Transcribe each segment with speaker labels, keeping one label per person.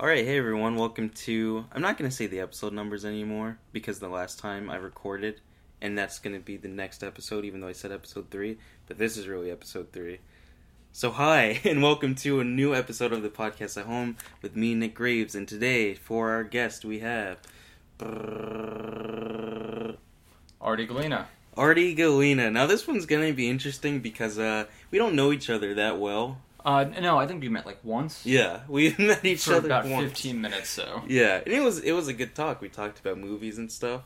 Speaker 1: right, hey everyone, welcome to. I'm not going to say the episode numbers anymore because the last time I recorded, and that's going to be the next episode, even though I said episode three, but this is really episode three. So, hi, and welcome to a new episode of the podcast at home with me, Nick Graves, and today for our guest we have.
Speaker 2: Artie Galena.
Speaker 1: Artie Galena. Now, this one's going to be interesting because uh, we don't know each other that well.
Speaker 2: Uh, no, I think we met like once.
Speaker 1: Yeah, we met each
Speaker 2: for
Speaker 1: other
Speaker 2: about
Speaker 1: once.
Speaker 2: fifteen minutes. So
Speaker 1: Yeah, and it was it was a good talk. We talked about movies and stuff.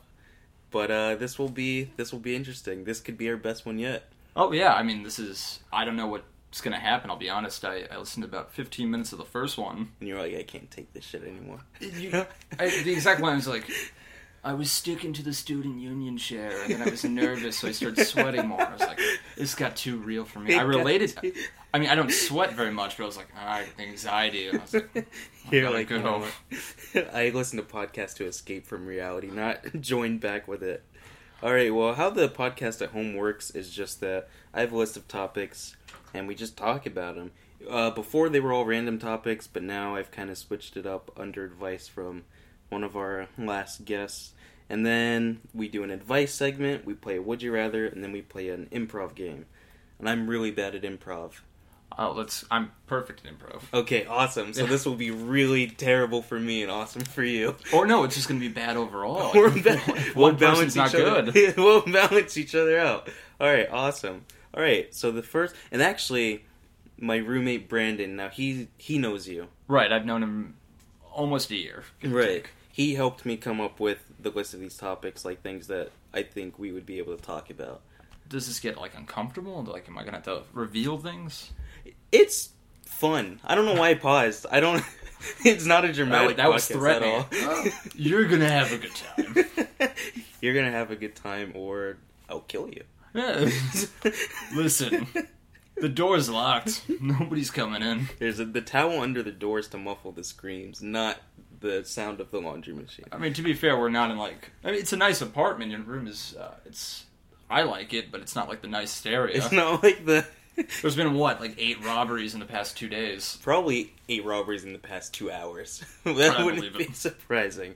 Speaker 1: But uh this will be this will be interesting. This could be our best one yet.
Speaker 2: oh yeah, I mean this is I don't know what's gonna happen. I'll be honest. I, I listened to about fifteen minutes of the first one.
Speaker 1: And you're like, I can't take this shit anymore.
Speaker 2: You- I, the exact line was like, I was sticking to the student union chair, and then I was nervous, so I started sweating more. I was like, this got too real for me. I related. I mean, I don't sweat very much, but I was like, ah, anxiety. And I was like,
Speaker 1: You're
Speaker 2: gotta
Speaker 1: like,
Speaker 2: go.
Speaker 1: you know what? I listen to podcasts to escape from reality, not join back with it. All right, well, how the podcast at home works is just that I have a list of topics and we just talk about them. Uh, before they were all random topics, but now I've kind of switched it up under advice from one of our last guests. And then we do an advice segment, we play a would you rather, and then we play an improv game. And I'm really bad at improv.
Speaker 2: oh, let's. I'm perfect at improv.
Speaker 1: Okay, awesome. So this will be really terrible for me and awesome for you.
Speaker 2: Or no, it's just gonna be bad overall.
Speaker 1: We're ba- we'll
Speaker 2: One
Speaker 1: balance
Speaker 2: person's
Speaker 1: each
Speaker 2: not
Speaker 1: other.
Speaker 2: good.
Speaker 1: we'll balance each other out. All right, awesome. All right, so the first and actually, my roommate Brandon. Now he he knows you,
Speaker 2: Right, I've known him almost a year. give or take.
Speaker 1: He helped me come up with the list of these topics, like things that I think we would be able to talk about.
Speaker 2: Does this get like uncomfortable? Like, am I gonna have to reveal things?
Speaker 1: It's fun. I don't know why I paused. I don't. It's not a dramatic.
Speaker 2: that was
Speaker 1: podcast
Speaker 2: threatening. Oh,
Speaker 1: At all.
Speaker 2: You're gonna have a good time.
Speaker 1: You're gonna have a good time, or I'll kill you.
Speaker 2: Yeah. Listen. the door's locked. Nobody's coming in.
Speaker 1: There's a, the towel under the doors to muffle the screams, not the sound of the laundry machine.
Speaker 2: I mean, to be fair, we're not in like. I mean, it's a nice apartment. Your room is. Uh, it's. I like it, but it's not like the nice area.
Speaker 1: It's not like the
Speaker 2: There's been what, like eight robberies in the past two days.
Speaker 1: probably eight robberies in the past two hours. that
Speaker 2: don't
Speaker 1: wouldn't
Speaker 2: believe
Speaker 1: be
Speaker 2: it.
Speaker 1: surprising.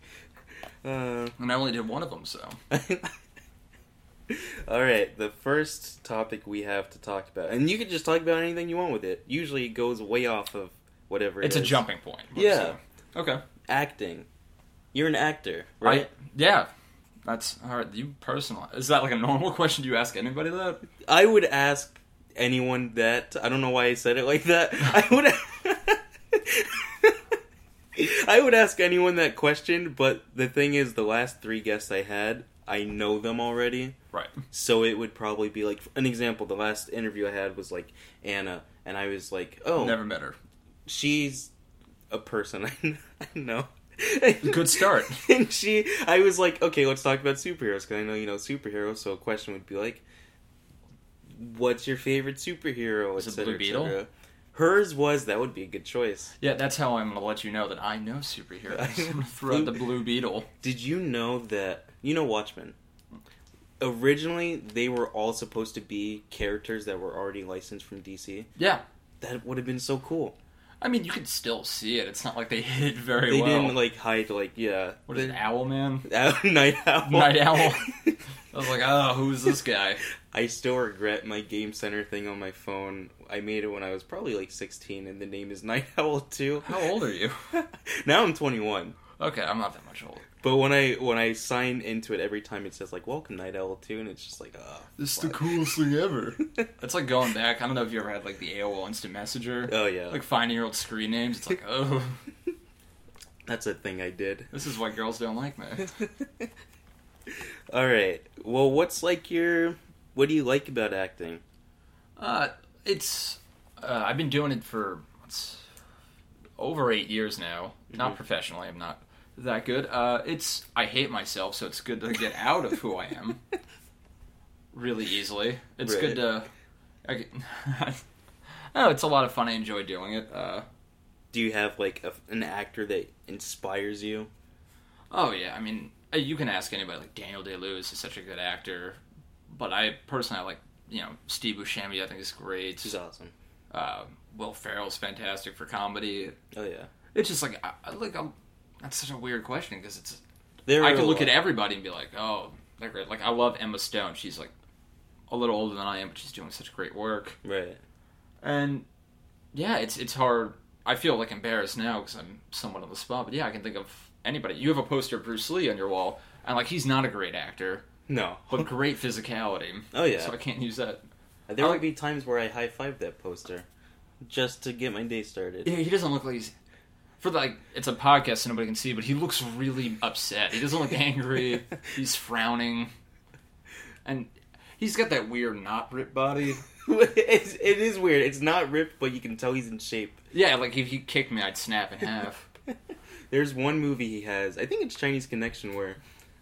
Speaker 1: Uh,
Speaker 2: And I only did one of them, so.
Speaker 1: all right, the first topic we have to talk about, and you can just talk about anything you want with it. Usually, it goes way off of whatever. it
Speaker 2: It's a
Speaker 1: is.
Speaker 2: jumping point.
Speaker 1: Yeah.
Speaker 2: So- Okay.
Speaker 1: Acting. You're an actor, right?
Speaker 2: I, yeah. That's all right. You personal is that like a normal question? Do you ask anybody that?
Speaker 1: I would ask anyone that. I don't know why I said it like that. I would. I would ask anyone that question, but the thing is, the last three guests I had, I know them already,
Speaker 2: Right.
Speaker 1: so it would probably be like an example. The last interview I had was like Anna, and I was like, "Oh,
Speaker 2: Never met her.
Speaker 1: she's a person I know."
Speaker 2: Good start.
Speaker 1: and she, I was like, okay, let's talk about superheroes because I know you know superheroes. So a question would be like, what's your favorite superhero?
Speaker 2: Is it
Speaker 1: et cetera,
Speaker 2: Blue
Speaker 1: et
Speaker 2: Beetle?
Speaker 1: cetera. Hers was that would be a good choice.
Speaker 2: Yeah, that's how I'm gonna let you know that I know superheroes. I'm gonna throw out the Blue Beetle.
Speaker 1: Did you know that you know Watchmen? Originally, they were all supposed to be characters that were already licensed from DC.
Speaker 2: Yeah.
Speaker 1: That would have been so cool.
Speaker 2: I mean, you can still see it. It's not like they hid it very
Speaker 1: they
Speaker 2: well.
Speaker 1: didn't like hide like yeah.
Speaker 2: what is it,
Speaker 1: the-
Speaker 2: Owl Man?
Speaker 1: Night Owl.
Speaker 2: Night Owl. I was like, oh, who's this guy?
Speaker 1: I still regret my Game Center thing on my phone. I made it when I was probably like 16, and the name is Night Owl 2.
Speaker 2: How old are you?
Speaker 1: now I'm 21.
Speaker 2: Okay, I'm not that much older.
Speaker 1: But when I when I sign into it, every time it says like "Welcome Night Owl 2," and it's just like, "Ah." oh,
Speaker 2: This is
Speaker 1: the
Speaker 2: coolest thing ever. It's like going back. I don't know if you ever had like the AOL Instant Messenger.
Speaker 1: oh yeah,
Speaker 2: Like finding your old screen names. It's like, oh,
Speaker 1: that's a thing I did.
Speaker 2: this is why girls don't like me.
Speaker 1: All right. Well, what's like your what do you like about acting?
Speaker 2: Uh, it's uh, I've been doing it for it's over eight years now. Not professionally, I'm not that good. Uh, it's I hate myself, so it's good to get out of who I am really easily. It's
Speaker 1: Right.
Speaker 2: good to. I, get- oh, it's a lot of fun. I enjoy doing it. Uh,
Speaker 1: Do you have like a, an actor that inspires you?
Speaker 2: oh yeah, I mean uh, you can ask anybody. Like Daniel Day Lewis is such a good actor, but I personally I like you know Steve Buscemi. I think is great.
Speaker 1: She's awesome.
Speaker 2: Uh, Will Ferrell's fantastic for comedy.
Speaker 1: Oh yeah.
Speaker 2: It's just like, I, I- like I'm, that's such a weird question because it's.
Speaker 1: There
Speaker 2: I
Speaker 1: are
Speaker 2: can
Speaker 1: a
Speaker 2: look at
Speaker 1: lot-
Speaker 2: everybody and be like, oh, they're great. Like I love Emma Stone. She's like a little older than I am, but she's doing such great work.
Speaker 1: Right.
Speaker 2: And yeah, it's it's hard. I feel like embarrassed now because I'm somewhat on the spot. But yeah, I can think of anybody. You have a poster of Bruce Lee on your wall, and like he's not a great actor,
Speaker 1: No.
Speaker 2: but great physicality.
Speaker 1: Oh, yeah.
Speaker 2: So I can't use that.
Speaker 1: There
Speaker 2: I-
Speaker 1: would be times where I high five that poster just to get my day started.
Speaker 2: Yeah, he doesn't look like he's. For the, like, it's a podcast, so nobody can see, but he looks really upset. He doesn't look angry. he's frowning, and he's got that weird not ripped body.
Speaker 1: it's, it is weird. It's not ripped, but you can tell he's in shape.
Speaker 2: Yeah, like if he kicked me, I'd snap in half.
Speaker 1: There's one movie he has. I think it's Chinese Connection where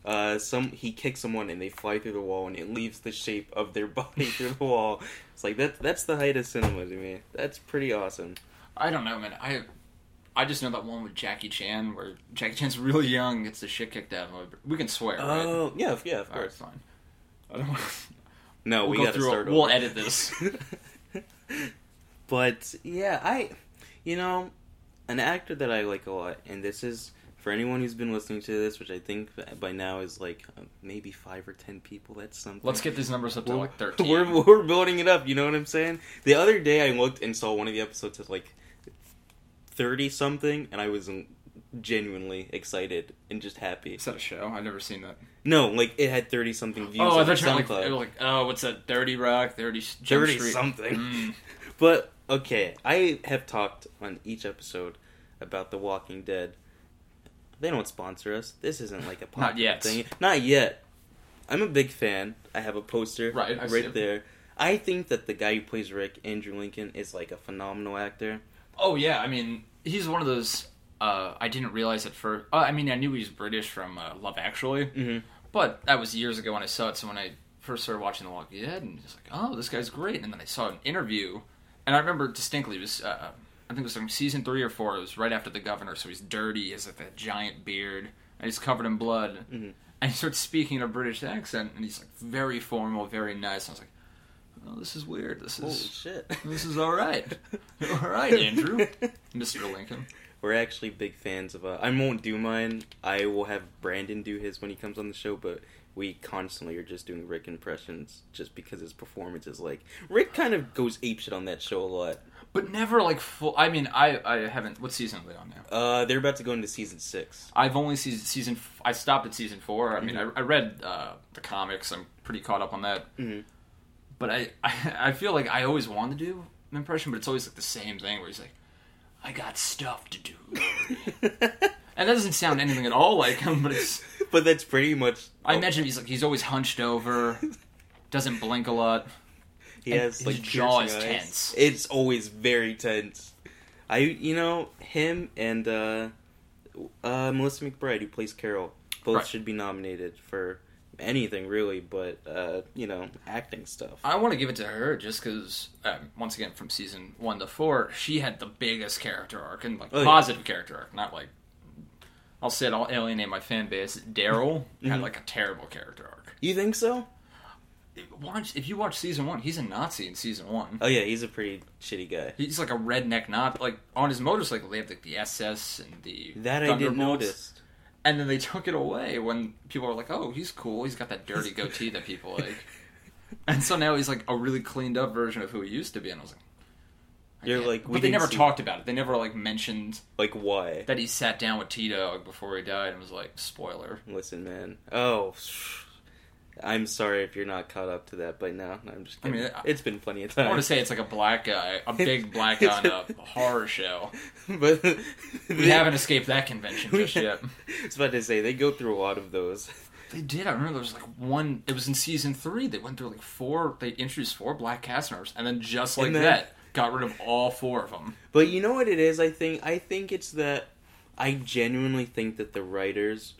Speaker 1: uh, some he kicks someone and they fly through the wall and it leaves the shape of their body through the wall. It's like that. That's the height of cinema to me. That's pretty awesome.
Speaker 2: I don't know, man. I I just know that one with Jackie Chan where Jackie Chan's really young, gets the shit kicked out of him. We can swear, right?
Speaker 1: Oh yeah, f- yeah, of
Speaker 2: All right,
Speaker 1: course.
Speaker 2: fine. I don't want
Speaker 1: No,
Speaker 2: We'll
Speaker 1: we
Speaker 2: go
Speaker 1: gotta
Speaker 2: through it.
Speaker 1: start.
Speaker 2: We'll
Speaker 1: over.
Speaker 2: edit this.
Speaker 1: but yeah, I, you know, an actor that I like a lot, and this is for anyone who's been listening to this, which I think by now is like uh, maybe five or ten people. That's something.
Speaker 2: Let's get these numbers up to
Speaker 1: We're-
Speaker 2: like 13
Speaker 1: We're, we're building it up, you know what I'm saying? The other day I looked and saw one of the episodes was like 30 something, and I was mm, genuinely excited and just happy.
Speaker 2: Is that a show? I've never seen that.
Speaker 1: No, like it had 30 something views.
Speaker 2: oh, I
Speaker 1: on
Speaker 2: thought you were like,
Speaker 1: SoundCloud.
Speaker 2: they were like, oh, what's that? Dirty Rock, Dirty S- Jump
Speaker 1: 30
Speaker 2: Street.
Speaker 1: something.
Speaker 2: Mm.
Speaker 1: But okay, I have talked on each episode about The Walking Dead. They don't sponsor us. This isn't like a pop
Speaker 2: Not yet.
Speaker 1: thing. Not yet. I'm a big fan. I have a poster
Speaker 2: Right, I see
Speaker 1: right
Speaker 2: it.
Speaker 1: there. I think that the guy who plays Rick, Andrew Lincoln, is like a phenomenal actor.
Speaker 2: Oh yeah, I mean, he's one of those. Uh, I didn't realize at first. Uh, I mean, I knew he was British from uh, Love Actually,
Speaker 1: Mhm.
Speaker 2: but that was years ago when I saw it. So when I first started watching The Walking Dead, and it's like, oh, this guy's great. And then I saw an interview, and I remember distinctly it was. Uh, I think it was from season three or four. It was right after the governor, so he's dirty. He has like that giant beard, and he's covered in blood.
Speaker 1: Mhm.
Speaker 2: And he starts speaking in a British accent, and he's like very formal, very nice. And I was like, oh, this is weird. This
Speaker 1: Holy
Speaker 2: is
Speaker 1: shit.
Speaker 2: this is all right. All right, Andrew. Mr. Lincoln.
Speaker 1: We're actually big fans of. Uh, I won't do mine. I will have Brandon do his when he comes on the show, but we constantly are just doing Rick impressions just because his performance is like. Rick kind of goes apeshit on that show a lot.
Speaker 2: But never like full. I mean, I I haven't. What season are they on now?
Speaker 1: Uh, they're about to go into season six.
Speaker 2: I've only seen season. f- I stopped at season four. I mean, I, I read uh, the comics. I'm pretty caught up on that.
Speaker 1: Mhm.
Speaker 2: But I, I I feel like I always wanted to do an impression, but it's always like the same thing where he's like, "I got stuff to do,"
Speaker 1: but
Speaker 2: and that doesn't sound anything at all like him. But it's
Speaker 1: that's pretty much.
Speaker 2: I imagine he's like he's always hunched over, doesn't blink a lot.
Speaker 1: he
Speaker 2: and
Speaker 1: has
Speaker 2: his
Speaker 1: like
Speaker 2: jaw
Speaker 1: piercing
Speaker 2: is
Speaker 1: eyes.
Speaker 2: tense.
Speaker 1: It's always very tense. I you know him and uh, uh, Melissa McBride who plays Carol both
Speaker 2: Right.
Speaker 1: should be nominated for anything really, but uh, you know acting stuff.
Speaker 2: I want to give it to her just because, um, once again, from season one to four, she had the biggest character arc and like
Speaker 1: Oh, yeah.
Speaker 2: positive character arc, not like I'll say it, I'll alienate my fan base. Daryl had
Speaker 1: Mhm.
Speaker 2: like a terrible character arc.
Speaker 1: You think so?
Speaker 2: Watch if you watch season one, he's a Nazi in season one.
Speaker 1: Oh yeah, he's a pretty shitty guy.
Speaker 2: He's like a redneck Nazi. Like on his motorcycle, they have like the SS and the
Speaker 1: That I didn't
Speaker 2: Thunderbolts.
Speaker 1: notice.
Speaker 2: And then they took it away when people were like, "Oh, he's cool. He's got that dirty goatee that people like." And so now he's like a really cleaned up version of who he used to be. And I was like, I
Speaker 1: You're
Speaker 2: can't-
Speaker 1: like, we
Speaker 2: but they
Speaker 1: didn't
Speaker 2: never
Speaker 1: see-
Speaker 2: talked about it. They never like mentioned
Speaker 1: like why?
Speaker 2: that he sat down with T Dog before he died and was like, spoiler.
Speaker 1: Listen, man. Oh, I'm sorry if you're not caught up to that by now. No, I'm just
Speaker 2: I
Speaker 1: kidding.
Speaker 2: mean, I-
Speaker 1: it's been plenty of
Speaker 2: I want to
Speaker 1: time.
Speaker 2: say it's like a black guy, a big black guy on a horror show.
Speaker 1: but
Speaker 2: We haven't escaped that convention just yet.
Speaker 1: I was about to say they go through a lot of those.
Speaker 2: They did. I remember there was like one. It was in season three. They went through like four. They introduced four black cast members, and then just like
Speaker 1: And then-
Speaker 2: that, got rid of all four of them.
Speaker 1: But you know what it is? I think I think it's that I genuinely think that the writers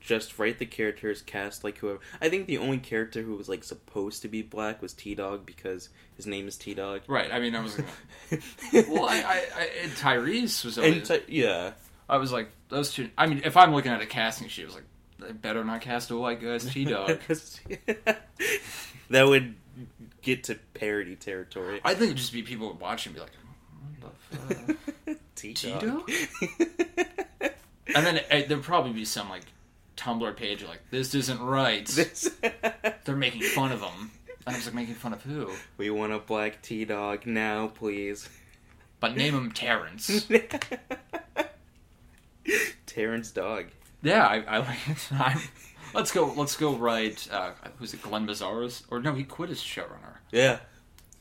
Speaker 1: just write the characters cast like whoever. I think the only character who was like supposed to be black was T Dog because his name is T Dog.
Speaker 2: Right. I mean, I was. Like, well,
Speaker 1: well,
Speaker 2: I, I, I and Tyrese was. Always,
Speaker 1: and t- yeah,
Speaker 2: I was like those two. I mean, if I'm looking at a casting sheet, I was like, they better not cast a white guy as T Dog.
Speaker 1: that would get to parody territory.
Speaker 2: I think it'd just be people watching, and be like, what the fuck?
Speaker 1: T
Speaker 2: T-Dog?
Speaker 1: Dog.
Speaker 2: And then uh, there'd probably be some like Tumblr page like this isn't right.
Speaker 1: This-
Speaker 2: They're making fun of him. And I was like, making fun of who?
Speaker 1: we want a black T Dog now, please.
Speaker 2: But name him Terrence.
Speaker 1: Terrence Dog.
Speaker 2: yeah, I, I like it. I'm, let's go. Let's go write. Uh, who's it? Glenn Bizarro's? Or no, he quit as showrunner.
Speaker 1: Yeah.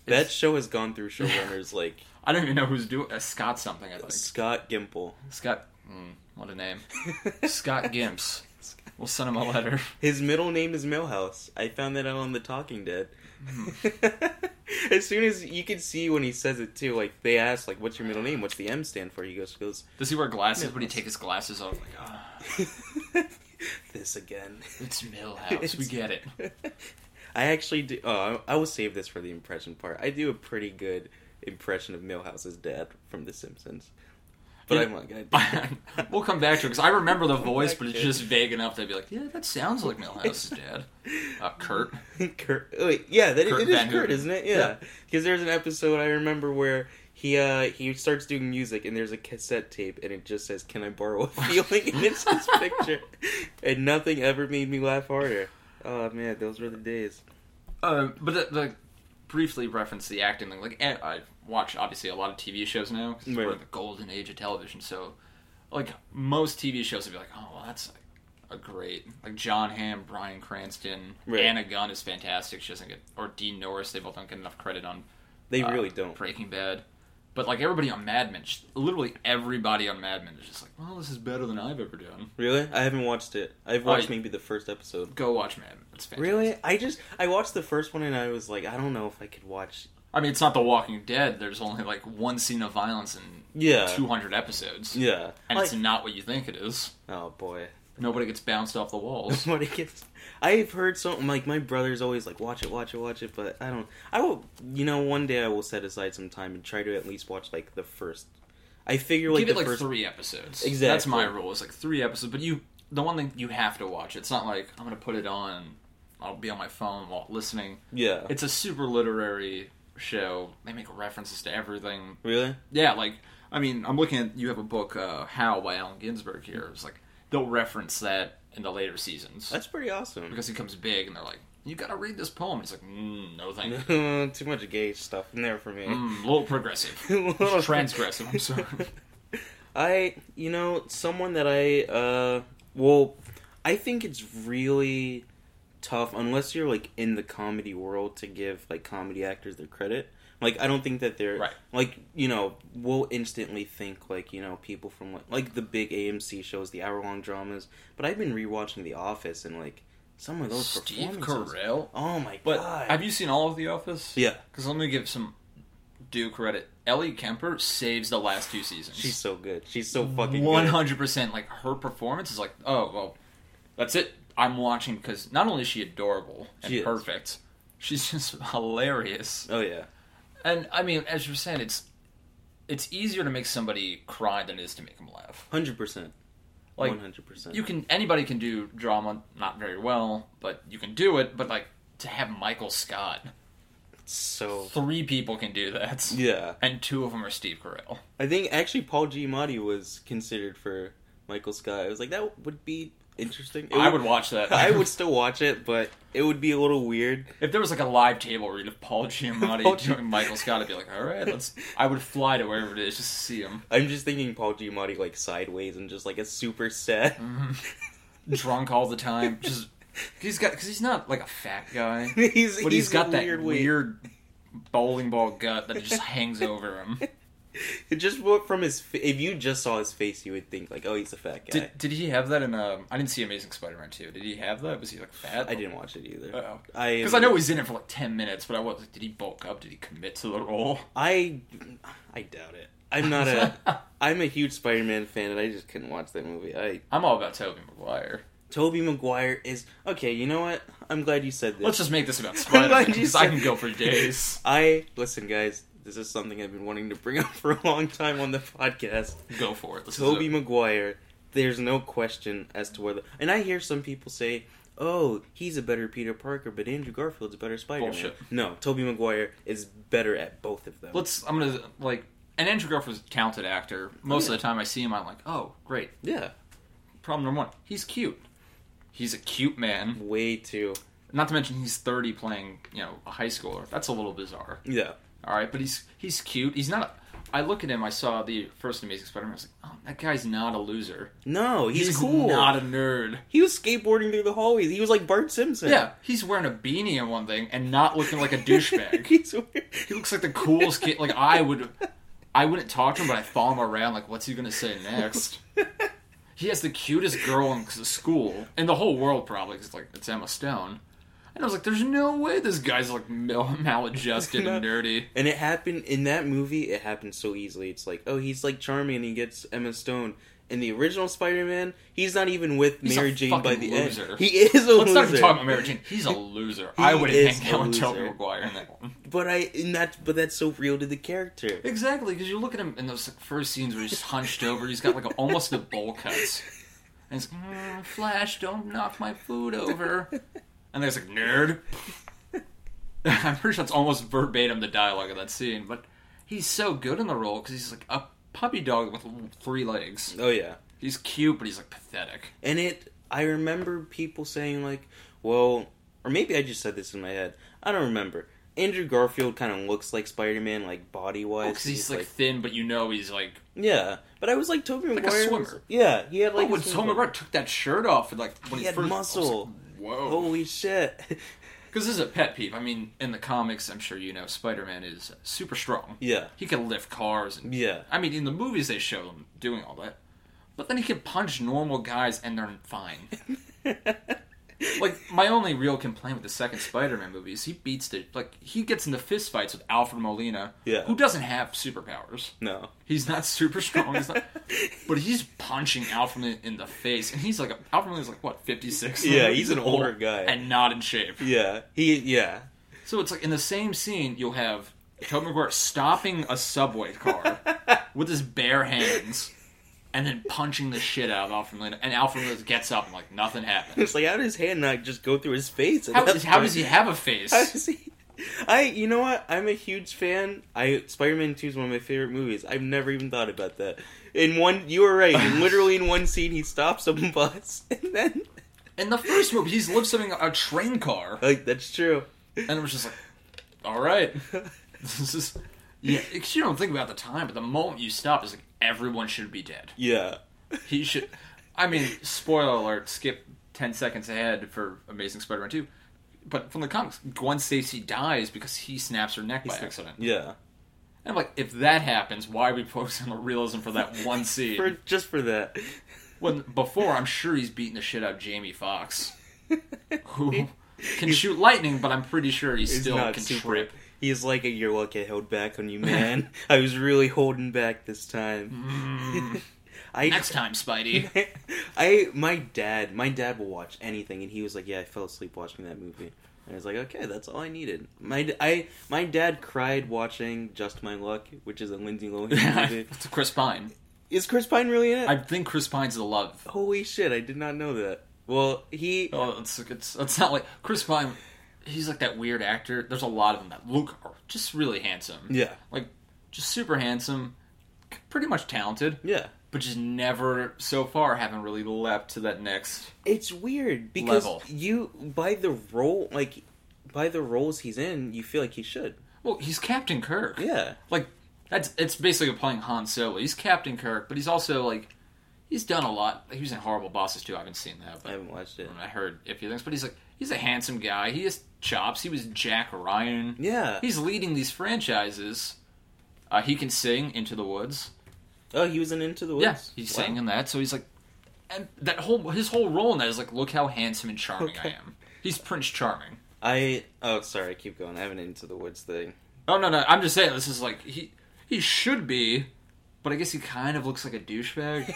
Speaker 1: That
Speaker 2: It's-
Speaker 1: show has gone through showrunners like
Speaker 2: I don't even know who's doing. Uh, Scott something. I think
Speaker 1: Scott Gimple.
Speaker 2: Scott. Mm, what a name. Scott Gimps. We'll send him a letter.
Speaker 1: His middle name is Millhouse. I found that out on The Talking Dead.
Speaker 2: Hmm.
Speaker 1: as soon as you can see when he says it too, like they ask, like, "What's your middle name? What's the M stand for?" He goes, "Goes
Speaker 2: Does he wear glasses? Would he take his glasses off? Like, ah,
Speaker 1: this again."
Speaker 2: it's Millhouse. We get it.
Speaker 1: I actually do. Oh, I I will save this for the impression part. I do a pretty good impression of Millhouse's dad from The Simpsons, but
Speaker 2: Yeah.
Speaker 1: I'm not gonna. Do
Speaker 2: But
Speaker 1: that.
Speaker 2: we'll come back to it because I remember the voice, but it's
Speaker 1: back to it.
Speaker 2: just vague enough that I'd be like, yeah, that sounds like Millhouse's dad. Uh, Kurt.
Speaker 1: Kurt, oh, wait, yeah, that
Speaker 2: Kurt
Speaker 1: it is
Speaker 2: Van
Speaker 1: Kurt,
Speaker 2: Houten.
Speaker 1: isn't it? Yeah, because there's an episode I remember where he uh he starts doing music and there's a cassette tape and it just says "Can I borrow a feeling?" and it's his picture, and nothing ever made me laugh harder. Oh man, those were the days.
Speaker 2: Uh, but the, the briefly reference the acting thing. Like eh, I watch obviously a lot of TV shows now. 'cause We're
Speaker 1: Right.
Speaker 2: in the golden age of television, so like most TV shows would be like, oh, well, that's a great like John Hamm, Brian Cranston,
Speaker 1: Right.
Speaker 2: Anna Gunn is fantastic. She doesn't get or Dean Norris. They both don't get enough credit on.
Speaker 1: They
Speaker 2: uh,
Speaker 1: really don't.
Speaker 2: Breaking Bad. But like everybody on Mad Men, just- literally everybody on Mad Men is just like, well, this is better than I've ever done.
Speaker 1: Really, I haven't watched it. I've
Speaker 2: Oh,
Speaker 1: watched
Speaker 2: you-
Speaker 1: maybe the first episode.
Speaker 2: Go watch Mad Men. It's fantastic.
Speaker 1: Really, I just I watched the first one and I was like, I don't know if I could watch.
Speaker 2: I mean, it's not The Walking Dead. There's only like one scene of violence and
Speaker 1: Yeah,
Speaker 2: 200 episodes.
Speaker 1: yeah.
Speaker 2: And
Speaker 1: Like-
Speaker 2: it's not what you think it is.
Speaker 1: oh boy,
Speaker 2: Nobody gets bounced off the walls.
Speaker 1: Nobody gets. I've heard something like my brother's always like watch it, watch it, watch it, but I don't. I will. You know, one day I will set aside some time and try to at least watch like the first. I figure like
Speaker 2: Give
Speaker 1: the
Speaker 2: it like
Speaker 1: first.
Speaker 2: three episodes.
Speaker 1: Exactly.
Speaker 2: That's my rule. It's like three episodes. But you, the one thing you have to watch. It's not like I'm gonna put it on. I'll be on my phone while listening.
Speaker 1: Yeah.
Speaker 2: It's a super literary show. They make references to everything.
Speaker 1: Really?
Speaker 2: Yeah, like I mean, I'm looking at you have a book, uh, How by Allen Ginsberg. Here, it's like they'll reference that in the later seasons
Speaker 1: That's pretty awesome.
Speaker 2: because he comes big, and they're like, "You gotta read this poem." It's like, mm, no, thank you.
Speaker 1: Too much gay stuff in there for me.
Speaker 2: Mm, a little progressive. transgressive, I'm sorry.
Speaker 1: I, you know, someone that I, uh, well, I think it's really tough unless you're like in the comedy world to give like comedy actors their credit. Like, I don't think that they're
Speaker 2: Right.
Speaker 1: like, you know, we'll instantly think like, you know, people from like, like the big AMC shows, the hour long dramas. But I've been rewatching The Office and like some of those
Speaker 2: Steve
Speaker 1: performances.
Speaker 2: Carell.
Speaker 1: Oh my
Speaker 2: But
Speaker 1: god!
Speaker 2: have you seen all of The Office?
Speaker 1: yeah,
Speaker 2: Because let me give some due credit. Ellie Kemper saves the last two seasons.
Speaker 1: she's so good. She's so fucking
Speaker 2: one
Speaker 1: good.
Speaker 2: hundred percent. Like her performance is like, oh well, that's it. I'm watching because not only is she adorable and
Speaker 1: She is.
Speaker 2: perfect, she's just hilarious.
Speaker 1: Oh yeah,
Speaker 2: And I mean, as you're saying, it's it's easier to make somebody cry than it is to make them laugh.
Speaker 1: hundred percent.
Speaker 2: Like
Speaker 1: One hundred percent.
Speaker 2: you can anybody can do drama not very well, but you can do it. But like to have Michael Scott,
Speaker 1: So
Speaker 2: three people can do that,
Speaker 1: yeah.
Speaker 2: and two of them are Steve Carell.
Speaker 1: I think actually Paul Giamatti was considered for Michael Scott. I was like, that would be interesting. It
Speaker 2: I would watch that.
Speaker 1: I would still watch it, but it would be a little weird.
Speaker 2: if there was like a live table read of Paul Giamatti
Speaker 1: Paul Gi-
Speaker 2: doing Michael Scott. I'd be like, all right, let's. I would fly to wherever it is just to see him
Speaker 1: I'm just thinking Paul Giamatti like sideways and just like a super set.
Speaker 2: Mm-hmm. drunk all the time. Just he's got because he's not like a fat guy,
Speaker 1: he's
Speaker 2: but
Speaker 1: he's
Speaker 2: he's got
Speaker 1: a
Speaker 2: that
Speaker 1: weird,
Speaker 2: weird,
Speaker 1: weight.
Speaker 2: bowling ball gut that just hangs over him.
Speaker 1: It just what from his fa- if you just saw his face, you would think like, oh, he's a fat guy.
Speaker 2: Did, did he have that in um? I didn't see Amazing Spider-Man two. Did he have that? Was he like fat?
Speaker 1: I didn't watch it either.
Speaker 2: Oh.
Speaker 1: I
Speaker 2: Because I know he's in it for like ten minutes, but I was like, did he bulk up? Did he commit to the role?
Speaker 1: I I doubt it. I'm not a I'm a huge Spider-Man fan, and I just couldn't watch that movie. I
Speaker 2: I'm all about Tobey Maguire.
Speaker 1: Toby Maguire is okay. You know what? I'm glad you said this.
Speaker 2: Let's just make this about
Speaker 1: I'm glad
Speaker 2: Spider-Man
Speaker 1: you
Speaker 2: because I
Speaker 1: said-
Speaker 2: can go for days.
Speaker 1: I listen, guys. This is something I've been wanting to bring up for a long time on the podcast.
Speaker 2: Go for it. This is
Speaker 1: Toby
Speaker 2: a-
Speaker 1: Maguire. There's no question as to whether. And I hear some people say, "Oh, he's a better Peter Parker, but Andrew Garfield's a better Spider-Man."
Speaker 2: Bullshit.
Speaker 1: No, Toby Maguire is better at both of them.
Speaker 2: let's. I'm gonna like and Andrew Garfield was a talented actor. Most
Speaker 1: Yeah.
Speaker 2: of the time I see him, I'm like, oh, great.
Speaker 1: Yeah,
Speaker 2: Problem number one, he's cute. He's a cute man.
Speaker 1: way too.
Speaker 2: Not to mention he's 30 playing, you know, a high schooler. That's a little bizarre.
Speaker 1: Yeah,
Speaker 2: All right, but he's he's cute. He's not. I look at him. I saw the first Amazing Spider-Man. I was like, oh, that guy's not a loser.
Speaker 1: no, Oh, he's, cool.
Speaker 2: Not a nerd.
Speaker 1: He was skateboarding through the hallways. He was like Bart Simpson.
Speaker 2: Yeah, he's wearing a beanie and one thing, and not looking like a douchebag.
Speaker 1: He's weird.
Speaker 2: he looks like the coolest kid. Like I would, I wouldn't talk to him, but I follow him around. Like, what's he gonna say next? He has the cutest girl in the school, in the whole world probably. 'cause, like it's Emma Stone, and I was like, there's no way this guy's like mal- maladjusted and
Speaker 1: No.
Speaker 2: nerdy.
Speaker 1: And it happened in that movie. It happened so easily. It's like, oh, he's like charming, and he gets Emma Stone. In the original Spider-Man, he's not even with
Speaker 2: He's a
Speaker 1: Mary Jane by
Speaker 2: fucking
Speaker 1: the
Speaker 2: loser.
Speaker 1: end. He is a
Speaker 2: Let's not
Speaker 1: loser.
Speaker 2: even talk about Mary Jane. He's a loser. I
Speaker 1: He
Speaker 2: would
Speaker 1: is
Speaker 2: hang
Speaker 1: a
Speaker 2: out with Tobey
Speaker 1: loser.
Speaker 2: Maguire in that one.
Speaker 1: But I, and that's but that's so real to the character.
Speaker 2: Exactly, because you look at him in those first scenes where he's just hunched over. He's got like a, almost the bowl cuts, and he's mm, Flash, don't knock my food over.
Speaker 1: Oh,
Speaker 2: And there's like nerd. I'm pretty sure that's almost verbatim the dialogue of that scene, but he's so good in the role because he's like a puppy dog with three legs.
Speaker 1: Oh yeah,
Speaker 2: He's cute, but he's like pathetic.
Speaker 1: and it. I remember people saying like, well, or maybe I just said this in my head. I don't remember. Andrew Garfield kind of looks like Spider-Man, like body-wise.
Speaker 2: Because Oh, he's like thin, but you know he's like
Speaker 1: yeah. But I was like Tobey
Speaker 2: Like a
Speaker 1: Maguire. was-
Speaker 2: swimmer.
Speaker 1: Yeah, he had like
Speaker 2: oh,
Speaker 1: a
Speaker 2: when
Speaker 1: swimmer.
Speaker 2: Tom McGraw took that shirt off, and like when
Speaker 1: He
Speaker 2: he,
Speaker 1: had
Speaker 2: first, I was like,
Speaker 1: muscle.
Speaker 2: Whoa!
Speaker 1: Holy shit!
Speaker 2: Because this is a pet peeve. I mean, in the comics, I'm sure you know, Spider-Man is super strong.
Speaker 1: yeah,
Speaker 2: He can lift cars, and
Speaker 1: yeah.
Speaker 2: I mean, in the movies they show him doing all that, but then he can punch normal guys and they're fine. like my only real complaint with the second Spider-Man movie is he beats the like he gets into fist fights with Alfred Molina,
Speaker 1: Yeah.
Speaker 2: who doesn't have superpowers.
Speaker 1: no.
Speaker 2: He's not super strong. He's not, but he's punching Alfred Molina in the face, and he's like Alfred Molina's like what fifty six.
Speaker 1: Yeah, he's an older guy.
Speaker 2: and not in shape.
Speaker 1: Yeah, he. Yeah,
Speaker 2: So it's like in the same scene, you'll have Tobey Maguire stopping a subway car with his bare hands, and then punching the shit out of Alfred Molina. And Alfred Molina gets up and like nothing happened.
Speaker 1: it's like how does his hand not just go through his face? at
Speaker 2: How,
Speaker 1: that
Speaker 2: how
Speaker 1: point?
Speaker 2: does he have a face?
Speaker 1: How does he? I. You know what? I'm a huge fan. I Spider-Man Two is one of my favorite movies. I've never even thought about that. In one, you were right. literally in one scene, he stops a bus, and then
Speaker 2: In the first movie, he's lip syncing a train car,
Speaker 1: like that's true.
Speaker 2: and it was just like, all right, this is yeah. 'cause you don't think about it at the time, but the moment you stop, it's like everyone should be dead.
Speaker 1: yeah.
Speaker 2: He should. I mean, spoiler alert. Skip ten seconds ahead for Amazing Spider-Man two, but from the comics, Gwen Stacy dies because he snaps her neck by accident.
Speaker 1: Yeah.
Speaker 2: And I'm like, if that happens, why are we focusing on the realism for that one scene?
Speaker 1: For just for that.
Speaker 2: When before, I'm sure he's beating the shit out of Jamie Fox, who can shoot lightning, but I'm pretty sure he
Speaker 1: He's
Speaker 2: still
Speaker 1: not
Speaker 2: can
Speaker 1: super-
Speaker 2: trip.
Speaker 1: He's like, you're lucky I held back on you, man. I was really holding back this time.
Speaker 2: Mm,
Speaker 1: I
Speaker 2: next time, Spidey.
Speaker 1: I my dad my dad will watch anything and he was like yeah I fell asleep watching that movie and I was like okay that's all I needed my d- I my dad cried watching Just My Luck which is a Lindsay Lohan movie
Speaker 2: It's Chris Pine.
Speaker 1: is Chris Pine really in it
Speaker 2: I think Chris Pine's the love.
Speaker 1: holy shit I did not know that well he
Speaker 2: Oh, it's it's it's not like Chris Pine. He's like that weird actor. There's a lot of them that look just really handsome,
Speaker 1: yeah
Speaker 2: like just super handsome, c- pretty much talented,
Speaker 1: yeah
Speaker 2: but just never so far haven't really leapt to that next.
Speaker 1: it's weird because
Speaker 2: Level.
Speaker 1: you by the role like by the roles he's in you feel like he should
Speaker 2: Well, he's Captain Kirk.
Speaker 1: yeah
Speaker 2: like that's it's basically playing Han Solo. He's Captain Kirk, but he's also like he's done a lot. He was in Horrible Bosses too. I haven't seen that,
Speaker 1: I
Speaker 2: but
Speaker 1: haven't watched it
Speaker 2: I heard a few things. But he's like he's a handsome guy. He has chops. He was Jack Ryan.
Speaker 1: yeah
Speaker 2: He's leading these franchises. Uh, he can sing Into the Woods.
Speaker 1: oh he was in Into the Woods
Speaker 2: Yeah, he's
Speaker 1: Wow.
Speaker 2: singing that. So he's like, and that whole his whole role in that is like, look how handsome and charming
Speaker 1: Okay.
Speaker 2: I am. He's Prince Charming.
Speaker 1: I oh sorry I keep going I have an Into the Woods thing.
Speaker 2: Oh no no, I'm just saying this is like he he should be, but I guess he kind of looks like a douchebag.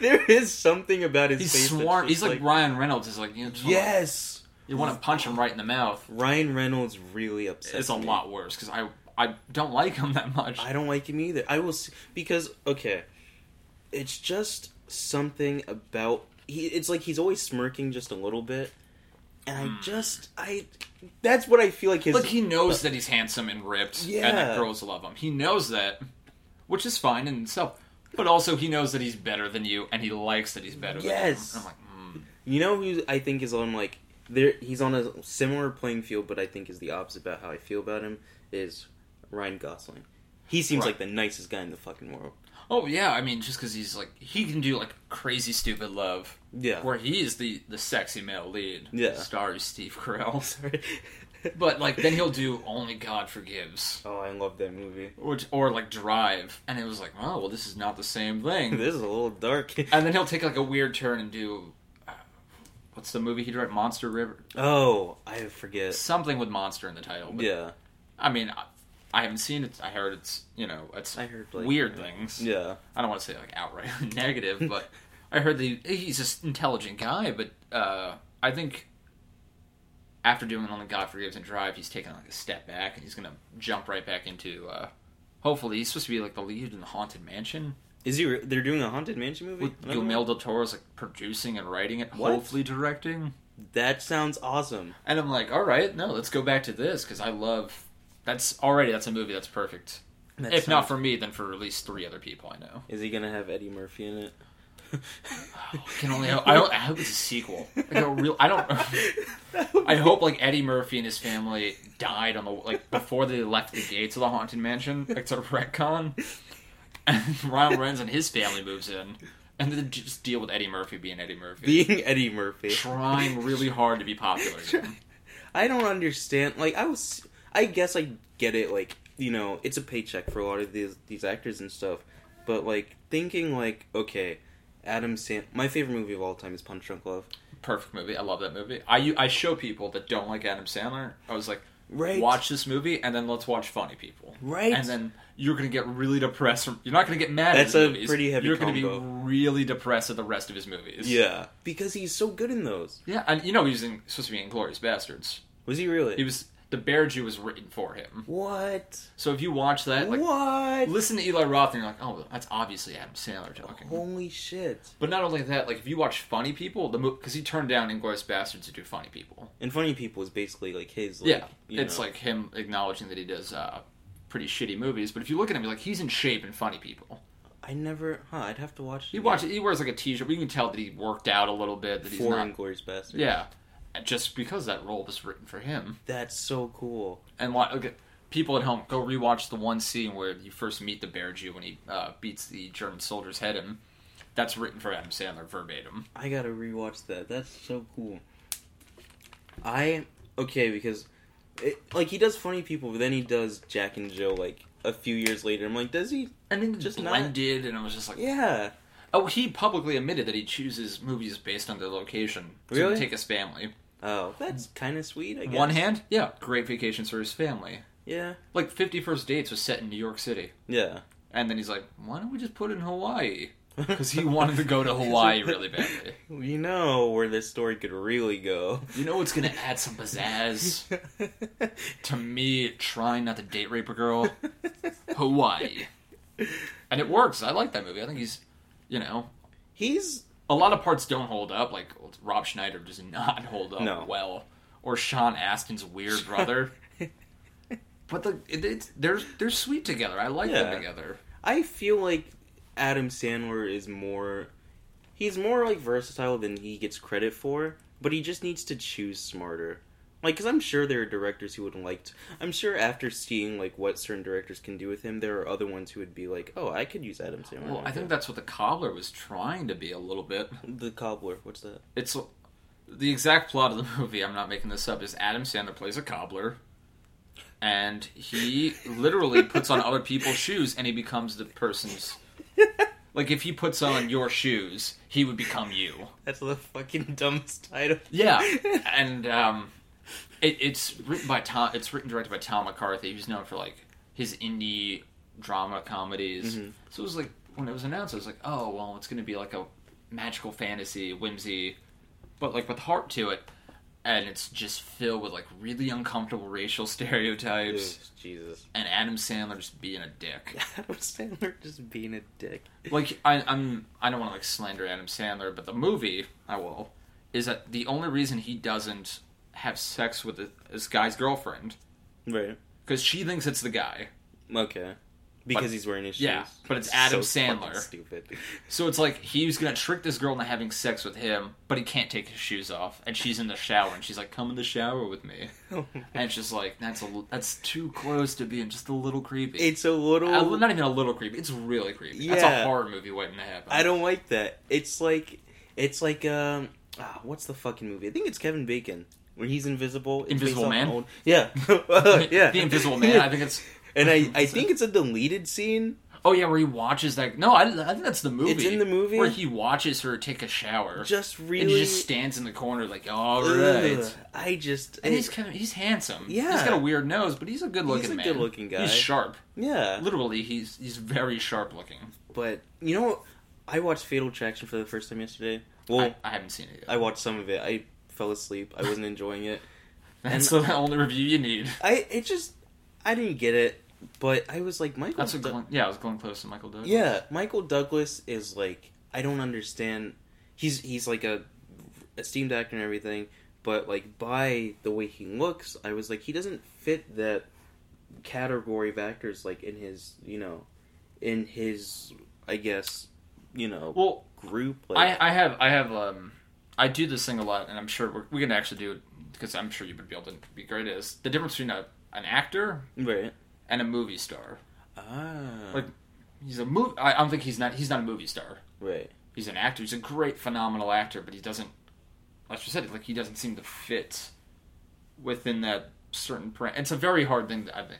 Speaker 1: there is something about his
Speaker 2: He's
Speaker 1: face. that's
Speaker 2: swarm.
Speaker 1: just
Speaker 2: He's like, Ryan Reynolds. Is like you know, just wanna-
Speaker 1: yes.
Speaker 2: you want to punch him right in the mouth.
Speaker 1: Ryan Reynolds really upsets.
Speaker 2: It's a
Speaker 1: me.
Speaker 2: lot worse because I I don't like him that much.
Speaker 1: I don't like him either. I will s because okay, it's just something about he. It's like he's always smirking just a little bit, and
Speaker 2: Hmm.
Speaker 1: I just I. That's what I feel like his.
Speaker 2: Look, he knows that he's handsome and ripped, and
Speaker 1: Yeah.
Speaker 2: that girls love him. He knows that, which is fine in itself. But also, he knows that he's better than you, and he likes that he's better
Speaker 1: Yes.
Speaker 2: than you. I'm like, mm.
Speaker 1: You know who I think is on like there. He's on a similar playing field, but I think is the opposite about how I feel about him is Ryan Gosling. He seems
Speaker 2: Right.
Speaker 1: like the nicest guy in the fucking world.
Speaker 2: oh yeah, I mean, just because he's like, he can do like crazy stupid love,
Speaker 1: Yeah.
Speaker 2: where he is the the sexy male lead.
Speaker 1: Yeah.
Speaker 2: Stars Steve Carell.
Speaker 1: Sorry.
Speaker 2: But like, then he'll do Only God Forgives,
Speaker 1: oh, I love that movie.
Speaker 2: which or like Drive, and it was like, oh well, this is not the same thing.
Speaker 1: This is a little dark.
Speaker 2: and then he'll take like a weird turn and do. uh, What's the movie he directed? Monster River,
Speaker 1: Oh, I forget.
Speaker 2: something with monster in the title. But
Speaker 1: Yeah,
Speaker 2: I mean, I, I haven't seen it. I heard it's you know it's
Speaker 1: I heard like
Speaker 2: weird things.
Speaker 1: Yeah,
Speaker 2: I don't want to say like outright negative, but I heard that he, he's just intelligent guy. But uh, I think after doing Only God Forgives and Drive, he's taking like a step back and he's gonna jump right back into. Uh, hopefully, he's supposed to be like the lead in the Haunted Mansion
Speaker 1: is he? Re- they're doing a haunted mansion movie.
Speaker 2: with
Speaker 1: Another one?
Speaker 2: Guillermo del Toro's like producing and writing it,
Speaker 1: What?
Speaker 2: hopefully directing.
Speaker 1: That sounds awesome.
Speaker 2: And I'm like, all right, no, let's go back to this because I love. That's already that's a movie that's perfect
Speaker 1: That
Speaker 2: if not
Speaker 1: sounds-
Speaker 2: for me, then for at least three other people I know.
Speaker 1: is he gonna have Eddie Murphy in it?
Speaker 2: Can only hope, Oh, I, don't, I hope it's a sequel. Like a real, I don't. I hope like Eddie Murphy and his family died on the like before they left the gates of the haunted mansion. Like it's a retcon, and Ryan Reynolds and his family moves in, and then just deal with Eddie Murphy being Eddie Murphy,
Speaker 1: being Eddie Murphy.
Speaker 2: trying really hard to be popular. Again.
Speaker 1: I don't understand. Like I was, I guess I get it. Like you know, it's a paycheck for a lot of these these actors and stuff. But like thinking like, okay, Adam Sand. My favorite movie of all time is Punch Drunk Love.
Speaker 2: Perfect movie. I love that movie. I I show people that don't like Adam Sandler. I was like,
Speaker 1: Right.
Speaker 2: watch this movie and then let's watch funny people.
Speaker 1: Right.
Speaker 2: And then you're gonna get really depressed. From, you're not gonna get mad.
Speaker 1: That's a
Speaker 2: at his movies.
Speaker 1: pretty heavy
Speaker 2: You're
Speaker 1: combo.
Speaker 2: gonna be really depressed at the rest of his movies.
Speaker 1: Yeah, because he's so good in those.
Speaker 2: Yeah, and you know he's in, supposed to be in Glorious Bastards.
Speaker 1: Was he really?
Speaker 2: He was the Bear Jew was written for him.
Speaker 1: What?
Speaker 2: So if you watch that, like,
Speaker 1: what?
Speaker 2: listen to Eli Roth, and you're like, oh, that's obviously Adam Sandler talking.
Speaker 1: Holy shit!
Speaker 2: But not only that, like if you watch Funny People, the because he turned down Inglorious Bastards to do Funny People.
Speaker 1: And Funny People is basically like his. Like,
Speaker 2: Yeah,
Speaker 1: you
Speaker 2: it's
Speaker 1: know-
Speaker 2: like him acknowledging that he does uh, pretty shitty movies. But if you look at him, you're like he's in shape and funny people.
Speaker 1: I never. Huh? I'd have to watch.
Speaker 2: He watch He wears like a t-shirt. We can tell that he worked out a little bit. That he's
Speaker 1: Four
Speaker 2: not.
Speaker 1: Inglorious Bastards.
Speaker 2: Yeah, and just because that role was written for him.
Speaker 1: That's so cool.
Speaker 2: And like, okay, people at home, go rewatch the one scene where you first meet the Bear Jew when he uh, beats the German soldier's head in. That's written for Adam Sandler verbatim.
Speaker 1: I gotta rewatch that. That's so cool. I okay because, it, like, he does funny people, but then he does Jack and Jill like a few years later. I'm like, does he?
Speaker 2: And then
Speaker 1: Just
Speaker 2: just
Speaker 1: not-
Speaker 2: blended, and I was just like,
Speaker 1: Yeah.
Speaker 2: oh, he publicly admitted that he chooses movies based on their location to
Speaker 1: Really?
Speaker 2: take his family.
Speaker 1: Oh, that's kind of sweet. I guess.
Speaker 2: One hand, yeah, great vacations for his family.
Speaker 1: Yeah.
Speaker 2: Like Fifty First Dates was set in New York City,
Speaker 1: Yeah.
Speaker 2: and then he's like, "Why don't we just put it in Hawaii?" Because he wanted to go to Hawaii really badly.
Speaker 1: You know where this story could really go.
Speaker 2: You know what's gonna add some pizzazz to me trying not to date rape a girl? Hawaii, and it works. I like that movie. I think he's, you know,
Speaker 1: He's
Speaker 2: a lot of parts don't hold up. Like Rob Schneider does not hold up
Speaker 1: No.
Speaker 2: well, or Sean Astin's weird brother. But the it, it's they're they're sweet together. I like
Speaker 1: Yeah.
Speaker 2: them together.
Speaker 1: I feel like Adam Sandler is more he's more like versatile than he gets credit for, but he just needs to choose smarter. Like cuz I'm sure there are directors who would like to, I'm sure after seeing like what certain directors can do with him, there are other ones who would be like, "Oh, I could use Adam Sandler."
Speaker 2: Well,
Speaker 1: like
Speaker 2: I think
Speaker 1: that."
Speaker 2: that's what the cobbler was trying to be a little bit.
Speaker 1: the cobbler, what's that?
Speaker 2: It's the exact plot of the movie. I'm not making this up. Is Adam Sandler plays a cobbler, and he literally puts on other people's shoes, and he becomes the person's. Like if he puts on your shoes, he would become you.
Speaker 1: That's the fucking dumbest title.
Speaker 2: Yeah, and um, it, it's written by Tom. It's written directed by Tom McCarthy, who's known for like his indie drama comedies.
Speaker 1: Mm-hmm.
Speaker 2: So it was like when it was announced, I was like, oh well, it's going to be like a magical fantasy, whimsy, but like with heart to it, and it's just filled with like really uncomfortable racial
Speaker 1: Ugh,
Speaker 2: stereotypes.
Speaker 1: Jesus.
Speaker 2: And Adam Sandler just being a dick.
Speaker 1: Adam Sandler just being a dick.
Speaker 2: like I, I'm I don't want to like slander Adam Sandler, but the movie I will is that the only reason he doesn't have sex with this guy's girlfriend
Speaker 1: Right.
Speaker 2: because she thinks it's the guy,
Speaker 1: Okay. because he's wearing his shoes.
Speaker 2: yeah, but it's
Speaker 1: so
Speaker 2: Adam
Speaker 1: fucking
Speaker 2: Sandler.
Speaker 1: Stupid.
Speaker 2: So it's like he's gonna trick this girl into having sex with him, but he can't take his shoes off, and she's in the shower, and she's like, "Come in the shower with me,"
Speaker 1: Oh
Speaker 2: and it's just like that's a l- that's too close to being just a little creepy.
Speaker 1: it's a little.
Speaker 2: Uh, well, not even a little creepy. It's really creepy. That's
Speaker 1: Yeah.
Speaker 2: a horror movie waiting to happen.
Speaker 1: I don't like that. It's like it's like um ah, what's the fucking movie? I think it's Kevin Bacon when he's invisible. It's based
Speaker 2: Invisible
Speaker 1: off an
Speaker 2: Man?
Speaker 1: Old, yeah, yeah.
Speaker 2: the Invisible Man. I think it's.
Speaker 1: and I I think it's a deleted scene.
Speaker 2: Oh yeah, where he watches that. No, I, I think that's the movie.
Speaker 1: It's in the movie?
Speaker 2: where he watches her take a shower,
Speaker 1: Just
Speaker 2: and
Speaker 1: really.
Speaker 2: he just stands in the corner like, "All
Speaker 1: Ugh,
Speaker 2: right."
Speaker 1: I just
Speaker 2: And he's kind of, he's handsome.
Speaker 1: Yeah.
Speaker 2: he's got a weird nose, but he's a good looking
Speaker 1: He's a
Speaker 2: man.
Speaker 1: good-looking guy.
Speaker 2: He's sharp.
Speaker 1: yeah,
Speaker 2: Literally, he's he's very sharp looking.
Speaker 1: but you know, what? I watched Fatal Attraction for the first time yesterday. Well,
Speaker 2: I, I haven't seen it yet.
Speaker 1: I watched some of it. I fell asleep. I wasn't enjoying it.
Speaker 2: That's
Speaker 1: and-
Speaker 2: the only review you need.
Speaker 1: I it just I didn't get it. But I was like Michael.
Speaker 2: That's what
Speaker 1: Dou-
Speaker 2: Glenn, yeah, it was Glenn Close and Michael Douglas.
Speaker 1: Yeah, Michael Douglas is like I don't understand. He's he's like a esteemed actor and everything, but like by the way he looks, I was like he doesn't fit that category of actors like in his, you know, in his I guess, you know,
Speaker 2: Well,
Speaker 1: group like
Speaker 2: I, I have I have um I do this thing a lot, and I'm sure we're, we can actually do it because I'm sure you would be able to be great. at Is the difference between a, an actor
Speaker 1: right.
Speaker 2: and a movie star?
Speaker 1: Ah.
Speaker 2: Like- He's a movie. I, I don't think he's not. He's not a movie star.
Speaker 1: right.
Speaker 2: He's an actor. He's a great, phenomenal actor, but he doesn't. Like you said, like he doesn't seem to fit within that certain. Pra- it's a very hard thing. To, I think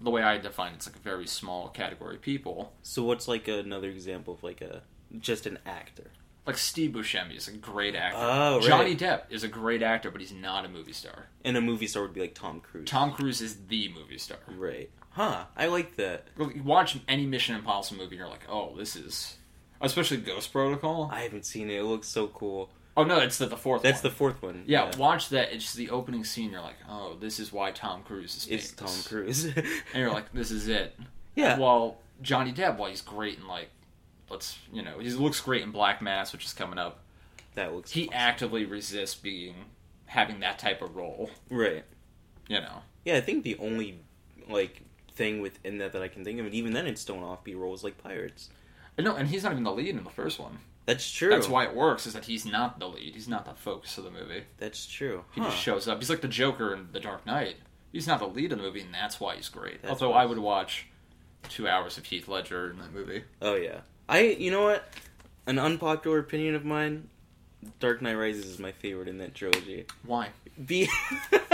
Speaker 2: the way I define it, it's like a very small category of people.
Speaker 1: So what's like another example of like a just an actor?
Speaker 2: Like Steve Buscemi is a great actor.
Speaker 1: Oh, right.
Speaker 2: Johnny Depp is a great actor, but he's not a movie star.
Speaker 1: And a movie star would be like Tom Cruise.
Speaker 2: Tom Cruise is the movie star.
Speaker 1: Right. Huh. I like that.
Speaker 2: You watch any Mission Impossible movie, and you're like, oh, this is. Especially Ghost Protocol.
Speaker 1: I haven't seen it. It looks so cool.
Speaker 2: Oh no, it's the, the fourth.
Speaker 1: That's
Speaker 2: one.
Speaker 1: the fourth one.
Speaker 2: yeah, watch that. It's the opening scene. You're like, oh, this is why Tom Cruise is.
Speaker 1: It's Tom
Speaker 2: famous.
Speaker 1: Cruise.
Speaker 2: and you're like, this is it.
Speaker 1: yeah.
Speaker 2: While Johnny Depp, while he's great in like, let's you know, he looks great in Black Mass, which is coming up.
Speaker 1: that looks
Speaker 2: He actively resists being having that type of role.
Speaker 1: right.
Speaker 2: You know,
Speaker 1: Yeah, I think the only like thing within that that I can think of, and even then, it's still an offbeat role is like pirates.
Speaker 2: and no, and he's not even the lead in the first one.
Speaker 1: That's true.
Speaker 2: That's why it works is that he's not the lead. He's not the focus of the movie.
Speaker 1: That's true.
Speaker 2: He
Speaker 1: Huh.
Speaker 2: just shows up. He's like the Joker in The Dark Knight. He's not the lead in the movie, and that's why he's great.
Speaker 1: That's
Speaker 2: Although
Speaker 1: why
Speaker 2: I would watch two hours of Heath Ledger in that movie.
Speaker 1: Oh yeah. I. You know what? An unpopular opinion of mine. Dark Knight Rises is my favorite in that trilogy.
Speaker 2: Why?
Speaker 1: Be.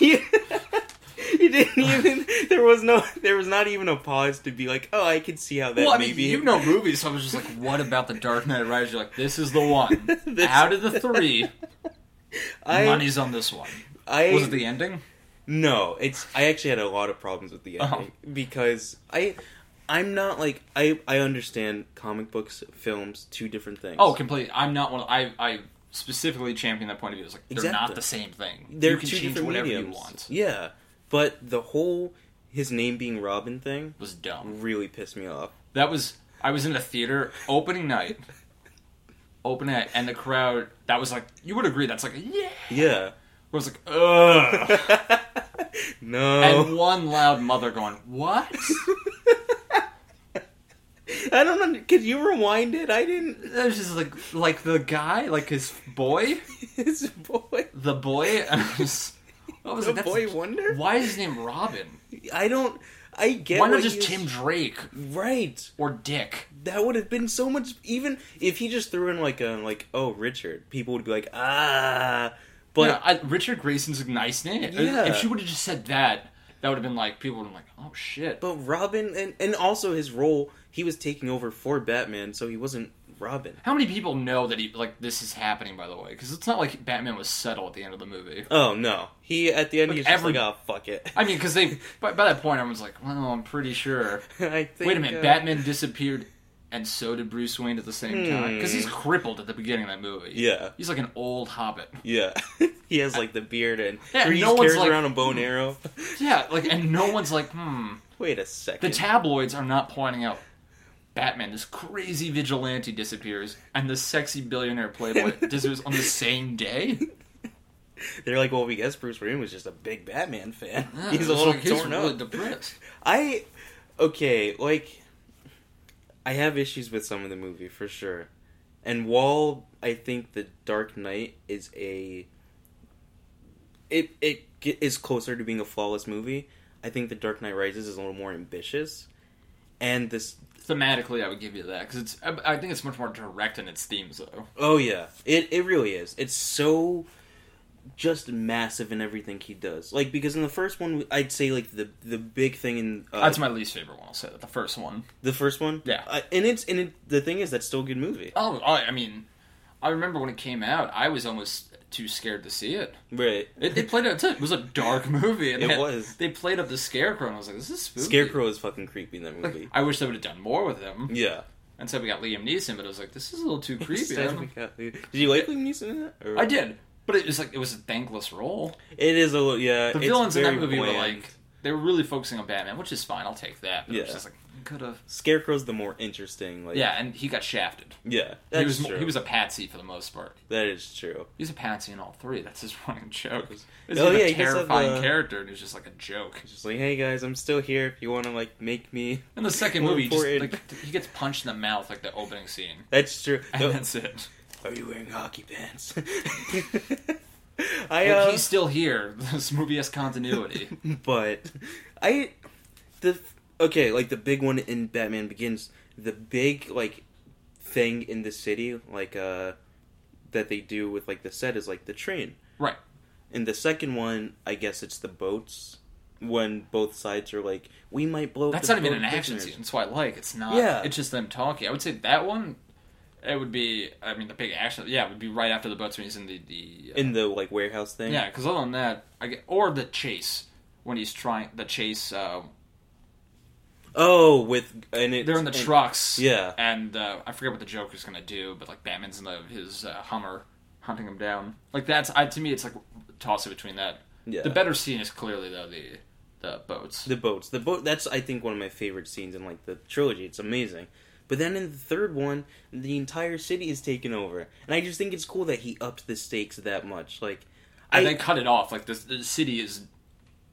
Speaker 1: you, you didn't even. There was no. There was not even a pause to be like, oh, I can see how that
Speaker 2: well, I
Speaker 1: may
Speaker 2: mean,
Speaker 1: be.
Speaker 2: you know movies, so I was just like, what about The Dark Knight Rises? You're like, this is the one. Out of the three,
Speaker 1: I,
Speaker 2: money's on this one.
Speaker 1: I
Speaker 2: Was it the ending?
Speaker 1: No, it's I actually had a lot of problems with the
Speaker 2: Uh-huh.
Speaker 1: ending because I I'm not like I I understand comic books, films, two different things.
Speaker 2: Oh, completely. I'm not one. Of, I I specifically champion that point of view. It's like they're
Speaker 1: Exactly.
Speaker 2: not the same thing.
Speaker 1: they're
Speaker 2: you can
Speaker 1: two
Speaker 2: change
Speaker 1: different
Speaker 2: whatever
Speaker 1: mediums.
Speaker 2: you want.
Speaker 1: Yeah, but the whole his name being Robin thing
Speaker 2: Was dumb.
Speaker 1: really pissed me off.
Speaker 2: That was I was in the theater opening night. Opening night, and the crowd that was like you would agree that's like yeah.
Speaker 1: Yeah.
Speaker 2: I was like ugh,
Speaker 1: no.
Speaker 2: and one loud mother going what?
Speaker 1: I don't know. Could you rewind it? I didn't.
Speaker 2: That was just like like the guy like his boy
Speaker 1: His boy.
Speaker 2: the boy. And I was, Oh, I was
Speaker 1: The
Speaker 2: like,
Speaker 1: boy
Speaker 2: that's-
Speaker 1: wonder.
Speaker 2: Why is his name Robin?
Speaker 1: I don't. I get.
Speaker 2: Why not
Speaker 1: what
Speaker 2: just
Speaker 1: he
Speaker 2: Tim
Speaker 1: was-
Speaker 2: Drake
Speaker 1: Right.
Speaker 2: or Dick?
Speaker 1: that would have been so much even if he just threw in like a like oh richard people would be like ah but
Speaker 2: yeah, I, Richard Grayson's a nice name.
Speaker 1: Yeah.
Speaker 2: If she would have just said that, that would have been like people would have been like, oh shit.
Speaker 1: but robin and and also his role he was taking over for batman so he wasn't robin
Speaker 2: How many people know that he like this is happening? By the way, because it's not like Batman was settled at the end of the movie.
Speaker 1: oh no he at the end
Speaker 2: Like,
Speaker 1: he's just
Speaker 2: every-
Speaker 1: like oh fuck it
Speaker 2: I mean, because they by, by that point, everyone's like, well, I'm pretty sure.
Speaker 1: i think
Speaker 2: Wait a minute,
Speaker 1: uh,
Speaker 2: Batman disappeared, and so did Bruce Wayne at the same time because he's
Speaker 1: Hmm.
Speaker 2: crippled at the beginning of that movie.
Speaker 1: yeah
Speaker 2: he's like an old hobbit.
Speaker 1: yeah he has like the beard and
Speaker 2: Yeah,
Speaker 1: or he
Speaker 2: no
Speaker 1: just
Speaker 2: one's
Speaker 1: carries
Speaker 2: like-
Speaker 1: around a bow and arrow
Speaker 2: Yeah, like, and no one's like, hmm.
Speaker 1: wait a
Speaker 2: The
Speaker 1: second
Speaker 2: tabloids are not pointing out. Batman, this crazy vigilante disappears, and the sexy billionaire playboy disappears on the same day.
Speaker 1: they're like well we guess bruce wayne was just a big batman fan
Speaker 2: Yeah,
Speaker 1: he's
Speaker 2: it's
Speaker 1: a little
Speaker 2: like,
Speaker 1: torn
Speaker 2: really
Speaker 1: up
Speaker 2: depressed.
Speaker 1: I okay, like I have issues with some of the movie for sure. And while I think The Dark Knight is a it it ge- is closer to being a flawless movie, I think The Dark Knight Rises is a little more ambitious. And this
Speaker 2: Thematically, I would give you that because it's. I I think it's much more direct in its themes, though.
Speaker 1: Oh yeah, it it really is. It's so just massive in everything he does. Like because in the first one, I'd say like the the big thing in uh,
Speaker 2: That's my least favorite one. I'll say that the first one.
Speaker 1: the first one.
Speaker 2: Yeah.
Speaker 1: uh, and it's and it, the thing is that's still a good movie.
Speaker 2: Oh, I I mean, I remember when it came out, I was almost too scared to see it.
Speaker 1: Right,
Speaker 2: It, they played it. It was a dark movie. And
Speaker 1: It
Speaker 2: they-
Speaker 1: was.
Speaker 2: They played up the scarecrow, and I was like, "This is spooky."
Speaker 1: Scarecrow is fucking creepy in that
Speaker 2: Like,
Speaker 1: movie.
Speaker 2: I wish they would have done more with him.
Speaker 1: yeah,
Speaker 2: And so we got Liam Neeson, but I was like, "This is a little too creepy." I, don't-
Speaker 1: Did you like Liam Neeson in that? Or-
Speaker 2: I did, but it was like it was a thankless role.
Speaker 1: It is a little yeah.
Speaker 2: The
Speaker 1: it's
Speaker 2: villains in that
Speaker 1: very
Speaker 2: movie were
Speaker 1: bland.
Speaker 2: like they were really focusing on Batman, which is fine. I'll take that. But it
Speaker 1: Yeah.
Speaker 2: was just like could have.
Speaker 1: Scarecrow's the more interesting. Like
Speaker 2: Yeah, and he got shafted.
Speaker 1: yeah. That's
Speaker 2: he was
Speaker 1: true.
Speaker 2: he was a patsy for the most part.
Speaker 1: that is true.
Speaker 2: He's a patsy in all three. That's his running joke. He's
Speaker 1: Oh,
Speaker 2: like
Speaker 1: yeah,
Speaker 2: a
Speaker 1: he does have
Speaker 2: terrifying
Speaker 1: the-
Speaker 2: character, and he's just like a joke.
Speaker 1: Just like hey guys, I'm still here. If you want to like make me,
Speaker 2: In the second
Speaker 1: More
Speaker 2: movie, he just,
Speaker 1: important.
Speaker 2: like he gets punched in the mouth like the opening scene,
Speaker 1: that's true.
Speaker 2: and
Speaker 1: No-
Speaker 2: that's it.
Speaker 1: Are you wearing hockey pants? I
Speaker 2: Like,
Speaker 1: uh,
Speaker 2: he's still here. This movie has continuity.
Speaker 1: but I the okay, like the big one in Batman Begins, the big like thing in the city, like uh that they do with like the set is like the train.
Speaker 2: Right.
Speaker 1: In the second one, I guess it's the boats when both sides are like, we might blow. up
Speaker 2: That's
Speaker 1: the
Speaker 2: not even
Speaker 1: boat
Speaker 2: an action
Speaker 1: prisoners."
Speaker 2: scene. That's why I like. It's not.
Speaker 1: Yeah.
Speaker 2: It's just them talking. I would say that one. It would be. I mean, the big action. Yeah, it would be right after the boats when he's in the the. uh,
Speaker 1: In the like warehouse thing,
Speaker 2: yeah, because other than that, I get, or the chase when he's trying the chase. Uh,
Speaker 1: Oh, with and it
Speaker 2: they're in the trucks.
Speaker 1: Yeah.
Speaker 2: and uh, I forget what the Joker's gonna do, but like Batman's in the, his uh, Hummer hunting him down. Like that's I, to me, it's like toss it between that.
Speaker 1: Yeah.
Speaker 2: The better scene is clearly though the the boats.
Speaker 1: The boats. The boat. That's I think one of my favorite scenes in like the trilogy. It's amazing. But then in the third one, the entire city is taken over, and I just think it's cool that he upped the stakes that much. Like,
Speaker 2: and
Speaker 1: I
Speaker 2: they cut it off. Like the, the city is.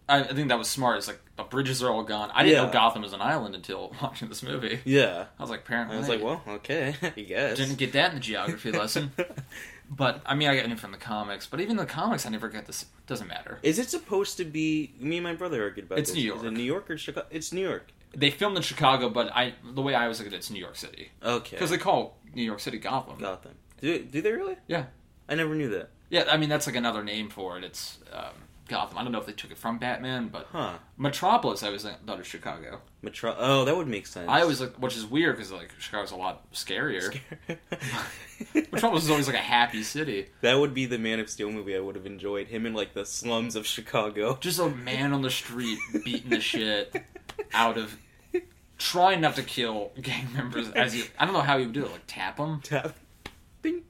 Speaker 2: I, I think that was smart. It's like the bridges are all gone. I didn't
Speaker 1: Yeah.
Speaker 2: know Gotham was an island until watching this movie.
Speaker 1: yeah.
Speaker 2: I was like, apparently,
Speaker 1: I was like, well, okay, I guess.
Speaker 2: didn't get that in the geography lesson. But I mean, I got it from the comics. But even the comics, I never got this. Doesn't matter.
Speaker 1: is it supposed to be? Me and my brother argued about
Speaker 2: It's
Speaker 1: this.
Speaker 2: New
Speaker 1: Is it
Speaker 2: York.
Speaker 1: New York or Chicago? It's New York.
Speaker 2: They filmed in Chicago, but I the way I was looking at it, it's New York City
Speaker 1: Okay.
Speaker 2: because they call New York City Gotham.
Speaker 1: Gotham. Do do they really?
Speaker 2: Yeah.
Speaker 1: I never knew that.
Speaker 2: Yeah, I mean that's like another name for it. It's um, Gotham. I don't know if they took it from Batman, but
Speaker 1: Huh.
Speaker 2: Metropolis. I was like, thought of Chicago.
Speaker 1: Metro. Oh, that would make sense.
Speaker 2: I always like, which is weird because like Chicago's a lot scarier. Metropolis is always like a happy city.
Speaker 1: That would be the Man of Steel movie I would have enjoyed. Him in like the slums of Chicago.
Speaker 2: Just a man on the street beating the shit out of trying not to kill gang members. As he, I don't know how he would do it. Like tap them.
Speaker 1: Tap. Bing.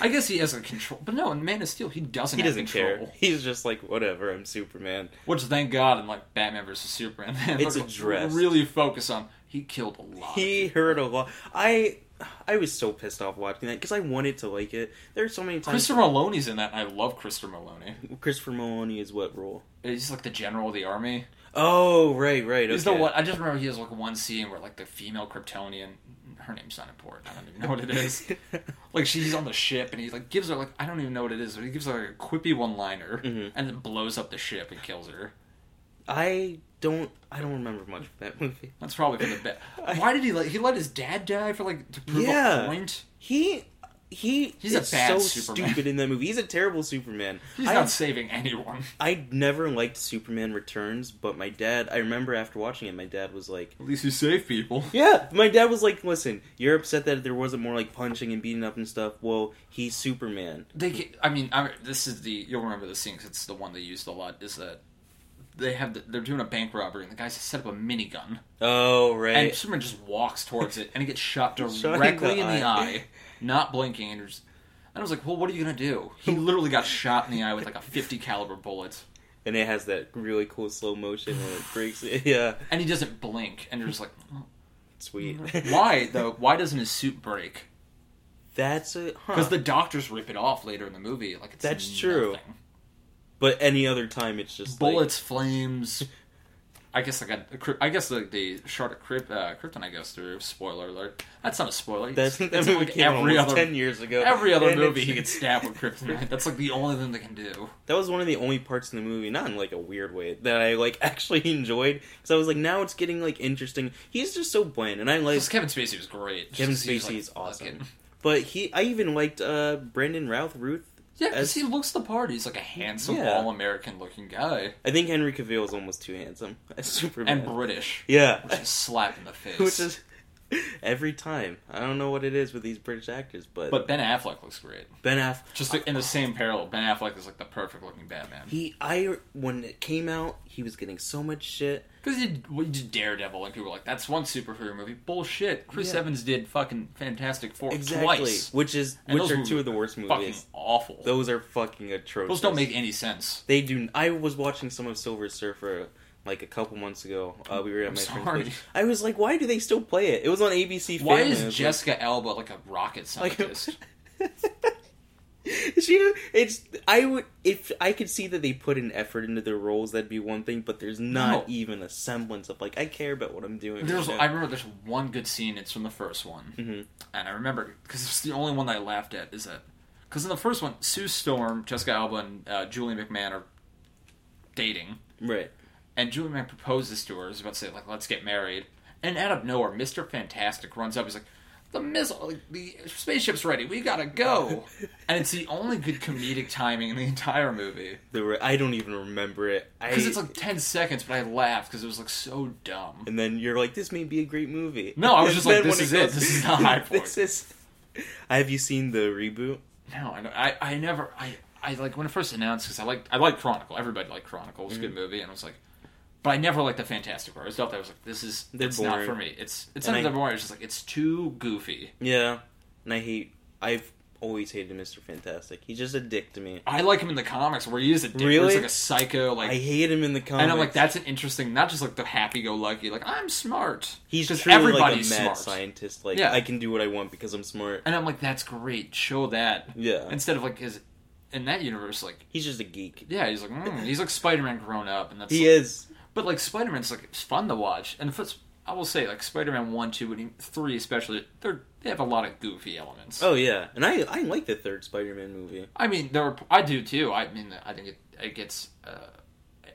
Speaker 2: I guess he has a control, but no, in Man of Steel he doesn't.
Speaker 1: He
Speaker 2: have
Speaker 1: doesn't
Speaker 2: control.
Speaker 1: care. He's just like, whatever, I'm Superman.
Speaker 2: Which thank God, in like Batman versus Superman, they
Speaker 1: It's addressed.
Speaker 2: Really focus on. He killed a lot.
Speaker 1: He heard a lot. I I was so pissed off watching that because I wanted to like it. There are so many times.
Speaker 2: Christopher Maloney's in that. And I love Christopher Maloney.
Speaker 1: Christopher Maloney is what role?
Speaker 2: He's like the general of the army.
Speaker 1: Oh, right, right. Okay.
Speaker 2: He's the one. I just remember he has like one scene where like the female Kryptonian. Her name's not important. I don't even know what it is. like she's on the ship and he like gives her like I don't even know what it is, but he gives her like a quippy one liner
Speaker 1: Mhm.
Speaker 2: and then blows up the ship and kills her.
Speaker 1: I don't. I don't remember much of that movie.
Speaker 2: That's probably for the best. Why did he let he let his dad die for like to prove
Speaker 1: Yeah.
Speaker 2: a point?
Speaker 1: He. He
Speaker 2: He's a
Speaker 1: is
Speaker 2: bad
Speaker 1: so
Speaker 2: Superman.
Speaker 1: stupid in that movie. He's a terrible Superman.
Speaker 2: He's
Speaker 1: I
Speaker 2: not saving anyone.
Speaker 1: I never liked Superman Returns, but my dad, I remember after watching it, my dad was like,
Speaker 2: At least he saved people.
Speaker 1: Yeah, my dad was like, listen, you're upset that there wasn't more like punching and beating up and stuff. Well, he's Superman.
Speaker 2: They, get, I mean, I, this is the you'll remember this scene 'cause it's the one they used a lot. Is that they have the, they're doing a bank robbery and the guys set up a minigun
Speaker 1: Oh, right.
Speaker 2: and Superman just walks towards it and he gets shot
Speaker 1: Shot in
Speaker 2: directly
Speaker 1: the
Speaker 2: in the
Speaker 1: eye.
Speaker 2: eye, not blinking. And, just, and I was like, well, what are you gonna do? He literally got shot in the eye with like a fifty caliber bullet,
Speaker 1: And it has that really cool slow motion when it breaks. yeah,
Speaker 2: and he doesn't blink. And you're just like, oh.
Speaker 1: sweet.
Speaker 2: why though? Why doesn't his suit break?
Speaker 1: That's a. Huh.
Speaker 2: Because the doctors rip it off later in the movie. Like it's
Speaker 1: That's true.
Speaker 2: nothing.
Speaker 1: but any other time, it's just. like-
Speaker 2: Bullets, flames. I guess like a, cryp- I guess like the shard of crypt, uh, kryptonite goes through. Spoiler alert. That's not a spoiler.
Speaker 1: That's, that
Speaker 2: It's
Speaker 1: movie
Speaker 2: like
Speaker 1: came
Speaker 2: every
Speaker 1: almost
Speaker 2: other
Speaker 1: ten years ago.
Speaker 2: every other
Speaker 1: and
Speaker 2: movie
Speaker 1: it's-
Speaker 2: he gets stabbed with kryptonite. That's like the only thing they can do.
Speaker 1: That was one of the only parts in the movie, not in like a weird way, that I like actually enjoyed. Because I was like, now it's getting like interesting. He's just so bland, and I like.
Speaker 2: Because Kevin Spacey was great.
Speaker 1: Kevin
Speaker 2: Just 'cause he was,
Speaker 1: Spacey
Speaker 2: like,
Speaker 1: is awesome.
Speaker 2: fucking-
Speaker 1: But he, I even liked uh Brandon Routh Ruth.
Speaker 2: Yeah, because
Speaker 1: As-
Speaker 2: he looks the part. He's like a handsome,
Speaker 1: Yeah.
Speaker 2: all-American looking guy
Speaker 1: I think Henry Cavill is almost too handsome as Superman.
Speaker 2: and British,
Speaker 1: yeah,
Speaker 2: which is slap in the face.
Speaker 1: which is every time. I don't know what it is with these British actors, but,
Speaker 2: But Ben Affleck looks great.
Speaker 1: Ben Affleck.
Speaker 2: Just in the same parallel, Ben Affleck is like the perfect looking Batman.
Speaker 1: He, I when it came out, he was getting so much shit.
Speaker 2: Because he did, well, he did Daredevil, and people were like, "That's one superhero movie." Bullshit. Chris
Speaker 1: Yeah.
Speaker 2: Evans did fucking Fantastic Four
Speaker 1: Exactly,
Speaker 2: twice.
Speaker 1: which is
Speaker 2: And
Speaker 1: which
Speaker 2: those
Speaker 1: are
Speaker 2: movies
Speaker 1: two of the worst
Speaker 2: Fucking
Speaker 1: movies.
Speaker 2: awful. Those,
Speaker 1: Those are fucking atrocious.
Speaker 2: don't make any sense.
Speaker 1: They do. I was watching some of Silver Surfer like a couple months ago. Uh, we were at
Speaker 2: I'm
Speaker 1: my
Speaker 2: sorry.
Speaker 1: friend's place. I was like, why do they still play it? It was on ABC.
Speaker 2: Why
Speaker 1: Family. I
Speaker 2: is
Speaker 1: was
Speaker 2: Jessica Alba like a rocket
Speaker 1: like,
Speaker 2: scientist?
Speaker 1: she, it's. I would if I could see that they put an effort into their roles, that'd be one thing. But there's not
Speaker 2: No.
Speaker 1: even a semblance of like I care about what I'm doing.
Speaker 2: There's,
Speaker 1: right
Speaker 2: I
Speaker 1: now.
Speaker 2: remember there's one good scene. It's from the first one,
Speaker 1: Mhm.
Speaker 2: and I remember because it's the only one that I laughed at. Is that because in the first one, Sue Storm, Jessica Alba, and uh, Julie McMahon are dating,
Speaker 1: right.
Speaker 2: and Julie McMahon proposes to her. Is about to say like, "Let's get married," and out of nowhere, Mister Fantastic runs up. He's like, "The missile, like, the spaceship's ready. We gotta go!" and it's the only good comedic timing in the entire movie
Speaker 1: The re- I don't even remember it. I,
Speaker 2: because it's like ten seconds, but I laughed because it was like so dumb.
Speaker 1: and then you're like, this may be a great movie.
Speaker 2: No, I was
Speaker 1: And
Speaker 2: just like,
Speaker 1: then
Speaker 2: this
Speaker 1: when
Speaker 2: is it. This is the high point.
Speaker 1: This is. Have you seen the reboot?
Speaker 2: No, I, know- I, I never, I, I like when it first announced because I like, I like Chronicle. Everybody liked Chronicle. It was
Speaker 1: Mm-hmm.
Speaker 2: a good movie, and I was like, but I never liked the Fantastic Four. I was out there. I was like, this is,
Speaker 1: They're
Speaker 2: it's not
Speaker 1: boring.
Speaker 2: for me. It's, it's
Speaker 1: And
Speaker 2: not
Speaker 1: I-
Speaker 2: that boring. It's just like it's too goofy.
Speaker 1: Yeah, and I hate. I've always hated Mister Fantastic. He's just a dick to me.
Speaker 2: I like him in the comics where he is a dick,
Speaker 1: Really?
Speaker 2: he's like a psycho, like.
Speaker 1: I hate him in the comics.
Speaker 2: and I'm like, that's an interesting, not just like the happy-go-lucky, like I'm smart.
Speaker 1: he's
Speaker 2: just
Speaker 1: just like a
Speaker 2: everybody's
Speaker 1: mad
Speaker 2: smart.
Speaker 1: scientist. Like
Speaker 2: Yeah.
Speaker 1: I can do what I want because I'm smart.
Speaker 2: And I'm like, that's great. Show that
Speaker 1: Yeah,
Speaker 2: instead of like his in that universe, like
Speaker 1: he's just a geek.
Speaker 2: yeah, he's like mm, he's like Spider-Man grown up, and that's
Speaker 1: He is.
Speaker 2: But like Spider Man's like it's fun to watch, and if it's, I will say like Spider Man one, two, and even three especially, they're they have a lot of goofy elements.
Speaker 1: Oh yeah, and I I like the third Spider-Man movie.
Speaker 2: I mean, there are, I do too. I mean, I think it it gets. Uh,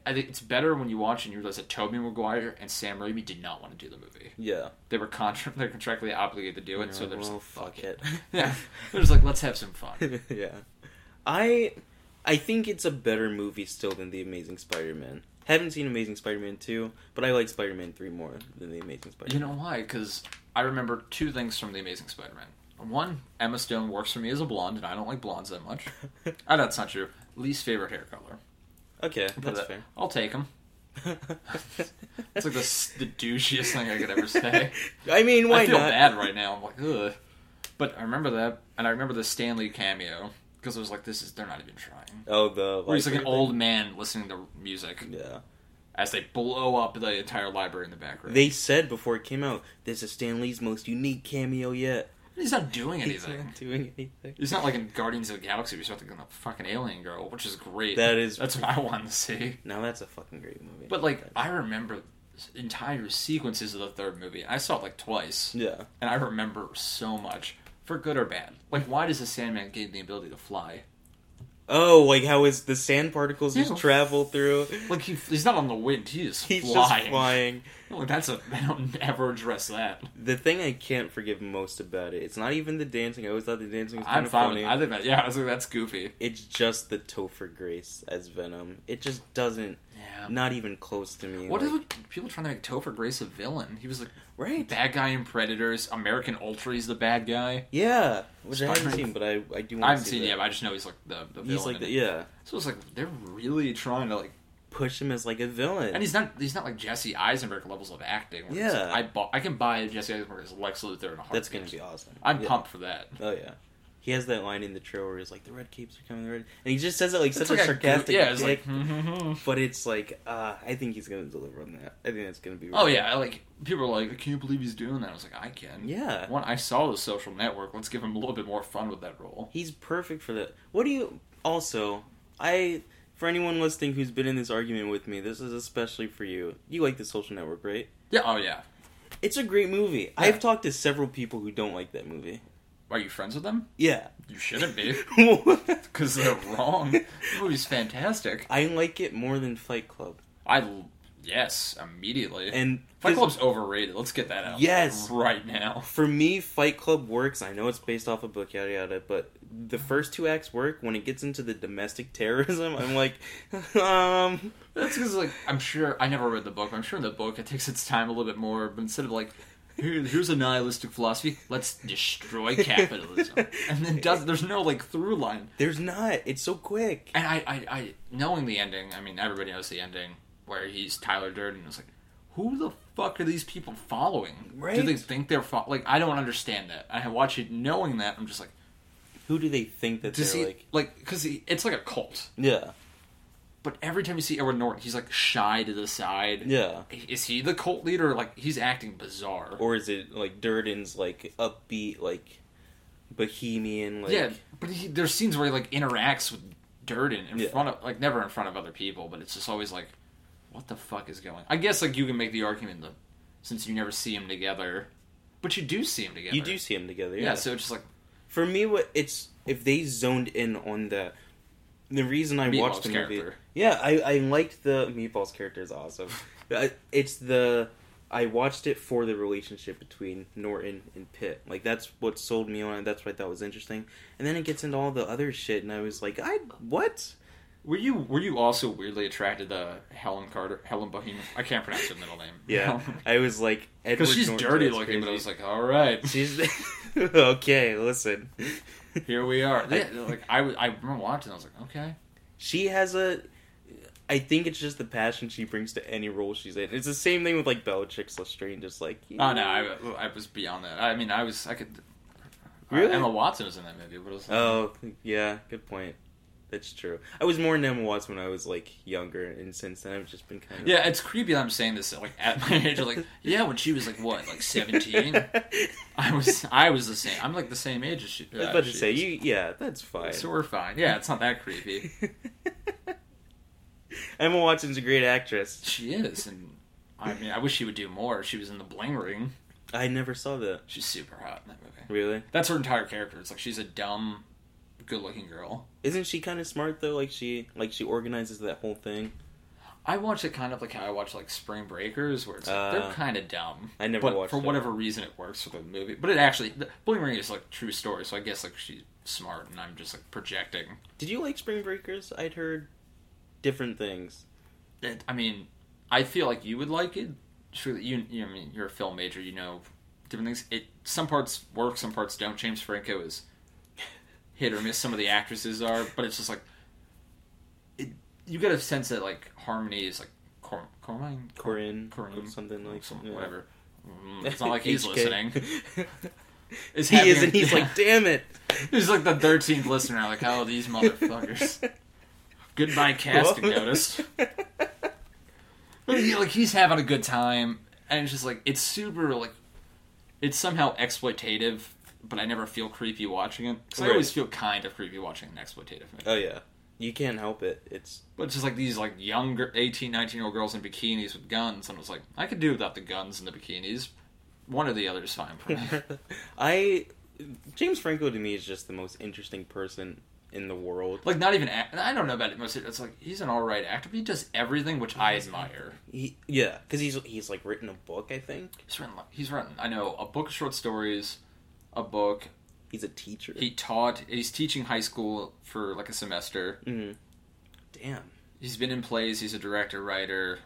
Speaker 2: I think it's better when you watch and you realize that Tobey Maguire and Sam Raimi did not want to do the movie.
Speaker 1: Yeah.
Speaker 2: They were contra- they're contractually obligated to do it, so
Speaker 1: Yeah,
Speaker 2: they're just
Speaker 1: well,
Speaker 2: like, fuck it. Yeah,
Speaker 1: it.
Speaker 2: they're just like let's have some fun.
Speaker 1: yeah. I I think it's a better movie still than The Amazing Spider-Man. Haven't seen Amazing Spider-Man 2, but I like Spider-Man 3 more than The Amazing
Speaker 2: You
Speaker 1: Spider-Man.
Speaker 2: know why? Because I remember two things from The Amazing Spider Man. One, Emma Stone works for me as a blonde, and I don't like blondes that much. Ah, that's not true. Least favorite hair color.
Speaker 1: okay,
Speaker 2: But
Speaker 1: that's
Speaker 2: that-
Speaker 1: fair.
Speaker 2: I'll take them. It's like the, s- the douchiest thing I could ever say.
Speaker 1: I mean, why
Speaker 2: I feel
Speaker 1: not?
Speaker 2: bad right now. I'm like, ugh. But I remember that, and I remember the Stanley cameo because I was like, this is they're not even trying.
Speaker 1: Oh, the
Speaker 2: Where he's like an
Speaker 1: library
Speaker 2: old man listening to music
Speaker 1: thing? Yeah.
Speaker 2: as they blow up the entire library in the background.
Speaker 1: They said before it came out, this is Stan Lee's most unique cameo yet.
Speaker 2: he's not doing
Speaker 1: He's
Speaker 2: anything.
Speaker 1: not doing anything.
Speaker 2: It's not like in Guardians of the Galaxy, we start thinking the fucking alien girl, which is great.
Speaker 1: That is-
Speaker 2: that's what I want to see.
Speaker 1: Now that's a fucking great movie.
Speaker 2: But like, I remember entire sequences of the third movie. I saw it like twice,
Speaker 1: yeah.
Speaker 2: and I remember so much, for good or bad. Like, why does the Sandman gain the ability to fly?
Speaker 1: Oh, like how is the sand particles
Speaker 2: Yeah.
Speaker 1: just travel through?
Speaker 2: Like he, he's not on the wind; he is
Speaker 1: He's
Speaker 2: flying.
Speaker 1: just flying.
Speaker 2: Like, that's a they don't ever address that.
Speaker 1: The thing I can't forgive most about it, it's not even the dancing. I always thought the dancing was kind
Speaker 2: I'm
Speaker 1: of
Speaker 2: fine.
Speaker 1: funny.
Speaker 2: With, I think that yeah, I was like that's goofy.
Speaker 1: It's just the Topher Grace as Venom. It just doesn't,
Speaker 2: Yeah.
Speaker 1: not even close to me.
Speaker 2: What
Speaker 1: like,
Speaker 2: is with people trying to make Topher Grace a villain? He was like
Speaker 1: right?
Speaker 2: bad guy in Predators. American Ultra, he's the bad guy.
Speaker 1: Yeah, which I haven't
Speaker 2: Spider-Man.
Speaker 1: seen, but I I do. Want
Speaker 2: I haven't
Speaker 1: to see
Speaker 2: seen it
Speaker 1: that.
Speaker 2: yet, but I just know he's like the, the villain.
Speaker 1: He's like
Speaker 2: in
Speaker 1: the,
Speaker 2: it.
Speaker 1: yeah,
Speaker 2: So it's like they're really trying to like,
Speaker 1: push him as like a villain.
Speaker 2: and he's not he's not like Jesse Eisenberg levels of acting. where it's like,
Speaker 1: Yeah.
Speaker 2: I bu- I can buy Jesse Eisenberg as Lex Luthor in a heartbeat.
Speaker 1: That's gonna be awesome.
Speaker 2: I'm
Speaker 1: Yeah.
Speaker 2: pumped for that.
Speaker 1: Oh yeah, he has that line in the trailer where he's like, "The red capes are coming, the red," and he just says it like
Speaker 2: It's
Speaker 1: such a
Speaker 2: like goo-
Speaker 1: sarcastic.
Speaker 2: yeah. It's
Speaker 1: dick,
Speaker 2: like, "Mhm."
Speaker 1: but it's like uh, I think he's gonna deliver on that. I think that's gonna be.
Speaker 2: oh
Speaker 1: really-
Speaker 2: yeah, I like people are like, I can't believe he's doing that. I was like, I can.
Speaker 1: yeah.
Speaker 2: When I saw the Social Network, let's give him a little bit more fun with that role.
Speaker 1: He's perfect for that. What do you also? I for anyone listening who's been in this argument with me, this is especially for you. You like The Social Network, right?
Speaker 2: Yeah. Oh yeah.
Speaker 1: It's a great movie. I've talked to several people who don't like that movie.
Speaker 2: Are you friends with them?
Speaker 1: Yeah.
Speaker 2: You shouldn't be, because they're wrong. The movie's fantastic.
Speaker 1: I like it more than Fight Club.
Speaker 2: I l- yes, immediately.
Speaker 1: And
Speaker 2: Fight Club's overrated. Let's get that out.
Speaker 1: Yes.
Speaker 2: Right now.
Speaker 1: for me, Fight Club works. I know it's based off of book, yada yada, but the first two acts work. When it gets into the domestic terrorism, I'm like, um,
Speaker 2: That's because, like, I'm sure I never read the book. but I'm sure in the book it takes its time a little bit more. But instead of like, Here, here's a nihilistic philosophy, let's destroy capitalism, and then does there's no like through line.
Speaker 1: there's not. It's so quick.
Speaker 2: And I, I, I, knowing the ending, I mean, everybody knows the ending where he's Tyler Durden. It's like, who the fuck are these people following? Do
Speaker 1: Right.
Speaker 2: they think they're fo- like? I don't understand that. I watch it knowing that. I'm just like,
Speaker 1: Who do they think that
Speaker 2: does
Speaker 1: they're
Speaker 2: he
Speaker 1: like?
Speaker 2: like? Because it's like a cult.
Speaker 1: Yeah,
Speaker 2: But every time you see Edward Norton, he's like shy to the side.
Speaker 1: yeah.
Speaker 2: Is he the cult leader? Like he's acting bizarre.
Speaker 1: Or is it like Durden's like upbeat, like bohemian, like
Speaker 2: yeah, but he, there's scenes where he like interacts with Durden in
Speaker 1: Yeah.
Speaker 2: front of like never in front of other people, but it's just always like, what the fuck is going? I guess like you can make the argument that since you never see him together, but you do see him together.
Speaker 1: you do see them together.
Speaker 2: yeah.
Speaker 1: Yeah.
Speaker 2: So it's just like
Speaker 1: For me, what it's if they zoned in on that. The reason I watched
Speaker 2: Meatloaf's
Speaker 1: the movie,
Speaker 2: character.
Speaker 1: Yeah, I, I liked the Meatballs character is awesome. I- It's the I watched it for the relationship between Norton and Pitt. Like that's what sold me on it. That's what I thought was interesting. And then it gets into all the other shit, and I was like, I what?
Speaker 2: Were you were you also weirdly attracted to Helen Carter? Helen Bohemian? I can't pronounce her middle name.
Speaker 1: Yeah, I was like, Edward
Speaker 2: because she's
Speaker 1: Norton,
Speaker 2: dirty
Speaker 1: that's
Speaker 2: looking. But I
Speaker 1: crazy.
Speaker 2: was like, all right,
Speaker 1: she's okay. Listen,
Speaker 2: here we are. Yeah, like I, w- I remember watching. I was like, okay.
Speaker 1: she has a. I think it's just the passion she brings to any role she's in. It's the same thing with like Bellatrix Lestrange. Just like,
Speaker 2: Oh no, I, I was beyond that. I mean, I was I could. uh,
Speaker 1: Really?
Speaker 2: Emma Watson was in that movie, but it was like,
Speaker 1: Oh, yeah, good point. That's true. I was more into Emma Watts when I was like younger, and since then I've just been kind of
Speaker 2: yeah, it's creepy that I'm saying this like at my age. Like, yeah, when she was like what, like 17, I was I was the same. I'm like the same age as she.
Speaker 1: I was about to say you. Yeah, that's fine.
Speaker 2: So we're fine. Yeah, it's not that creepy.
Speaker 1: Emma Watson's a great actress.
Speaker 2: She is, and I mean, I wish she would do more. She was in the Bling Ring.
Speaker 1: I never saw that.
Speaker 2: She's super hot in that movie.
Speaker 1: Really?
Speaker 2: That's her entire character. It's like she's a dumb, good-looking girl.
Speaker 1: Isn't she kind of smart though? Like she like she organizes that whole thing.
Speaker 2: I watch it kind of like how I watch like Spring Breakers, where it's like
Speaker 1: Uh,
Speaker 2: they're kind of dumb.
Speaker 1: I never
Speaker 2: but
Speaker 1: watched
Speaker 2: for
Speaker 1: that.
Speaker 2: whatever reason it works for the movie but it actually the bling ring is like true story so i guess like she's smart and i'm just like projecting
Speaker 1: Did you like Spring Breakers? I'd heard different things.
Speaker 2: it, i mean i feel like you would like it sure you, you i mean you're a film major you know different things it some parts work some parts don't james franco is hit or miss some of the actresses are but it's just like it, you get a sense that like harmony is like Cor- Cormine?
Speaker 1: Corinne,
Speaker 2: Corinne.
Speaker 1: or something like
Speaker 2: Some-
Speaker 1: yeah.
Speaker 2: whatever Mm, it's not like he's
Speaker 1: HK.
Speaker 2: listening Is
Speaker 1: he
Speaker 2: having
Speaker 1: is,
Speaker 2: a-
Speaker 1: and he's
Speaker 2: yeah.
Speaker 1: like, "Damn it!"
Speaker 2: He's like the thirteenth listener. I'm like, oh, these motherfuckers. Goodbye casting notice. But he, like he's having a good time, and it's just like it's super like it's somehow exploitative, but I never feel creepy watching it. 'Cause I
Speaker 1: Right.
Speaker 2: always feel kind of creepy watching an exploitative movie.
Speaker 1: Oh yeah, you can't help it. It's
Speaker 2: But it's just like these like younger 18, 19 year old girls in bikinis with guns, and I was like, I could do without the guns and the bikinis. One or the other is fine for me.
Speaker 1: I James Franco to me is just the most interesting person in the world.
Speaker 2: like not even act- I don't know about it. Most it's like he's an all right actor. But he does everything which I admire.
Speaker 1: He, yeah, because he's he's like written a book. I think
Speaker 2: He's written. like- He's written. I know a book of short stories, a book.
Speaker 1: he's a teacher.
Speaker 2: He taught. He's teaching high school for like a semester.
Speaker 1: Mhm. Damn,
Speaker 2: He's been in plays. He's a director, writer.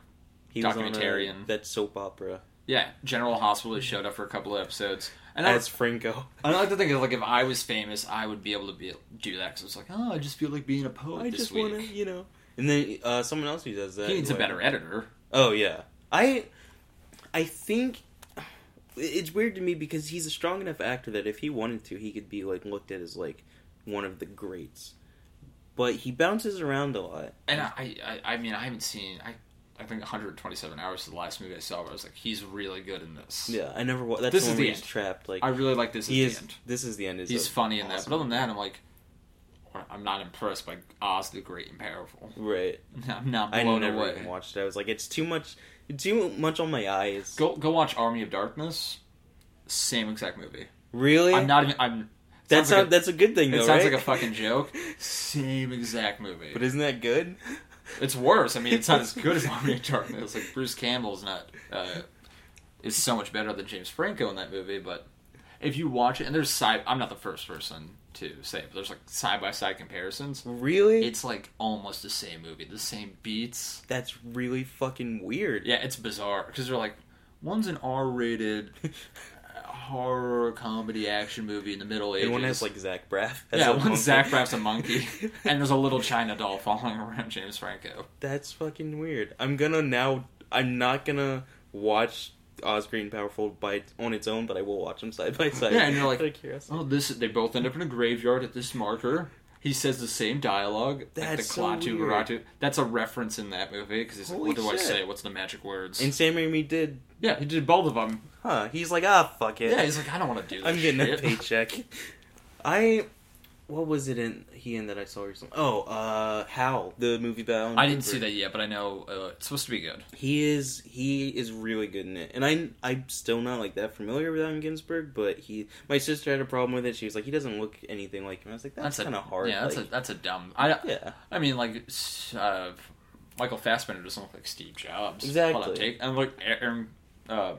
Speaker 1: he was on a-
Speaker 2: Documentarian.
Speaker 1: that soap opera
Speaker 2: Yeah, General Hospital. He showed up for a couple of episodes. And I,
Speaker 1: as Franco.
Speaker 2: I like to think of like if I was famous, I would be able to be do that because it's like oh, I just feel like being a poet
Speaker 1: I
Speaker 2: this
Speaker 1: just
Speaker 2: week.
Speaker 1: want to, you know. And then uh, someone else who does that.
Speaker 2: He needs a
Speaker 1: like-
Speaker 2: better editor.
Speaker 1: Oh yeah, I, I think it's weird to me because he's a strong enough actor that if he wanted to, he could be like looked at as like one of the greats. But he bounces around a lot.
Speaker 2: And I, I, I mean, I haven't seen. I, I think 127 hours is the last movie I saw where I was like, he's really good in this.
Speaker 1: Yeah, I never. Wa- that's
Speaker 2: This
Speaker 1: the
Speaker 2: is
Speaker 1: one
Speaker 2: the
Speaker 1: where he's
Speaker 2: end.
Speaker 1: trapped. Like
Speaker 2: I really like this. At
Speaker 1: he
Speaker 2: the
Speaker 1: is.
Speaker 2: end.
Speaker 1: This is the end. Is
Speaker 2: he's
Speaker 1: a-
Speaker 2: funny in that. But other than that, I'm like, I'm not impressed by Oz the Great and Powerful.
Speaker 1: Right.
Speaker 2: I'm not
Speaker 1: I
Speaker 2: blown
Speaker 1: never
Speaker 2: away.
Speaker 1: even watched it. I was like, it's too much, too much on my eyes.
Speaker 2: Go go watch Army of Darkness. Same exact movie.
Speaker 1: Really?
Speaker 2: I'm not even. I'm.
Speaker 1: that's
Speaker 2: sounds like
Speaker 1: not, that's a good thing
Speaker 2: a,
Speaker 1: though,
Speaker 2: It sounds
Speaker 1: right?
Speaker 2: like a fucking joke. Same exact movie.
Speaker 1: But isn't that good?
Speaker 2: It's worse. I mean, it's not as good as Army of Darkness. Like Bruce Campbell's not uh, is so much better than James Franco in that movie. But if you watch it, and there's side, I'm not the first person to say, it, but there's like side by side comparisons.
Speaker 1: Really?
Speaker 2: It's like almost the same movie, the same beats.
Speaker 1: that's really fucking weird.
Speaker 2: Yeah, it's bizarre because they're like one's an R rated horror comedy action movie in the Middle Ages.
Speaker 1: And one has like Zach Braff. as
Speaker 2: yeah,
Speaker 1: a
Speaker 2: one
Speaker 1: monkey.
Speaker 2: Zach Braff's a monkey, and there's a little China doll following around James Franco.
Speaker 1: That's fucking weird. I'm gonna now. I'm not gonna watch Oz Green Powerful by on its own, but I will watch them side by side.
Speaker 2: Yeah, and you're like,
Speaker 1: out of curiosity.
Speaker 2: Oh, this they both end up in a graveyard at this marker. He says the same dialogue. like the
Speaker 1: That's so
Speaker 2: Klaatu
Speaker 1: weird.
Speaker 2: Baratu. That's a reference in that movie because he's like,
Speaker 1: Holy
Speaker 2: what do I
Speaker 1: shit.
Speaker 2: say? What's the magic words?
Speaker 1: And Sam Raimi did,
Speaker 2: yeah, he did both of them.
Speaker 1: huh? He's like, ah, fuck it.
Speaker 2: Yeah, he's like, I don't want to do this.
Speaker 1: I'm getting a
Speaker 2: shit.
Speaker 1: paycheck. I, what was it in he in that I saw recently? Oh, uh, Howl, the movie about. Alan
Speaker 2: I didn't
Speaker 1: Cooper.
Speaker 2: see that yet, but I know uh, it's supposed to be good.
Speaker 1: He is he is really good in it, and I I'm still not like that familiar with Allen Ginsberg, but he my sister had a problem with it. She was like, he doesn't look anything like him. I was like, that's,
Speaker 2: a-
Speaker 1: kind of hard.
Speaker 2: Yeah, that's
Speaker 1: like-
Speaker 2: a that's a dumb. I
Speaker 1: yeah,
Speaker 2: I mean, like s- uh, Michael Fassbender doesn't look like Steve Jobs.
Speaker 1: Exactly.
Speaker 2: Hold on, take- And look, Aaron, uh,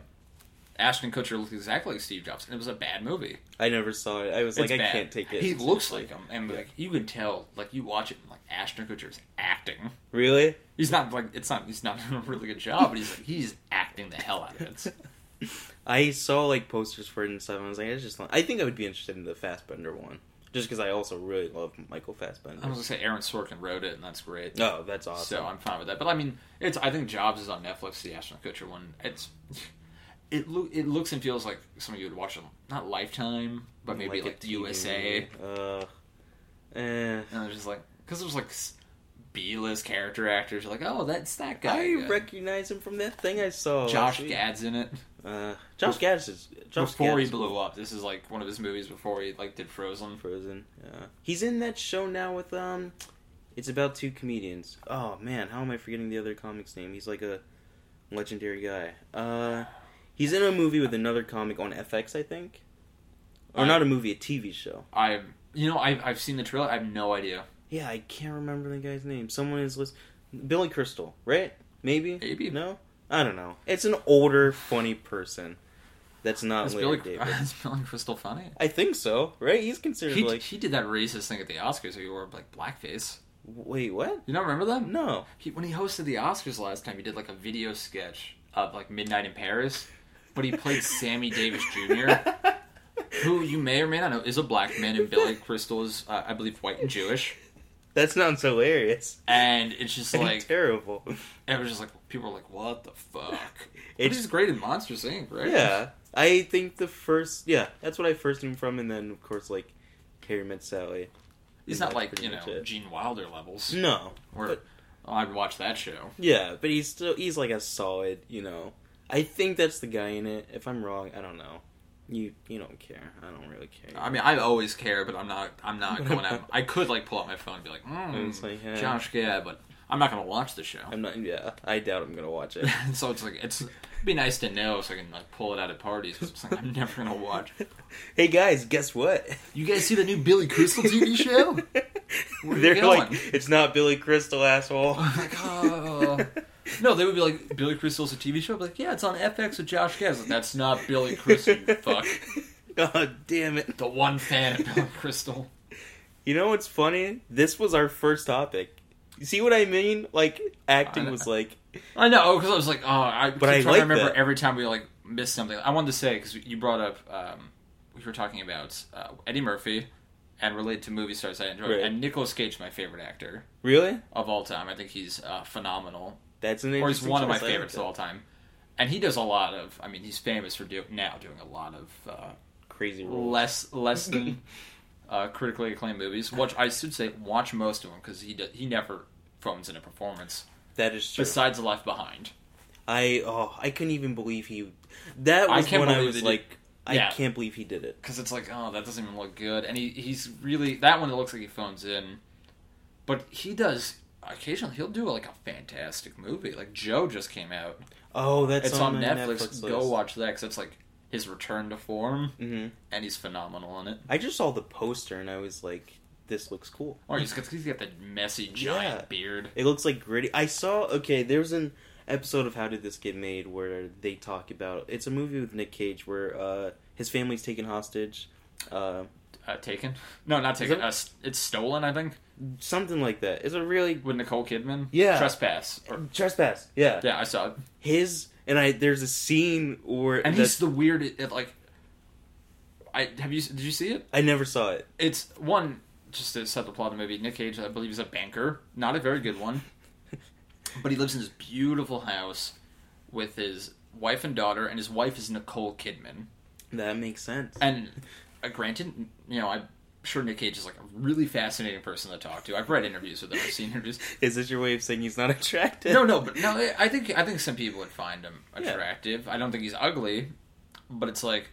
Speaker 2: Ashton Kutcher looked exactly like Steve Jobs, and it was a bad movie.
Speaker 1: I never saw it. I was like,
Speaker 2: It's
Speaker 1: I
Speaker 2: bad.
Speaker 1: can't take it.
Speaker 2: He looks like him, and
Speaker 1: Yeah.
Speaker 2: like you can tell, like you watch it, and, like Ashton Kutcher's acting.
Speaker 1: really.
Speaker 2: He's not like it's not. He's not doing a really good job, but he's like, he's acting the hell out of it.
Speaker 1: I saw like posters for it and stuff. And I was like, I just, I think I would be interested in the Fassbender one, just because I also really love Michael Fassbender.
Speaker 2: I was gonna say Aaron Sorkin wrote it, and that's great.
Speaker 1: No, Oh, that's awesome.
Speaker 2: So I'm fine with that. But I mean, it's I think Jobs is on Netflix. The Ashton Kutcher one. It's it loo- it looks and feels like something you would watch on not Lifetime, but maybe like,
Speaker 1: a
Speaker 2: the
Speaker 1: TV
Speaker 2: USA.
Speaker 1: movie. Uh, eh.
Speaker 2: And I was just like, because there's like B list character actors. You're like, oh, that's that guy.
Speaker 1: I
Speaker 2: again.
Speaker 1: recognize him from that thing I saw.
Speaker 2: Josh
Speaker 1: last week.
Speaker 2: Gad's in it.
Speaker 1: Uh, Josh Gad is Josh
Speaker 2: before
Speaker 1: Gad
Speaker 2: he
Speaker 1: is
Speaker 2: blew up, this is like one of his movies before he like did Frozen.
Speaker 1: Frozen. Yeah, he's in that show now with um, it's about two comedians. Oh man, how am I forgetting the other comic's name? He's like a legendary guy. Uh, he's in a movie with another comic on FX, I think, or
Speaker 2: I-
Speaker 1: not a movie, a TV show.
Speaker 2: I you know I I've seen the trailer. I have no idea.
Speaker 1: Yeah, I can't remember the guy's name. Someone is list. Billy Crystal, right? Maybe.
Speaker 2: Maybe.
Speaker 1: No, I don't know. It's an older, funny person. That's not
Speaker 2: Is
Speaker 1: Larry
Speaker 2: Billy,
Speaker 1: David.
Speaker 2: is Billy Crystal funny?
Speaker 1: I think so, right? He's considered
Speaker 2: He,
Speaker 1: like.
Speaker 2: he did that racist thing at the Oscars where he wore like blackface.
Speaker 1: Wait, what?
Speaker 2: You don't remember that?
Speaker 1: No.
Speaker 2: He, when he hosted the Oscars last time, he did like a video sketch of like Midnight in Paris, but he played Sammy Davis Jr., who you may or may not know is a black man, and Billy Crystal is, uh, I believe, white and Jewish.
Speaker 1: That sounds hilarious.
Speaker 2: And it's just
Speaker 1: And
Speaker 2: like
Speaker 1: terrible.
Speaker 2: it was just like people are like, "What the fuck?" It's
Speaker 1: It's-
Speaker 2: just great in Monster Inc., right?
Speaker 1: Yeah, I think the first. Yeah, that's what I first knew him from, and then of course like Harry Met Sally.
Speaker 2: he's
Speaker 1: And
Speaker 2: not
Speaker 1: that's
Speaker 2: like
Speaker 1: pretty
Speaker 2: you know
Speaker 1: much it.
Speaker 2: Gene Wilder levels.
Speaker 1: No,
Speaker 2: Where
Speaker 1: but-
Speaker 2: oh, I'd watch that show.
Speaker 1: yeah, but he's still he's like a solid. You know, I think that's the guy in it. If I'm wrong, I don't know. You you don't care. I don't really care.
Speaker 2: I mean, I always care, but I'm not. I'm not
Speaker 1: But
Speaker 2: going
Speaker 1: I'm
Speaker 2: out.
Speaker 1: not-
Speaker 2: I could like pull out my phone and be like, mm,
Speaker 1: It's like, yeah.
Speaker 2: Josh Gad, but I'm not going to watch the show.
Speaker 1: I'm not. Yeah, I doubt I'm gonna watch it.
Speaker 2: so it's like it's it'd be nice to know so I can like pull it out at parties. 'cause it's like I'm never going to watch.
Speaker 1: hey guys, guess what?
Speaker 2: You guys see the new Billy Crystal TV show? Where you
Speaker 1: They're like,
Speaker 2: going?
Speaker 1: it's not Billy Crystal, asshole.
Speaker 2: I'm like, oh. No, they would be like Billy Crystal's a TV show. I'd be like, yeah, it's on FX with Josh Gad. It's like, That's not Billy Crystal. You fuck.
Speaker 1: God Oh, damn it.
Speaker 2: The one fan of Billy Crystal.
Speaker 1: You know what's funny? This was our first topic. You see what I mean? Like
Speaker 2: I-
Speaker 1: acting was like
Speaker 2: I know because I was like, oh, I,
Speaker 1: But I
Speaker 2: keep trying
Speaker 1: like
Speaker 2: to remember
Speaker 1: that.
Speaker 2: every time we like missed something. I wanted to say because you brought up um, we were talking about uh, Eddie Murphy and related to movie stars I enjoy,
Speaker 1: Right.
Speaker 2: and Nicolas Cage, my favorite actor
Speaker 1: really.
Speaker 2: of all time. I think he's uh, phenomenal,
Speaker 1: That's an
Speaker 2: or he's
Speaker 1: interesting
Speaker 2: one of my
Speaker 1: choice. I like
Speaker 2: favorites of all time. And he does a lot of. I mean, he's famous for do- now doing a lot of uh,
Speaker 1: that. Crazy role.
Speaker 2: less less than uh, critically acclaimed movies. Which I should say, watch most of them because he do- he never phones in a performance
Speaker 1: That is true.
Speaker 2: besides Left Behind.
Speaker 1: I oh I couldn't even believe he. That
Speaker 2: I
Speaker 1: was
Speaker 2: can't
Speaker 1: when I
Speaker 2: believe
Speaker 1: was
Speaker 2: they did-
Speaker 1: like, I
Speaker 2: Yeah.
Speaker 1: can't believe he did it.
Speaker 2: because it's like, oh, that doesn't even look good. And he, he's really that one. It looks like he phones in, but he does occasionally. He'll do like a fantastic movie. Like Joe just came out.
Speaker 1: Oh, that's
Speaker 2: It's, on, Netflix. Go
Speaker 1: list.
Speaker 2: watch that because it's like his return to form,
Speaker 1: Mhm.
Speaker 2: and he's phenomenal in it.
Speaker 1: I just saw the poster and I was like, this looks cool.
Speaker 2: Or he's got, he's got the messy giant
Speaker 1: Yeah.
Speaker 2: beard.
Speaker 1: It looks like gritty. I saw okay. There was an episode of How Did This Get Made where they talk about it's a movie with Nick Cage where uh, his family's taken hostage, uh,
Speaker 2: Uh, taken? No, not taken.
Speaker 1: it-
Speaker 2: Uh, s- it's stolen. I think
Speaker 1: something like that. It's a really
Speaker 2: with Nicole Kidman.
Speaker 1: Yeah.
Speaker 2: trespass. Or,
Speaker 1: trespass. Yeah,
Speaker 2: yeah, I saw it.
Speaker 1: his and I. There's a scene where
Speaker 2: And
Speaker 1: that's-
Speaker 2: he's the weird. It, like, I have you? Did you see it?
Speaker 1: I never saw it.
Speaker 2: it's one just to set the plot of the movie. Nick Cage, I believe, is a banker, not a very good one, but he lives in this beautiful house with his wife and daughter, and his wife is Nicole Kidman.
Speaker 1: That makes sense.
Speaker 2: And uh, granted, you know, I'm sure Nick Cage is like a really fascinating person to talk to. I've read interviews with him, I've seen interviews.
Speaker 1: Is this your way of saying he's not attractive?
Speaker 2: No, no, but no, I- I think I think some people would find him
Speaker 1: Yeah.
Speaker 2: attractive. I don't think he's ugly, but it's like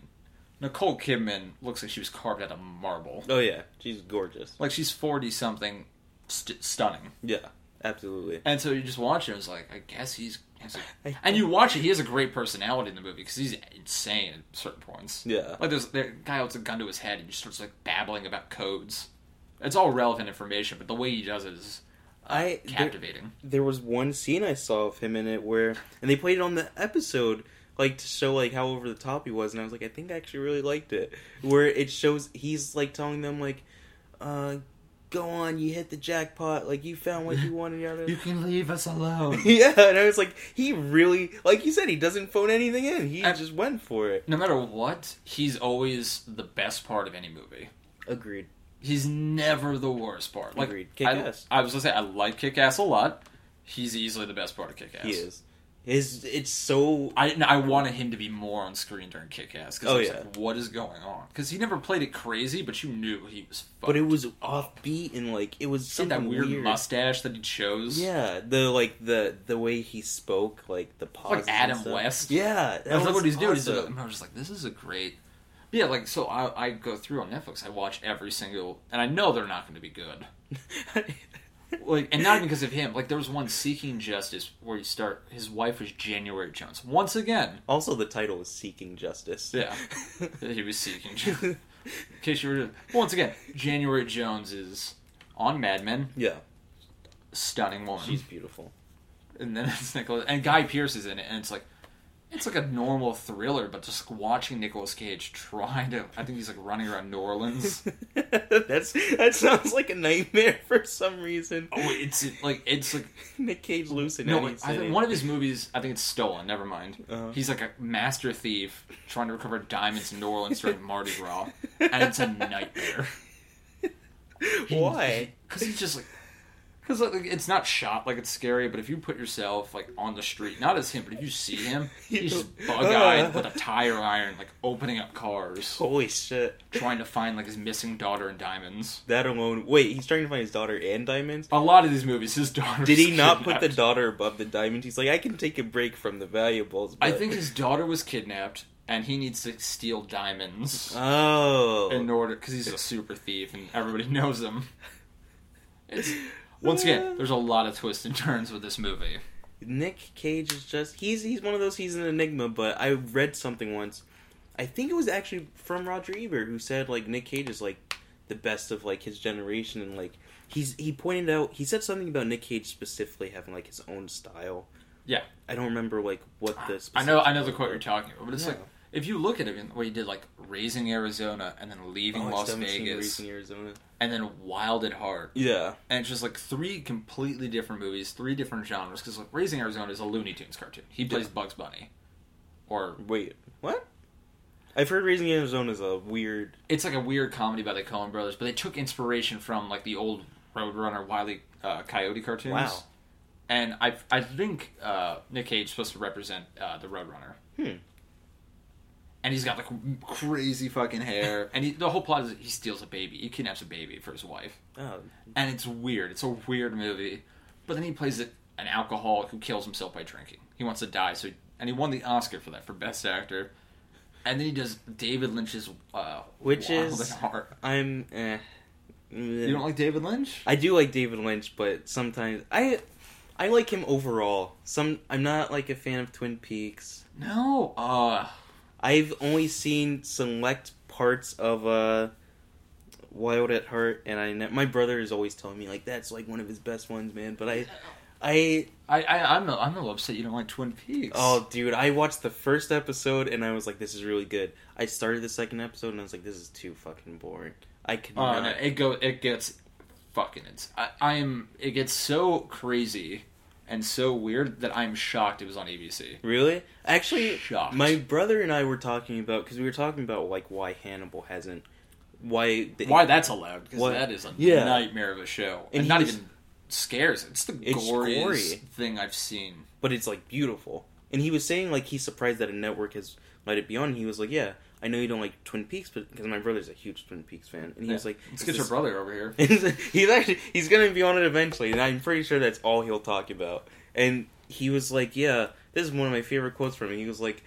Speaker 2: Nicole Kidman looks like she was carved out of marble.
Speaker 1: Oh yeah, she's gorgeous.
Speaker 2: like she's 40 something st- stunning
Speaker 1: Yeah, absolutely.
Speaker 2: and so you just watch it it's like i guess he's, he's a-
Speaker 1: I-
Speaker 2: and you watch it he has a great personality in the movie because he's insane at certain points
Speaker 1: Yeah.
Speaker 2: like there's the guy holds a gun to his head and just starts like babbling about codes it's all relevant information but the way he does it is
Speaker 1: I there,
Speaker 2: captivating
Speaker 1: there was one scene I saw of him in it where, and they played it on the episode, like to show like how over the top he was, and I was like, I think I actually really liked it. Where it shows he's like telling them like, uh, "Go on, you hit the jackpot, like you found what you wanted." Yada.
Speaker 2: you can leave us alone
Speaker 1: yeah, and I was like, he really, like you said, he doesn't phone anything in. He
Speaker 2: I-
Speaker 1: just went for it.
Speaker 2: no matter what he's always the best part of any movie
Speaker 1: Agreed.
Speaker 2: he's never the worst part like
Speaker 1: Agreed.
Speaker 2: I,
Speaker 1: Kick-Ass.
Speaker 2: I was gonna say i like kick-ass a lot he's easily the best part of kick-ass
Speaker 1: He is. His it's so
Speaker 2: I no, I wanted him to be more on screen during Kick Ass because
Speaker 1: Oh,
Speaker 2: I was
Speaker 1: yeah.
Speaker 2: like, what is going on? Because he never played it crazy, but you knew he was. Fucked.
Speaker 1: but it was offbeat and like it was
Speaker 2: He had
Speaker 1: something
Speaker 2: that weird,
Speaker 1: weird.
Speaker 2: mustache that he chose.
Speaker 1: Yeah, the like the the way he spoke, like the pause.
Speaker 2: Adam West.
Speaker 1: Yeah, that
Speaker 2: I was like, what he's doing. He's
Speaker 1: awesome.
Speaker 2: like, I was just like, this is a great. But yeah, like so I I go through on Netflix. I watch every single, and I know they're not going to be good. Like, and not even because of him. Like there was one Seeking Justice where you start. His wife was January Jones once again.
Speaker 1: also, the title is "Seeking Justice."
Speaker 2: Yeah. He was seeking. Justice. In case you were once again, January Jones is on Mad Men.
Speaker 1: yeah,
Speaker 2: stunning woman.
Speaker 1: she's beautiful.
Speaker 2: and then it's Nicholas and Guy Pierce is in it, and it's like it's like a normal thriller, but just watching Nicolas Cage trying to. I think he's like running around New Orleans.
Speaker 1: That's that sounds like a nightmare for some reason.
Speaker 2: oh, it's like it's like
Speaker 1: Nick Cage loose in
Speaker 2: no.
Speaker 1: any
Speaker 2: I
Speaker 1: city.
Speaker 2: think one of his movies. I think it's stolen. Never mind.
Speaker 1: Uh-huh.
Speaker 2: He's like a master thief trying to recover diamonds in New Orleans during Mardi Gras, and it's a nightmare.
Speaker 1: Why?
Speaker 2: Because he's just like. Because like, it's not shot like it's scary, but if you put yourself like on the street, not as him, but if you see him, he's just
Speaker 1: Uh.
Speaker 2: bug-eyed with a tire iron, like opening up cars,
Speaker 1: Holy shit!
Speaker 2: trying to find like his missing daughter and diamonds.
Speaker 1: That alone. Wait, he's trying to find his daughter and diamonds.
Speaker 2: A lot of these movies, his daughter.
Speaker 1: Did he
Speaker 2: was
Speaker 1: not put the
Speaker 2: kidnapped.
Speaker 1: daughter above the diamonds? He's like, I can take a break from the valuables.
Speaker 2: I
Speaker 1: but-
Speaker 2: think his daughter was kidnapped, and he needs to steal diamonds
Speaker 1: Oh,
Speaker 2: in order because he's a super thief, and everybody knows him. It's once again, there's a lot of twists and turns with this movie.
Speaker 1: Nick Cage is just he's he's one of those he's an enigma, but I read something once. I think it was actually from Roger Ebert who said like Nick Cage is like the best of like his generation and like he's he pointed out he said something about Nick Cage specifically having like his own style.
Speaker 2: Yeah.
Speaker 1: I don't remember like what the
Speaker 2: I
Speaker 1: specific
Speaker 2: know, I know the quote you're talking about, but it's
Speaker 1: Yeah.
Speaker 2: like if you look at him, what he did, like raising Arizona and then leaving
Speaker 1: Oh, I
Speaker 2: Las
Speaker 1: just haven't seen
Speaker 2: Vegas,
Speaker 1: Grease in Arizona.
Speaker 2: and then Wild at Heart,
Speaker 1: Yeah.
Speaker 2: and it's just like three completely different movies, three different genres. Because like raising Arizona is a Looney Tunes cartoon. He plays Bugs Bunny, or
Speaker 1: Wait. What? I've heard Raising Arizona is a weird
Speaker 2: it's like a weird comedy by the Coen Brothers, but they took inspiration from like the old Roadrunner Wiley uh, Coyote cartoons.
Speaker 1: Wow.
Speaker 2: And I, I think uh, Nick Cage is supposed to represent uh, the Roadrunner.
Speaker 1: Hmm.
Speaker 2: And he's got like crazy fucking hair, and he, the whole plot is he steals a baby. He kidnaps a baby for his wife,
Speaker 1: oh,
Speaker 2: and it's weird. It's a weird movie, but then he plays it an alcoholic who kills himself by drinking. He wants to die, so and he won the Oscar for that for best actor. and then he does David Lynch's uh,
Speaker 1: Which
Speaker 2: Wild
Speaker 1: is-
Speaker 2: and Hard.
Speaker 1: I'm. Eh. You
Speaker 2: You don't like David Lynch?
Speaker 1: I do like David Lynch, but sometimes I I like him overall. Some I'm not like a fan of Twin Peaks.
Speaker 2: No. Uh,
Speaker 1: I've only seen select parts of uh Wild at Heart and I ne- my brother is always telling me like that's like one of his best ones, man, but I I
Speaker 2: I, I I'm a, I'm a little upset you don't like Twin Peaks.
Speaker 1: oh dude, I watched the first episode and I was like this is really good. I started the second episode and I was like this is too fucking boring. I could
Speaker 2: Uh,
Speaker 1: not.
Speaker 2: no, it go it gets fucking it's I, I am it gets so crazy and so weird that I'm shocked it was on ABC.
Speaker 1: Really? Actually,
Speaker 2: Shocked.
Speaker 1: my brother and I were talking about because we were talking about like why Hannibal hasn't, why the,
Speaker 2: Why that's allowed? Because
Speaker 1: What?
Speaker 2: that is a
Speaker 1: Yeah.
Speaker 2: nightmare of a show,
Speaker 1: And
Speaker 2: and, not
Speaker 1: he's-
Speaker 2: even scares. It's the
Speaker 1: It's
Speaker 2: goriest
Speaker 1: gory.
Speaker 2: thing I've seen.
Speaker 1: but it's like beautiful. And he was saying like he's surprised that a network has let it be on. And he was like, yeah, I know you don't like Twin Peaks, but because my brother's a huge Twin Peaks fan, and he was like,
Speaker 2: Let's
Speaker 1: "Is
Speaker 2: get your
Speaker 1: this-
Speaker 2: brother over here.
Speaker 1: he's actually he's gonna be on it eventually, and I'm pretty sure that's all he'll talk about. And he was like, "Yeah, this is one of my favorite quotes from him." He was like,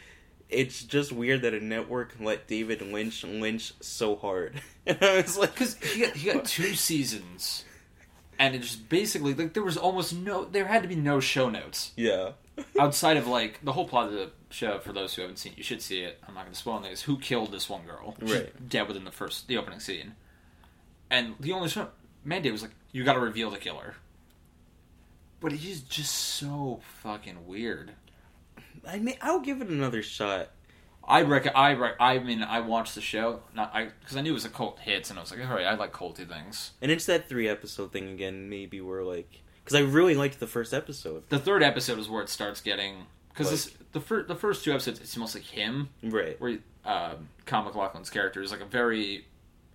Speaker 1: "It's just weird that a network let David Lynch lynch so hard." And I was like,
Speaker 2: Because he got, he got two seasons, and it just basically like there was almost no there had to be no show notes
Speaker 1: yeah,
Speaker 2: outside of like the whole plot of the show. For those who haven't seen, it, you should see it. I'm not going to spoil anything. Is who killed this one girl? She's
Speaker 1: Right.
Speaker 2: dead within the first the opening scene, and the only show mandate was like you got to reveal the killer. But he's just so fucking weird.
Speaker 1: I mean, I'll give it another shot.
Speaker 2: I reckon I rec- I mean I watched the show not I because I knew it was a cult hits and I was like all right I like culty things.
Speaker 1: And it's that three episode thing again. Maybe we're like, because I really liked the first episode,
Speaker 2: The third episode is where it starts getting
Speaker 1: Like-
Speaker 2: because the first the first two episodes it's almost like him
Speaker 1: right?
Speaker 2: where um, Kyle MacLachlan's character is like a very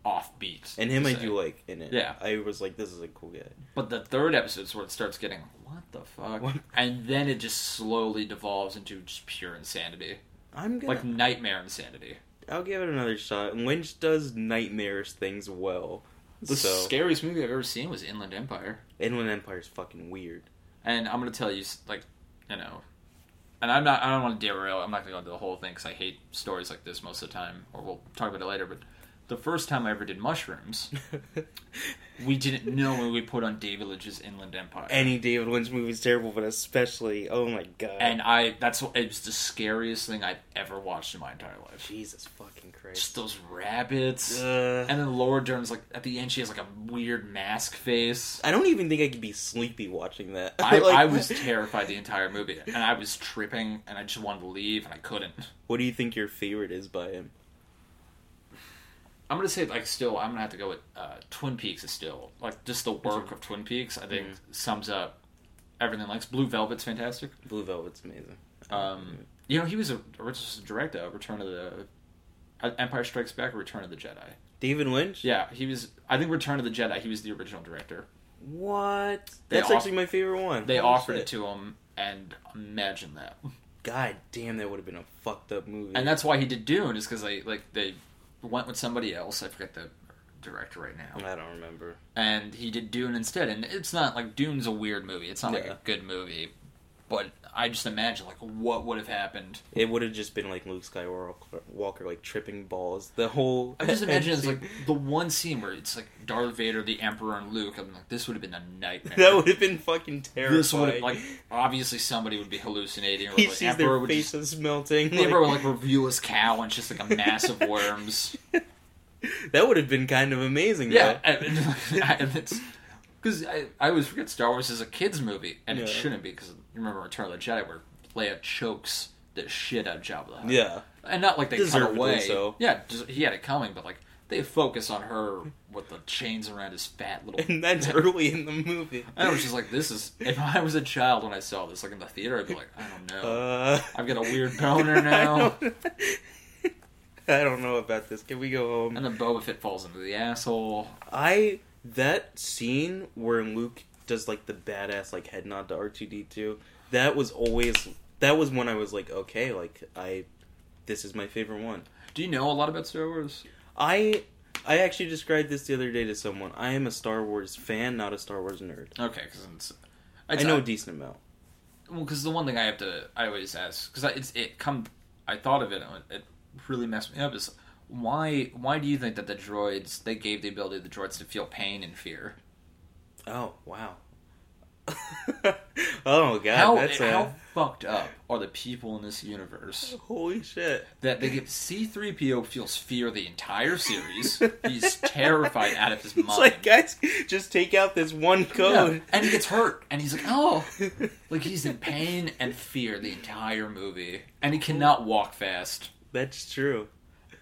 Speaker 2: offbeat
Speaker 1: And him,
Speaker 2: to
Speaker 1: I
Speaker 2: say.
Speaker 1: do like in it.
Speaker 2: Yeah.
Speaker 1: I was like, this is a cool guy.
Speaker 2: But the third episode is where it starts getting what the fuck,
Speaker 1: What?
Speaker 2: and then it just slowly devolves into just pure insanity,
Speaker 1: I'm gonna.
Speaker 2: like nightmare insanity.
Speaker 1: I'll give it another shot. Lynch does nightmarish things well.
Speaker 2: The
Speaker 1: so
Speaker 2: scariest movie I've ever seen was Inland Empire.
Speaker 1: Inland Empire's fucking weird.
Speaker 2: And I'm gonna tell you, like, you know, and I'm not. I don't want to derail. I'm not gonna go into the whole thing because I hate stories like this most of the time. Or we'll talk about it later. But the first time I ever did mushrooms, we didn't know when we put on David Lynch's Inland Empire.
Speaker 1: Any David Lynch movie's terrible, but especially oh my god.
Speaker 2: and I, that's what- it was the scariest thing I've ever watched in my entire life.
Speaker 1: Jesus fucking Christ.
Speaker 2: Just those rabbits.
Speaker 1: Uh,
Speaker 2: And then Laura Dern's like at the end, she has like a weird mask face.
Speaker 1: I don't even think I could be sleepy watching that.
Speaker 2: I,
Speaker 1: Like,
Speaker 2: I was terrified the entire movie, and I was tripping, and I just wanted to leave, and I couldn't.
Speaker 1: What do you think your favorite is by him?
Speaker 2: I'm gonna say like still I'm gonna have to go with uh, Twin Peaks is still like just the work of Twin Peaks I think sums up everything. Like Blue Velvet's fantastic.
Speaker 1: Blue Velvet's amazing.
Speaker 2: Um, you know he was a original director of Return of the uh, Empire Strikes Back, or Return of the Jedi.
Speaker 1: David Lynch.
Speaker 2: Yeah, he was. I think Return of the Jedi. He was the original director.
Speaker 1: What?
Speaker 2: They
Speaker 1: That's
Speaker 2: off-
Speaker 1: actually my favorite one.
Speaker 2: They
Speaker 1: Holy
Speaker 2: offered
Speaker 1: shit.
Speaker 2: it to him, and imagine that.
Speaker 1: God damn, that would have been a fucked up movie.
Speaker 2: And that's why he did Dune is because they like they went with somebody else. I forget the director right now.
Speaker 1: I don't remember.
Speaker 2: and he did Dune instead. And it's not like Dune's a weird movie. It's not like
Speaker 1: Yeah.
Speaker 2: a good movie. But I just imagine like what would have happened.
Speaker 1: It would have just been like Luke Skywalker, Walker, like tripping balls. The whole.
Speaker 2: I just imagine it's like the one scene where it's like Darth Vader, the Emperor, and Luke. I'm like, this would have been a nightmare.
Speaker 1: that would have been fucking terrifying.
Speaker 2: this would have like obviously somebody would be hallucinating. Or
Speaker 1: he
Speaker 2: like,
Speaker 1: sees
Speaker 2: Emperor
Speaker 1: their
Speaker 2: would just,
Speaker 1: faces melting.
Speaker 2: the Emperor would like reveal his cow and it's just like a mass of worms.
Speaker 1: that would have been kind of amazing.
Speaker 2: Yeah,
Speaker 1: though.
Speaker 2: and, and it's because I, I always forget Star Wars is a kids movie, and it
Speaker 1: Yeah.
Speaker 2: shouldn't be because remember Return of the Jedi where Leia chokes the shit out of Jabba the Hutt.
Speaker 1: yeah.
Speaker 2: and not like they cut
Speaker 1: Deservedly
Speaker 2: away.
Speaker 1: so.
Speaker 2: Yeah, des- he had it coming, but like they focus on her with the chains around his fat little.
Speaker 1: And that's early in the movie.
Speaker 2: And I was just like, this is. If I was a child when I saw this, like in the theater, I'd be like, I don't know.
Speaker 1: Uh,
Speaker 2: I've got a weird boner now.
Speaker 1: I don't, I don't know about this. Can we go home?
Speaker 2: and then Boba Fett falls into the asshole.
Speaker 1: I that scene where Luke does like the badass like head nod to R two D two. That was always that was when I was like, okay, like I, this is my favorite one.
Speaker 2: Do you know a lot about Star Wars?
Speaker 1: I I actually described this the other day to someone. I am a Star Wars fan, not a Star Wars nerd.
Speaker 2: Okay, because it's. uh,
Speaker 1: I know a decent amount.
Speaker 2: Well, because the one thing I have to, I always ask, because it's it come, I thought of it, and it really messed me up is why why do you think that the droids they gave the ability of the droids to feel pain and fear?
Speaker 1: Oh wow. oh god,
Speaker 2: how,
Speaker 1: that's a
Speaker 2: how fucked up are the people in this universe
Speaker 1: holy shit.
Speaker 2: that they give C3PO feels fear the entire series. He's terrified out of his mind.
Speaker 1: It's like guys, just take out this one
Speaker 2: Yeah,
Speaker 1: code.
Speaker 2: and he gets hurt and he's like, "Oh." Like he's in pain and fear the entire movie and he cannot walk fast.
Speaker 1: that's true.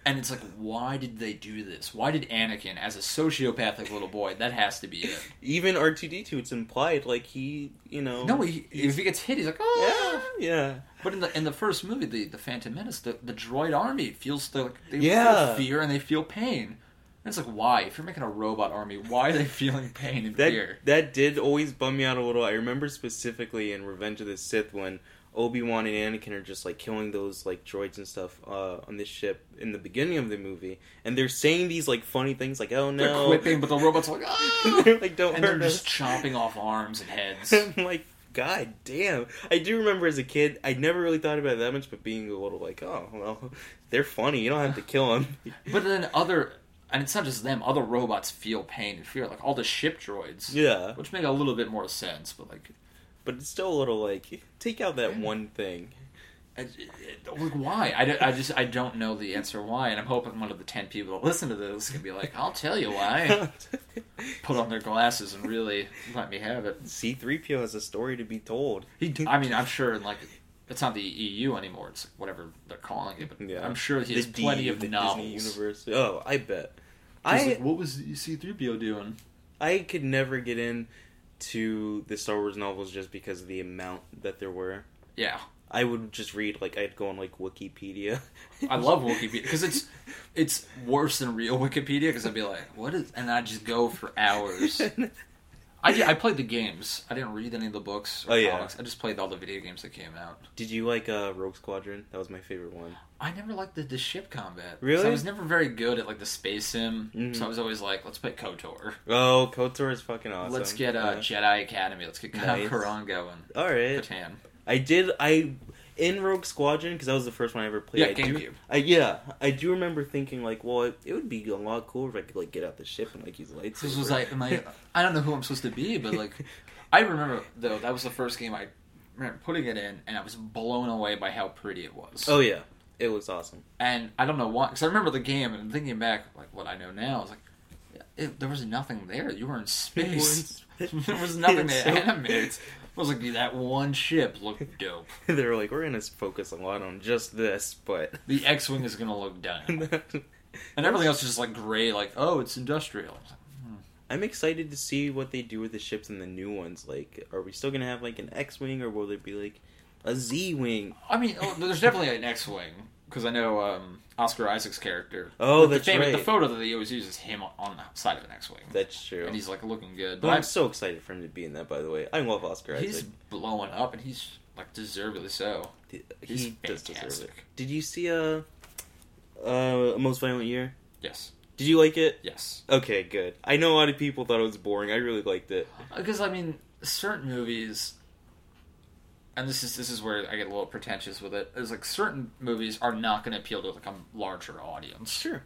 Speaker 2: And it's like, why did they do this? Why did Anakin, as a sociopathic little boy, that has to be it?
Speaker 1: Even R two D two, it's implied like he, you know.
Speaker 2: No, he, if he gets hit, he's like,
Speaker 1: yeah,
Speaker 2: oh.
Speaker 1: yeah.
Speaker 2: But in the in the first movie, the, the Phantom Menace, the, the droid army feels the they
Speaker 1: Yeah.
Speaker 2: feel fear and they feel pain. And it's like, why? If you're making a robot army, why are they feeling pain and
Speaker 1: That
Speaker 2: fear?
Speaker 1: that did always bum me out a little. I remember specifically in Revenge of the Sith when Obi Wan and Anakin are just like killing those like droids and stuff uh, on this ship in the beginning of the movie, and they're saying these like funny things like "Oh
Speaker 2: They're
Speaker 1: no,"
Speaker 2: quipping, but the robots are like, oh!
Speaker 1: They're like "Don't
Speaker 2: and they're
Speaker 1: hurt us."
Speaker 2: just chopping off arms and heads.
Speaker 1: I'm like, God damn. I do remember as a kid, I never really thought about it that much, but being a little like, oh, well, they're funny. You don't have to kill them.
Speaker 2: But then other, and it's not just them. Other robots feel pain and fear, like all the ship droids,
Speaker 1: yeah.
Speaker 2: which make a little bit more sense. But like,
Speaker 1: But it's still a little like, take out that one thing.
Speaker 2: I- I- like uh, why? I, don't- I just I don't know the answer why, and I'm hoping one of the ten people that listen to this can be like, I'll tell you why. Put on their glasses and really let me have it.
Speaker 1: C3PO has a story to be told.
Speaker 2: He, I mean, I'm sure in like it's not the EU anymore. It's whatever they're calling it. But
Speaker 1: Yeah.
Speaker 2: I'm sure he has
Speaker 1: The D
Speaker 2: plenty of
Speaker 1: the Disney
Speaker 2: novels.
Speaker 1: universe. Oh, I bet.
Speaker 2: He's
Speaker 1: I
Speaker 2: like, what was C-3PO doing?
Speaker 1: I could never get in to the Star Wars novels just because of the amount that there were.
Speaker 2: Yeah,
Speaker 1: I would just read like I'd go on like Wikipedia.
Speaker 2: I love Wikipedia because it's it's worse than real Wikipedia because I'd be like, what is? And I just go for hours. I, I played the games. I didn't read any of the books or
Speaker 1: Oh, yeah.
Speaker 2: comics. I just played all the video games that came out.
Speaker 1: Did you like uh, Rogue Squadron? That was my favorite one.
Speaker 2: I never liked the, the ship combat.
Speaker 1: Really?
Speaker 2: So I was never very good at like the space sim.
Speaker 1: Mhm.
Speaker 2: So I was always like, let's play KOTOR.
Speaker 1: Oh, KOTOR is fucking awesome.
Speaker 2: Let's get uh,
Speaker 1: Yeah.
Speaker 2: Jedi Academy. Let's get
Speaker 1: Nice.
Speaker 2: nice. Karango and
Speaker 1: all right.
Speaker 2: Catan.
Speaker 1: I did. I in Rogue Squadron because that was the first one I ever played.
Speaker 2: Yeah,
Speaker 1: I do,
Speaker 2: GameCube.
Speaker 1: I, yeah, I do remember thinking like, well, it, it would be a lot cooler if I could like get out the ship and like use lightsabers.
Speaker 2: This was like my. I don't know who I'm supposed to be, but like, I remember though that was the first game I remember putting it in, and I was blown away by how pretty it was.
Speaker 1: oh yeah, it was awesome.
Speaker 2: And I don't know why, because I remember the game, and thinking back, like what I know now, is like it, there was nothing there. You were in space. there was nothing to
Speaker 1: It's so-
Speaker 2: animate. It was like that one ship looked dope.
Speaker 1: they were like, we're gonna focus a lot on just this, but
Speaker 2: The X-wing is gonna look done, and everything else is just like gray. Like oh, it's industrial.
Speaker 1: I'm excited to see what they do with the ships in the new ones. Like, are we still gonna have like an X-wing, or will there be like a Z-wing?
Speaker 2: I mean, oh, there's definitely an X-wing because I know um, Oscar Isaac's character.
Speaker 1: Oh,
Speaker 2: the
Speaker 1: that's right.
Speaker 2: The photo that they always use is him on the side of an X-wing,
Speaker 1: That's true.
Speaker 2: and he's like looking good.
Speaker 1: But
Speaker 2: But
Speaker 1: I'm so excited for him to be in that. By the way, I love Oscar
Speaker 2: I, he's
Speaker 1: Isaac.
Speaker 2: blowing up, and he's like deservedly so. He's
Speaker 1: he does deserve it.
Speaker 2: fantastic.
Speaker 1: Did you see a uh, Most Violent Year?
Speaker 2: Yes,
Speaker 1: Did you like it?
Speaker 2: yes.
Speaker 1: Okay, good. I know a lot of people thought it was boring. I really liked it.
Speaker 2: Because Uh, I mean, certain movies, and this is this is where I get a little pretentious with it. Is like certain movies are not going to appeal to like a larger audience.
Speaker 1: Sure.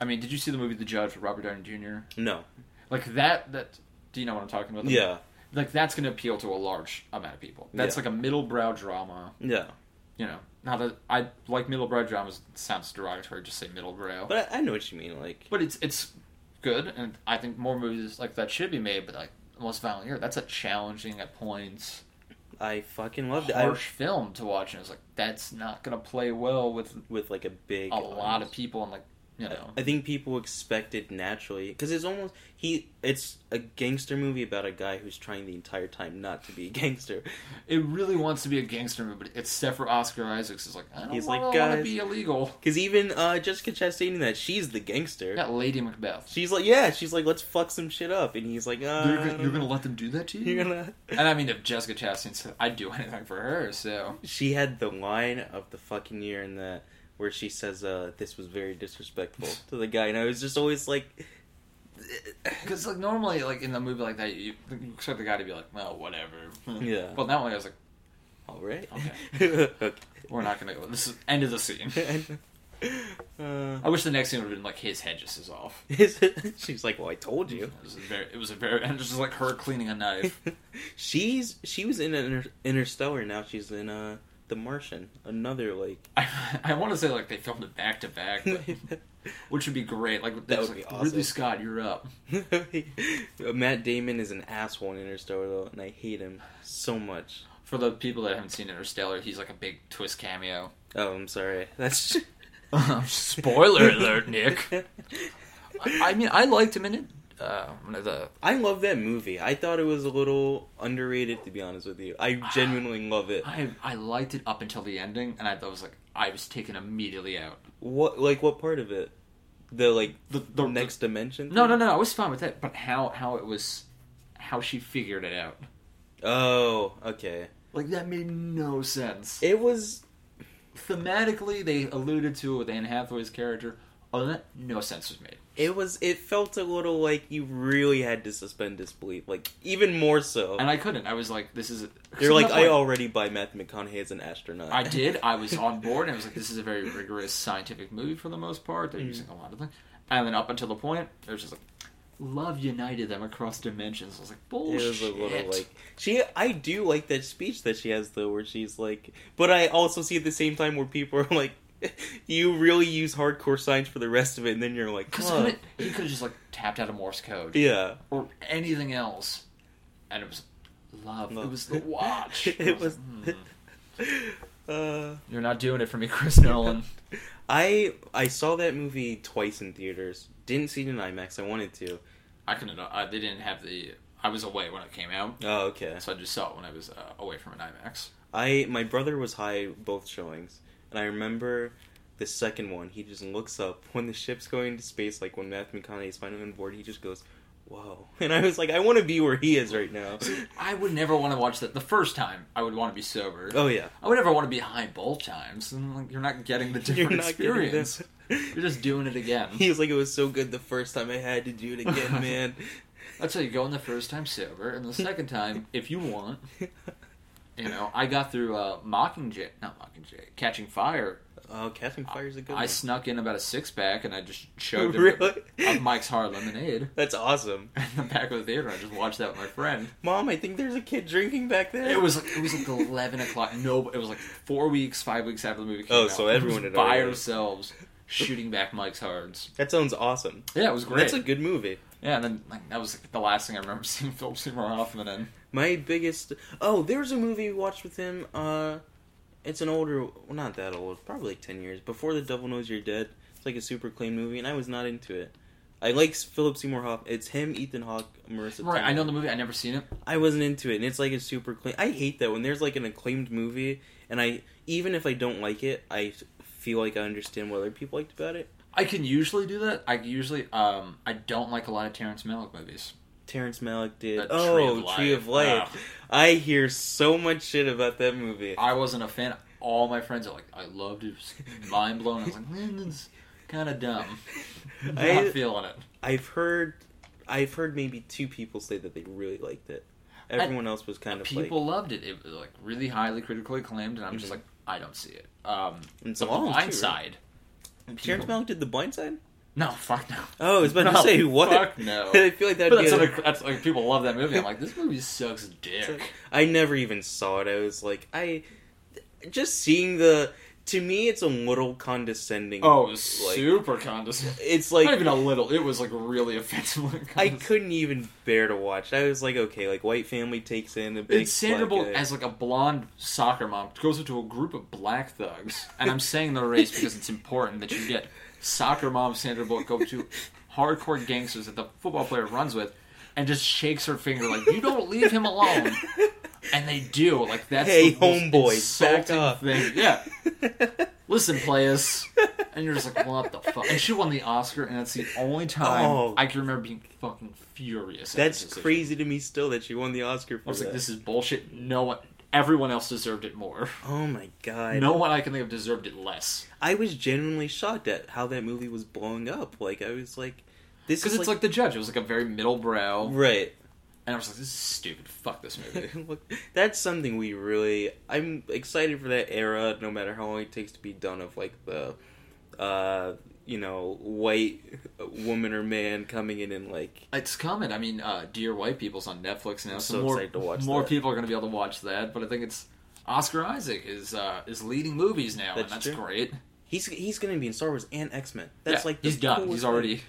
Speaker 2: I mean, did you see the movie The Judge with Robert Downey Jr.?
Speaker 1: No.
Speaker 2: Like that. That do you know what I'm talking about? The-
Speaker 1: Yeah.
Speaker 2: Like that's going to appeal to a large amount of people. That's
Speaker 1: Yeah.
Speaker 2: like a middle brow drama.
Speaker 1: No.
Speaker 2: You know, not that I like middle brow dramas. it sounds derogatory. Just say middle brow. But,
Speaker 1: But I, I know what you mean. Like,
Speaker 2: it's it's good, and I think more movies like that should be made. But like most violent year, that's a challenging at points.
Speaker 1: I fucking loved it. I,
Speaker 2: harsh film to watch, and it's like that's not gonna play well with
Speaker 1: with like a big.
Speaker 2: a lot of
Speaker 1: audience.
Speaker 2: people, and like you know,
Speaker 1: I think people expect it naturally because it's almost he. It's a gangster movie about a guy who's trying the entire time not to be a gangster.
Speaker 2: it really wants to be a gangster movie, but except for Oscar Isaacs, is like I don't
Speaker 1: He's
Speaker 2: want
Speaker 1: like,
Speaker 2: to
Speaker 1: "Guys."
Speaker 2: be illegal.
Speaker 1: Because even uh, Jessica Chastain in that, she's the gangster.
Speaker 2: Yeah, Lady Macbeth.
Speaker 1: She's like, yeah. She's like, let's fuck some shit up, and he's like, uh,
Speaker 2: You're, gonna, you're gonna let them do that to you?
Speaker 1: you're gonna.
Speaker 2: And I mean, if Jessica Chastain said I'd do anything for her, so
Speaker 1: She had the line of the fucking year in that where she says, uh, "This was very disrespectful to the guy," and I was just always like,
Speaker 2: because like normally, like in a movie like that, you, you expect the guy to be like, well, whatever.
Speaker 1: Yeah.
Speaker 2: But that one, I was like,
Speaker 1: "All right,
Speaker 2: Okay.
Speaker 1: okay.
Speaker 2: we're not gonna go. This is end of the scene.
Speaker 1: Uh,
Speaker 2: I wish the next thing would have been like his head just is off.
Speaker 1: she's like, well, I told you.
Speaker 2: It was a very, it was a very, and just like her cleaning a knife.
Speaker 1: she's she was in Inter- Interstellar. Now she's in uh The Martian. Another like
Speaker 2: I, I want to say like they filmed it back to back, but- which would be great. Like
Speaker 1: That
Speaker 2: that was
Speaker 1: would be
Speaker 2: like,
Speaker 1: awesome.
Speaker 2: Ridley Scott, you're up.
Speaker 1: Matt Damon is an asshole in Interstellar, though, and I hate him so much.
Speaker 2: For the people that haven't seen Interstellar, he's like a big twist cameo.
Speaker 1: Oh, I'm sorry. That's
Speaker 2: Spoiler alert, Nick. I, I mean, I liked him in it. Uh, one of the
Speaker 1: I love that movie. I thought it was a little underrated, to be honest with you. I genuinely love it.
Speaker 2: I I liked it up until the ending, and I, I was like, I was taken immediately out.
Speaker 1: What like what part of it? The like
Speaker 2: The
Speaker 1: the next dimension?
Speaker 2: No, no, no. I was fine with that, but how how it was, how she figured it out.
Speaker 1: Oh, okay.
Speaker 2: Like that made no sense.
Speaker 1: It was
Speaker 2: Thematically, they alluded to it with Anne Hathaway's character. Other than that, no sense was made.
Speaker 1: it was it felt a little like you really had to suspend disbelief, like even more so.
Speaker 2: And I couldn't. I was like, this is.
Speaker 1: You're like, I
Speaker 2: Like,
Speaker 1: already buy Matthew McConaughey as an astronaut.
Speaker 2: I did. I was on board. And I was like, this is a very rigorous scientific movie for the most part.
Speaker 1: Mm-hmm.
Speaker 2: They're using a lot of things. And then up until the point, it was just like, love united them across dimensions. I was like,
Speaker 1: It
Speaker 2: bullshit.
Speaker 1: was a little like she. I do like that speech that she has though, where she's like, but I also see at the same time where people are like, you really use hardcore science for the rest of it, and then you're like,
Speaker 2: Because
Speaker 1: huh.
Speaker 2: he could have just like tapped out a Morse code
Speaker 1: yeah,
Speaker 2: or anything else, and it was love.
Speaker 1: Love.
Speaker 2: It was the watch. I
Speaker 1: it was.
Speaker 2: like, "Hmm,
Speaker 1: Uh,
Speaker 2: You're not doing it for me, Chris Nolan.
Speaker 1: I I saw that movie twice in theaters. Didn't see it in IMAX. I wanted to.
Speaker 2: I couldn't. I, they didn't have the. I was away when it came out,
Speaker 1: Oh, okay.
Speaker 2: so I just saw it when I was uh, away from an IMAX.
Speaker 1: I my brother was high both showings, and I remember the second one. He just looks up when the ship's going to space, like when Matthew McConaughey's finally on board. He just goes, "Whoa!" And I was like, "I want to be where he is right now."
Speaker 2: I would never want to watch that the first time. I would want to be sober.
Speaker 1: oh yeah,
Speaker 2: I would never want to be high both times. And like, you're not getting the different
Speaker 1: getting
Speaker 2: experience.
Speaker 1: this.
Speaker 2: You're just doing it again.
Speaker 1: He was like, "It was so good the first time. I had to do it again, man."
Speaker 2: That's how you go in the first time sober, and the second time, if you want, you know. I got through uh, Mockingjay, not Mockingjay, Catching Fire.
Speaker 1: Oh, Catching Fire's a good
Speaker 2: I
Speaker 1: one.
Speaker 2: snuck in about a six pack, and I just showed them
Speaker 1: Really?
Speaker 2: of Mike's Hard Lemonade
Speaker 1: That's awesome,
Speaker 2: in the back of the theater. I just watched that with my friend.
Speaker 1: Mom. I think there's a kid drinking back there.
Speaker 2: It was like, it was like eleven o'clock. No, it was like four weeks, five weeks after the movie came
Speaker 1: Oh,
Speaker 2: out.
Speaker 1: so
Speaker 2: We
Speaker 1: everyone
Speaker 2: was
Speaker 1: had
Speaker 2: by
Speaker 1: already-
Speaker 2: ourselves shooting back Mike's Hards.
Speaker 1: that sounds awesome.
Speaker 2: Yeah, it was great.
Speaker 1: That's a good movie.
Speaker 2: Yeah, and then like that was like, the last thing I remember seeing Philip Seymour Hoffman in.
Speaker 1: My biggest oh, there's a movie we watched with him. Uh, it's an older, well, not that old, probably like ten years before The Devil Knows You're Dead. It's like a super clean movie, and I was not into it. I like Philip Seymour Hoffman. It's him, Ethan Hawke, Marissa.
Speaker 2: Right, I
Speaker 1: Tomei.
Speaker 2: know the movie. I never seen it.
Speaker 1: I wasn't into it, and it's like a super clean. I hate that when there's like an acclaimed movie, and I even if I don't like it, I feel like I understand what other people liked about it.
Speaker 2: I can usually do that. I usually um I don't like a lot of Terrence Malick movies.
Speaker 1: Terrence Malick did.
Speaker 2: The Tree
Speaker 1: oh,
Speaker 2: of
Speaker 1: Tree
Speaker 2: Life.
Speaker 1: of Life. I hear so much shit about that movie.
Speaker 2: I wasn't a fan. All my friends are like, I loved it. It was mind blown. I was like, man, it's kind of dumb. Not
Speaker 1: I-
Speaker 2: feeling it.
Speaker 1: I've heard, I've heard maybe two people say that they really liked it. Everyone else was kind of
Speaker 2: People loved it. It was like really highly critically acclaimed, and I'm just
Speaker 1: Mhm.
Speaker 2: like, I don't see it. Um,
Speaker 1: like and
Speaker 2: so
Speaker 1: some others, too,
Speaker 2: Blind
Speaker 1: right?
Speaker 2: Side.
Speaker 1: Terrence
Speaker 2: people-
Speaker 1: Malick did the Blind Side.
Speaker 2: No, fuck no.
Speaker 1: Oh, I was about
Speaker 2: No,
Speaker 1: to say what?
Speaker 2: Fuck no.
Speaker 1: I feel like that'd
Speaker 2: But
Speaker 1: be.
Speaker 2: that's,
Speaker 1: a-
Speaker 2: what I- that's like people love that movie. I'm like, this movie sucks dick.
Speaker 1: I never even saw it. I was like, I just seeing the. To me, it's a little condescending.
Speaker 2: Oh, it was
Speaker 1: like-
Speaker 2: super condescending.
Speaker 1: it's
Speaker 2: Not even
Speaker 1: like
Speaker 2: a little. It was like really offensive.
Speaker 1: I couldn't even bear to watch. I was like, okay, like white family takes in a big. uh,
Speaker 2: It's Sandra
Speaker 1: black
Speaker 2: Bullock
Speaker 1: guy.
Speaker 2: as like a blonde soccer mom goes into a group of black thugs, and I'm saying the race because it's important that you get soccer mom Sandra Bullock go to hardcore gangsters that the football player runs with, and just shakes her finger like you don't leave him alone, and they do like that's
Speaker 1: Hey,
Speaker 2: the most
Speaker 1: homeboy, back
Speaker 2: insulting
Speaker 1: off.
Speaker 2: thing. Yeah, listen, players, and you're just like what the fuck, and she won the Oscar, and that's the only time
Speaker 1: Oh.
Speaker 2: I can remember being fucking furious. at
Speaker 1: That's
Speaker 2: this decision.
Speaker 1: crazy to me still that she won the Oscar for
Speaker 2: I was
Speaker 1: that.
Speaker 2: like, this is bullshit. No one, everyone else deserved it more.
Speaker 1: Oh my god.
Speaker 2: No one I can think of deserved it less.
Speaker 1: I was genuinely shocked at how that movie was blowing up. Like I was like, this
Speaker 2: Because
Speaker 1: is
Speaker 2: it's like, oh. the judge. It was like a very middle brow,
Speaker 1: right.
Speaker 2: and I was like, this is stupid. Fuck this movie.
Speaker 1: Look, That's something we really. I'm excited for that era. No matter how long it takes to be done, of like the uh, you know, white woman or man coming in and like
Speaker 2: It's coming. I mean, uh, Dear White People's on Netflix now.
Speaker 1: I'm
Speaker 2: so
Speaker 1: so
Speaker 2: more,
Speaker 1: excited to watch
Speaker 2: more
Speaker 1: that.
Speaker 2: people are going to be able to watch that. But I think it's Oscar Isaac is uh, is leading movies now,
Speaker 1: That's
Speaker 2: and that's
Speaker 1: true.
Speaker 2: great.
Speaker 1: he's he's gonna be in Star Wars and X Men. That's
Speaker 2: Yeah,
Speaker 1: like the
Speaker 2: he's done.
Speaker 1: coolest
Speaker 2: He's
Speaker 1: thing.
Speaker 2: already.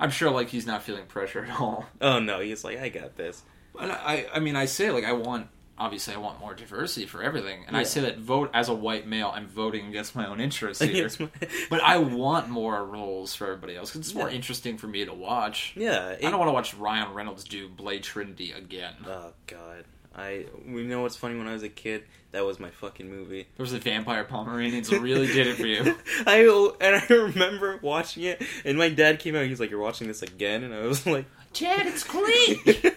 Speaker 2: I'm sure, like he's not feeling pressure at all.
Speaker 1: Oh no, he's like I got this.
Speaker 2: And I, I mean, I say like I want obviously I want more diversity for everything, and I
Speaker 1: Yeah.
Speaker 2: say that vote as a white male, I'm voting against my own interests here.
Speaker 1: It's my-
Speaker 2: but I want more roles for everybody else because it's more
Speaker 1: Yeah.
Speaker 2: interesting for me to watch.
Speaker 1: yeah,
Speaker 2: I
Speaker 1: it-
Speaker 2: don't want to watch Ryan Reynolds do Blade Trinity again.
Speaker 1: Oh god. I we know what's funny when I was a kid, that was my fucking movie.
Speaker 2: There was the Vampire Pomeranians that really did it for you.
Speaker 1: I and I remember watching it and my dad came out he's like you're watching this again and I was like
Speaker 2: Chad, it's great.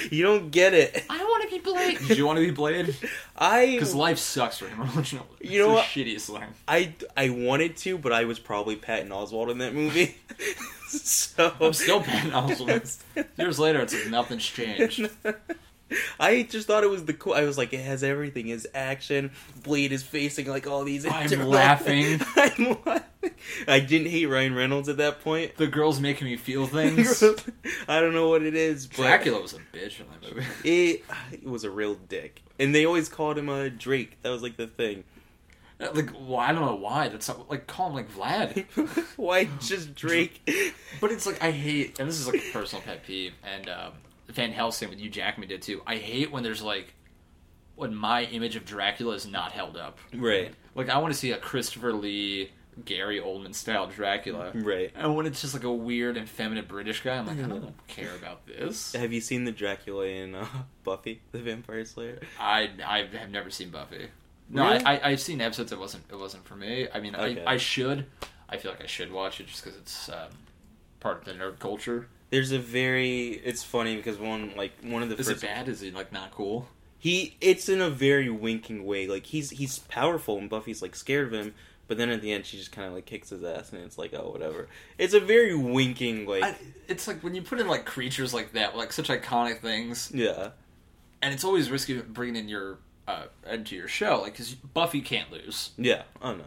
Speaker 1: you don't get it.
Speaker 2: I want to be Blade. Did you want to be Blade?
Speaker 1: I
Speaker 2: Because life sucks for him. You know,
Speaker 1: You know
Speaker 2: the
Speaker 1: what?
Speaker 2: shittiest thing.
Speaker 1: I I wanted to, but I was probably Patton Oswald in that movie. so
Speaker 2: I'm still Patton Oswalt. Years later, it's like nothing's changed.
Speaker 1: I just thought it was the cool. I was like, it has everything. His action, Blade is facing like all these.
Speaker 2: I'm
Speaker 1: internal-
Speaker 2: laughing.
Speaker 1: I'm laughing. I didn't hate Ryan Reynolds at that point.
Speaker 2: The girls making me feel things.
Speaker 1: I don't know what it is, but
Speaker 2: Dracula was a bitch in that movie.
Speaker 1: It, it was a real dick, and they always called him a Drake. That was like the thing.
Speaker 2: Like, well, I don't know why. That's not, like call him like Vlad.
Speaker 1: Why just Drake?
Speaker 2: But it's like I hate, and this is like a personal pet peeve, and um, Van Helsing with Hugh Jackman did too. I hate when there's like when my image of Dracula is not held up.
Speaker 1: right,
Speaker 2: Like I want to see a Christopher Lee, Gary Oldman style Dracula.
Speaker 1: right.
Speaker 2: And when it's just like a weird effeminate British guy, I'm like, I don't care about this.
Speaker 1: Have you seen the Dracula in uh, Buffy the Vampire Slayer?
Speaker 2: I I have never seen Buffy. No,
Speaker 1: Really?
Speaker 2: I, I I've seen episodes. It wasn't it wasn't for me. I mean,
Speaker 1: Okay.
Speaker 2: I I should. I feel like I should watch it just because it's um, part of the nerd culture.
Speaker 1: There's a very. It's funny because one like one of the
Speaker 2: Is it
Speaker 1: first
Speaker 2: bad? Is it like not cool?
Speaker 1: he it's in a very winking way like he's he's powerful and buffy's like scared of him but then at the end she just kind of like kicks his ass and it's like oh whatever it's a very winking like
Speaker 2: I, it's like when you put in like creatures like that, like such iconic things,
Speaker 1: yeah
Speaker 2: and it's always risky bringing in your uh into your show, like because Buffy can't lose.
Speaker 1: yeah oh no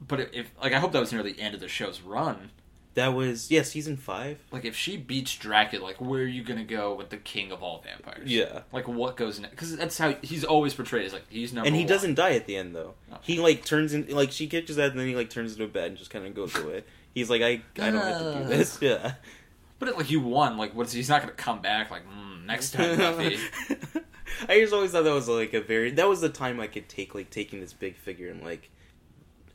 Speaker 2: But if- if like I hope that was near the end of the show's run.
Speaker 1: that was yeah season five
Speaker 2: Like if she beats Dracula, like where are you gonna go with the king of all vampires?
Speaker 1: yeah
Speaker 2: Like what goes next? Because that's how he's always portrayed. As like he's number
Speaker 1: and he
Speaker 2: one.
Speaker 1: doesn't die at the end though
Speaker 2: No.
Speaker 1: he like turns in like she kicks his ass and then he like turns into a bed and just kind of goes away he's like i i don't have to do this yeah
Speaker 2: But it, like you won, like what's he's not gonna come back? Like mm, next time, Buffy.
Speaker 1: I just always thought that was like a very that was the time I could take like taking this big figure and like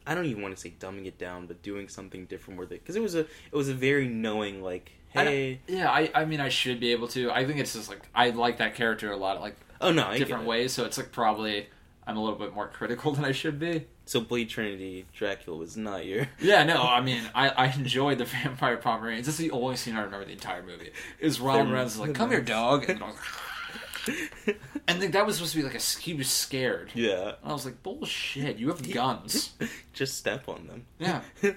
Speaker 1: I don't even want to say dumbing it down, but doing something different with it because it was a it was a very knowing like
Speaker 2: I don't-
Speaker 1: hey
Speaker 2: yeah, I, I mean I should be able to. I think it's just like I like that character a lot, like
Speaker 1: oh no I get
Speaker 2: different
Speaker 1: it.
Speaker 2: ways. So it's like probably I'm a little bit more critical than I should be.
Speaker 1: so Blade Trinity Dracula was not your
Speaker 2: Yeah, no, I mean I, I enjoyed the vampire Pomeranians. That's the only scene I remember the entire movie. Is Ron
Speaker 1: They're-
Speaker 2: Reynolds is like, come here, dog, and, then and like, that was supposed to be like a s- he was scared.
Speaker 1: yeah
Speaker 2: And I was like, bullshit, you have guns.
Speaker 1: just step on them
Speaker 2: Yeah.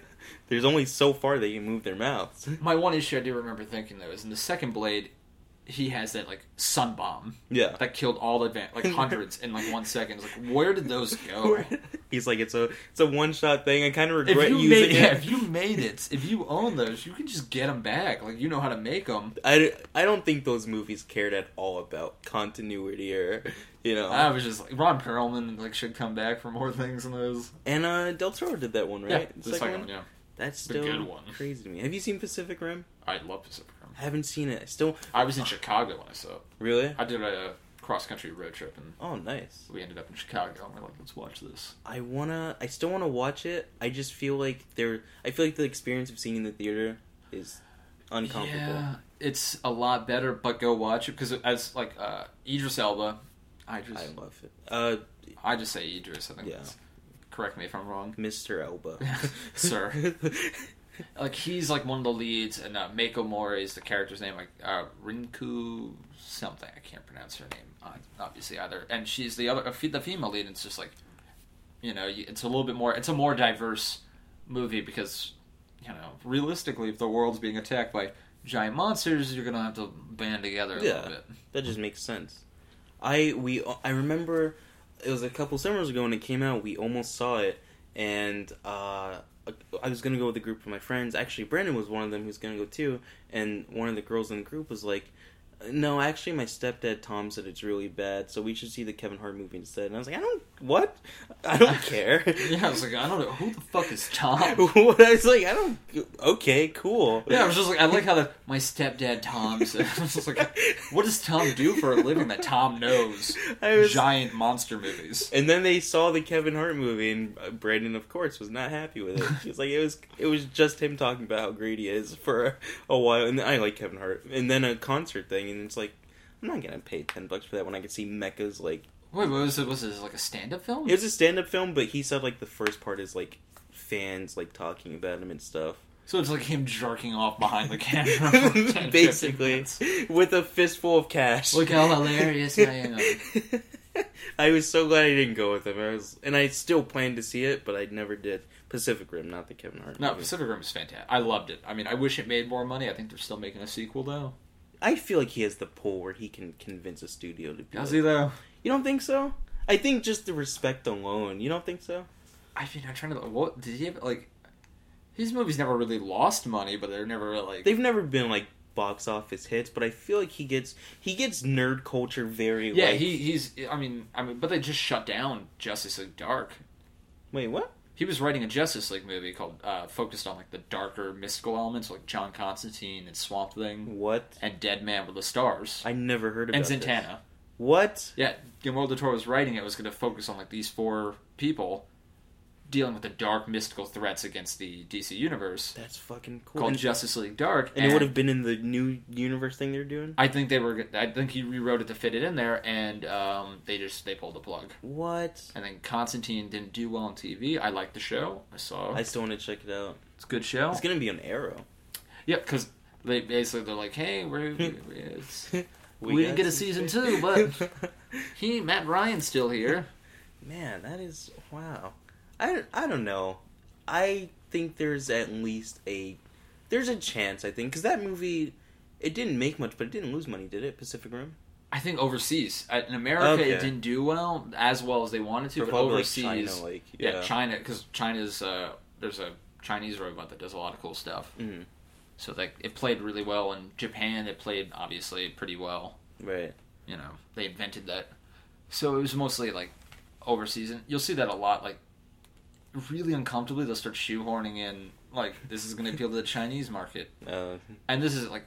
Speaker 1: there's only so far they can move their mouths
Speaker 2: My one issue I do remember thinking though is in the second Blade, he has that like sun bomb
Speaker 1: yeah
Speaker 2: that killed all the van- like hundreds in like one second. It's like where did those go?
Speaker 1: he's like it's a it's a one shot thing I kind of
Speaker 2: If
Speaker 1: regret
Speaker 2: you
Speaker 1: using
Speaker 2: made
Speaker 1: it
Speaker 2: yeah, if you made it, if you own those, you can just get them back. Like you know how to make them.
Speaker 1: I, I don't think those movies cared at all about continuity or you know.
Speaker 2: I was just like Ron Perlman like should come back for more things than those.
Speaker 1: and uh, Del Toro did that one, right?
Speaker 2: Yeah,
Speaker 1: The
Speaker 2: the second
Speaker 1: one?
Speaker 2: one. Yeah,
Speaker 1: That's
Speaker 2: The
Speaker 1: still
Speaker 2: good one.
Speaker 1: crazy to me. Have you seen Pacific Rim?
Speaker 2: I love Pacific Rim.
Speaker 1: Haven't seen it. I Still,
Speaker 2: I was in Chicago when I saw it.
Speaker 1: really?
Speaker 2: I did a cross country road trip and
Speaker 1: Oh, nice.
Speaker 2: we ended up in Chicago and we're like, let's watch this.
Speaker 1: I wanna. I still wanna watch it. I just feel like there. I feel like the experience of seeing it in the theater is uncomparable.
Speaker 2: Yeah, it's a lot better, but go watch it because as like uh, Idris Elba, I
Speaker 1: I
Speaker 2: just
Speaker 1: love it. Uh,
Speaker 2: I, just say Idris. I think
Speaker 1: Yeah.
Speaker 2: that's, correct me if I'm wrong.
Speaker 1: Mr. Elba,
Speaker 2: Sir. Like he's like one of the leads, and uh, Mako Mori is the character's name, like uh, Rinku something. I can't pronounce her name, uh, obviously either. And she's the other uh, fe- the female lead. And it's just like, you know, you- it's a little bit more. It's a more diverse movie because, you know, realistically, if the world's being attacked by giant monsters, you're gonna have to band together a
Speaker 1: Yeah.
Speaker 2: little bit.
Speaker 1: That just makes sense. I we I remember it was a couple summers ago when it came out. We almost saw it, and uh, I was gonna go with a group of my friends. Actually, Brandon was one of them who's gonna go too. And one of the girls in the group was like, "No, actually, my stepdad Tom said it's really bad, so we should see the Kevin Hart movie instead." And I was like, "I don't what? I don't care."
Speaker 2: Yeah, I was like, I don't know who the fuck is Tom.
Speaker 1: what? I was like, "I don't." Okay, cool.
Speaker 2: Yeah, I was just like, I like how the my stepdad Tom said. I was just like, what does Tom do for a living that Tom knows
Speaker 1: I was-
Speaker 2: giant monster movies?
Speaker 1: And then they saw the Kevin Hart movie, and uh, Brandon, of course, was not happy with it. She's like, it was it was just him talking about how great he is for a, a while. And I like Kevin Hart. And then a concert thing, and it's like, I'm not gonna pay ten bucks for that when I could see Mecca's like
Speaker 2: Wait, what was it? Was it like a stand-up film?
Speaker 1: it was a stand up film, but he said like the first part is like fans like talking about him and stuff.
Speaker 2: so it's like him jerking off behind the camera, for 10, 15
Speaker 1: Basically,
Speaker 2: minutes.
Speaker 1: with a fistful of cash.
Speaker 2: Look how hilarious I am.
Speaker 1: I was so glad I didn't go with him. I was, and I still planned to see it, but I never did. Pacific Rim, not the Kevin Hart.
Speaker 2: No,
Speaker 1: movie.
Speaker 2: Pacific Rim is fantastic. I loved it. I mean, I wish it made more money. I think they're still making a sequel though.
Speaker 1: I feel like he has the pull where he can convince a studio to be.
Speaker 2: Does
Speaker 1: like-
Speaker 2: he though?
Speaker 1: you don't think so? I think just the respect alone. You don't think so?
Speaker 2: I mean, I'm trying to. What did he have? Like, his movies never really lost money, but they're never like.
Speaker 1: They've never been like box office hits, but I feel like he gets he gets nerd culture very.
Speaker 2: yeah,
Speaker 1: like-
Speaker 2: he, he's. I mean, I mean, but they just shut down Justice League Dark.
Speaker 1: Wait, what?
Speaker 2: He was writing a Justice League movie called uh, focused on like the darker mystical elements, like John Constantine and Swamp Thing
Speaker 1: What?
Speaker 2: and Dead Man with the Stars
Speaker 1: I never heard about
Speaker 2: and
Speaker 1: this.
Speaker 2: Santana.
Speaker 1: What?
Speaker 2: Yeah, Guillermo del Toro was writing it was going to focus on like these four people dealing with the dark mystical threats against the DC universe
Speaker 1: That's fucking cool.
Speaker 2: called
Speaker 1: And,
Speaker 2: Justice League Dark.
Speaker 1: and it would have been in the new universe thing they're doing.
Speaker 2: I think they were. I think he rewrote it to fit it in there, and um, they just they pulled the plug.
Speaker 1: What?
Speaker 2: And then Constantine didn't do well on TV. I liked the show. I saw
Speaker 1: I
Speaker 2: it.
Speaker 1: still want to check it out.
Speaker 2: it's a good show.
Speaker 1: It's gonna be on Arrow.
Speaker 2: Yeah, because they basically they're like, hey, we're, we it's, We didn't get a season two, but- he Matt Ryan's still here.
Speaker 1: Man, that is wow. I I don't know. I think there's at least a there's a chance I think because that movie it didn't make much, but it didn't lose money, did it? Pacific Rim.
Speaker 2: I think overseas Uh, in America
Speaker 1: Okay.
Speaker 2: it didn't do well as well as they wanted to,
Speaker 1: For
Speaker 2: but
Speaker 1: probably, like,
Speaker 2: overseas,
Speaker 1: China, like yeah.
Speaker 2: yeah, China because China's uh, there's a Chinese robot that does a lot of cool stuff.
Speaker 1: Mhm.
Speaker 2: So like it played really well in Japan. It played obviously pretty well.
Speaker 1: Right.
Speaker 2: You know they invented that, so it was mostly like overseas. And you'll see that a lot. Like really uncomfortably, they'll start shoehorning in like this is going to appeal to the Chinese market.
Speaker 1: Uh,
Speaker 2: And this is like,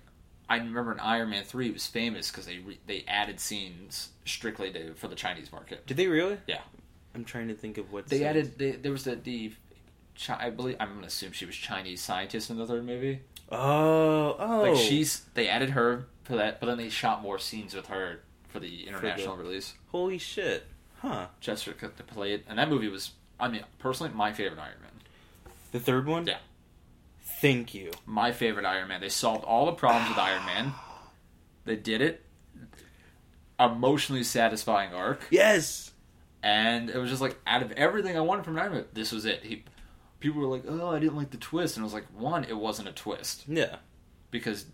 Speaker 2: I remember in Iron Man three it was famous because they re- they added scenes strictly to for the Chinese market.
Speaker 1: did they really?
Speaker 2: Yeah.
Speaker 1: I'm trying to think of what
Speaker 2: They
Speaker 1: scenes.
Speaker 2: added they, there was the the, Chi- I believe I'm gonna assume she was Chinese scientist in the third movie.
Speaker 1: Oh, oh.
Speaker 2: Like she's they added her for that, but then they shot more scenes with her for the international release
Speaker 1: Holy shit. Huh.
Speaker 2: just for to play it. And that movie was I mean personally my favorite Iron Man.
Speaker 1: The third one.
Speaker 2: Yeah.
Speaker 1: Thank you.
Speaker 2: My favorite Iron Man. They solved all the problems with Iron Man. They did it. Emotionally satisfying arc.
Speaker 1: Yes.
Speaker 2: and it was just like out of everything I wanted from an Iron Man, this was it. He, people were like, "Oh, I didn't like the twist," and I was like, "One, it wasn't a twist
Speaker 1: Yeah.
Speaker 2: because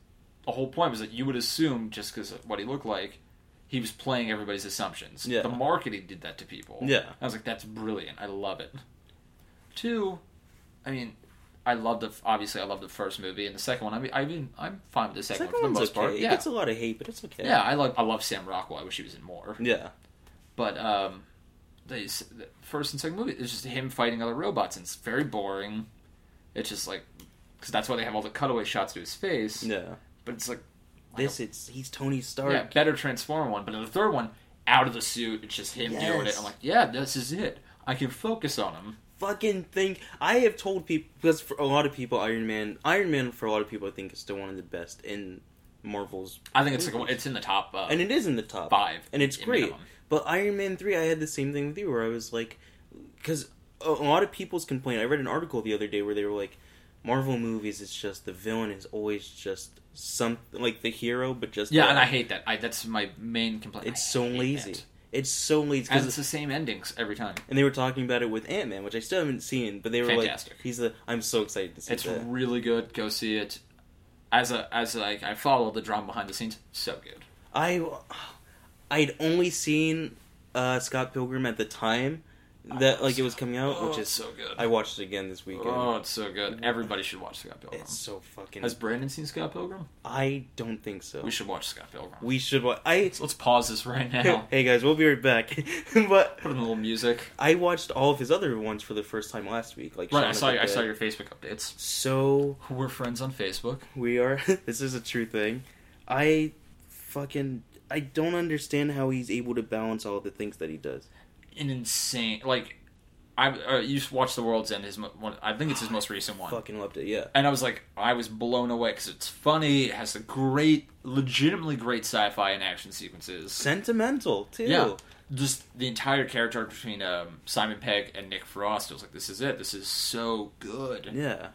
Speaker 2: the whole point was that you would assume just because of what he looked like, he was playing everybody's assumptions.
Speaker 1: Yeah.
Speaker 2: The marketing did that to people.
Speaker 1: Yeah.
Speaker 2: I was like, that's brilliant. I love it. Two, I mean, I love the obviously I love the first movie and the second one. I mean, I mean, I'm fine with the second,
Speaker 1: Second one's
Speaker 2: one for the most
Speaker 1: okay.
Speaker 2: part.
Speaker 1: It
Speaker 2: Yeah,
Speaker 1: gets a lot of hate, but it's okay.
Speaker 2: yeah. I love I love Sam Rockwell. I wish he was in more.
Speaker 1: Yeah.
Speaker 2: But um, they s- the first and second movie it's just him fighting other robots, and it's very boring. It's just like because that's why they have all the cutaway shots to his face.
Speaker 1: Yeah.
Speaker 2: But it's like
Speaker 1: This it's he's Tony Stark.
Speaker 2: yeah, better transform one. But in the third one, out of the suit, it's just him doing it.
Speaker 1: Yes.
Speaker 2: I'm like, yeah, this is it. I can focus on him.
Speaker 1: fucking think I have told people because for a lot of people Iron Man Iron Man for a lot of people I think is still one of the best in Marvel's
Speaker 2: I think it's like it's in the top uh,
Speaker 1: and it is in the top
Speaker 2: five,
Speaker 1: and it's
Speaker 2: in
Speaker 1: great
Speaker 2: minimum.
Speaker 1: but Iron Man 3 I had the same thing with you where I was like cuz a a lot of people's complaint I read an article the other day where they were like Marvel movies it's just the villain is always just some like the hero but just
Speaker 2: Yeah,
Speaker 1: the-
Speaker 2: and I hate that. I that's my main complaint.
Speaker 1: it's
Speaker 2: I
Speaker 1: so
Speaker 2: hate
Speaker 1: lazy
Speaker 2: that.
Speaker 1: it's so lazy
Speaker 2: And
Speaker 1: 'cause
Speaker 2: it's the same endings every time.
Speaker 1: and they were talking about it with Ant Man, which I still haven't seen, but they were
Speaker 2: Fantastic.
Speaker 1: like, "He's the." I'm so excited to see
Speaker 2: It's
Speaker 1: that.
Speaker 2: really good. Go see it. As a as like I follow the drama behind the scenes. So good.
Speaker 1: I I'd only seen uh, Scott Pilgrim at the time, that like it was coming out,
Speaker 2: Oh,
Speaker 1: which
Speaker 2: it's
Speaker 1: is
Speaker 2: so good.
Speaker 1: I watched it again this weekend.
Speaker 2: oh, it's so good. Everybody should watch Scott Pilgrim.
Speaker 1: It's so fucking.
Speaker 2: Has Brandon seen Scott Pilgrim?
Speaker 1: I don't think so.
Speaker 2: We should watch Scott Pilgrim.
Speaker 1: We should. Wa- I.
Speaker 2: Let's pause this right now.
Speaker 1: hey guys, we'll be right back. but
Speaker 2: Put in a little music.
Speaker 1: I watched all of his other ones for the first time last week. Like
Speaker 2: Right,
Speaker 1: Shaun
Speaker 2: I
Speaker 1: of
Speaker 2: saw
Speaker 1: the
Speaker 2: I saw
Speaker 1: Dead.
Speaker 2: your Facebook updates.
Speaker 1: So
Speaker 2: We're friends on Facebook.
Speaker 1: we are. this is a true thing. I fucking. I don't understand how he's able to balance all the things that he does.
Speaker 2: An insane like, I uh, you just watched The World's End. His mo- one, I think it's his most recent one.
Speaker 1: Fucking loved it. Yeah.
Speaker 2: and I was like, I was blown away because it's funny. It has a great, legitimately great sci-fi and action sequences.
Speaker 1: Sentimental too.
Speaker 2: Yeah. Just the entire character arc between um, Simon Pegg and Nick Frost. I was like, this is it. This is so good.
Speaker 1: Yeah.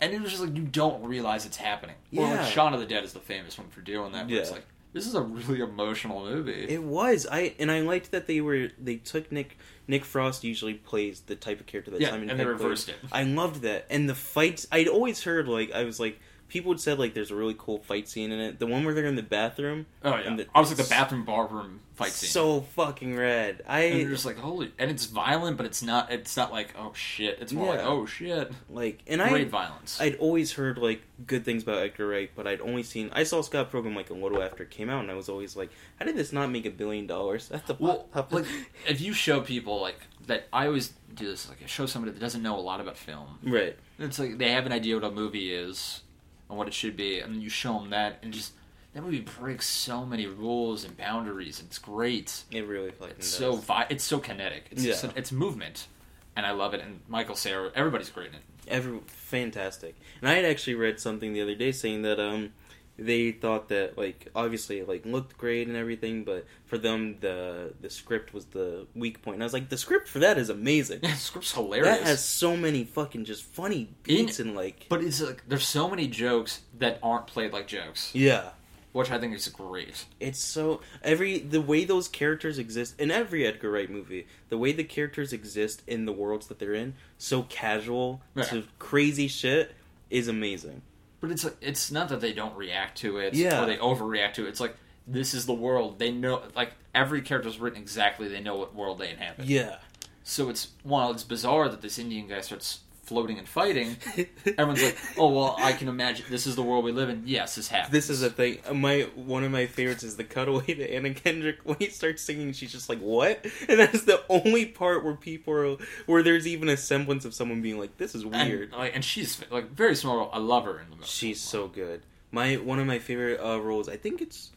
Speaker 2: And it was just like you don't realize it's happening. Or
Speaker 1: Yeah.
Speaker 2: like Shaun of the Dead is the famous one for doing that. Where It's
Speaker 1: Yeah.
Speaker 2: like this is a really emotional movie.
Speaker 1: It was I and I liked that they were they took Nick Nick Frost usually plays the type of character that
Speaker 2: yeah,
Speaker 1: Simon
Speaker 2: and they
Speaker 1: Pegg plays.
Speaker 2: reversed it.
Speaker 1: I loved that and the fights. I'd always heard like I was like people had said like there's a really cool fight scene in it. The one where they're in the bathroom,
Speaker 2: Oh yeah,
Speaker 1: And the-
Speaker 2: I was like the bathroom barroom fight scene.
Speaker 1: so fucking rad.
Speaker 2: and
Speaker 1: I
Speaker 2: you're just like holy, and it's violent, but it's not. It's not like oh shit. It's more like
Speaker 1: Yeah.
Speaker 2: oh shit.
Speaker 1: like and
Speaker 2: Great
Speaker 1: I
Speaker 2: violence.
Speaker 1: I'd always heard like good things about Edgar Wright, but I'd only seen I saw Scott Pilgrim like a little after it came out, and I was always like, how did this not make a billion dollars? That's a
Speaker 2: well, like if you show people like that, I always do this. Like I show somebody that doesn't know a lot about film.
Speaker 1: right.
Speaker 2: It's like they have an idea what a movie is and what it should be, and you show them that, and just that movie breaks so many rules and boundaries. It's great.
Speaker 1: It really fucking
Speaker 2: It's so
Speaker 1: does.
Speaker 2: vi- It's so kinetic. It's
Speaker 1: Yeah.
Speaker 2: so- it's movement, and I love it. And Michael Sarah, everybody's great in it.
Speaker 1: Every fantastic. And I had actually read something the other day saying that um they thought that like obviously it, like looked great and everything, but for them the the script was the weak point. And I was like, the script for that is amazing.
Speaker 2: Yeah, the script's hilarious.
Speaker 1: that has so many fucking just funny beats and like
Speaker 2: But it's like there's so many jokes that aren't played like jokes,
Speaker 1: yeah.
Speaker 2: which I think is great.
Speaker 1: It's so every the way those characters exist in every Edgar Wright movie, the way the characters exist in the worlds that they're in, so casual
Speaker 2: Yeah.
Speaker 1: to crazy shit is amazing.
Speaker 2: But it's like it's not that they don't react to it
Speaker 1: Yeah.
Speaker 2: or they overreact to it. It's like this is the world. They know like every character's written exactly. They know what world they inhabit.
Speaker 1: Yeah.
Speaker 2: So it's while it's bizarre that this Indian guy starts floating and fighting, everyone's like, "Oh well, I can imagine this is the world we live in." Yes, this happens.
Speaker 1: This is a thing. My one of my favorites is the cutaway to Anna Kendrick when he starts singing. She's just like, "What?" And that's the only part where people are, where there's even a semblance of someone being like, "This is
Speaker 2: and,
Speaker 1: weird."
Speaker 2: Like, and she's like very small. I love her in the movie.
Speaker 1: She's so good. My one of my favorite uh, roles. I think it's,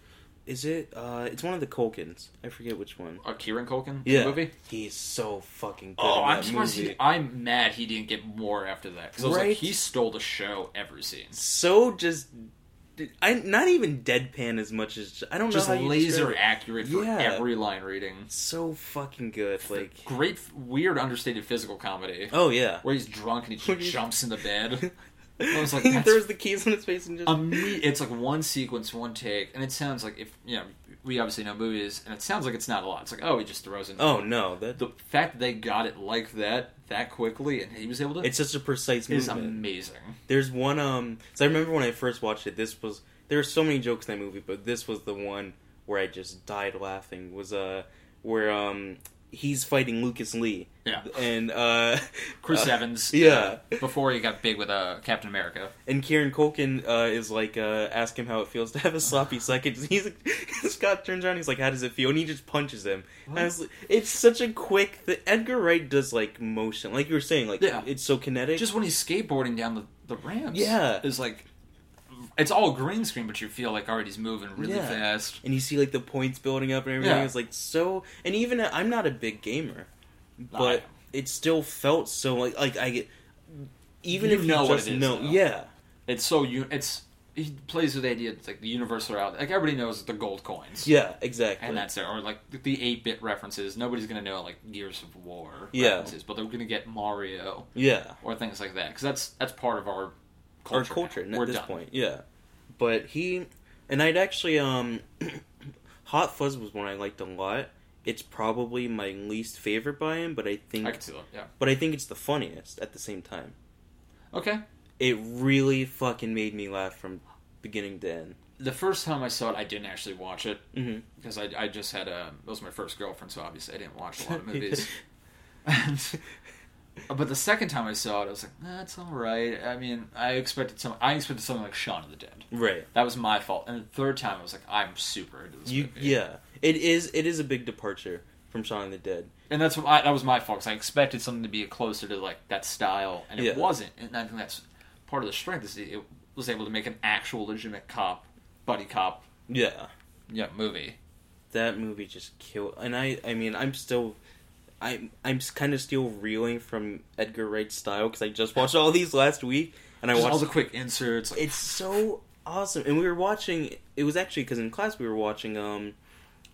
Speaker 1: is it? Uh, it's one of the Colkins. I forget which one.
Speaker 2: uh, Kieran Culkin. in
Speaker 1: Yeah.
Speaker 2: the movie.
Speaker 1: He's so fucking good.
Speaker 2: Oh,
Speaker 1: in that
Speaker 2: I'm surprised.
Speaker 1: movie.
Speaker 2: He, I'm mad he didn't get more after that because I was
Speaker 1: Right?
Speaker 2: like, he stole the show every scene.
Speaker 1: So just, I not even deadpan as much as I don't
Speaker 2: Just
Speaker 1: know. how you
Speaker 2: laser
Speaker 1: describe it.
Speaker 2: accurate for
Speaker 1: Yeah.
Speaker 2: every line reading.
Speaker 1: So fucking good. Like,
Speaker 2: Great, weird, understated physical comedy
Speaker 1: oh yeah.
Speaker 2: where he's drunk and he
Speaker 1: Where
Speaker 2: just
Speaker 1: he's-
Speaker 2: jumps into bed.
Speaker 1: I
Speaker 2: was like,
Speaker 1: he
Speaker 2: that's-
Speaker 1: throws the keys in his face and just.
Speaker 2: Imme- it's like one sequence, one take, and it sounds like if you know we obviously know movies, and it sounds like it's not a lot. It's like oh, he just throws in.
Speaker 1: oh no, that
Speaker 2: The fact that they got it like that that quickly, and he was able to
Speaker 1: it's such a precise
Speaker 2: is
Speaker 1: movement.
Speaker 2: amazing.
Speaker 1: There's one um. So I remember when I first watched it. This was there were so many jokes in that movie, but this was the one where I just died laughing. Was uh where um he's fighting Lucas Lee
Speaker 2: Yeah,
Speaker 1: and uh
Speaker 2: Chris
Speaker 1: uh,
Speaker 2: Evans.
Speaker 1: yeah.
Speaker 2: uh, before he got big with uh, Captain America.
Speaker 1: And Kieran Culkin uh, is like, uh, ask him how it feels to have a sloppy second. He's like, Scott turns around, he's like, how does it feel? And he just punches him. And I was like- it's such a quick. The Edgar Wright does like motion, like you were saying, like
Speaker 2: Yeah.
Speaker 1: it's so kinetic.
Speaker 2: just when he's skateboarding down the, the ramps.
Speaker 1: Yeah.
Speaker 2: It's like, it's all green screen, but you feel like, all right, he's moving really
Speaker 1: Yeah.
Speaker 2: fast.
Speaker 1: and you see like the points building up and everything.
Speaker 2: Yeah.
Speaker 1: It's like so. And even uh, I'm not a big gamer, but
Speaker 2: I-
Speaker 1: it still felt so like like I get. Even
Speaker 2: You
Speaker 1: if
Speaker 2: know
Speaker 1: you
Speaker 2: what
Speaker 1: just
Speaker 2: it is,
Speaker 1: know,
Speaker 2: though.
Speaker 1: yeah,
Speaker 2: it's so, you, it's, he plays with the idea it's like the universal out. Like, everybody knows the gold coins.
Speaker 1: yeah, exactly.
Speaker 2: And that's it. Or like the 8 bit references. Nobody's going to know like Gears of War
Speaker 1: Yeah.
Speaker 2: references, but they're going to get Mario
Speaker 1: yeah.
Speaker 2: or things like that. Because that's, that's part of our culture.
Speaker 1: Our culture
Speaker 2: now.
Speaker 1: at
Speaker 2: We're
Speaker 1: this
Speaker 2: done.
Speaker 1: point. Yeah, but he and I'd actually um, Hot Fuzz was one I liked a lot. It's probably my least favorite by him, but I think
Speaker 2: I can see that. Yeah.
Speaker 1: but I think it's the funniest at the same time.
Speaker 2: Okay.
Speaker 1: It really fucking made me laugh from beginning to end.
Speaker 2: The first time I saw it, I didn't actually watch it
Speaker 1: Mhm.
Speaker 2: because I, I just had a. That was my first girlfriend, so obviously I didn't watch a lot of movies. but the second time I saw it, I was like, that's all right. I mean, I expected some. I expected something like Shaun of the Dead.
Speaker 1: Right.
Speaker 2: That was my fault. And the third time, I was like, I'm super into this
Speaker 1: You
Speaker 2: movie.
Speaker 1: yeah. It is it is a big departure from Shaun of the Dead.
Speaker 2: And that's what I, that was my fault. 'cause I expected something to be closer to like that style, and it
Speaker 1: Yeah.
Speaker 2: wasn't. And I think that's part of the strength is it, it was able to make an actual legitimate cop buddy cop
Speaker 1: Yeah.
Speaker 2: yeah movie.
Speaker 1: That movie just killed and I I mean I'm still I'm I'm kind of still reeling from Edgar Wright's style cuz I just watched all these last week and I
Speaker 2: Just all
Speaker 1: watched
Speaker 2: the quick inserts. Like,
Speaker 1: It's so awesome. And we were watching. It was actually because in class we were watching um,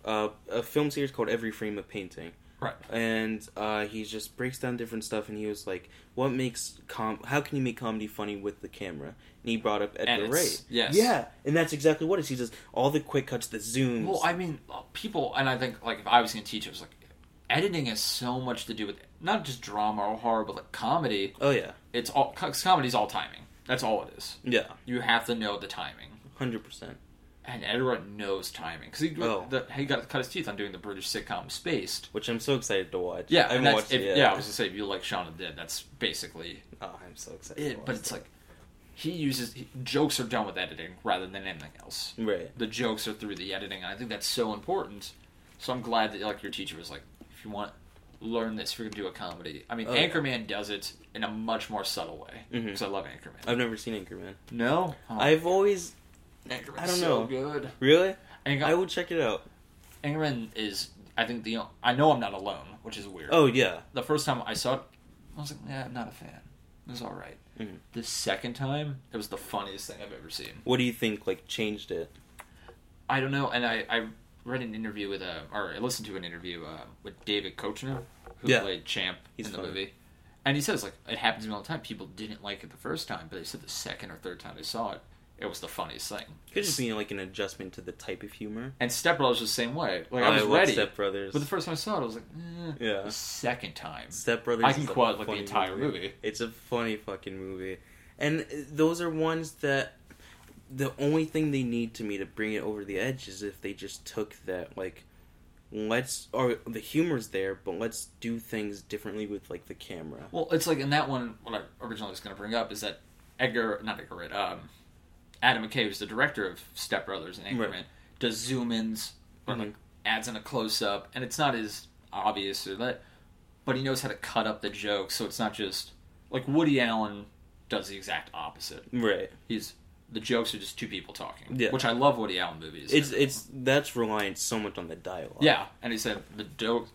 Speaker 1: uh, a film series called Every Frame of Painting.
Speaker 2: Right.
Speaker 1: And uh, he just breaks down different stuff, and he was like, "What makes com? How can you make comedy funny with the camera?" And he brought up Edgar
Speaker 2: And it's-
Speaker 1: Wright.
Speaker 2: yes.
Speaker 1: Yeah, and that's exactly what it is. He does all the quick cuts, the zooms.
Speaker 2: Well, I mean, uh, people, and I think like if I was going to teach, it was like editing has so much to do with not just drama or horror, but like comedy.
Speaker 1: oh yeah,
Speaker 2: It's all 'cause comedy's all timing. That's all it is.
Speaker 1: yeah,
Speaker 2: You have to know the timing,
Speaker 1: hundred percent.
Speaker 2: and Edward knows timing because he
Speaker 1: Oh.
Speaker 2: the, he got to cut his teeth on doing the British sitcom Spaced.
Speaker 1: Which I'm so excited to watch.
Speaker 2: Yeah,
Speaker 1: I
Speaker 2: and
Speaker 1: haven't
Speaker 2: that's,
Speaker 1: watched
Speaker 2: if,
Speaker 1: it yet.
Speaker 2: yeah. I was gonna say if you like Shaun of the Dead, that's basically
Speaker 1: oh, I'm so excited. to
Speaker 2: it. But
Speaker 1: watch
Speaker 2: it's
Speaker 1: that.
Speaker 2: like he uses he, jokes are done with editing rather than anything else.
Speaker 1: right.
Speaker 2: the jokes are through the editing, and I think that's so important. So I'm glad that like your teacher was like, if you want learn this, if you're gonna do a comedy. I mean,
Speaker 1: Oh, yeah.
Speaker 2: Anchorman does it in a much more subtle way
Speaker 1: Mhm.
Speaker 2: because I love Anchorman.
Speaker 1: I've never seen Anchorman.
Speaker 2: no, Oh,
Speaker 1: I've always
Speaker 2: Anchorman's
Speaker 1: I don't
Speaker 2: so
Speaker 1: know.
Speaker 2: good.
Speaker 1: really.
Speaker 2: Anch-
Speaker 1: I will check it out.
Speaker 2: Anchorman is, I think the o- I know I'm not alone, which is weird.
Speaker 1: Oh yeah,
Speaker 2: The first time I saw it, I was like, yeah, I'm not a fan. It was all right.
Speaker 1: Mhm.
Speaker 2: The second time, it was the funniest thing I've ever seen.
Speaker 1: what do you think like changed it?
Speaker 2: I don't know. And I, I read an interview with uh, or I listened to an interview uh, with David Kochner, who
Speaker 1: Yeah.
Speaker 2: played Champ
Speaker 1: He's
Speaker 2: in the
Speaker 1: funny.
Speaker 2: movie. And he says like it happens to me all the time. People didn't like it the first time, but they said the second or third time they saw it, it was the funniest thing.
Speaker 1: Could just be like an adjustment to the type of humor.
Speaker 2: And Step Brothers was the same way. Like I was
Speaker 1: love
Speaker 2: ready,
Speaker 1: Oh, Step Brothers.
Speaker 2: but the first time I saw it, I was like, eh.
Speaker 1: Yeah.
Speaker 2: The second time,
Speaker 1: Step Brothers.
Speaker 2: I can
Speaker 1: is a
Speaker 2: quote, like, the
Speaker 1: funny
Speaker 2: entire movie.
Speaker 1: It's a funny fucking movie, and uh, those are ones that the only thing they need to me to bring it over the edge is if they just took that like let's or the humor's there, but let's do things differently with like the camera.
Speaker 2: Well, it's like in that one. What I originally was going to bring up is that Edgar, not Edgar, Wright, um, Adam McKay, who's the director of Step Brothers and Anchorman,
Speaker 1: Right.
Speaker 2: does zoom-ins or like
Speaker 1: Mhm.
Speaker 2: adds in a close-up, and it's not as obvious or that, but he knows how to cut up the joke, so it's not just like Woody Allen does the exact opposite.
Speaker 1: Right.
Speaker 2: He's the jokes are just two people talking,
Speaker 1: Yeah.
Speaker 2: which I love Woody Allen movies.
Speaker 1: It's it's that's reliant so much on the dialogue.
Speaker 2: yeah, and he said the joke.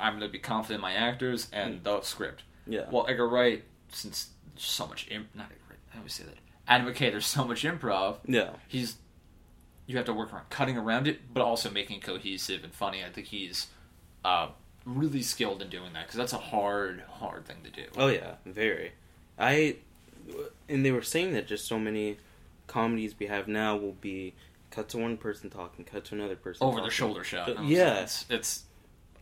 Speaker 2: I'm going to be confident in my actors and the script.
Speaker 1: Yeah.
Speaker 2: Well, Edgar Wright, since there's so much imp- not Edgar Wright, I always say that. Adam McKay, there's so much improv.
Speaker 1: Yeah.
Speaker 2: He's you have to work around cutting around it, but also making it cohesive and funny. I think he's uh, really skilled in doing that because that's a hard, hard thing to do.
Speaker 1: Oh yeah, very. I and they were saying that just so many comedies we have now will be cut to one person talking, cut to another person
Speaker 2: Over the
Speaker 1: talking.
Speaker 2: shoulder shot.
Speaker 1: But-
Speaker 2: And I was
Speaker 1: yeah.
Speaker 2: like, it's, it's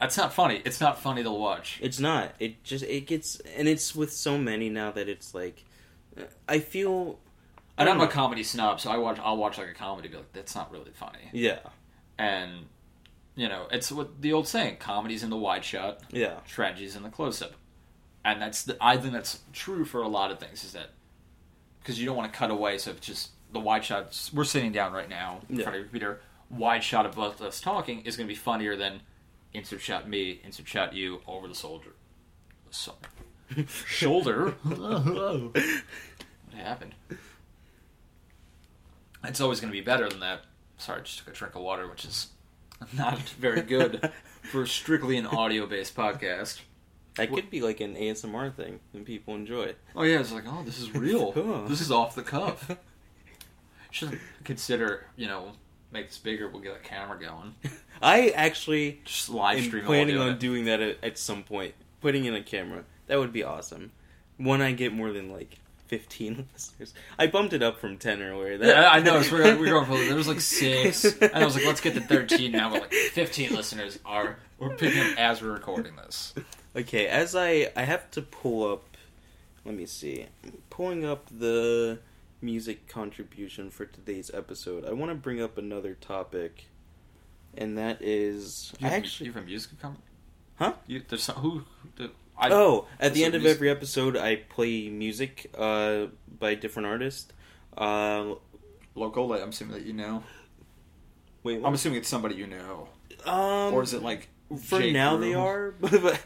Speaker 2: that's not funny. It's not funny to watch.
Speaker 1: It's not. It just it gets and it's with so many now that it's like I feel Mm. I
Speaker 2: And
Speaker 1: don't
Speaker 2: I'm a
Speaker 1: know.
Speaker 2: comedy snob, so I watch. I'll watch like a comedy, be like, that's not really funny.
Speaker 1: yeah,
Speaker 2: And you know, it's what the old saying: comedy's in the wide shot,
Speaker 1: yeah,
Speaker 2: tragedies in the close up. And that's the, I think that's true for a lot of things is that because you don't want to cut away. So if it's just the wide shots, we're sitting down right now in
Speaker 1: Yeah.
Speaker 2: front of your computer. Wide shot of both us talking is going to be funnier than insert shot me, insert shot you over the soldier. So, shoulder. what happened? It's always going to be better than that. Sorry, I just took a drink of water, which is not very good for strictly an audio based podcast.
Speaker 1: That could be like an ASMR thing and people enjoy.
Speaker 2: Oh yeah, it's like, oh, this is real.
Speaker 1: Cool.
Speaker 2: This is off the cuff. Should consider, you know, make this bigger. We'll get a camera going.
Speaker 1: I actually
Speaker 2: Just live
Speaker 1: am
Speaker 2: stream
Speaker 1: planning
Speaker 2: audio.
Speaker 1: on doing that at, at some point. Putting in a camera that would be awesome. When I get more than like fifteen listeners, I bumped it up from ten earlier. That-
Speaker 2: yeah, I know. So we're, we're going for there was like six, and I was like, let's get to thirteen now. We're like fifteen listeners are we're picking up as we're recording this.
Speaker 1: Okay, as I I have to pull up. Let me see. Pulling up the music contribution for today's episode. I want to bring up another topic, and that is
Speaker 2: You
Speaker 1: I
Speaker 2: have,
Speaker 1: actually
Speaker 2: you have a music company,
Speaker 1: Huh?
Speaker 2: You, there's some, who, who- I,
Speaker 1: oh, at the
Speaker 2: so
Speaker 1: end of
Speaker 2: mus-
Speaker 1: every episode, I play music uh, by different artists. Uh,
Speaker 2: Logola, I'm assuming that you know.
Speaker 1: wait,
Speaker 2: I'm assuming it's somebody you know,
Speaker 1: um,
Speaker 2: or is it like
Speaker 1: for
Speaker 2: J.
Speaker 1: now
Speaker 2: Crew?
Speaker 1: they are, but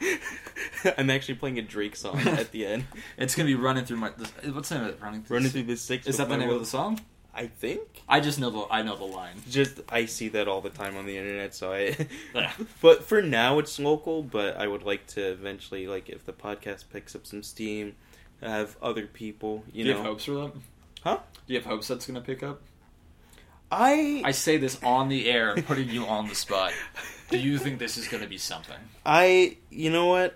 Speaker 1: I'm actually playing a Drake song at the end.
Speaker 2: It's gonna be running through my. this- What's the name of it? Running through.
Speaker 1: Running
Speaker 2: the,
Speaker 1: through the six.
Speaker 2: Is that the name of the song?
Speaker 1: I think.
Speaker 2: I just know the. I know the line.
Speaker 1: Just I see that all the time on the internet, so I.
Speaker 2: Yeah.
Speaker 1: but for now, it's local. But I would like to eventually, like, if the podcast picks up some steam, have other people. You
Speaker 2: Do you
Speaker 1: know,
Speaker 2: have hopes for that?
Speaker 1: Huh?
Speaker 2: Do you have hopes that's gonna pick up?
Speaker 1: I
Speaker 2: I say this on the air, putting you on the spot. Do you think this is gonna be something?
Speaker 1: I you know what?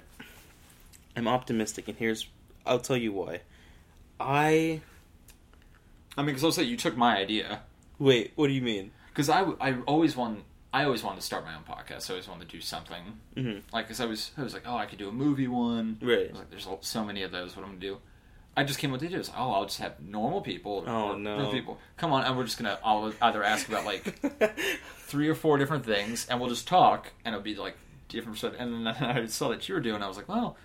Speaker 1: I'm optimistic and here's I'll tell you why. I
Speaker 2: I mean, because I'll say you took my idea.
Speaker 1: wait, what do you mean?
Speaker 2: Because I, w- I always want I always wanted to start my own podcast. I always wanted to do something.
Speaker 1: Mhm.
Speaker 2: Like, cause I was I was like, oh, I could do a movie one. I
Speaker 1: Right.
Speaker 2: was like, there's a- so many of those. What I'm gonna do? I just came up with the idea. I was like, oh, I'll just have normal people. or-
Speaker 1: Oh,
Speaker 2: or
Speaker 1: no.
Speaker 2: real people. Come on, and we're just gonna I'll either ask about like three or four different things, and we'll just talk, and it'll be like different stuff. And then I saw that you were doing. I was like, well,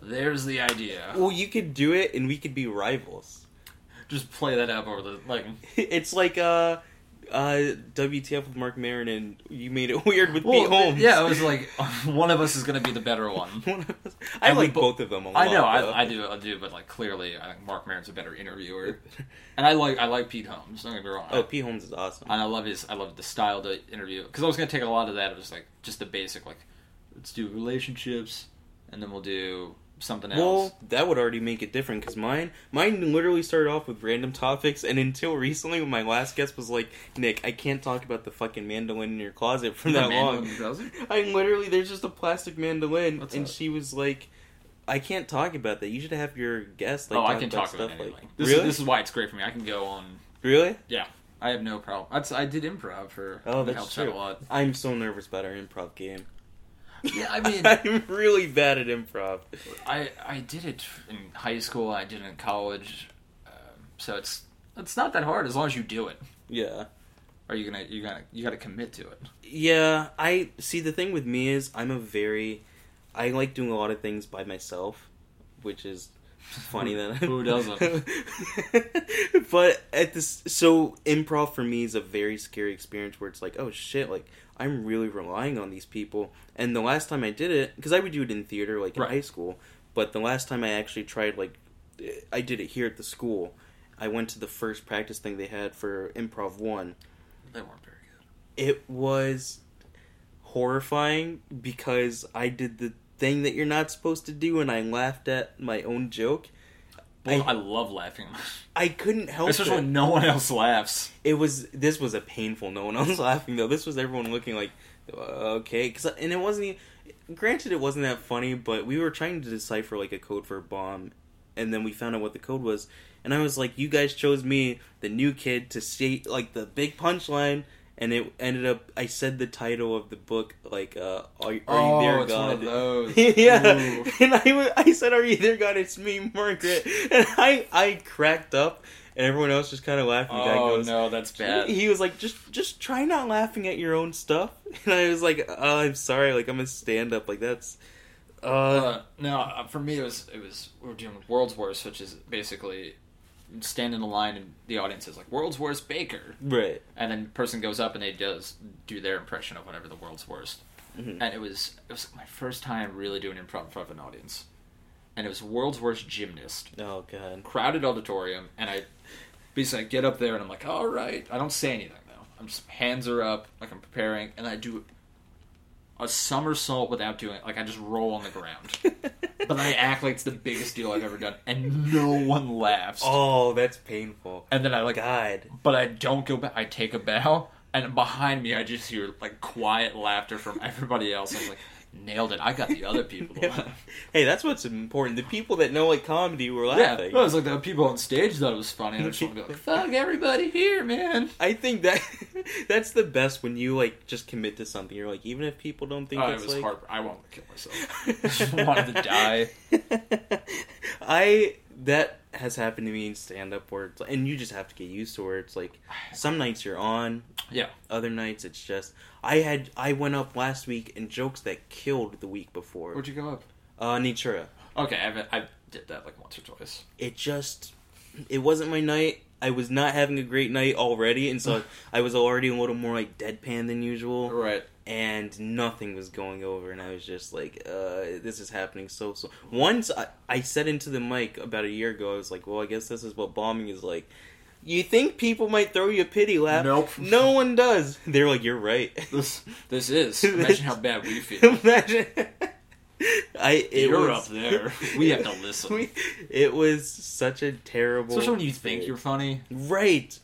Speaker 2: there's the idea.
Speaker 1: Well, you could do it and we could be rivals.
Speaker 2: Just play that up over the like.
Speaker 1: It's like uh uh WTF with Mark Maron and you made it weird with
Speaker 2: Well,
Speaker 1: Pete Holmes.
Speaker 2: yeah, it was like one of us is gonna be the better one.
Speaker 1: One of us- I
Speaker 2: And we
Speaker 1: like
Speaker 2: bo-
Speaker 1: both of them a lot.
Speaker 2: I know,
Speaker 1: though.
Speaker 2: I, I do, I do, but like clearly, I think Mark Maron's a better interviewer, and I like, I like Pete Holmes. Don't get me wrong.
Speaker 1: Oh, Pete Holmes is awesome.
Speaker 2: and I love his, I love the style to interview because I was gonna take a lot of that. It was like just the basic, like let's do relationships, and then we'll do something else.
Speaker 1: Well, that would already make it different because mine, mine literally started off with random topics, and until recently, when my last guest was like, "Nick, I can't talk about the fucking mandolin in your closet for
Speaker 2: The
Speaker 1: that
Speaker 2: mandolin
Speaker 1: long."
Speaker 2: in your closet?
Speaker 1: I literally, there's just a plastic mandolin,
Speaker 2: What's
Speaker 1: and
Speaker 2: that?
Speaker 1: she was like, "I can't talk about that. You should have your guest like
Speaker 2: oh,
Speaker 1: talk
Speaker 2: I can
Speaker 1: about
Speaker 2: talk
Speaker 1: stuff
Speaker 2: about anything.
Speaker 1: like
Speaker 2: this
Speaker 1: really,
Speaker 2: is this is why it's great for me. I can go on.
Speaker 1: really."
Speaker 2: I have no problem. That's, I did improv for.
Speaker 1: Oh,
Speaker 2: that
Speaker 1: that's
Speaker 2: helps
Speaker 1: true.
Speaker 2: out a lot.
Speaker 1: I'm so nervous about our improv game.
Speaker 2: Yeah, I mean,
Speaker 1: I'm really bad at improv.
Speaker 2: I I did it in high school. I did it in college, um, so it's it's not that hard as long as you do it.
Speaker 1: Yeah.
Speaker 2: Are you gonna you gonna you gotta commit to it?
Speaker 1: Yeah, I see. The thing with me is, I'm a very, I like doing a lot of things by myself, which is funny. That
Speaker 2: Who doesn't?
Speaker 1: but at this, so improv for me is a very scary experience where it's like, oh shit, like I'm really relying on these people. And the last time I did it, because I would do it in theater, like in
Speaker 2: Right.
Speaker 1: high school, but the last time I actually tried, like, I did it here at the school. I went to the first practice thing they had for improv one
Speaker 2: They weren't very good.
Speaker 1: it was horrifying because I did the thing that you're not supposed to do and I laughed at my own joke.
Speaker 2: Well,
Speaker 1: I-
Speaker 2: I, love laughing,
Speaker 1: I couldn't help
Speaker 2: especially
Speaker 1: it.
Speaker 2: when no one else laughs.
Speaker 1: It was this was a painful no one else laughing though. This was everyone looking like uh, okay cuz and it wasn't e- granted it wasn't that funny, but we were trying to decipher like a code for a bomb and then we found out what the code was and I was like you guys chose me the new kid to say like the big punchline and it ended up I said the title of the book like uh are, You- are you
Speaker 2: Oh,
Speaker 1: there God
Speaker 2: those.
Speaker 1: yeah, and I, wa- I said, "Are you there, God? It's me, Margaret." And I I cracked up, and everyone else just kind of laughed. And the guy
Speaker 2: Oh
Speaker 1: goes,
Speaker 2: no, that's bad.
Speaker 1: He, he was like, "Just just try not laughing at your own stuff." And I was like, "Oh, I'm sorry. Like I'm a stand up. Like that's." Uh,
Speaker 2: Uh, no, uh, for me it was it was we were doing World's Worst, which is basically stand in the line and the audience is like World's Worst Baker,
Speaker 1: right.
Speaker 2: and then the person goes up and they does do their impression of whatever the World's Worst,
Speaker 1: Mhm.
Speaker 2: and it was it was my first time really doing improv in front of an audience, and it was World's Worst Gymnast.
Speaker 1: Oh god.
Speaker 2: crowded auditorium, and I basically I get up there and I'm like, all right. I don't say anything though. I'm just hands are up, like I'm preparing, and I do a somersault without doing it. Like I just roll on the ground, but I act like it's the biggest deal I've ever done, and no one laughs.
Speaker 1: oh, that's painful.
Speaker 2: And then I like,
Speaker 1: God.
Speaker 2: but I don't go back. I take a bow, and behind me I just hear like quiet laughter from everybody else. I was like, nailed it. I got the other people to laugh.
Speaker 1: Hey, that's what's important. The people that know like comedy were
Speaker 2: Yeah,
Speaker 1: laughing.
Speaker 2: it was like the people on stage thought it was funny. and I just want to be like, "Fuck everybody here, man!"
Speaker 1: I think that that's the best when you like just commit to something. You're like, even if people don't think
Speaker 2: Oh, it
Speaker 1: it's
Speaker 2: was
Speaker 1: like,
Speaker 2: hard. I wanted to kill myself. Just wanted to die.
Speaker 1: I that has happened to me in stand up where it's, and you just have to get used to where it's like some nights you're on,
Speaker 2: Yeah.
Speaker 1: Other nights it's just I had I went up last week in jokes that killed the week before.
Speaker 2: Where'd you go up?
Speaker 1: Uh, Nichira.
Speaker 2: Okay, I've, I did that like once or twice.
Speaker 1: It just, it wasn't my night. I was not having a great night already, and so I was already a little more like deadpan than usual.
Speaker 2: Right.
Speaker 1: and nothing was going over and i was just like uh this is happening so so once I, I said into the mic about a year ago i was like well i guess this is what bombing is like you think people might throw you a pity lap
Speaker 2: Nope.
Speaker 1: no one does they're like you're right
Speaker 2: This this is. Imagine how bad we feel.
Speaker 1: Imagine- i it
Speaker 2: You're
Speaker 1: was-
Speaker 2: up there. We have to listen.
Speaker 1: We- it was such a terrible
Speaker 2: Especially when you think you're funny.
Speaker 1: Right.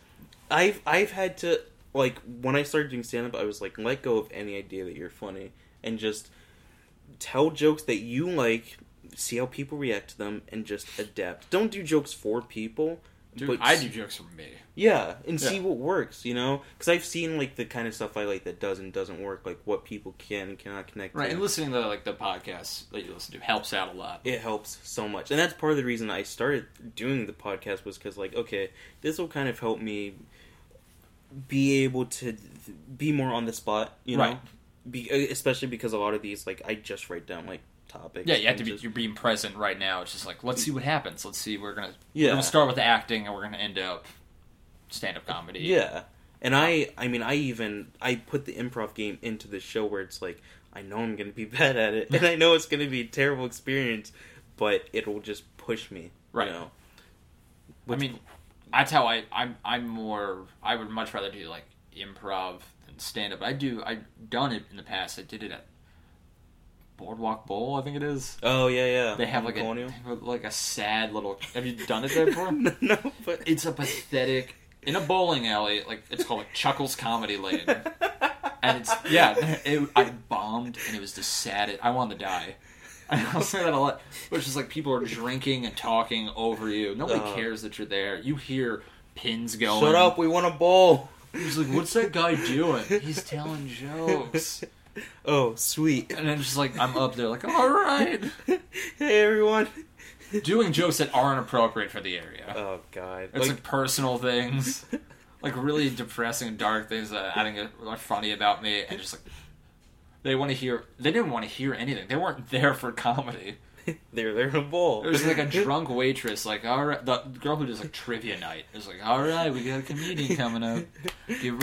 Speaker 1: I've I've had to like when I started doing stand up I was like let go of any idea that you're funny and just tell jokes that you like, see how people react to them and just adapt. Don't do jokes for people.
Speaker 2: Dude,
Speaker 1: but
Speaker 2: I do jokes for me.
Speaker 1: yeah, and see
Speaker 2: Yeah.
Speaker 1: what works, you know? Cuz I've seen like the kind of stuff I like that does and doesn't work, like what people can and cannot connect
Speaker 2: Right,
Speaker 1: to
Speaker 2: and listening to like the podcasts that you listen to helps out a lot.
Speaker 1: it helps so much and that's part of the reason i started doing the podcast was because like okay this will kind of help me be able to th- be more on the spot you know
Speaker 2: Right.
Speaker 1: be, e, especially because a lot of these like i just write down like topics
Speaker 2: Yeah, you have
Speaker 1: and
Speaker 2: to be
Speaker 1: just-
Speaker 2: you're being present right now. It's just like let's see what happens. Let's see we're gonna we're
Speaker 1: yeah
Speaker 2: gonna start with acting and we're gonna end up stand up comedy.
Speaker 1: yeah and i i mean i even i put the improv game into the show where it's like i know i'm gonna be bad at it and i know it's gonna be a terrible experience but it'll just push me
Speaker 2: Right.
Speaker 1: you know?
Speaker 2: I mean that's how I, I'm I'm more I would much rather do like improv than stand up. I do I've done it in the past. I did it at Boardwalk Bowl, I think it is.
Speaker 1: oh yeah yeah
Speaker 2: They have like
Speaker 1: Colonial?
Speaker 2: a like a sad little have you done it there before?
Speaker 1: no, no, but
Speaker 2: it's a pathetic in a bowling alley, like it's called like Chuckles Comedy Lane. And it's yeah, it, I bombed, and it was the saddest. I wanted to die. And I'll say that a lot, but it's just like people are drinking and talking over you. Nobody
Speaker 1: Uh.
Speaker 2: cares that you're there. You hear pins going.
Speaker 1: Shut up, we want a bowl.
Speaker 2: He's like, "What's that guy doing? He's telling jokes."
Speaker 1: Oh, sweet.
Speaker 2: And I'm just like, I'm up there, like, all right,
Speaker 1: hey, everyone.
Speaker 2: doing jokes that aren't appropriate for the area.
Speaker 1: Oh, God.
Speaker 2: It's
Speaker 1: Like,
Speaker 2: like personal things. like really depressing and dark things that I think are- are funny about me, and just like they want to hear. They didn't want to hear anything. They weren't there for comedy.
Speaker 1: they're there in a bowl.
Speaker 2: There was like a drunk waitress, like all right, the girl who does like trivia night is like, all right, we got a comedian coming up. Give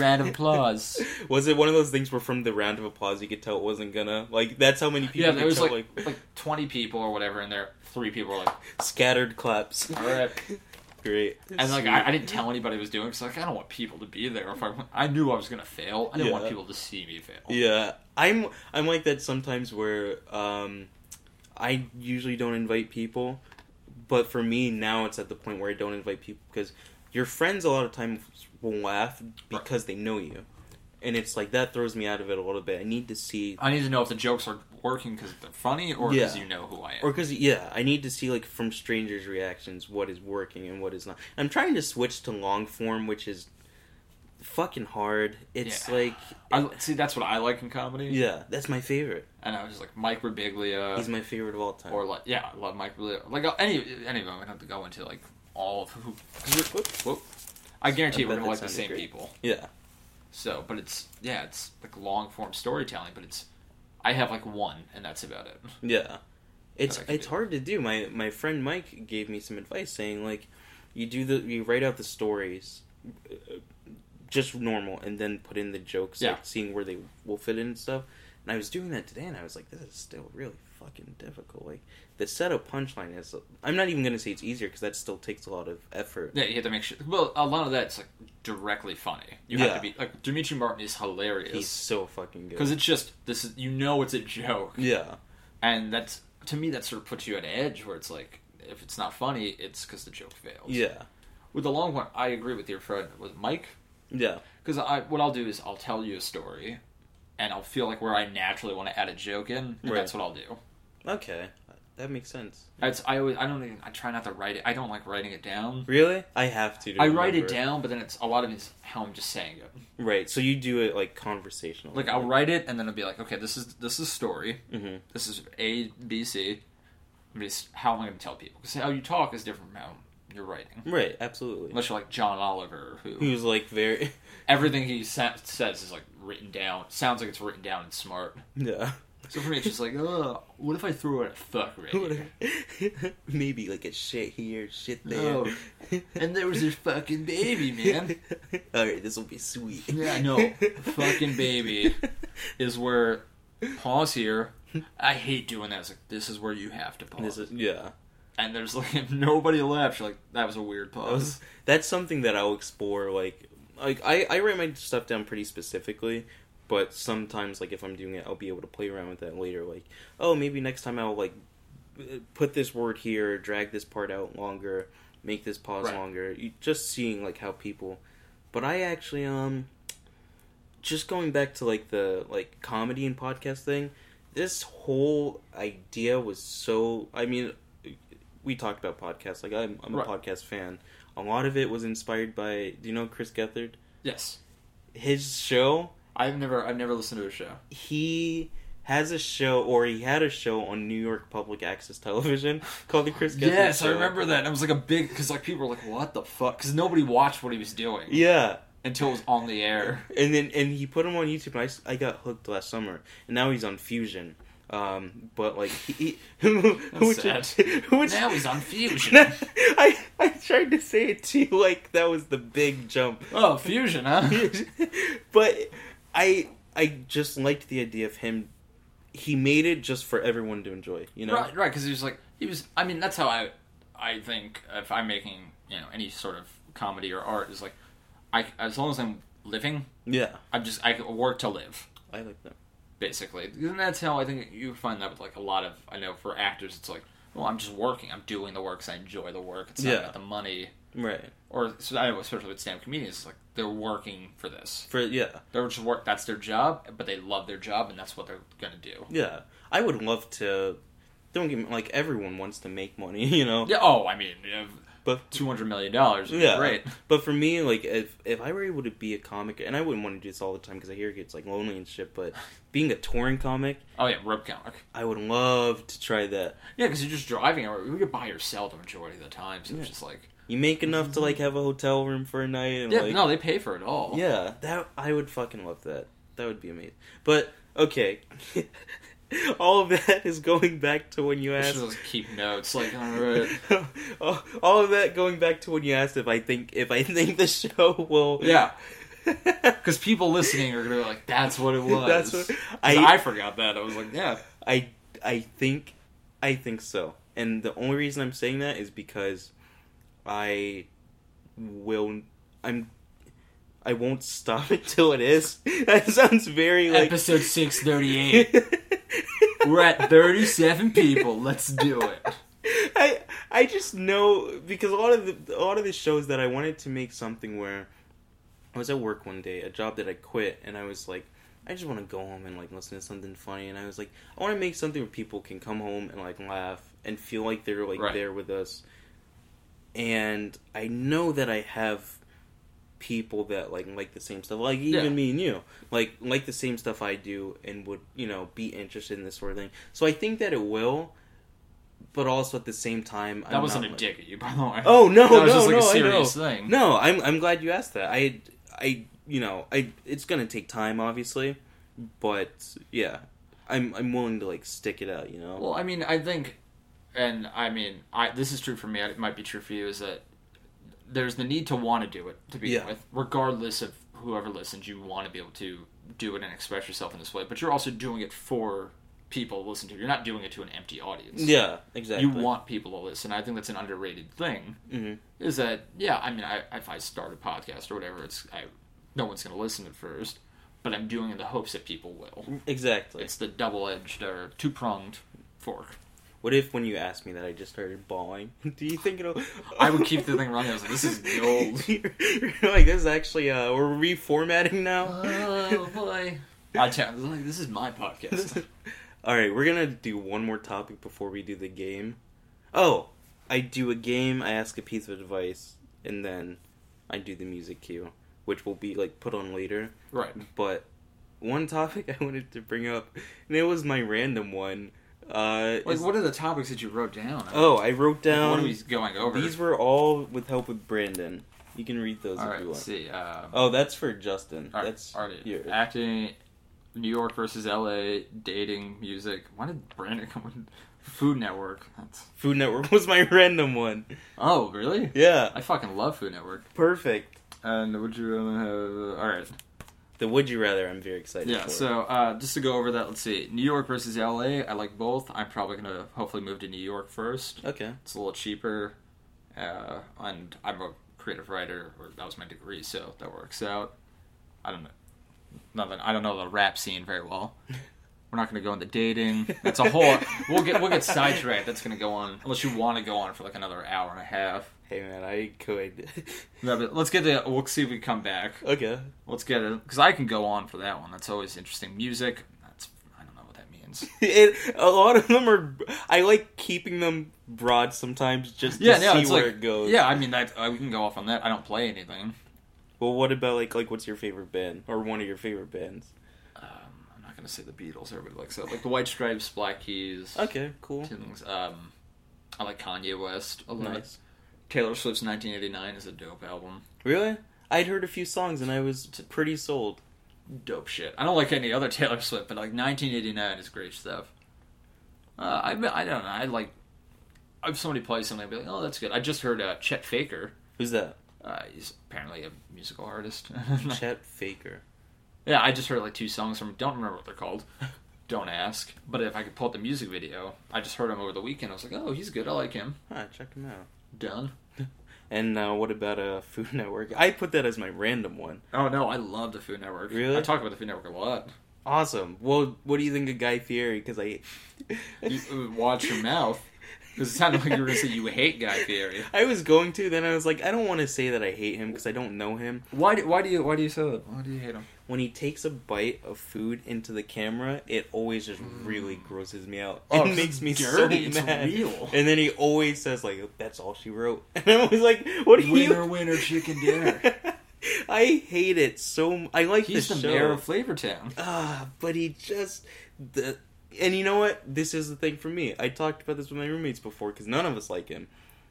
Speaker 2: round of applause.
Speaker 1: Was it one of those things where from the round of applause you could tell it wasn't gonna like? That's how many people.
Speaker 2: Yeah, there
Speaker 1: could
Speaker 2: was
Speaker 1: tell,
Speaker 2: like like, twenty people or whatever in there. Three people were like,
Speaker 1: scattered claps.
Speaker 2: all right,
Speaker 1: Great.
Speaker 2: and like
Speaker 1: Sweet.
Speaker 2: I, I didn't tell anybody I was doing because like I don't want people to be there. If I went- I knew I was gonna fail, I didn't want
Speaker 1: Yeah.
Speaker 2: people to see me fail.
Speaker 1: Yeah, I'm I'm like that sometimes where um, I usually don't invite people, but for me now it's at the point where I don't invite people because your friends a lot of times will laugh because they know you, and it's like that throws me out of it a little bit. I need to see
Speaker 2: I need to know if the jokes are working because they're funny or because
Speaker 1: Yeah.
Speaker 2: you know who I am.
Speaker 1: or because yeah, I need to see like from strangers' reactions what is working and what is not. I'm trying to switch to long form, which is fucking hard. It's
Speaker 2: Yeah.
Speaker 1: like
Speaker 2: I, see, that's what I like in comedy.
Speaker 1: yeah, that's my favorite.
Speaker 2: And I was just like Mike
Speaker 1: He's
Speaker 2: Birbiglia,
Speaker 1: my favorite of all time.
Speaker 2: or like yeah, I love Mike Birbiglia. Like uh, any any of them, I don't have to go into like all of who. 'cause we're- whoop, whoop. I guarantee
Speaker 1: I
Speaker 2: we're
Speaker 1: bet
Speaker 2: gonna
Speaker 1: that
Speaker 2: like the
Speaker 1: sounded
Speaker 2: same
Speaker 1: great.
Speaker 2: people.
Speaker 1: yeah.
Speaker 2: So, but it's yeah, it's like long form storytelling, but it's I have like one, and that's about it.
Speaker 1: Yeah, it's
Speaker 2: I can
Speaker 1: it's
Speaker 2: do.
Speaker 1: hard to do. My my friend Mike gave me some advice saying like, you do the you write out the stories, uh, just normal, and then put in the jokes,
Speaker 2: Yeah.
Speaker 1: like seeing where they will fit in and stuff. And I was doing that today, and I was like, this is still really fucking difficult. Like the setup punchline is, I'm not even gonna say it's easier because that still takes a lot of effort.
Speaker 2: Yeah, you have to make sure. Well, a lot of that's like directly funny. You have
Speaker 1: Yeah.
Speaker 2: to be like Dimitri Martin is
Speaker 1: He's
Speaker 2: hilarious
Speaker 1: so fucking good.
Speaker 2: because it's just this is you know it's a joke.
Speaker 1: yeah,
Speaker 2: and that's to me that sort of puts you at edge where it's like if it's not funny it's because the joke fails
Speaker 1: yeah,
Speaker 2: with the long one i agree with your friend with mike
Speaker 1: yeah,
Speaker 2: because i what i'll do is i'll tell you a story and i'll feel like where i naturally want to add a joke in and
Speaker 1: Right.
Speaker 2: that's what i'll do
Speaker 1: okay, that makes sense.
Speaker 2: that's i always i don't even i try not to write it i don't like writing it down
Speaker 1: Really, I have to. to
Speaker 2: i write it
Speaker 1: remember
Speaker 2: down but then it's a lot of it is how i'm just saying it
Speaker 1: Right, so you do it like conversational.
Speaker 2: like i'll write it and then i'll be like okay this is this is story
Speaker 1: hmm
Speaker 2: this is a b c I mean, it's how am i going to tell people because how you talk is different from how you're writing
Speaker 1: Right, absolutely.
Speaker 2: Unless you're like John Oliver, who
Speaker 1: Who's like very
Speaker 2: everything he sa- says is like written down, sounds like it's written down and smart.
Speaker 1: yeah.
Speaker 2: So for me, it's just like, ugh, what if I threw a fuck right here?
Speaker 1: Maybe like a shit here, shit there.
Speaker 2: No. And there was this fucking baby, man.
Speaker 1: Alright, this will be sweet.
Speaker 2: Yeah, I know. Fucking baby. Is where pause here. I hate doing that. It's like this is where you have to pause.
Speaker 1: This is, yeah.
Speaker 2: and there's like nobody left. You're like, that was a weird pause.
Speaker 1: That was- that's something that I'll explore. Like, like I, I write my stuff down pretty specifically, but sometimes, like, if I'm doing it, I'll be able to play around with that later. Like, oh, maybe next time I'll, like, b- put this word here, drag this part out longer, make this pause
Speaker 2: Right.
Speaker 1: longer. You, just seeing, like, how people. But I actually, um, just going back to, like, the, like, comedy and podcast thing, this whole idea was so. I mean, we talked about podcasts. Like, I'm, I'm a
Speaker 2: Right.
Speaker 1: podcast fan a lot of it was inspired by do you know Chris Gethard?
Speaker 2: yes,
Speaker 1: His show,
Speaker 2: I've never, I've never listened to a show.
Speaker 1: he has a show or he had a show on New York Public Access Television called the Chris Gethard
Speaker 2: yes, I
Speaker 1: Show.
Speaker 2: remember that. And it was like a big because like people were like, what the fuck? Because nobody watched what he was doing
Speaker 1: Yeah.
Speaker 2: until it was on the air.
Speaker 1: And then and he put him on YouTube and I s- I, got hooked last summer. And now he's on Fusion. Um but like he, he which,
Speaker 2: sad.
Speaker 1: which
Speaker 2: Now he's on Fusion.
Speaker 1: I I tried to say it to you like that was the big jump.
Speaker 2: oh, fusion, huh?
Speaker 1: but I I just liked the idea of him. He made it just for everyone to enjoy. You know,
Speaker 2: Right, right. Because he was like, he was. I mean, that's how I, I think if I'm making you know any sort of comedy or art is like, I as long as I'm living,
Speaker 1: yeah,
Speaker 2: I'm just I can work to live.
Speaker 1: I like that.
Speaker 2: basically. And that's how I think you find that with like a lot of I know for actors it's like, well, I'm just working, I'm doing the work, 'cause I enjoy the work. It's not
Speaker 1: Yeah.
Speaker 2: about the money.
Speaker 1: Right
Speaker 2: Or so I know, especially with stand-up comedians, it's like they're working for this.
Speaker 1: for yeah,
Speaker 2: They're just work. That's their job, but they love their job, and that's what they're gonna do.
Speaker 1: yeah. I would love to. Don't get me like everyone wants to make money. You know,
Speaker 2: Yeah. Oh, I mean, you
Speaker 1: But-
Speaker 2: two hundred million dollars.
Speaker 1: Yeah.
Speaker 2: Yeah. Great.
Speaker 1: But for me, like if if I were able to be a comic, and I wouldn't want to do this all the time because I hear it gets like lonely and shit. But being a touring comic,
Speaker 2: Oh yeah, rope comic.
Speaker 1: I would love to try that.
Speaker 2: Yeah, because you're just driving. everywhere. We could buy or sell the majority of the time. So
Speaker 1: Yeah.
Speaker 2: it's just like,
Speaker 1: You make enough to like have a hotel room for a night and
Speaker 2: Mm-hmm. yeah,
Speaker 1: like
Speaker 2: no, they pay for it all.
Speaker 1: Yeah, that I would fucking love that. That would be amazing. But okay, all of that is going back to when you
Speaker 2: I
Speaker 1: asked.
Speaker 2: should just keep notes. Like, all right.
Speaker 1: all, all of that going back to when you asked if I think if I think the show will.
Speaker 2: Yeah. Because people listening are gonna be like, "That's what it was."
Speaker 1: That's what-
Speaker 2: 'Cause I,
Speaker 1: I-
Speaker 2: forgot that. I was like, "Yeah,
Speaker 1: I I think I think so. And the only reason I'm saying that is because I will I'm I won't stop until it is. That sounds very like
Speaker 2: episode six thirty eight. We're at thirty seven people. Let's do it."
Speaker 1: I I just know because a lot of the a lot of the shows that I wanted to make something where I was at work one day, a job that I quit, and I was like, I just want to go home and like listen to something funny, and I was like, I want to make something where people can come home and like laugh and feel like they're like
Speaker 2: Right.
Speaker 1: there with us. And I know that I have people that like like the same stuff, like even
Speaker 2: Yeah.
Speaker 1: me and you, like like the same stuff I do, and would you know be interested in this sort of thing. So I think that it will, but also at the same time,
Speaker 2: That wasn't a
Speaker 1: like-
Speaker 2: dick at you, by the way.
Speaker 1: Oh no,
Speaker 2: that was
Speaker 1: no,
Speaker 2: just like
Speaker 1: no,
Speaker 2: a
Speaker 1: I know.
Speaker 2: serious thing.
Speaker 1: No, I'm I'm glad you asked that. I I you know I it's gonna take time, obviously, but yeah, I'm I'm willing to like stick it out. You know,
Speaker 2: Well, I mean, I think, and I mean, I this is true for me. It might be true for you. Is that there's the need to want to do it to begin
Speaker 1: Yeah.
Speaker 2: with, regardless of whoever listens. You want to be able to do it and express yourself in this way, but you're also doing it for people to listen to. You're not doing it to an empty audience.
Speaker 1: yeah, exactly.
Speaker 2: you want people to listen. I think that's an underrated thing.
Speaker 1: Mhm.
Speaker 2: Is that yeah? I mean, I, if I start a podcast or whatever, it's I, no one's going to listen at first, but I'm doing it in the hopes that people will.
Speaker 1: exactly.
Speaker 2: It's the double edged or two pronged fork.
Speaker 1: What if when you asked me that, I just started bawling? Do you think it'll?
Speaker 2: I would keep the thing running. I was like, this is gold.
Speaker 1: You're- you're like this is actually uh, we're reformatting now.
Speaker 2: Oh boy! I tell like this is my podcast.
Speaker 1: All right, we're gonna do one more topic before we do the game. Oh, I do a game. I ask a piece of advice, and then I do the music cue, which will be like put on later.
Speaker 2: right.
Speaker 1: But one topic I wanted to bring up, and it was my random one. Uh,
Speaker 2: Like,
Speaker 1: is-
Speaker 2: what are the topics that you wrote down?
Speaker 1: oh, I wrote down.
Speaker 2: what are we going over?
Speaker 1: These were all with help with Brandon. You can read those
Speaker 2: All
Speaker 1: if
Speaker 2: right.
Speaker 1: you
Speaker 2: Let's
Speaker 1: want.
Speaker 2: see. Um,
Speaker 1: Oh, that's for Justin.
Speaker 2: All right,
Speaker 1: that's
Speaker 2: all right.
Speaker 1: yours.
Speaker 2: acting New York versus L.A. Dating, music. Why did Brandon come with Food Network? That's
Speaker 1: Food Network was my random one.
Speaker 2: oh really?
Speaker 1: Yeah,
Speaker 2: I fucking love Food Network.
Speaker 1: perfect.
Speaker 2: And would you rather have? All right.
Speaker 1: The Would You Rather, I'm very excited
Speaker 2: Yeah.
Speaker 1: for.
Speaker 2: So uh, just to go over that, let's see. New York versus L.A. I like both. I'm probably gonna hopefully move to New York first.
Speaker 1: Okay.
Speaker 2: It's a little cheaper, uh, and I'm a creative writer, or that was my degree, so that works out. I don't know. Nothing. I don't know the rap scene very well. We're not going to go into dating. That's a whole. we'll get we'll get sidetracked. That's going to go on unless you want to go on for like another hour and a half.
Speaker 1: Hey man, I could.
Speaker 2: No, but let's get to. We'll see if we come back.
Speaker 1: okay.
Speaker 2: Let's get it because I can go on for that one. That's always interesting. Music. That's I don't know what that means.
Speaker 1: It, a lot of them are. I like keeping them broad sometimes, just to
Speaker 2: Yeah, no,
Speaker 1: see
Speaker 2: it's
Speaker 1: where
Speaker 2: like
Speaker 1: it goes.
Speaker 2: yeah. I mean that I, we can go off on that. I don't play anything.
Speaker 1: Well, what about like like what's your favorite band or one of your favorite bands?
Speaker 2: um, I'm not gonna say the Beatles. Everybody likes that, like the White Stripes, Black Keys,
Speaker 1: Okay, cool,
Speaker 2: things. Um, I like Kanye West a lot.
Speaker 1: nice.
Speaker 2: Taylor Swift's 1989 is a dope album.
Speaker 1: Really? I'd heard a few songs and I was pretty sold.
Speaker 2: Dope shit. I don't like any other Taylor Swift, but like 1989 is great stuff. Uh, I I don't know. I like. If somebody plays something, I'd be like, "Oh, that's good." I just heard uh, Chet Faker.
Speaker 1: Who's that?
Speaker 2: Uh, he's apparently a musical artist.
Speaker 1: Chet Faker.
Speaker 2: Yeah, I just heard like two songs from. Don't remember what they're called. Don't ask. But if I could pull up the music video, I just heard him over the weekend. I was like, oh, he's good. I like him.
Speaker 1: Huh, check him out.
Speaker 2: Done.
Speaker 1: And uh, what about uh, Food Network? I put that as my random one.
Speaker 2: Oh no, I love the Food Network.
Speaker 1: Really?
Speaker 2: I talk about the Food Network a lot.
Speaker 1: Awesome. Well, what do you think of Guy Fieri? Because I
Speaker 2: You, uh, watch your mouth, because it sounded like you were gonna say you hate Guy Fieri.
Speaker 1: I was going to, then I was like, I don't want to say that I hate him because I don't know him.
Speaker 2: Why? Do, why do you? Why do you say that? Why do you hate him?
Speaker 1: When he takes a bite of food into the camera, it always just really grosses me out.
Speaker 2: Mm. Oh,
Speaker 1: it
Speaker 2: it's
Speaker 1: makes me
Speaker 2: dirty, it's
Speaker 1: so mad.
Speaker 2: real.
Speaker 1: And then he always says like, "That's all she wrote," and I was like, "What are you?"
Speaker 2: Winner, winner, chicken dinner.
Speaker 1: I hate it so. m- I like
Speaker 2: He's
Speaker 1: the,
Speaker 2: the
Speaker 1: show.
Speaker 2: mayor of Flavortown.
Speaker 1: Ah, but he just the. And you know what? This is the thing for me. I talked about this with my roommates before because none of us like him.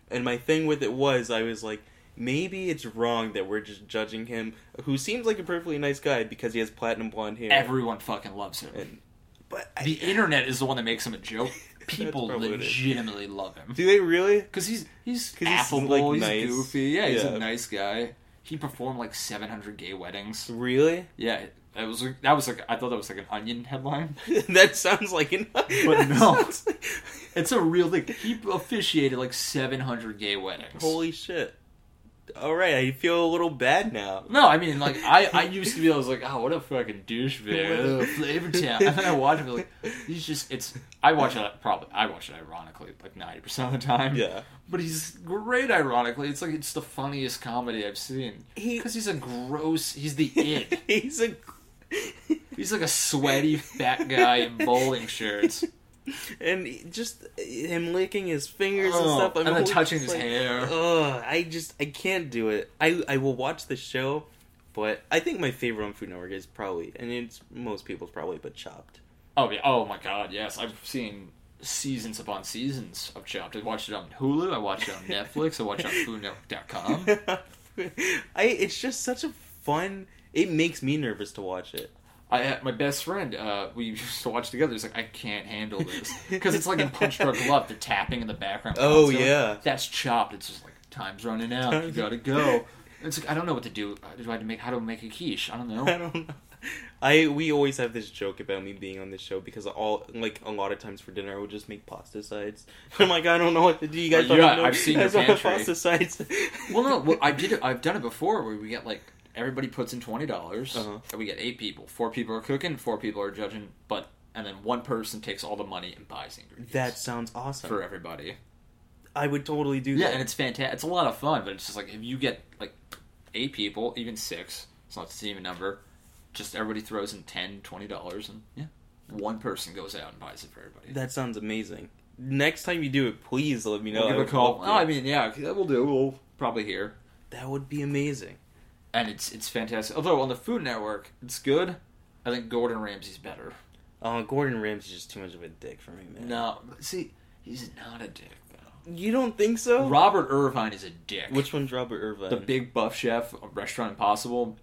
Speaker 1: And my thing with it was, I was like, maybe it's wrong that we're just judging him, who seems like a perfectly nice guy because he has platinum blonde hair.
Speaker 2: Everyone fucking loves him.
Speaker 1: but I,
Speaker 2: The internet is the one that makes him a joke. People
Speaker 1: probably what it is.
Speaker 2: legitimately love him.
Speaker 1: do they really?
Speaker 2: Because he's he's
Speaker 1: 'Cause he's,
Speaker 2: affable, he's,
Speaker 1: like, nice.
Speaker 2: goofy, yeah, he's
Speaker 1: Yeah.
Speaker 2: a nice guy. He performed like 700 gay weddings.
Speaker 1: Really?
Speaker 2: Yeah, that was like- that was like I thought that was like an Onion headline.
Speaker 1: that sounds like an.
Speaker 2: But no.
Speaker 1: sounds like-
Speaker 2: It's a real thing. He officiated like 700 gay weddings.
Speaker 1: Holy shit! All right, I feel a little bad now.
Speaker 2: no, I mean like I I used to be I was like oh what a fucking douchebag, Flavor Town, and then I watch him like he's just it's I watch it probably I watch it ironically like 90 percent of the time.
Speaker 1: Yeah.
Speaker 2: but he's great ironically. It's like it's the funniest comedy I've seen.
Speaker 1: He-
Speaker 2: Because he's a gross. He's the it.
Speaker 1: He's a.
Speaker 2: He's like a sweaty fat guy in bowling shirts.
Speaker 1: And he- just him licking his fingers and
Speaker 2: Oh,
Speaker 1: stuff.
Speaker 2: and then
Speaker 1: always
Speaker 2: touching
Speaker 1: just
Speaker 2: his hair.
Speaker 1: Ugh, I just I can't do it. I I will watch the show, but I think my favorite on Food Network is probably, and it's most people's probably, but Chopped.
Speaker 2: Oh yeah. Oh my god. Yes, I've seen seasons upon seasons of Chopped. I watched it on Hulu. I watched it on Netflix. I watched it on FoodNetwork.com.
Speaker 1: I it's just such a fun. It makes me nervous to watch it.
Speaker 2: I had my best friend. Uh, we used to watch together. He's like, I can't handle this because it's like in Punch Drunk Love, the tapping in the background.
Speaker 1: Oh,
Speaker 2: constantly.
Speaker 1: yeah.
Speaker 2: That's Chopped. It's just like time's running out. You gotta go. It's like I don't know what to do. Uh, Do I have to make how do I make a quiche? I don't know.
Speaker 1: I don't know. I we always have this joke about me being on this show because all like a lot of times for dinner I would just make pasta sides. I'm like I don't know what to do. You guys
Speaker 2: Uh, Yeah,
Speaker 1: don't know.
Speaker 2: I've seen your
Speaker 1: I don't have
Speaker 2: pantry.
Speaker 1: pasta sides.
Speaker 2: Well, no, well, I did. It, I've done it before, where we get like everybody puts in twenty dollars,
Speaker 1: Uh-huh.
Speaker 2: and we get eight people. Four people are cooking, four people are judging, but and then one person takes all the money and buys the ingredients
Speaker 1: That sounds awesome.
Speaker 2: for everybody.
Speaker 1: I would totally do
Speaker 2: Yeah,
Speaker 1: that.
Speaker 2: and it's fantastic. It's a lot of fun, but it's just like if you get like eight people, even six, it's not the even number. Just everybody throws in ten, twenty dollars, and yeah, one person goes out and buys it for everybody.
Speaker 1: that sounds amazing. Next time you do it, please let me know.
Speaker 2: we'll
Speaker 1: I
Speaker 2: give a
Speaker 1: would
Speaker 2: call.
Speaker 1: love to.
Speaker 2: Oh, I mean, yeah, that will do. We'll probably hear.
Speaker 1: that would be amazing.
Speaker 2: and it's it's fantastic. Although on the Food Network, it's good. I think Gordon Ramsay's better.
Speaker 1: Oh, Gordon Ramsay's just too much of a dick for me, man.
Speaker 2: No, see, he's not a dick though.
Speaker 1: you don't think so?
Speaker 2: Robert Irvine is a dick.
Speaker 1: Which one's Robert Irvine?
Speaker 2: the big buff chef of Restaurant uh, Impossible?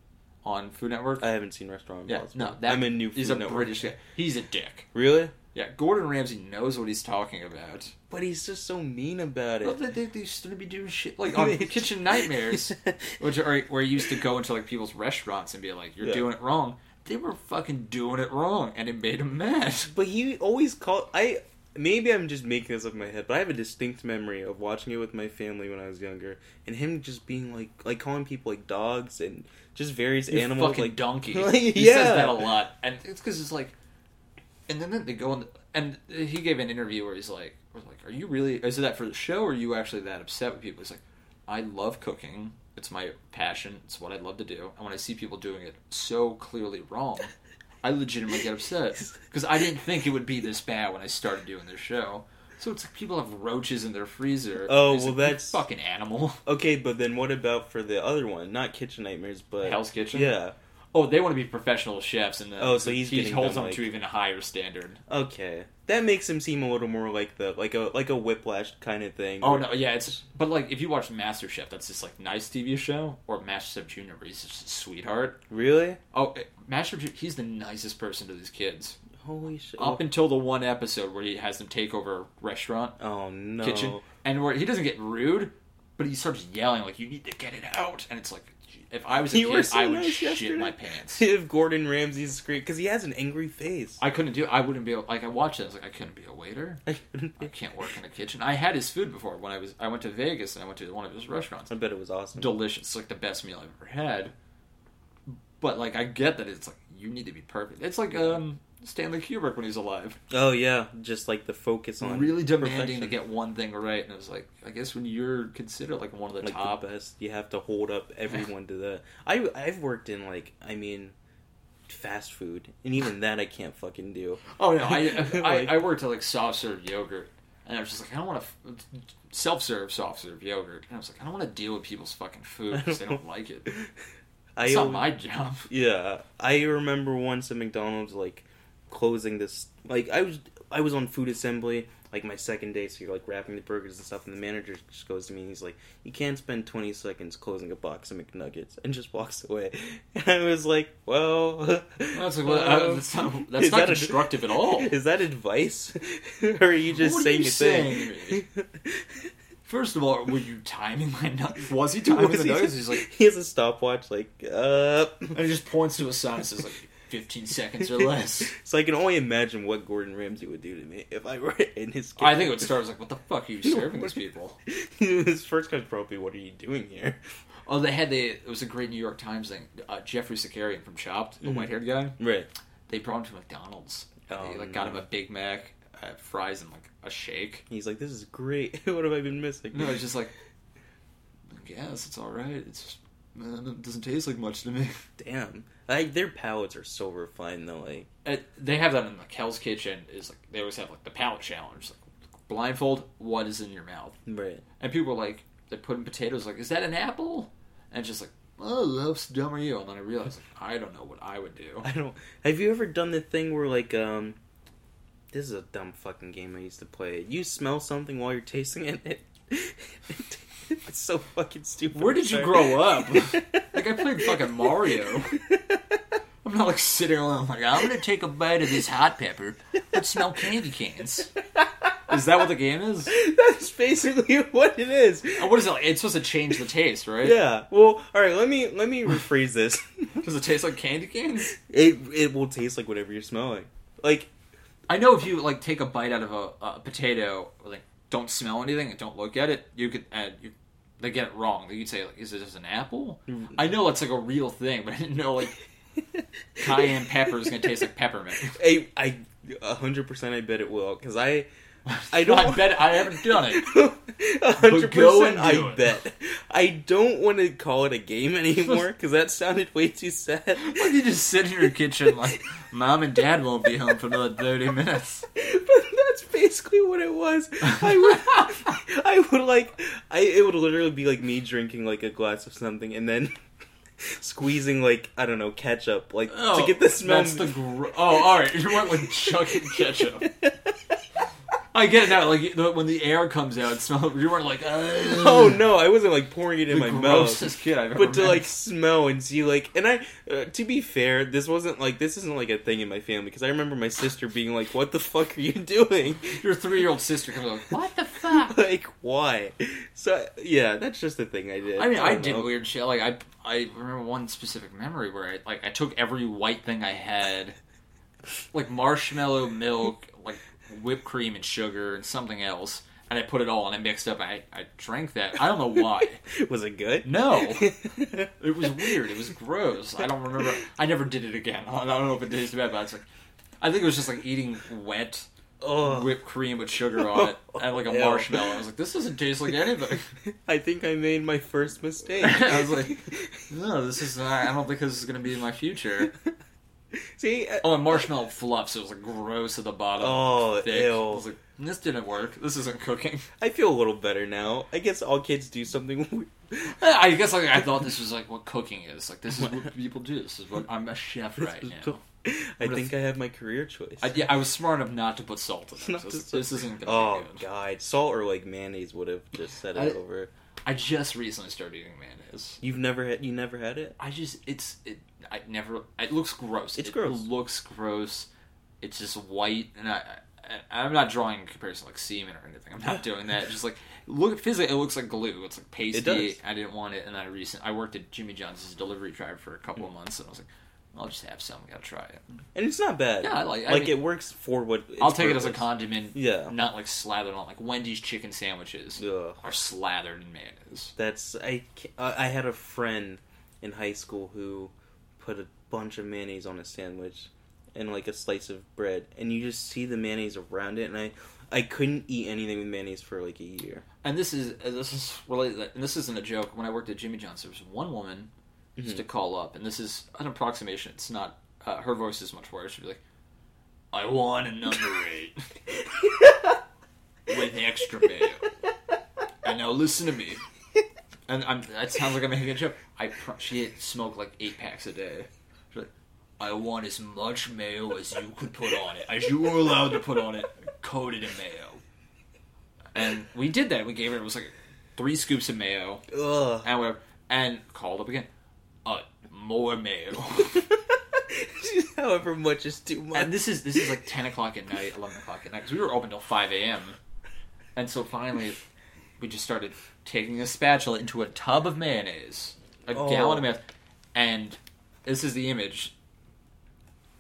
Speaker 2: on Food Network.
Speaker 1: I haven't seen Restaurant
Speaker 2: yeah,
Speaker 1: Impossible.
Speaker 2: no, that
Speaker 1: I'm a new Food
Speaker 2: he's a
Speaker 1: Network.
Speaker 2: British guy. He's a dick.
Speaker 1: Really?
Speaker 2: Yeah, Gordon Ramsay knows what he's talking about.
Speaker 1: But he's just so mean about
Speaker 2: Well,
Speaker 1: it.
Speaker 2: they, they, they used to be doing shit like on Kitchen Nightmares, which are where he used to go into like people's restaurants and be like, "You're
Speaker 1: Yeah.
Speaker 2: doing it wrong." They were fucking doing it wrong, and it made him mad.
Speaker 1: But he always called. I maybe I'm just making this up in my head, but I have a distinct memory of watching it with my family when I was younger, and him just being like, like calling people like dogs and just various
Speaker 2: You
Speaker 1: animals,
Speaker 2: fucking
Speaker 1: like
Speaker 2: donkey.
Speaker 1: Like,
Speaker 2: He
Speaker 1: yeah.
Speaker 2: says that a lot, and it's because it's like, and then they go in, and he gave an interview where he's like, "We're like, are you really? Is that for the show? Or are you actually that upset with people?" He's like, "I love cooking. It's my passion. It's what I love to do. And when I see people doing it so clearly wrong, I legitimately get upset because I didn't think it would be this bad when I started doing this show." So it's like people have roaches in their freezer.
Speaker 1: Oh,
Speaker 2: It's
Speaker 1: well,
Speaker 2: like, "You
Speaker 1: that's-
Speaker 2: fucking animal.
Speaker 1: Okay, but then what about for the other one? Not Kitchen Nightmares, but
Speaker 2: Hell's Kitchen.
Speaker 1: Yeah.
Speaker 2: Oh, they want to be professional chefs, and the,
Speaker 1: Oh, so he's
Speaker 2: he
Speaker 1: getting
Speaker 2: holds
Speaker 1: them,
Speaker 2: them to
Speaker 1: like-
Speaker 2: even a higher standard.
Speaker 1: Okay, that makes him seem a little more like the like a like a whiplash kind of thing.
Speaker 2: Oh
Speaker 1: where-
Speaker 2: no, yeah, it's but like if you watch MasterChef, that's just like nice TV show, or MasterChef Junior, where he's just a sweetheart.
Speaker 1: Really?
Speaker 2: Oh, eh, MasterChef, Ju- he's the nicest person to these kids.
Speaker 1: Holy shit!
Speaker 2: Up until the one episode where he has them take over a restaurant
Speaker 1: oh no!
Speaker 2: kitchen, and where he doesn't get rude, but he starts yelling like, "You need to get it out!" And it's like, if I was a
Speaker 1: You were
Speaker 2: kid,
Speaker 1: so
Speaker 2: I would
Speaker 1: nice
Speaker 2: shit
Speaker 1: yesterday.
Speaker 2: my pants.
Speaker 1: If Gordon Ramsay's scream because he has an angry face.
Speaker 2: I couldn't do. I wouldn't be able- like. I watched it. I was like, I couldn't be a waiter.
Speaker 1: I
Speaker 2: I can't work in a kitchen. I had his food before when I was I went to Vegas and I went to one of his restaurants.
Speaker 1: bet it was awesome.
Speaker 2: Delicious, It's, like the best meal I've ever had. But like I get that it's like you need to be perfect. It's like um Stanley Kubrick when he's alive,
Speaker 1: Oh yeah, just like the focus on
Speaker 2: really demanding
Speaker 1: perfection.
Speaker 2: to get one thing right, and it was like I guess when you're considered like one of the
Speaker 1: like
Speaker 2: top,
Speaker 1: the best. You have to hold up everyone to that. I I've worked in like I mean, fast food, and even that I can't fucking do.
Speaker 2: Oh no, I I,
Speaker 1: Like-
Speaker 2: I worked at like soft serve yogurt, and I was just like, I don't want to self serve soft serve yogurt, and I was like, I don't want to deal with people's fucking food because they don't like it.
Speaker 1: I
Speaker 2: It's not
Speaker 1: always-
Speaker 2: my job.
Speaker 1: Yeah, I remember once at McDonald's like closing this. Like I was, I was on food assembly like my second day, so you're like wrapping the burgers and stuff, and the manager just goes to me and he's like, "You can't spend 20 seconds closing a box of McNuggets," and just walks away. And I was like, "Well,
Speaker 2: That's like, well, uh,
Speaker 1: um,
Speaker 2: that's not, that's
Speaker 1: is
Speaker 2: not
Speaker 1: that a-
Speaker 2: constructive at all.
Speaker 1: Is that advice, or are you just
Speaker 2: What are
Speaker 1: saying
Speaker 2: you
Speaker 1: a
Speaker 2: saying
Speaker 1: thing?
Speaker 2: First of all, were you timing my nuggets? Was he timing
Speaker 1: Was
Speaker 2: the
Speaker 1: he-
Speaker 2: nuggets? He's like,
Speaker 1: he has a stopwatch, like, uh.
Speaker 2: and he just points to a sign and says like, 15 seconds or less.
Speaker 1: So I can only imagine what Gordon Ramsay would do to me if I were in his.
Speaker 2: I think it would start as like, what the fuck are you serving these people?
Speaker 1: his first question probably, "What are you doing here?"
Speaker 2: Oh, they had the, it was a great New York Times thing. Uh, Jeffrey Sicarian from Chopped, the white-haired guy,
Speaker 1: Right.
Speaker 2: they brought him to McDonald's.
Speaker 1: Oh,
Speaker 2: they like got him
Speaker 1: no.
Speaker 2: a Big Mac, uh, fries, and like a shake.
Speaker 1: He's like, "This is great. what have I been missing?"
Speaker 2: No, it's just like, I guess it's all right. It's just, uh, it doesn't taste like much to me.
Speaker 1: damn. Like their palates are so refined though. Like,
Speaker 2: Uh, they have that in like Hell's Kitchen. Is like they always have like the palate challenge, like blindfold. What is in your mouth?
Speaker 1: right.
Speaker 2: And people are like they're putting potatoes. Like is that an apple? And it's just like oh, how dumb are you? And then I realized like I don't know what I would do.
Speaker 1: I don't. Have you ever done the thing where like um. This is a dumb fucking game I used to play. You smell something while you're tasting it. it, it's so fucking stupid.
Speaker 2: Where did you
Speaker 1: Sorry.
Speaker 2: grow up? Like, I played fucking Mario. I'm not like sitting alone. Like I'm gonna take a bite of this hot pepper, but smell candy cans. Is that what the game is?
Speaker 1: That's basically what it is.
Speaker 2: Uh, What is it? Like? It's supposed to change the taste, right?
Speaker 1: Yeah. Well, all right. Let me let me rephrase this.
Speaker 2: Does it taste like candy canes?
Speaker 1: It it will taste like whatever you're smelling. Like
Speaker 2: I know if you like take a bite out of a, a potato, like don't smell anything and don't look at it, you could add you, they get it wrong. They could say like, "Is this an apple?" I know that's like a real thing, but I didn't know like cayenne pepper is gonna taste like peppermint.
Speaker 1: I I a hundred percent. I bet it will because I I don't.
Speaker 2: I bet I haven't done it.
Speaker 1: A hundred
Speaker 2: But go and
Speaker 1: percent.
Speaker 2: do
Speaker 1: I
Speaker 2: it.
Speaker 1: bet. I don't want to call it a game anymore because that sounded way too sad.
Speaker 2: Like, you just sit in your kitchen like mom and dad won't be home for another thirty minutes.
Speaker 1: but that's basically what it was. I would, I would like, I it would literally be like me drinking like a glass of something and then squeezing like I don't know ketchup like to get the smell.
Speaker 2: oh, That's the gr- oh, all right. You went like chugging ketchup. I get it now. Like the- when the air comes out, it smells. You weren't like,
Speaker 1: Oh no, I wasn't like pouring it in my mouth.
Speaker 2: grossest kid I've ever
Speaker 1: but to
Speaker 2: met.
Speaker 1: like smell and see like and i uh, to be fair this wasn't like this isn't like a thing in my family because i remember my sister being like what the fuck are you doing
Speaker 2: your three year old sister comes like, what the fuck?
Speaker 1: like why so yeah that's just the thing i did Um,
Speaker 2: I mean, I
Speaker 1: don't
Speaker 2: did
Speaker 1: know.
Speaker 2: weird shit. Like I, I remember one specific memory where I like I took every white thing I had, like marshmallow milk, like whipped cream and sugar and something else, and I put it all and I mixed up. And I I drank that. I don't know why.
Speaker 1: was it good
Speaker 2: No, it was weird. It was gross. I don't remember. I never did it again. I don't know if it tasted bad, but it's like I think it was just like eating wet
Speaker 1: oh
Speaker 2: whipped cream with sugar on it and like a
Speaker 1: Ew.
Speaker 2: marshmallow. I was like, this doesn't taste like anything.
Speaker 1: i think i made my first mistake
Speaker 2: I was like, No, this is. I don't think this is gonna be my future.
Speaker 1: see I-
Speaker 2: Oh, and marshmallow fluffs. It was like gross at the bottom.
Speaker 1: Oh,
Speaker 2: thick.
Speaker 1: ew.
Speaker 2: I was like, this didn't work. This isn't cooking.
Speaker 1: I feel a little better now. I guess all kids do something weird.
Speaker 2: I guess like I thought this was like what cooking is. Like this is what people do. This is what I'm a chef right now.
Speaker 1: I
Speaker 2: What
Speaker 1: think I have my career choice.
Speaker 2: I, yeah, I was smart enough not to put salt in
Speaker 1: Not
Speaker 2: it. This,
Speaker 1: to-
Speaker 2: this isn't gonna
Speaker 1: Oh
Speaker 2: be good.
Speaker 1: god, salt or like mayonnaise would have just set it
Speaker 2: I-
Speaker 1: over.
Speaker 2: I just recently started eating mayonnaise.
Speaker 1: You've never had you never had it?
Speaker 2: I just it's it. I never. It looks gross.
Speaker 1: It's
Speaker 2: it
Speaker 1: gross.
Speaker 2: Looks gross. It's just white, and I, I I'm not drawing a comparison like semen or anything. I'm not doing that. It's just like look physically, it looks like glue. It's like pasty.
Speaker 1: does.
Speaker 2: I didn't want it, and I recent I worked at Jimmy John's as a delivery driver for a couple of months, and I was like, I'll just have some. Gotta try it.
Speaker 1: And it's not bad.
Speaker 2: Yeah, I like- I
Speaker 1: like
Speaker 2: mean-
Speaker 1: it works for what it's
Speaker 2: I'll take it as a
Speaker 1: purpose.
Speaker 2: condiment.
Speaker 1: Yeah.
Speaker 2: Not like slathered on like Wendy's chicken sandwiches
Speaker 1: Ugh.
Speaker 2: are slathered in mayonnaise.
Speaker 1: That's I ca- I I had a friend in high school who put a bunch of mayonnaise on a sandwich and like a slice of bread and you just see the mayonnaise around it and I I couldn't eat anything with mayonnaise for like a year.
Speaker 2: and this is uh, this is related, and this isn't a joke. When I worked at Jimmy John's, there was one woman used to call up, and this is an approximation. It's not uh, her voice is much worse. She'd be like, "I want a number eight
Speaker 1: Mm-hmm.
Speaker 2: with extra mayo." And now listen to me. And I'm, that sounds like I'm making a joke. I pro- she had smoked like eight packs a day. She's like, I want as much mayo as you could put on it, as you were allowed to put on it, coated in mayo. And we did that. We gave her it was like three scoops of mayo
Speaker 1: Ugh.
Speaker 2: and whatever, and called up again. Uh, more mayo.
Speaker 1: However much is too much.
Speaker 2: and this is this is like ten o'clock at night, eleven o'clock at night, because we were open till five a.m. And so finally, we just started taking a spatula into a tub of mayonnaise, a
Speaker 1: Oh.
Speaker 2: gallon of mayonnaise, and this is the image.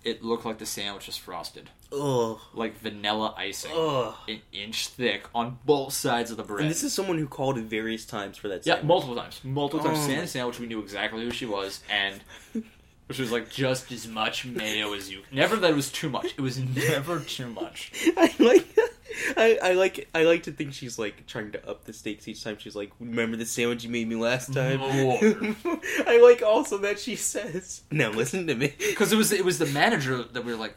Speaker 2: It looked like the sandwich was frosted,
Speaker 1: Ugh.
Speaker 2: like vanilla icing,
Speaker 1: Ugh.
Speaker 2: an inch thick on both sides of the bread.
Speaker 1: Oh. And this is someone who called at various times for that
Speaker 2: Yeah,
Speaker 1: sandwich.
Speaker 2: multiple times. Multiple times.
Speaker 1: Oh my-
Speaker 2: Santa Sandwich, we knew exactly who she was, and she was like, just as much mayo as you. Never that it was too much. It was never too much.
Speaker 1: I like I, I like I like to think she's like trying to up the stakes each time she's like, Remember the sandwich you made me last time?
Speaker 2: Lord.
Speaker 1: I like also that she says Now listen to me.
Speaker 2: Because it was it was the manager that we were like,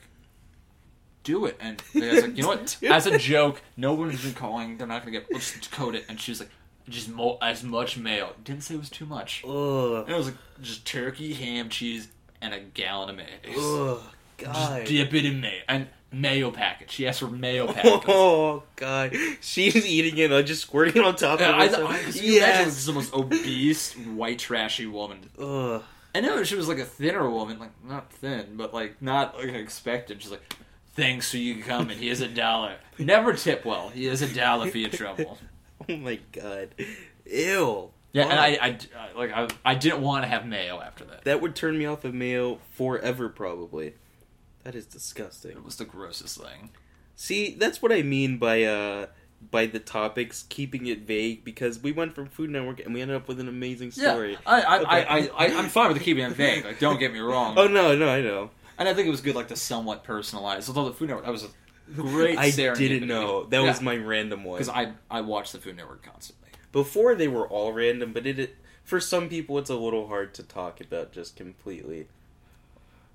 Speaker 2: do it, and the guy's like, you know what?
Speaker 1: Do
Speaker 2: As a
Speaker 1: it.
Speaker 2: joke, no one's been calling. They're not gonna get. Let's just code it, and she was like, just mo- as much mayo. Didn't say it was too much.
Speaker 1: Ugh.
Speaker 2: And it was like just turkey, ham, cheese, and a gallon of mayonnaise.
Speaker 1: Ugh
Speaker 2: Just
Speaker 1: God.
Speaker 2: dip it in mayo and mayo packets. She asked for mayo packets.
Speaker 1: Oh god. She's eating it and just squirting it on top
Speaker 2: Yeah, I, I,
Speaker 1: of herself.
Speaker 2: yes.
Speaker 1: yes.
Speaker 2: this most obese, white, trashy woman.
Speaker 1: Ugh. Oh
Speaker 2: I know she was like a thinner woman, like not thin, but like not like expected. She's like, "Thanks for you coming. Here's a dollar. Never tip well. Here's a dollar for your trouble."
Speaker 1: Oh my god. Ew.
Speaker 2: Yeah, and
Speaker 1: Ugh.
Speaker 2: I, I, I- like I, I didn't want to have mayo after that.
Speaker 1: that would turn me off of mayo forever probably. That is disgusting.
Speaker 2: It was the grossest thing.
Speaker 1: See, that's what I mean by uh by the topics keeping it vague because we went from Food Network and we ended up with an amazing story.
Speaker 2: Yeah, I, I, I,
Speaker 1: Okay.
Speaker 2: I, I, I'm fine with keeping it vague. Like, don't get me wrong.
Speaker 1: Oh no, no, I know.
Speaker 2: And I think it was good, like to somewhat personalize. Although the Food Network, that was a great.
Speaker 1: I
Speaker 2: serendipity.
Speaker 1: didn't know. That was
Speaker 2: Yeah.
Speaker 1: my random one.
Speaker 2: because I I watch the Food Network constantly.
Speaker 1: Before they were all random, but it, it for some people it's a little hard to talk about just completely.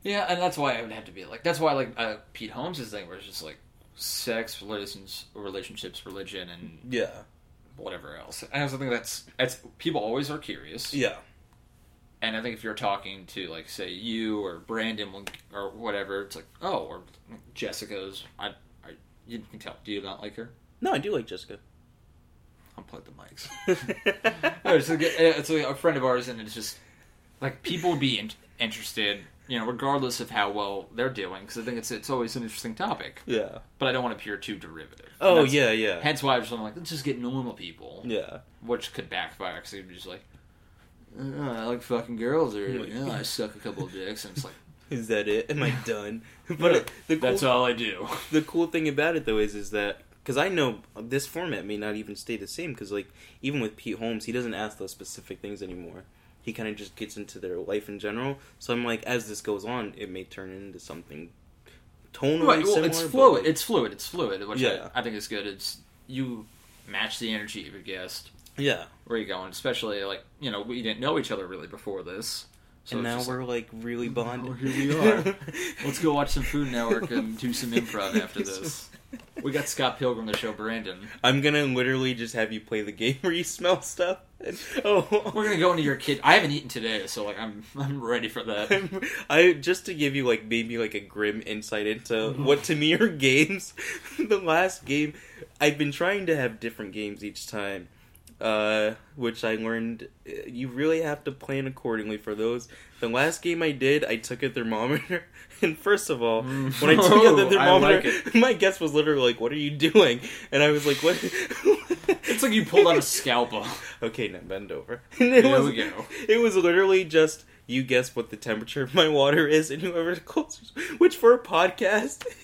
Speaker 2: Yeah, and that's why I would have to be like that's why like uh, Pete Holmes' thing where it's just like sex, relations, relationships, religion, and
Speaker 1: Yeah.
Speaker 2: whatever else. And I also think that's that's people always are curious.
Speaker 1: Yeah.
Speaker 2: And I think if you're talking to like say you or Brandon or whatever, it's like oh or Jessica's I I You can tell. Do you not like her?
Speaker 1: No, I do like Jessica.
Speaker 2: Unplug the mics. No, it's, a, it's a, a friend of ours, and it's just like people would be in, interested, you know, regardless of how well they're doing, because I think it's it's always an interesting topic.
Speaker 1: yeah.
Speaker 2: But I don't want to appear too derivative.
Speaker 1: Oh
Speaker 2: And that's-
Speaker 1: yeah, yeah,
Speaker 2: Hence why I'm just like, let's just get normal people,
Speaker 1: yeah.
Speaker 2: which could backfire because you'd be just like, "Uh, I like fucking girls, or
Speaker 1: Like-
Speaker 2: "Yeah, I suck a couple of dicks, and it's like
Speaker 1: Is that it? Am I done? But uh, the cool,
Speaker 2: that's all I do.
Speaker 1: the cool thing about it though is is that because I know this format may not even stay the same because like even with Pete Holmes, he doesn't ask those specific things anymore. He kind of just gets into their life in general. So I'm like, as this goes on, it may turn into something tonally
Speaker 2: Right, well,
Speaker 1: similar.
Speaker 2: it's
Speaker 1: but,
Speaker 2: fluid.
Speaker 1: like-
Speaker 2: It's fluid. It's fluid, which
Speaker 1: Yeah.
Speaker 2: I, I think is good. It's you match the energy of your guest.
Speaker 1: yeah.
Speaker 2: Where you going? Especially like you know we didn't know each other really before this. So
Speaker 1: and
Speaker 2: it's
Speaker 1: now
Speaker 2: just like,
Speaker 1: we're like really bonded.
Speaker 2: here we are. let's go watch some Food Network and do some improv after this. We got Scott Pilgrim to show Brandon.
Speaker 1: I'm gonna literally just have you play the game where you smell stuff. And, oh,
Speaker 2: We're gonna go into your kid. I haven't eaten today, so like I'm I'm ready for that.
Speaker 1: I'm- I just to give you like maybe like a grim insight into
Speaker 2: Mm-hmm.
Speaker 1: what to me are games. the last game I've been trying to have different games each time, uh, which I learned uh, you really have to plan accordingly for those. The last game I did, I took a thermometer, and first of all,
Speaker 2: Mm.
Speaker 1: when I took out the
Speaker 2: Oh, I like
Speaker 1: thermometer, my guess was literally like, "What are you doing?" And I was like, "What?"
Speaker 2: It's like you pulled out a scalpel.
Speaker 1: Okay, now bend over. And it
Speaker 2: There
Speaker 1: was,
Speaker 2: we go.
Speaker 1: It was literally just you guess what the temperature of my water is, and whoever's closest. Which for a podcast.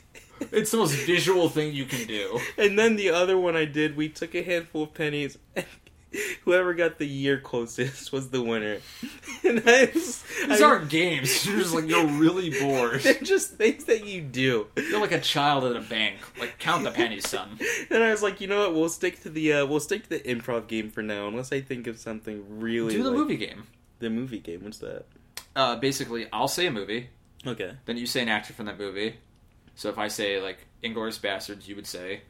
Speaker 2: It's the most visual thing you can do.
Speaker 1: And then the other one I did, we took a handful of pennies. And whoever got the year closest was the winner. And I was,
Speaker 2: These
Speaker 1: I-
Speaker 2: aren't games. You're just like you're really bored.
Speaker 1: They're just things that you do.
Speaker 2: You're like a child at a bank. Like count the pennies, son.
Speaker 1: And I was like, you know what? We'll stick to the uh, we'll stick to the improv game for now, unless I think of something really.
Speaker 2: Do the
Speaker 1: like-
Speaker 2: movie game.
Speaker 1: The movie game. What's that?
Speaker 2: Uh, basically, I'll say a movie.
Speaker 1: Okay.
Speaker 2: Then you say an actor from that movie. So if I say like Inglourious Bastards, you would say,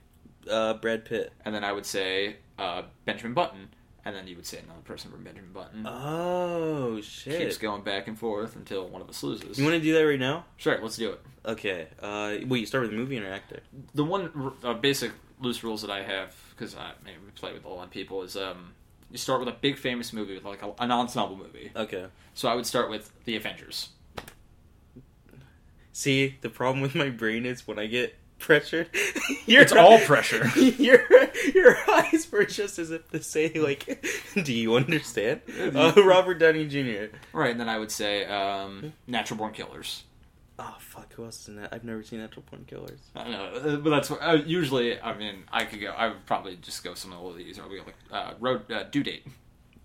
Speaker 1: Uh, Brad Pitt.
Speaker 2: and then I would say uh, Benjamin Button, and then you would say another person from Benjamin Button.
Speaker 1: Oh
Speaker 2: Keeps
Speaker 1: shit!
Speaker 2: going back and forth until one of us loses.
Speaker 1: You want to do that right now?
Speaker 2: sure, let's do it.
Speaker 1: Okay. Uh, wait, you start with a movie and an actor.
Speaker 2: The one uh, basic loose rules that I have because I I mean, we play with a lot of people is um, you start with a big famous movie, like a, an ensemble movie.
Speaker 1: Okay.
Speaker 2: So I would start with The Avengers.
Speaker 1: See, the problem with my brain is when I get pressured, your-
Speaker 2: It's all pressure.
Speaker 1: Your your eyes were just as if to say like, "Do you understand?" Uh, Robert Downey Jr.
Speaker 2: Right, and then I would say um, Natural Born Killers.
Speaker 1: Oh fuck, who else is in that? I've never seen Natural Born Killers.
Speaker 2: I don't know, uh, but that's what, uh, usually. I mean, I could go. I would probably just go some of these. Or we go like uh, road uh, due date,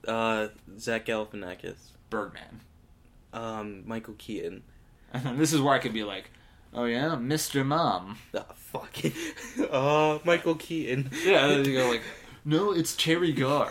Speaker 1: Uh, Zach Galifianakis,
Speaker 2: Birdman,
Speaker 1: um, Michael Keaton.
Speaker 2: and then this is where I could be like, oh yeah, Mr. Mom.
Speaker 1: Oh, fuck. Oh, Michael Keaton.
Speaker 2: Yeah, and then you go like, no, it's Cherry Gar.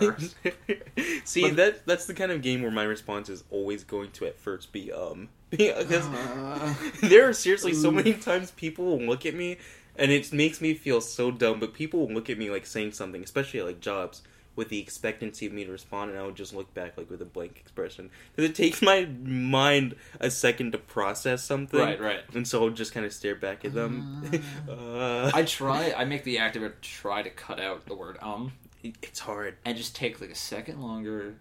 Speaker 1: See
Speaker 2: But-
Speaker 1: that that's the kind of game where my response is always going to at first be um because
Speaker 2: Uh.
Speaker 1: there are seriously so many times people will look at me and it makes me feel so dumb but people will look at me like saying something especially at, like jobs with the expectancy of me to respond and I would just look back like with a blank expression because it takes my mind a second to process something
Speaker 2: right, right.
Speaker 1: and so I'll just kind of stare back at them uh,
Speaker 2: I try. I make the actor try to cut out the word um
Speaker 1: it's hard
Speaker 2: and just take like a second longer.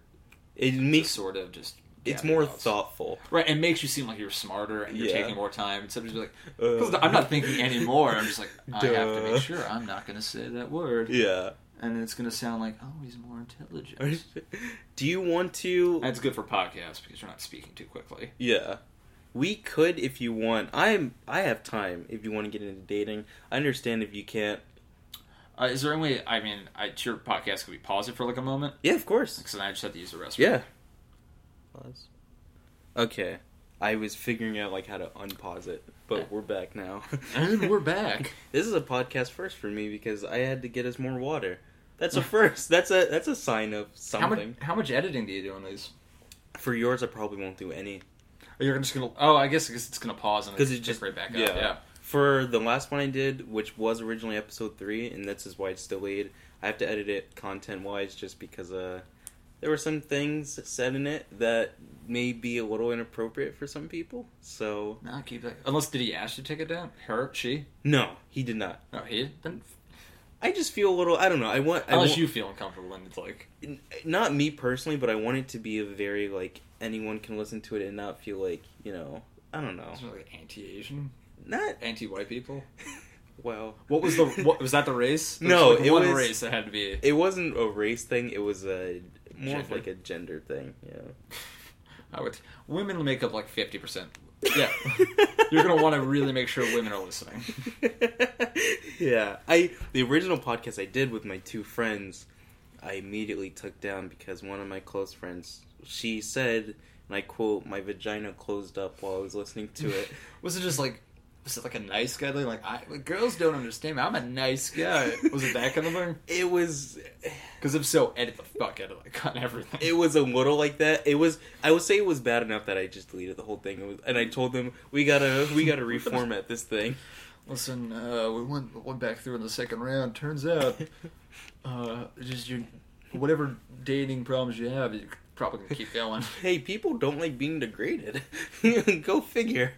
Speaker 1: it
Speaker 2: to
Speaker 1: makes
Speaker 2: sort of just.
Speaker 1: it's
Speaker 2: gather
Speaker 1: more
Speaker 2: thoughts.
Speaker 1: thoughtful
Speaker 2: Right, it makes you seem like you're smarter and you're
Speaker 1: Yeah.
Speaker 2: taking more time. Instead of just like,
Speaker 1: Uh,
Speaker 2: 'Cause I'm not thinking anymore. I'm just like, I have to
Speaker 1: Duh.
Speaker 2: make sure I'm not going to say that word.
Speaker 1: Yeah.
Speaker 2: And then it's going to sound like, oh, he's more intelligent.
Speaker 1: Do you want to?
Speaker 2: That's good for podcasts because you're not speaking too quickly.
Speaker 1: Yeah. We could if you want. I'm. I have time if you want to get into dating. I understand if you can't.
Speaker 2: Uh, is there any way, I mean, I, to your podcast, could we pause it for like a moment?
Speaker 1: Yeah, of course.
Speaker 2: Because then I just have to use the restroom.
Speaker 1: Yeah. Pause. Okay. I was figuring out like how to unpause it, but we're back now.
Speaker 2: And we're back.
Speaker 1: This is a podcast first for me because I had to get us more water. That's a first. that's a that's a sign of
Speaker 2: How
Speaker 1: something.
Speaker 2: much, how much editing do you do on these?
Speaker 1: For yours, I probably won't do any.
Speaker 2: Or you're just going to, oh, I guess, I guess it's going to pause and then
Speaker 1: 'Cause it
Speaker 2: pick
Speaker 1: just-
Speaker 2: right back up.
Speaker 1: yeah.
Speaker 2: Yeah.
Speaker 1: For the last one I did, which was originally episode three, and this is why it's delayed, I have to edit it content wise just because uh there were some things said in it that may be a little inappropriate for some people. So
Speaker 2: No, keep that. Unless did he ask you to take it down? Her, she?
Speaker 1: no, he did not.
Speaker 2: No, he. Then
Speaker 1: I just feel a little. I don't know. I want. I
Speaker 2: unless
Speaker 1: want,
Speaker 2: you feel uncomfortable, and it's like
Speaker 1: n- not me personally, but I want it to be a very like anyone can listen to it and not feel like you know. I don't know.
Speaker 2: it's like anti-Asian,
Speaker 1: Not
Speaker 2: anti-white people.
Speaker 1: well.
Speaker 2: What was the? What was that? The race? There
Speaker 1: No,
Speaker 2: was like
Speaker 1: it
Speaker 2: one
Speaker 1: was-
Speaker 2: race that had to be.
Speaker 1: It wasn't a race thing. It was a more of
Speaker 2: Gender.
Speaker 1: like a gender thing. Yeah.
Speaker 2: I would. Women make up like fifty percent. Yeah. You're gonna want to really make sure women are listening.
Speaker 1: yeah, I the original podcast I did with my two friends, I immediately took down because one of my close friends she said, and I quote, "My vagina closed up while I was listening to it."
Speaker 2: Was it just like? Was it like a nice guy? thing? Like, I, like girls don't understand me. I'm a nice guy. Was it that kind of thing?
Speaker 1: It was,
Speaker 2: Because if so, edit the fuck out of like on everything.
Speaker 1: it was a little like that. It was, I would say it was bad enough that I just deleted the whole thing. It was, and I told them we gotta, we gotta reformat this thing.
Speaker 2: Listen, uh, we went went back through in the second round. Turns out, uh, just your whatever dating problems you have, you're probably gonna keep going.
Speaker 1: hey, people don't like being degraded. Go figure.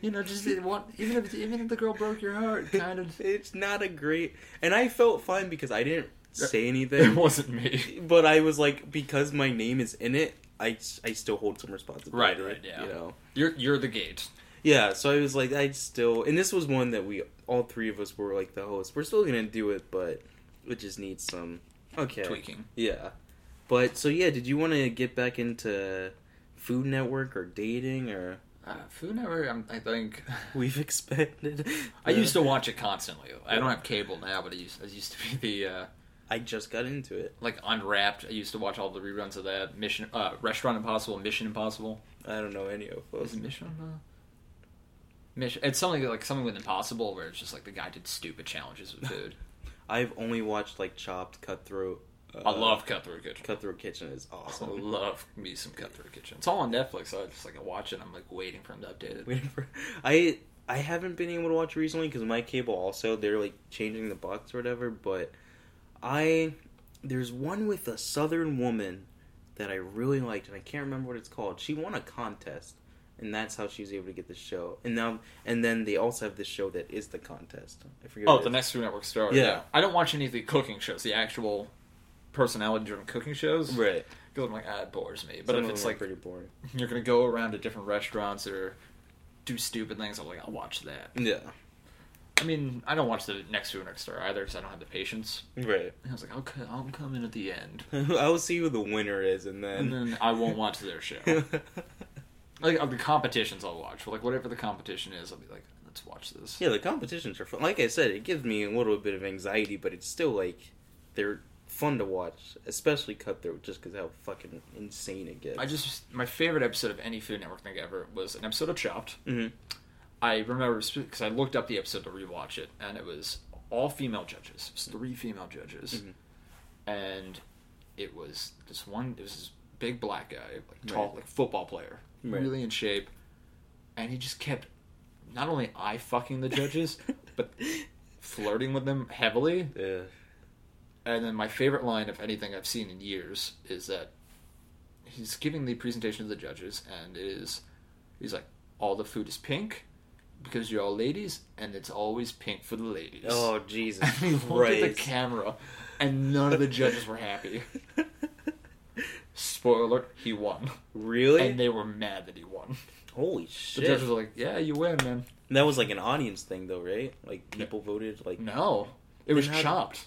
Speaker 2: You know, just it want, even if even if the girl broke your heart, kind of.
Speaker 1: It's not a great. And I felt fine because I didn't say
Speaker 2: It
Speaker 1: anything,
Speaker 2: wasn't me.
Speaker 1: but I was like, because my name is in it, I, I still hold some responsibility.
Speaker 2: Right, right, yeah.
Speaker 1: You know.
Speaker 2: You're you're the gate.
Speaker 1: Yeah, so I was like, I still, and this was one that we all three of us were like the host. We're still gonna do it, but it just needs some okay
Speaker 2: Tweaking.
Speaker 1: Yeah, but so yeah, did you want to get back into Food Network or dating or
Speaker 2: Uh, Food Network. I'm, I think
Speaker 1: we've expanded?
Speaker 2: I used to watch it constantly. I don't have cable now, but it used, it used to be the uh,
Speaker 1: I just got into it.
Speaker 2: like Unwrapped. I used to watch all the reruns of that Mission uh, Restaurant Impossible, Mission Impossible.
Speaker 1: I don't know any of
Speaker 2: Was
Speaker 1: those.
Speaker 2: it Mission? Uh, Mission. It's something like something with Impossible, where it's just like the guy did stupid challenges with food.
Speaker 1: I've only watched like Chopped, Cutthroat. Uh,
Speaker 2: I love Cutthroat Kitchen.
Speaker 1: Cutthroat Kitchen is
Speaker 2: I
Speaker 1: awesome.
Speaker 2: love me some Cutthroat Kitchen. It's all on Netflix. So I just like I watch it. I'm like waiting for him to update it.
Speaker 1: Waiting for- I I haven't been able to watch recently because my cable also they're like changing the box or whatever. But I there's one with a Southern woman that I really liked and I can't remember what it's called. She won a contest and that's how she was able to get the show. And now and then they also have this show that is the contest. I forget.
Speaker 2: Oh,
Speaker 1: what it
Speaker 2: the
Speaker 1: is.
Speaker 2: next Food Network star.
Speaker 1: Yeah.
Speaker 2: I don't watch any of the cooking shows, the actual personality-driven cooking shows, because
Speaker 1: right.
Speaker 2: I'm like, ah, it bores me. But
Speaker 1: Some
Speaker 2: if
Speaker 1: of
Speaker 2: it's
Speaker 1: them are
Speaker 2: like
Speaker 1: pretty boring.
Speaker 2: you're gonna go around to different restaurants or do stupid things, I'm like, I'll watch that.
Speaker 1: Yeah.
Speaker 2: I mean, I don't watch the next Food Network star either, because I don't have the patience.
Speaker 1: Right.
Speaker 2: And I was like, I'll, co- I'll come in at the end,
Speaker 1: I'll see who the winner is and
Speaker 2: and
Speaker 1: then.
Speaker 2: then I won't watch their show. like of the competitions, I'll watch. Like whatever the competition is, I'll be like, let's watch this.
Speaker 1: Yeah, the competitions are fun. Like I said, it gives me a little bit of anxiety, but it's still like they're fun to watch, especially Cutthroat, just because how fucking insane it gets.
Speaker 2: I just my favorite episode of any Food Network thing ever was an episode of Chopped.
Speaker 1: Mhm.
Speaker 2: I remember because I looked up the episode to rewatch it, and it was all female judges. It was three female judges,
Speaker 1: Mhm.
Speaker 2: and it was this one. It was this big black guy, like tall, like football player,
Speaker 1: Right.
Speaker 2: really in shape, and he just kept not only eye fucking the judges, but flirting with them heavily.
Speaker 1: Yeah.
Speaker 2: And then my favorite line of anything I've seen in years is that he's giving the presentation to the judges, and it is he's like, "All the food is pink because you're all ladies, and it's always pink for the ladies."
Speaker 1: Oh Jesus
Speaker 2: and he looked at the
Speaker 1: Christ!
Speaker 2: camera, and none of the judges were happy. Spoiler: alert, He won,
Speaker 1: really?
Speaker 2: and they were mad that he won.
Speaker 1: Holy
Speaker 2: The
Speaker 1: shit!
Speaker 2: judges were like, "Yeah, you win, man."
Speaker 1: That was like an audience thing, though, right? Like people voted. Like
Speaker 2: No, it was
Speaker 1: Then how-
Speaker 2: chopped,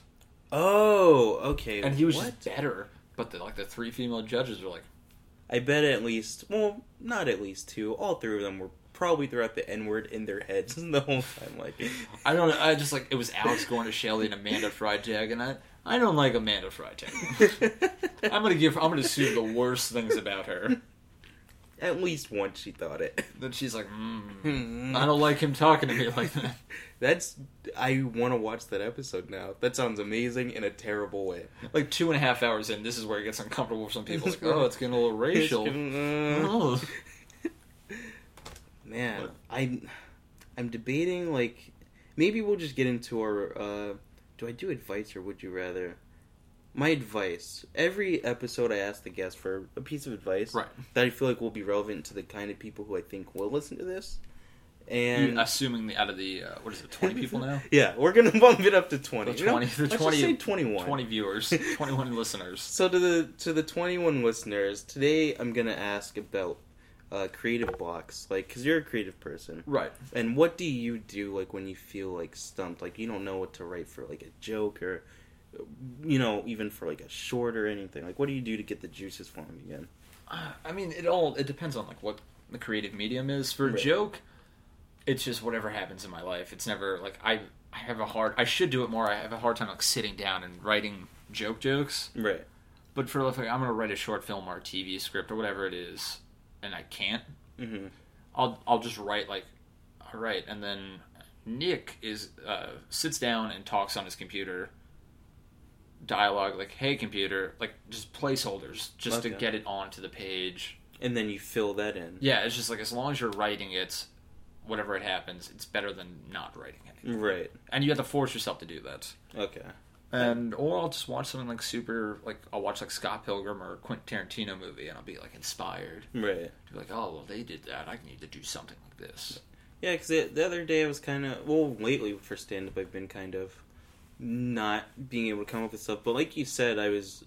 Speaker 1: oh, okay.
Speaker 2: and he was
Speaker 1: what?
Speaker 2: just better. But the, like the three female judges were like,
Speaker 1: I bet at least, well, not at least two. All three of them were probably throughout the N word in their heads the whole time. Like,
Speaker 2: I don't. know, I just like it was Alex going to Shelly and Amanda Freitag, and I I don't like Amanda Freitag. I'm gonna give. I'm gonna assume the worst things about her.
Speaker 1: At least once she thought it.
Speaker 2: Then she's like, mm, I don't like him talking to me like that.
Speaker 1: That's. I want to watch that episode now. That sounds amazing in a terrible way.
Speaker 2: Like two and a half hours in, this is where it gets uncomfortable for some people. It's like, oh, it's getting a little racial. Oh.
Speaker 1: uh, Man,
Speaker 2: What?
Speaker 1: I'm. I'm debating like, maybe we'll just get into our. uh Do I do advice or would you rather? my advice. Every episode, I ask the guest for a piece of advice
Speaker 2: Right.
Speaker 1: that I feel like will be relevant to the kind of people who I think will listen to this.
Speaker 2: You-
Speaker 1: And
Speaker 2: assuming the, out of the uh, what is it, twenty people now,
Speaker 1: yeah, we're gonna bump it up to twenty.
Speaker 2: The
Speaker 1: You know,
Speaker 2: 20 the
Speaker 1: let's
Speaker 2: 20
Speaker 1: just say twenty-one.
Speaker 2: twenty viewers, twenty-one listeners.
Speaker 1: So to the to the twenty-one listeners today, I'm gonna ask about uh, creative blocks, like because you're a creative person.
Speaker 2: Right.
Speaker 1: And what do you do like when you feel like stumped, like you don't know what to write for like a joke or you know even for like a short or anything? Like what do you do to get the juices flowing again?
Speaker 2: Uh, I mean, it all it depends on like what the creative medium is. For a
Speaker 1: Right.
Speaker 2: joke, it's just whatever happens in my life. It's never like I I have a hard I should do it more. I have a hard time like sitting down and writing joke jokes.
Speaker 1: Right.
Speaker 2: But for like I'm gonna write a short film or a TV script or whatever it is, and I can't.
Speaker 1: Mm-hmm.
Speaker 2: I'll I'll just write like, all right, and then Nick is uh, sits down and talks on his computer. Dialogue like, hey computer, like just placeholders, just to
Speaker 1: Okay.
Speaker 2: get it onto the page.
Speaker 1: And then you fill that in.
Speaker 2: Yeah, it's just like as long as you're writing it, whatever it happens, it's better than not writing it.
Speaker 1: Right.
Speaker 2: And you have to force yourself to do that.
Speaker 1: Okay.
Speaker 2: And or I'll just watch something like super like I'll watch like Scott Pilgrim or a Quentin Tarantino movie and I'll be like inspired.
Speaker 1: Right.
Speaker 2: To be like, oh well, they did that. I need to do something like this.
Speaker 1: Yeah, because the, the other day I was kind of well lately for stand up I've been kind of not being able to come up with stuff, but like you said, I was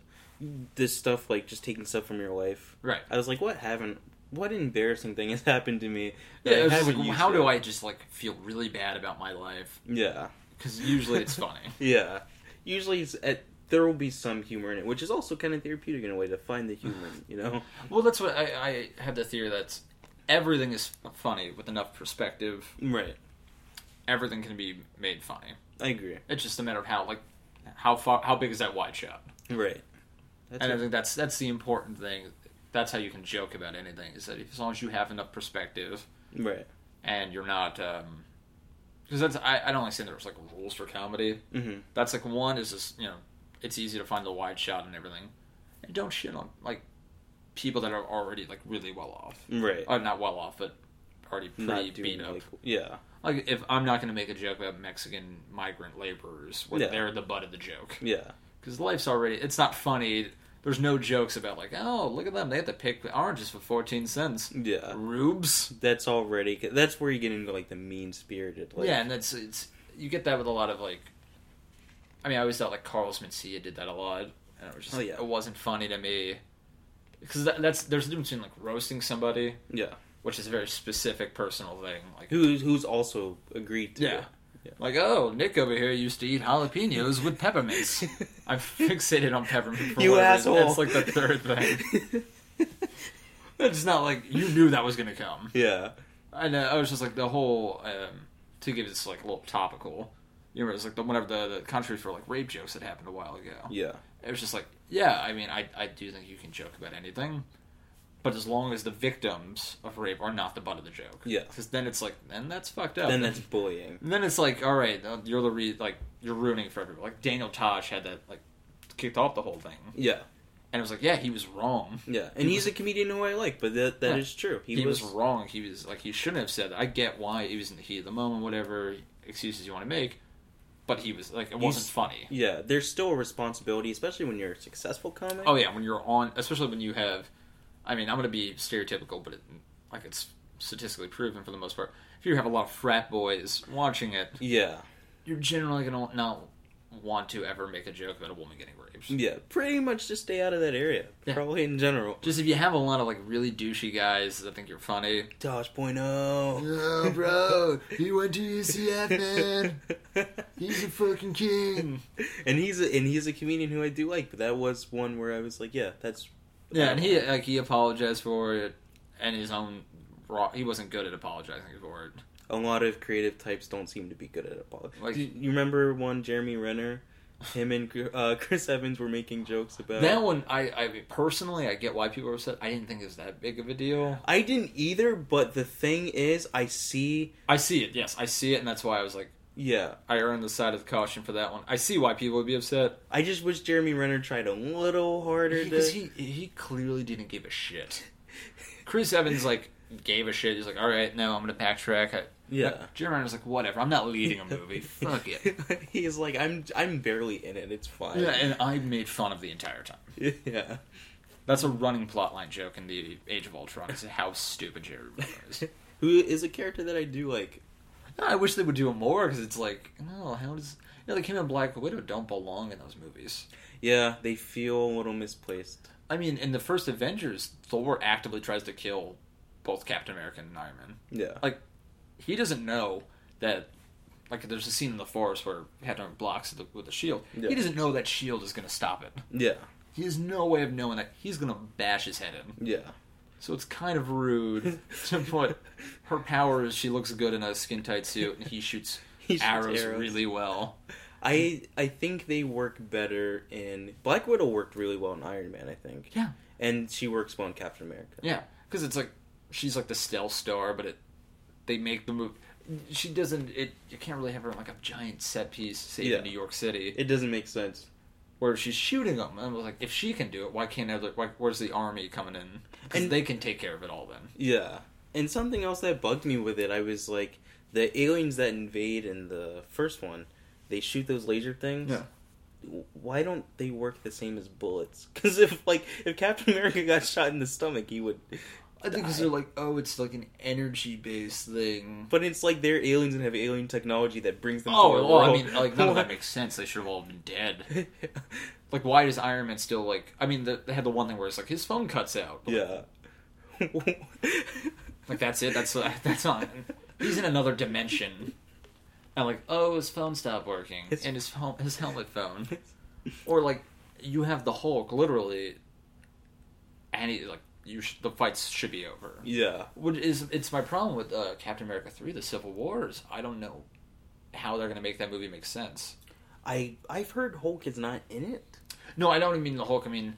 Speaker 1: this stuff like just taking stuff from your life.
Speaker 2: Right.
Speaker 1: I was like, what haven't? What embarrassing thing has happened to me? that I
Speaker 2: Yeah. it's just
Speaker 1: haven't
Speaker 2: like,
Speaker 1: used
Speaker 2: how do
Speaker 1: yet?
Speaker 2: I just like feel really bad about my life?
Speaker 1: Yeah.
Speaker 2: Because usually it's funny.
Speaker 1: Yeah. Usually it's at, there will be some humor in it, which is also kind of therapeutic in a way to find the humor, in, you know?
Speaker 2: Well, that's what I, I have the theory that everything is funny with enough perspective.
Speaker 1: Right.
Speaker 2: Everything can be made funny.
Speaker 1: I agree.
Speaker 2: It's just a matter of how like how far how big is that wide shot.
Speaker 1: Right. That's
Speaker 2: and I
Speaker 1: it.
Speaker 2: think that's that's the important thing. That's how you can joke about anything is that as long as you have enough perspective
Speaker 1: Right.
Speaker 2: and you're not um because that's I, I don't understand there's like rules for comedy.
Speaker 1: Mm-hmm.
Speaker 2: That's like one is just you know it's easy to find the wide shot and everything, and don't shit on like people that are already like really well off.
Speaker 1: Right.
Speaker 2: Or not well off, but already pretty
Speaker 1: Not
Speaker 2: beat
Speaker 1: doing
Speaker 2: up.
Speaker 1: like, yeah.
Speaker 2: Like if I'm not going to make a joke about Mexican migrant laborers, where
Speaker 1: Yeah.
Speaker 2: they're the butt of the joke.
Speaker 1: Yeah.
Speaker 2: because life's already it's not funny there's no jokes about like oh look at them they had to pick oranges for 14 cents
Speaker 1: Yeah.
Speaker 2: rubes
Speaker 1: That's already that's where you get into like the mean spirited like
Speaker 2: yeah and that's it's you get that with a lot of like i mean i always thought like carlos mencia did that a lot and it was just
Speaker 1: Oh, yeah.
Speaker 2: it wasn't funny to me because that, that's there's a difference between like roasting somebody
Speaker 1: Yeah.
Speaker 2: which is a very specific personal thing like
Speaker 1: who's who's also agreed to
Speaker 2: yeah like oh nick over here used to eat jalapenos with peppermints
Speaker 1: it.
Speaker 2: i'm fixated on peppermint for
Speaker 1: You
Speaker 2: whatever reason.
Speaker 1: asshole.
Speaker 2: that's like the third thing It's not like you knew that was gonna come.
Speaker 1: yeah.
Speaker 2: And uh, I was just like the whole um, to give this like a little topical. You know, it was like the whenever the, the country for like rape jokes that happened a while ago.
Speaker 1: Yeah.
Speaker 2: It was just like, yeah, I mean, I I do think you can joke about anything, but as long as the victims of rape are not the butt of the joke.
Speaker 1: Yeah.
Speaker 2: because then it's like, then that's fucked up.
Speaker 1: Then that's bullying.
Speaker 2: And then it's like, all right, uh, you're the re- like you're ruining for everyone. Like Daniel Tosh had that like kicked off the whole thing,
Speaker 1: Yeah.
Speaker 2: and it was like, yeah, he was wrong.
Speaker 1: Yeah. And he's a comedian who I like, but that that is
Speaker 2: Yeah.
Speaker 1: true.
Speaker 2: he, was, wrong. He was like he shouldn't have said that. I get why he was in the heat of the moment, whatever excuses you want to make, but he was like it wasn't
Speaker 1: He's-
Speaker 2: funny.
Speaker 1: Yeah, there's still a responsibility, especially when you're a successful comic.
Speaker 2: Oh yeah, when you're on, especially when you have, I mean, I'm gonna be stereotypical, but it, like it's statistically proven for the most part. If you have a lot of frat boys watching it,
Speaker 1: Yeah,
Speaker 2: you're generally gonna not want to ever make a joke about a woman getting raped.
Speaker 1: yeah. Pretty much just stay out of that area.
Speaker 2: Yeah.
Speaker 1: Probably in general.
Speaker 2: Just if you have a lot of like really douchey guys that think you're funny,
Speaker 1: Dodge point oh.
Speaker 2: No, bro. He went to UCF, man. he's a fucking king.
Speaker 1: and he's a, and he's a comedian who I do like, but that was one where I was like, yeah, that's
Speaker 2: Yeah, and he like he apologized for it, and his own raw. He wasn't good at apologizing for it.
Speaker 1: a lot of creative types don't seem to be good at apologizing.
Speaker 2: Like-
Speaker 1: Like, you remember one Jeremy Renner, him and uh, Chris Evans were making jokes about
Speaker 2: that one, I, I personally, I get why people were upset. I didn't think it was that big of a deal.
Speaker 1: I didn't either, but the thing is, I see.
Speaker 2: I see it. Yes, I see it, and that's why I was like,
Speaker 1: Yeah,
Speaker 2: I earned the side of caution for that one. I see why people would be upset
Speaker 1: I just wish Jeremy Renner tried a little harder. to...
Speaker 2: because he he clearly didn't give a shit. Chris Evans like gave a shit. He's like, all right, no, I'm gonna backtrack. I,
Speaker 1: Yeah.
Speaker 2: Jim Ryan was like, whatever. I'm not leading a movie. Fuck it.
Speaker 1: He's like, I'm I'm barely in it. It's fine.
Speaker 2: Yeah, and uh, I made fun of the entire time.
Speaker 1: yeah.
Speaker 2: That's a running plotline joke in the Age of Ultron. Is how stupid Jerry Rubin is.
Speaker 1: Who is a character that I do like?
Speaker 2: I wish they would do it more because it's like, no, how does you know, like him and Black Widow don't belong in those movies.
Speaker 1: Yeah, they feel a little misplaced.
Speaker 2: I mean, in the first Avengers, Thor actively tries to kill both Captain America and Iron Man.
Speaker 1: Yeah.
Speaker 2: He doesn't know that. Like, there's a scene in the forest where Captain America blocks the, with a shield.
Speaker 1: Yeah.
Speaker 2: He doesn't know that shield is going to stop it.
Speaker 1: Yeah.
Speaker 2: He has no way of knowing that he's going to bash his head in.
Speaker 1: Yeah.
Speaker 2: So it's kind of rude to put her power is she looks good in a skin tight suit and he shoots,
Speaker 1: He shoots
Speaker 2: arrows,
Speaker 1: arrows.
Speaker 2: really well.
Speaker 1: I I think they work better in Black Widow worked really well in Iron Man, I think.
Speaker 2: Yeah.
Speaker 1: And she works well in Captain America.
Speaker 2: Yeah, because it's like she's like the stealth star, but it they make the move. She doesn't. It you can't really have her in like a giant set piece, say
Speaker 1: Yeah.
Speaker 2: in New York City,
Speaker 1: It doesn't make sense.
Speaker 2: where she's shooting them. And I was like, if she can do it, why can't other? Why, where's the army coming in? And
Speaker 1: And-
Speaker 2: they can take care of it all then.
Speaker 1: Yeah. And something else that bugged me with it, I was like, the aliens that invade in the first one, they shoot those laser things.
Speaker 2: Yeah.
Speaker 1: Why don't they work the same as bullets? Because if like if Captain America got shot in the stomach, he would.
Speaker 2: I think because they're like, oh, it's like an energy based thing.
Speaker 1: But it's like they're aliens and have alien technology that brings them. to
Speaker 2: Oh,
Speaker 1: our
Speaker 2: well, I
Speaker 1: world.
Speaker 2: mean, like none of that makes sense. They should have all been dead. Like, why does Iron Man still like? I mean, the, they had the one thing where it's like his phone cuts out. But,
Speaker 1: yeah.
Speaker 2: Like that's it. That's uh, that's not. He's in another dimension. And like, oh, his phone stopped working,
Speaker 1: His-
Speaker 2: and his phone, his helmet phone, or like, you have the Hulk literally, and he, like you, sh- the fights should be over.
Speaker 1: yeah.
Speaker 2: What is it's my problem with uh, Captain America three, the Civil Wars. I don't know how they're gonna make that movie make sense.
Speaker 1: I I've heard Hulk is not in it.
Speaker 2: No, I don't mean the Hulk. I mean,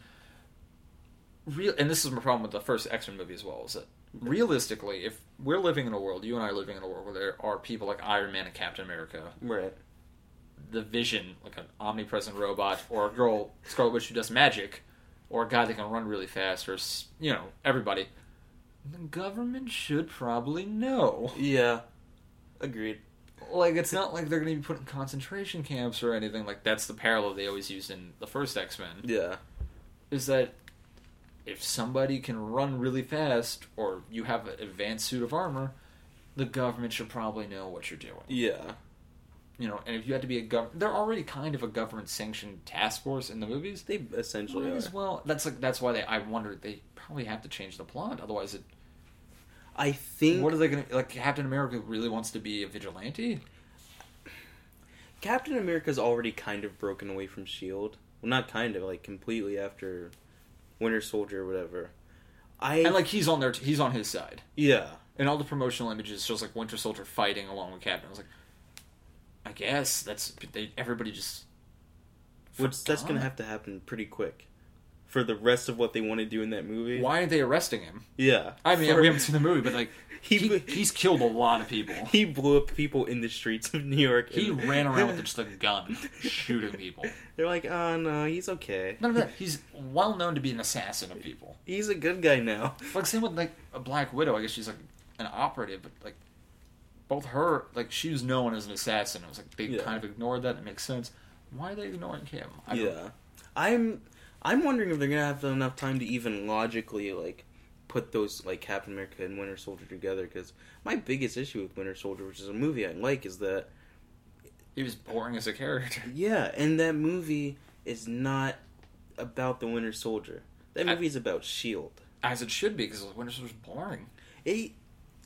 Speaker 2: real. And this is my problem with the first X Men movie as well. Is that realistically, if we're living in a world, you and I are living in a world where there are people like Iron Man and Captain America,
Speaker 1: Right.
Speaker 2: the Vision, like an omnipresent robot, or a girl Scarlet Witch who does magic, or a guy that can run really fast, or s- you know everybody. The government should probably know.
Speaker 1: Yeah. Agreed.
Speaker 2: Like, it's not like they're going to be put in concentration camps or anything. Like, that's the parallel they always used in the first X Men.
Speaker 1: Yeah.
Speaker 2: is that if somebody can run really fast or you have an advanced suit of armor, the government should probably know what you're doing.
Speaker 1: Yeah.
Speaker 2: You know, and if you had to be a government, they're already kind of a government sanctioned task force in the movies.
Speaker 1: They essentially
Speaker 2: Might
Speaker 1: are.
Speaker 2: as well. That's like that's why they. I wonder they probably have to change the plot. Otherwise, it,
Speaker 1: I think
Speaker 2: what are they gonna like? Captain America really wants to be a vigilante.
Speaker 1: Captain America's already kind of broken away from Shield. E Well, not kind of, like completely after Winter Soldier or whatever. I
Speaker 2: And like he's on their he's on his side.
Speaker 1: yeah.
Speaker 2: And all the promotional images shows like Winter Soldier fighting along with Captain. I was like, I guess that's they, everybody just.
Speaker 1: Which that's going to
Speaker 2: forgot.
Speaker 1: have to happen pretty quick for the rest of what they want to do in that movie.
Speaker 2: Why are they arresting him?
Speaker 1: Yeah.
Speaker 2: I mean,
Speaker 1: For-
Speaker 2: we haven't seen the movie, but like
Speaker 1: He-
Speaker 2: he, he's killed a lot of people.
Speaker 1: he blew up people in the streets of New York.
Speaker 2: He
Speaker 1: and-
Speaker 2: ran around with just a gun shooting people.
Speaker 1: They're like, "Oh no, he's okay.
Speaker 2: None of that. He's well known to be an assassin of people.
Speaker 1: He's a good guy now."
Speaker 2: Like same with like a Black Widow. I guess she's like an operative, but like both her like she was known as an assassin. It was like they
Speaker 1: Yeah.
Speaker 2: kind of ignored that. It makes sense. Why are they ignoring him? I don't-
Speaker 1: yeah, I'm I'm wondering if they're gonna have enough time to even logically like put those like Captain America and Winter Soldier together. Because my biggest issue with Winter Soldier, which is a movie I like, is that
Speaker 2: he was boring as a character.
Speaker 1: yeah, and that movie is not about the Winter Soldier. That
Speaker 2: I-
Speaker 1: movie is about Shield.
Speaker 2: As it should be, because Winter Soldier's boring.
Speaker 1: He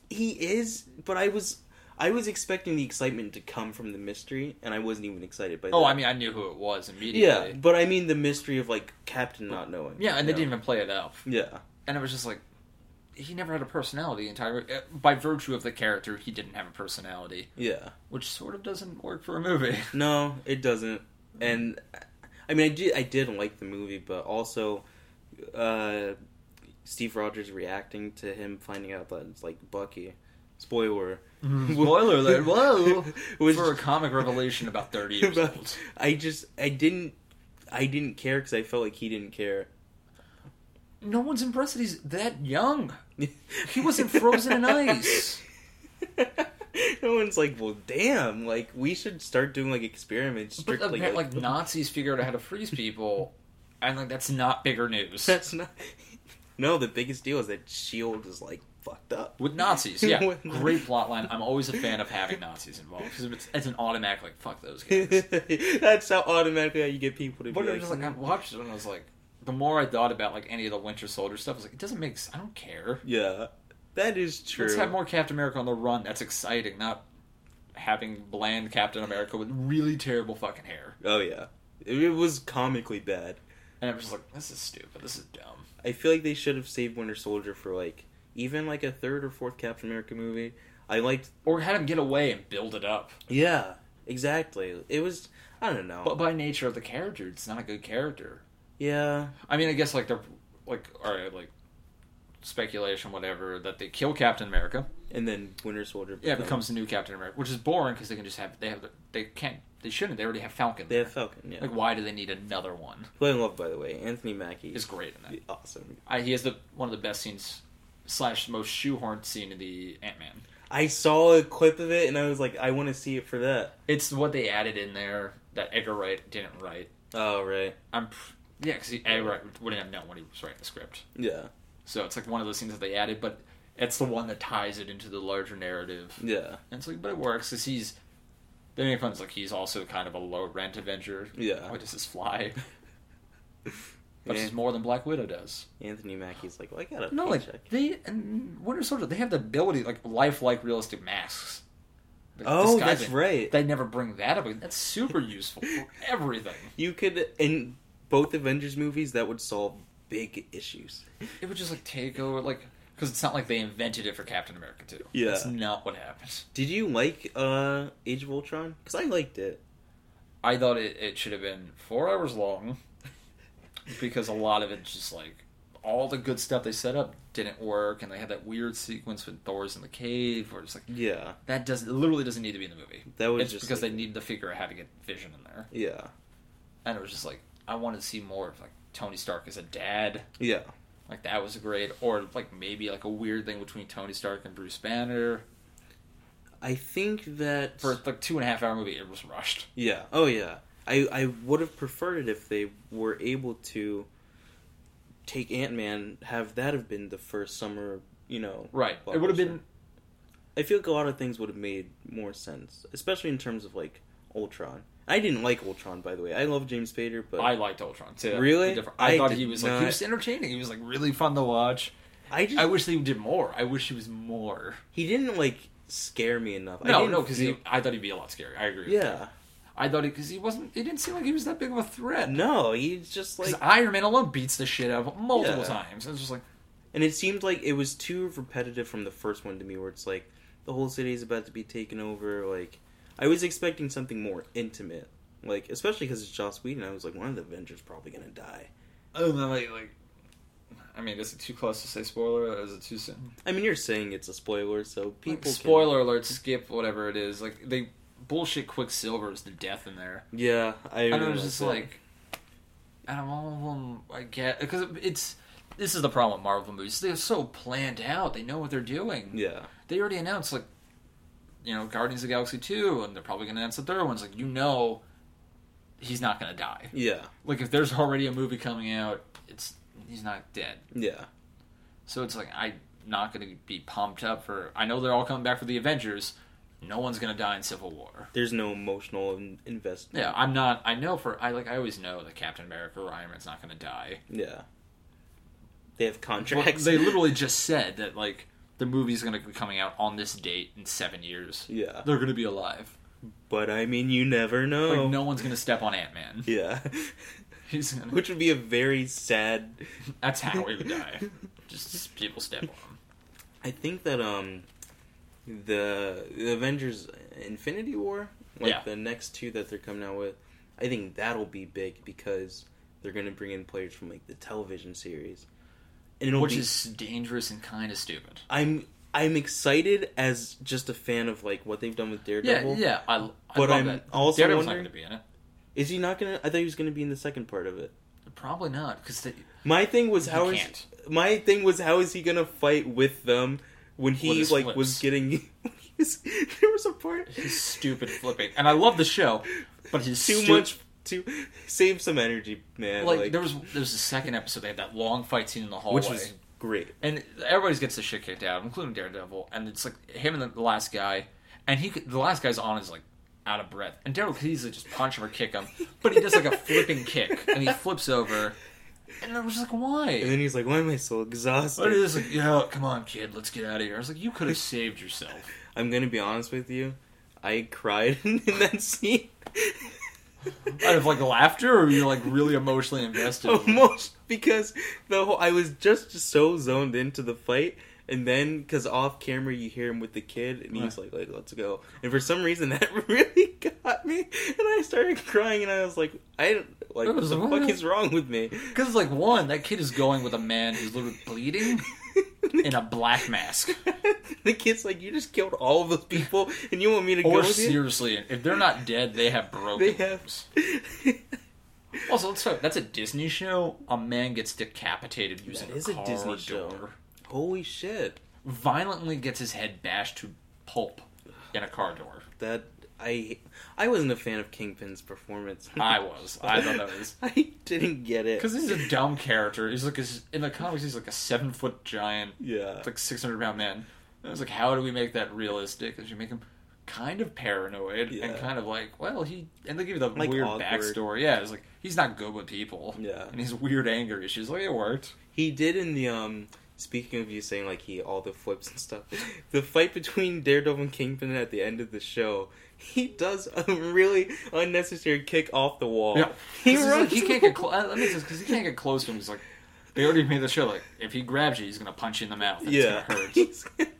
Speaker 1: he is, but I was. I was expecting the excitement to come from the mystery, and I wasn't even excited by that.
Speaker 2: Oh, I mean, I knew who it was
Speaker 1: yeah,
Speaker 2: immediately.
Speaker 1: but I mean the mystery of like Captain not knowing.
Speaker 2: Yeah, and they
Speaker 1: you
Speaker 2: didn't even play it up.
Speaker 1: know? Yeah,
Speaker 2: and it was just like he never had a personality the entire uh, by virtue of the character he didn't have a personality
Speaker 1: yeah.
Speaker 2: which sort of doesn't work for a movie
Speaker 1: No, it doesn't. And I mean, I did I did like the movie, but also uh, Steve Rogers reacting to him finding out that it's like Bucky. Mm-hmm. Spoiler.
Speaker 2: spoiler alert whoa
Speaker 1: was
Speaker 2: for a comic revelation about 30 years
Speaker 1: about-
Speaker 2: old
Speaker 1: I just I didn't I didn't care because I felt like he didn't care.
Speaker 2: no one's impressed that he's that young. He wasn't frozen in ice.
Speaker 1: no one's like, well, damn. Like, we should start doing like experiments
Speaker 2: But
Speaker 1: strictly.
Speaker 2: apparent- like Nazis figured out how to freeze people, and like that's not bigger news
Speaker 1: that's not. No, the biggest deal is that Shield E is like fucked up.
Speaker 2: with Nazis. Yeah,
Speaker 1: With-
Speaker 2: great plot line. I'm always a fan of having Nazis involved because it's, it's an automatic like fuck those guys.
Speaker 1: that's how automatically how you get people to
Speaker 2: But
Speaker 1: be
Speaker 2: it
Speaker 1: like,
Speaker 2: was like I watched it and I was like, the more I thought about like any of the Winter Soldier stuff, I was like, it doesn't make. s- I don't care.
Speaker 1: yeah, that is true.
Speaker 2: Let's have more Captain America on the run. That's exciting. Not having bland Captain America with really terrible fucking hair.
Speaker 1: Oh yeah, it, it was comically bad.
Speaker 2: And I'm just like, this is stupid. This is dumb.
Speaker 1: I feel like they should have saved Winter Soldier for like even like a third or fourth Captain America movie. I liked.
Speaker 2: Or had him get away and build it up.
Speaker 1: Yeah, exactly. It was. I don't know.
Speaker 2: But by nature of the character, it's not a good character.
Speaker 1: yeah.
Speaker 2: I mean, I guess like the like all right, like speculation, whatever, that they kill Captain America.
Speaker 1: And then Winter Soldier.
Speaker 2: Yeah, becomes the new Captain America, which is boring because they can just have they have they can't they shouldn't they already have Falcon.
Speaker 1: They have Falcon. Yeah.
Speaker 2: Like, why do they need another one?
Speaker 1: Who I love, by the way, Anthony Mackie
Speaker 2: Is great in that.
Speaker 1: awesome.
Speaker 2: I, he has the one of the best scenes slash most shoehorned scene in the Ant Man.
Speaker 1: I saw a clip of it and I was like, I want to see it for that.
Speaker 2: It's what they added in there that Edgar Wright didn't write.
Speaker 1: Oh right.
Speaker 2: I'm pr- yeah, because Edgar Wright wouldn't have known when he was writing the script.
Speaker 1: Yeah.
Speaker 2: So it's like one of those things that they added, but it's the one that ties it into the larger narrative.
Speaker 1: Yeah.
Speaker 2: And it's like, but it works because he's. They make fun. It's like he's also kind of a low rent Avenger.
Speaker 1: Yeah.
Speaker 2: Why does this fly? But
Speaker 1: Yeah.
Speaker 2: he's more than Black Widow does.
Speaker 1: Anthony Mackie's like, well, I got a
Speaker 2: No, like
Speaker 1: paycheck.
Speaker 2: they and Winter Soldier, they have the ability like lifelike realistic masks. Like,
Speaker 1: oh,
Speaker 2: disguise
Speaker 1: that's
Speaker 2: it.
Speaker 1: right.
Speaker 2: They never bring that up. again. That's super useful for everything.
Speaker 1: You could in both Avengers movies that would solve big issues.
Speaker 2: It would just like take over like because it's not like they invented it for Captain America too.
Speaker 1: Yeah.
Speaker 2: that's not what happened.
Speaker 1: Did you like uh Age of Ultron? Because I liked it.
Speaker 2: I thought it, it should have been four hours long because a lot of it's just like all the good stuff they set up didn't work, and they had that weird sequence with Thor's in the cave, where it's like
Speaker 1: Yeah,
Speaker 2: that doesn't literally doesn't need to be in the movie.
Speaker 1: that was
Speaker 2: It's
Speaker 1: just
Speaker 2: because
Speaker 1: like-
Speaker 2: they needed to figure out how to get Vision in there,
Speaker 1: yeah,
Speaker 2: and it was just like I wanted to see more of like Tony Stark as a dad,
Speaker 1: yeah,
Speaker 2: like that was great, or like maybe like a weird thing between Tony Stark and Bruce Banner.
Speaker 1: I think that
Speaker 2: For like two and a half hour movie, it was rushed.
Speaker 1: yeah, oh yeah, I I would have preferred it if they were able to take Ant Man, have that have been the first summer, you know.
Speaker 2: Right,
Speaker 1: Well,
Speaker 2: it would have
Speaker 1: sure.
Speaker 2: been
Speaker 1: I feel like a lot of things would have made more sense, especially in terms of like Ultron. I didn't like Ultron, by the way. I love James Spader, but
Speaker 2: I liked Ultron too.
Speaker 1: Really?
Speaker 2: The different- I,
Speaker 1: I
Speaker 2: thought
Speaker 1: did
Speaker 2: he was like he
Speaker 1: not-
Speaker 2: was entertaining. He was like really fun to watch.
Speaker 1: I just
Speaker 2: I wish they did more. I wish he was more.
Speaker 1: he didn't like scare me enough. I
Speaker 2: No,
Speaker 1: didn't
Speaker 2: no, because
Speaker 1: feel-
Speaker 2: he. I thought he'd be a lot scarier. I agree. With you.
Speaker 1: yeah,
Speaker 2: I thought because he wasn't. It didn't seem like he was that big of a threat.
Speaker 1: no, he's just like
Speaker 2: 'Cause Iron Man alone beats the shit out of him multiple
Speaker 1: Yeah.
Speaker 2: times. It's just like
Speaker 1: And it seemed like it was too repetitive from the first one to me, where it's like the whole city is about to be taken over. Like I was expecting something more intimate, like especially because it's Joss Whedon. I was like, one of the Avengers probably gonna die.
Speaker 2: oh, no, like, like. I mean, is it too close to say spoiler? Or is it too soon?
Speaker 1: I mean, you're saying it's a spoiler, so people
Speaker 2: People
Speaker 1: can-
Speaker 2: spoiler alert. Skip whatever it is. Like they bullshit. Quicksilver is the death in there.
Speaker 1: Yeah, I,
Speaker 2: and it
Speaker 1: realized
Speaker 2: was just
Speaker 1: that.
Speaker 2: like, out of all of them, I get because it's this is the problem with Marvel movies. They're so planned out. They know what they're doing.
Speaker 1: yeah,
Speaker 2: They already announced like, you know, Guardians of the Galaxy two, and they're probably going to announce the third one's like you know, he's not going to die.
Speaker 1: yeah,
Speaker 2: Like if there's already a movie coming out, it's he's not dead.
Speaker 1: yeah,
Speaker 2: So it's like I'm not going to be pumped up for. I know they're all coming back for the Avengers. No one's going to die in Civil War.
Speaker 1: there's no emotional in- investment.
Speaker 2: Yeah, I'm not. I know for I like. I always know that Captain America or Iron Man's not going to die.
Speaker 1: yeah. They have
Speaker 2: But
Speaker 1: contracts.
Speaker 2: they literally just said that like the movie's going to be coming out on this date in seven years.
Speaker 1: Yeah,
Speaker 2: They're going to be alive.
Speaker 1: but I mean, you never know.
Speaker 2: Like no one's going to step on Ant Man.
Speaker 1: Yeah,
Speaker 2: He's gonna,
Speaker 1: which would be a very sad
Speaker 2: that's how he would die. Just people step on him.
Speaker 1: I think that um the, the Avengers Infinity War, like
Speaker 2: Yeah.
Speaker 1: the next two that they're coming out with, I think that'll be big because they're gonna bring in players from like the television series. And it'll
Speaker 2: which
Speaker 1: be,
Speaker 2: is dangerous and kind of stupid.
Speaker 1: I'm I'm excited as just a fan of like what they've done with
Speaker 2: Yeah,
Speaker 1: Daredevil.
Speaker 2: yeah. I, I
Speaker 1: But
Speaker 2: love
Speaker 1: I'm
Speaker 2: that.
Speaker 1: also
Speaker 2: Daredevil's not
Speaker 1: wondering-
Speaker 2: going to be in it.
Speaker 1: Is he not gonna I thought he was gonna be in the second part of it.
Speaker 2: Probably not, because
Speaker 1: My thing was how is
Speaker 2: can't.
Speaker 1: my thing was how is he gonna fight with them when
Speaker 2: With
Speaker 1: he
Speaker 2: his
Speaker 1: like
Speaker 2: flips.
Speaker 1: was getting. there was a part
Speaker 2: his stupid flipping, and I love the show, but his
Speaker 1: too
Speaker 2: stu-
Speaker 1: much to save some energy, man.
Speaker 2: Like,
Speaker 1: Like,
Speaker 2: there was there was a second episode they had that long fight scene in the hallway,
Speaker 1: which was great.
Speaker 2: and everybody gets the shit kicked out, including Daredevil. And it's like him and the last guy, and he could- the last guy's on is like out of breath, and Daredevil could easily just punch him or kick him, but he does like a flipping kick, and he flips over, and I was just like,
Speaker 1: And
Speaker 2: why?
Speaker 1: then he's like, "Why am I so exhausted?"
Speaker 2: But it was like, yeah, come on, kid, let's get out of here. I was like, you could have saved yourself.
Speaker 1: I'm gonna be honest with you. I cried in that scene.
Speaker 2: Out of like laughter, or you're like really emotionally invested.
Speaker 1: Almost because the whole I was just so zoned into the fight, and then because off camera you hear him with the kid, and he's like, "Like, let's go." And for some reason that really got me, and I started crying, and I was like, "I like
Speaker 2: It
Speaker 1: what
Speaker 2: was
Speaker 1: the
Speaker 2: what?
Speaker 1: fuck is wrong with me?"
Speaker 2: Because it's like one, that kid is going with a man who's literally bleeding in a black mask.
Speaker 1: the kid's like, "You just killed all of those people, and you want me to go
Speaker 2: Or
Speaker 1: with you?"
Speaker 2: seriously, if they're not dead, they have broken
Speaker 1: They have.
Speaker 2: limbs. Also, let's talk. That's a Disney show. A man gets decapitated using
Speaker 1: That is
Speaker 2: a,
Speaker 1: a
Speaker 2: car
Speaker 1: Disney show.
Speaker 2: door.
Speaker 1: Holy shit!
Speaker 2: Violently gets his head bashed to pulp in a car door.
Speaker 1: That I I wasn't a fan of Kingpin's performance.
Speaker 2: I was. I thought that was
Speaker 1: I didn't get it.
Speaker 2: because he's a dumb character. He's like a, in the comics, he's like a seven foot giant,
Speaker 1: yeah.
Speaker 2: like six hundred pound man. And I was like, how do we make that realistic? Did you make him kind of paranoid and
Speaker 1: Yeah.
Speaker 2: kind of like, well, he and they give you the
Speaker 1: Like,
Speaker 2: weird
Speaker 1: awkward.
Speaker 2: backstory. Yeah, it's like he's not good with people.
Speaker 1: Yeah.
Speaker 2: and his weird anger issues. Like it worked.
Speaker 1: He did in the um speaking of you saying like he all the flips and stuff. The fight between Daredevil and Kingpin at the end of the show, he does a really unnecessary kick off the wall.
Speaker 2: Yeah.
Speaker 1: He
Speaker 2: This is
Speaker 1: runs
Speaker 2: like, he can't get uh, close. That makes sense because he can't get close to him. He's like, they already made the show. Like, if he grabs you, he's gonna punch you in the mouth. And
Speaker 1: Yeah. uh,
Speaker 2: it's gonna hurt.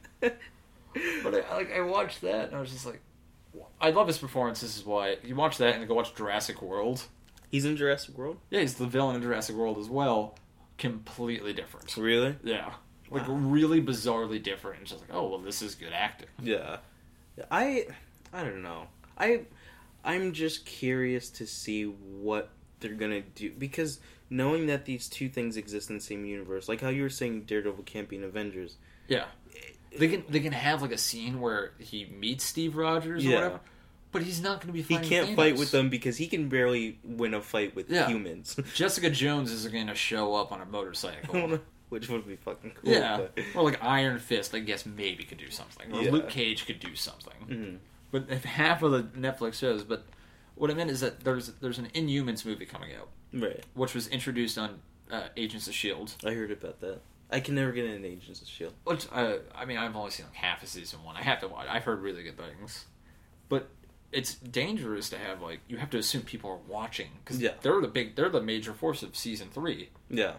Speaker 2: But I, like, I watched that and I was just like, I love his performance. This is why you watch that and go watch Jurassic World.
Speaker 1: He's in Jurassic World?
Speaker 2: Yeah, he's the villain in Jurassic World as well. Completely different.
Speaker 1: Really?
Speaker 2: Yeah. Like
Speaker 1: Wow.
Speaker 2: really bizarrely different. It's just like, oh well, this is good acting.
Speaker 1: Yeah. I I don't know. I I'm just curious to see what they're gonna do because knowing that these two things exist in the same universe, like how you were saying Daredevil can't be in Avengers.
Speaker 2: Yeah. They can they can have like a scene where he meets Steve Rogers or
Speaker 1: Yeah.
Speaker 2: whatever, but he's not going to be.
Speaker 1: He
Speaker 2: Fighting
Speaker 1: can't
Speaker 2: Thanos.
Speaker 1: fight with them because he can barely win a fight with
Speaker 2: Yeah.
Speaker 1: humans.
Speaker 2: Jessica Jones is going to show up on a motorcycle.
Speaker 1: Which would be fucking cool.
Speaker 2: yeah,
Speaker 1: but-
Speaker 2: or like Iron Fist, I guess maybe could do something. Or
Speaker 1: Yeah.
Speaker 2: Luke Cage could do something.
Speaker 1: Mhm.
Speaker 2: But if half of the Netflix shows, but what I meant is that there's there's an Inhumans movie coming out,
Speaker 1: Right.
Speaker 2: which was introduced on uh, Agents of Shield.
Speaker 1: I heard about that. I can never get into Agents of Shield.
Speaker 2: Which uh, I mean, I've only seen like half of season one. I have to watch. I've heard really good things, but it's dangerous to have like you have to assume people are watching because
Speaker 1: Yeah.
Speaker 2: they're the big they're the major force of season three.
Speaker 1: Yeah.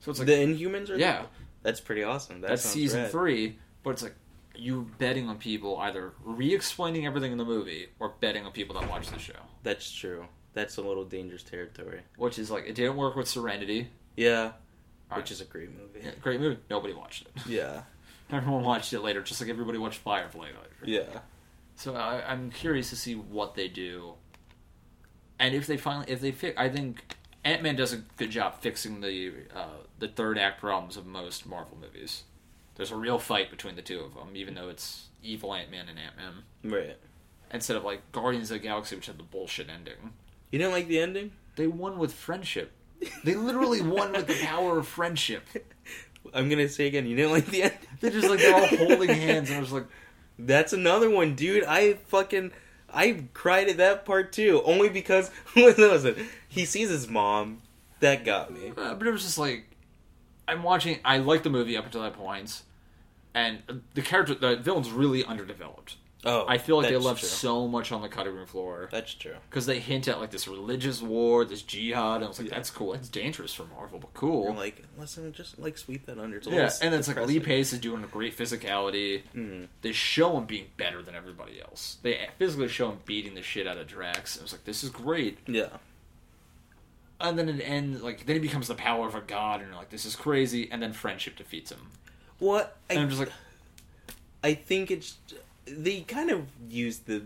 Speaker 2: So it's like
Speaker 1: the Inhumans are
Speaker 2: yeah,
Speaker 1: That's pretty awesome. That
Speaker 2: that's
Speaker 1: sounds
Speaker 2: season
Speaker 1: rad.
Speaker 2: three. But it's like you betting on people either re-explaining everything in the movie or betting on people that watch the show,
Speaker 1: That's true. That's a little dangerous territory.
Speaker 2: which is like it didn't work with Serenity.
Speaker 1: Yeah.
Speaker 2: Alright.
Speaker 1: Which is a great movie.
Speaker 2: Yeah, great movie. Nobody watched it.
Speaker 1: Yeah.
Speaker 2: Everyone watched it later, just like everybody watched Firefly later.
Speaker 1: Yeah.
Speaker 2: So I, I'm curious to see what they do, and if they finally if they fix. I think Ant Man does a good job fixing the uh, the third act problems of most Marvel movies. There's a real fight between the two of them, even though it's evil Ant Man and Ant Man
Speaker 1: Right.
Speaker 2: instead of like Guardians of the Galaxy, which had the bullshit ending.
Speaker 1: You didn't like the ending?
Speaker 2: They won with friendship. They literally won with the power of friendship.
Speaker 1: I'm gonna say again, you didn't like the ending.
Speaker 2: They're just like they're all holding hands, and I was like,
Speaker 1: That's another one, dude. I fucking I cried at that part too, only because listen, listen, he sees his mom. That got me.
Speaker 2: Uh, but it was just like I'm watching. I like the movie up until that point, and the character, the villain's really underdeveloped.
Speaker 1: Oh,
Speaker 2: I feel like they
Speaker 1: that's
Speaker 2: left
Speaker 1: true.
Speaker 2: so much on the cutting room floor
Speaker 1: That's true.
Speaker 2: because they hint at like this religious war, this jihad. And I was like,
Speaker 1: Yeah.
Speaker 2: that's cool. That's dangerous for Marvel, but
Speaker 1: You're
Speaker 2: cool.
Speaker 1: like, listen, just like sweep that under. It's a
Speaker 2: yeah,
Speaker 1: little
Speaker 2: and it's like Lee
Speaker 1: depressing.
Speaker 2: Pace is doing a great physicality.
Speaker 1: Mhm.
Speaker 2: They show him being better than everybody else. They physically show him beating the shit out of Drax. I was like, this is great.
Speaker 1: Mm-hmm. Yeah,
Speaker 2: And then it ends like then he becomes the power of a god, and you're like, this is crazy. And then friendship defeats him.
Speaker 1: what? I,
Speaker 2: And I'm just like,
Speaker 1: I think it's they kind of used the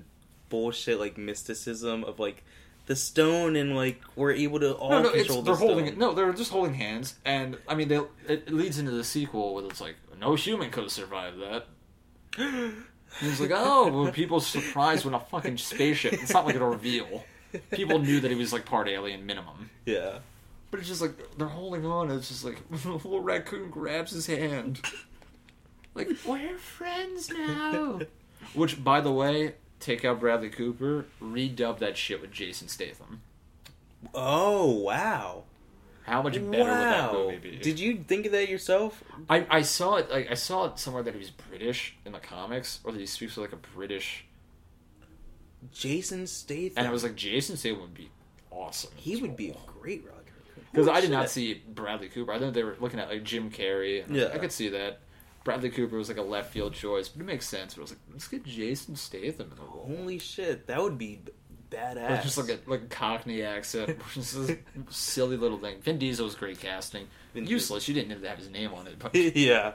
Speaker 1: bullshit like mysticism of like the stone and like we're able to all
Speaker 2: no, no, it's,
Speaker 1: control
Speaker 2: they're
Speaker 1: the stone.
Speaker 2: holding no, they're just holding hands, and I mean, they, it leads into the sequel where it's like no human could have survived that. And it's like, oh, well, people surprised when a fucking spaceship. It's not like a reveal. People knew that he was like part alien minimum,
Speaker 1: Yeah.
Speaker 2: but it's just like they're holding on. And it's just like little raccoon grabs his hand. Like we're friends now. Which, by the way, take out Bradley Cooper, redub that shit with Jason Statham.
Speaker 1: Oh wow!
Speaker 2: How much
Speaker 1: Wow!
Speaker 2: better would that movie be?
Speaker 1: Did you think of that yourself?
Speaker 2: I, I saw it like I saw it somewhere that he was British in the comics, or that he speaks with like a British,
Speaker 1: Jason Statham.
Speaker 2: and I was like, Jason Statham would be awesome.
Speaker 1: he would be a great Roger.
Speaker 2: because
Speaker 1: Holy
Speaker 2: I did not
Speaker 1: shit.
Speaker 2: see Bradley Cooper. I thought they were looking at like Jim Carrey. And yeah,
Speaker 1: Yeah.
Speaker 2: I could see that. Bradley Cooper was like a left field choice, but it makes sense. But I was like, let's get Jason Statham in the role.
Speaker 1: Holy shit! That would be b- badass.
Speaker 2: With just like a like a Cockney accent, just this silly little thing. Vin Diesel's great casting.
Speaker 1: Vin Diesel.
Speaker 2: Useless. You didn't have to have his name on it, but it
Speaker 1: yeah,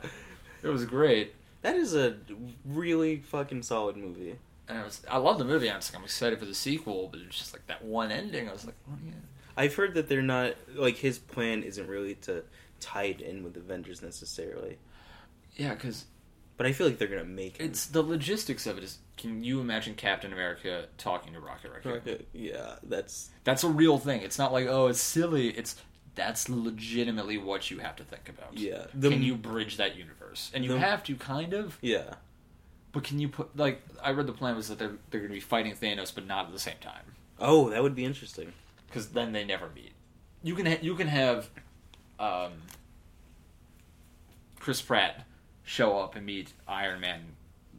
Speaker 2: was great.
Speaker 1: that is a really fucking solid movie.
Speaker 2: And I was, I love the movie. I was like, I'm excited for the sequel, but it's just like that one ending. I was like, oh, yeah.
Speaker 1: I've heard that they're not like his plan isn't really to tie it in with Avengers necessarily,
Speaker 2: Yeah, because
Speaker 1: but I feel like they're gonna make it.
Speaker 2: it's the logistics of it is. Can you imagine Captain America talking to Rocket Raccoon?
Speaker 1: Yeah, that's
Speaker 2: That's a real thing. It's not like oh, it's silly. It's that's legitimately what you have to think about.
Speaker 1: yeah. The,
Speaker 2: can you bridge that universe? And you
Speaker 1: the-
Speaker 2: have to kind of,
Speaker 1: Yeah,
Speaker 2: but can you put like I read the plan was that they're they're going to be fighting Thanos, but not at the same time.
Speaker 1: Oh, that would be interesting.
Speaker 2: because then they never meet. You can ha- you can have um, Chris Pratt show up and meet Iron Man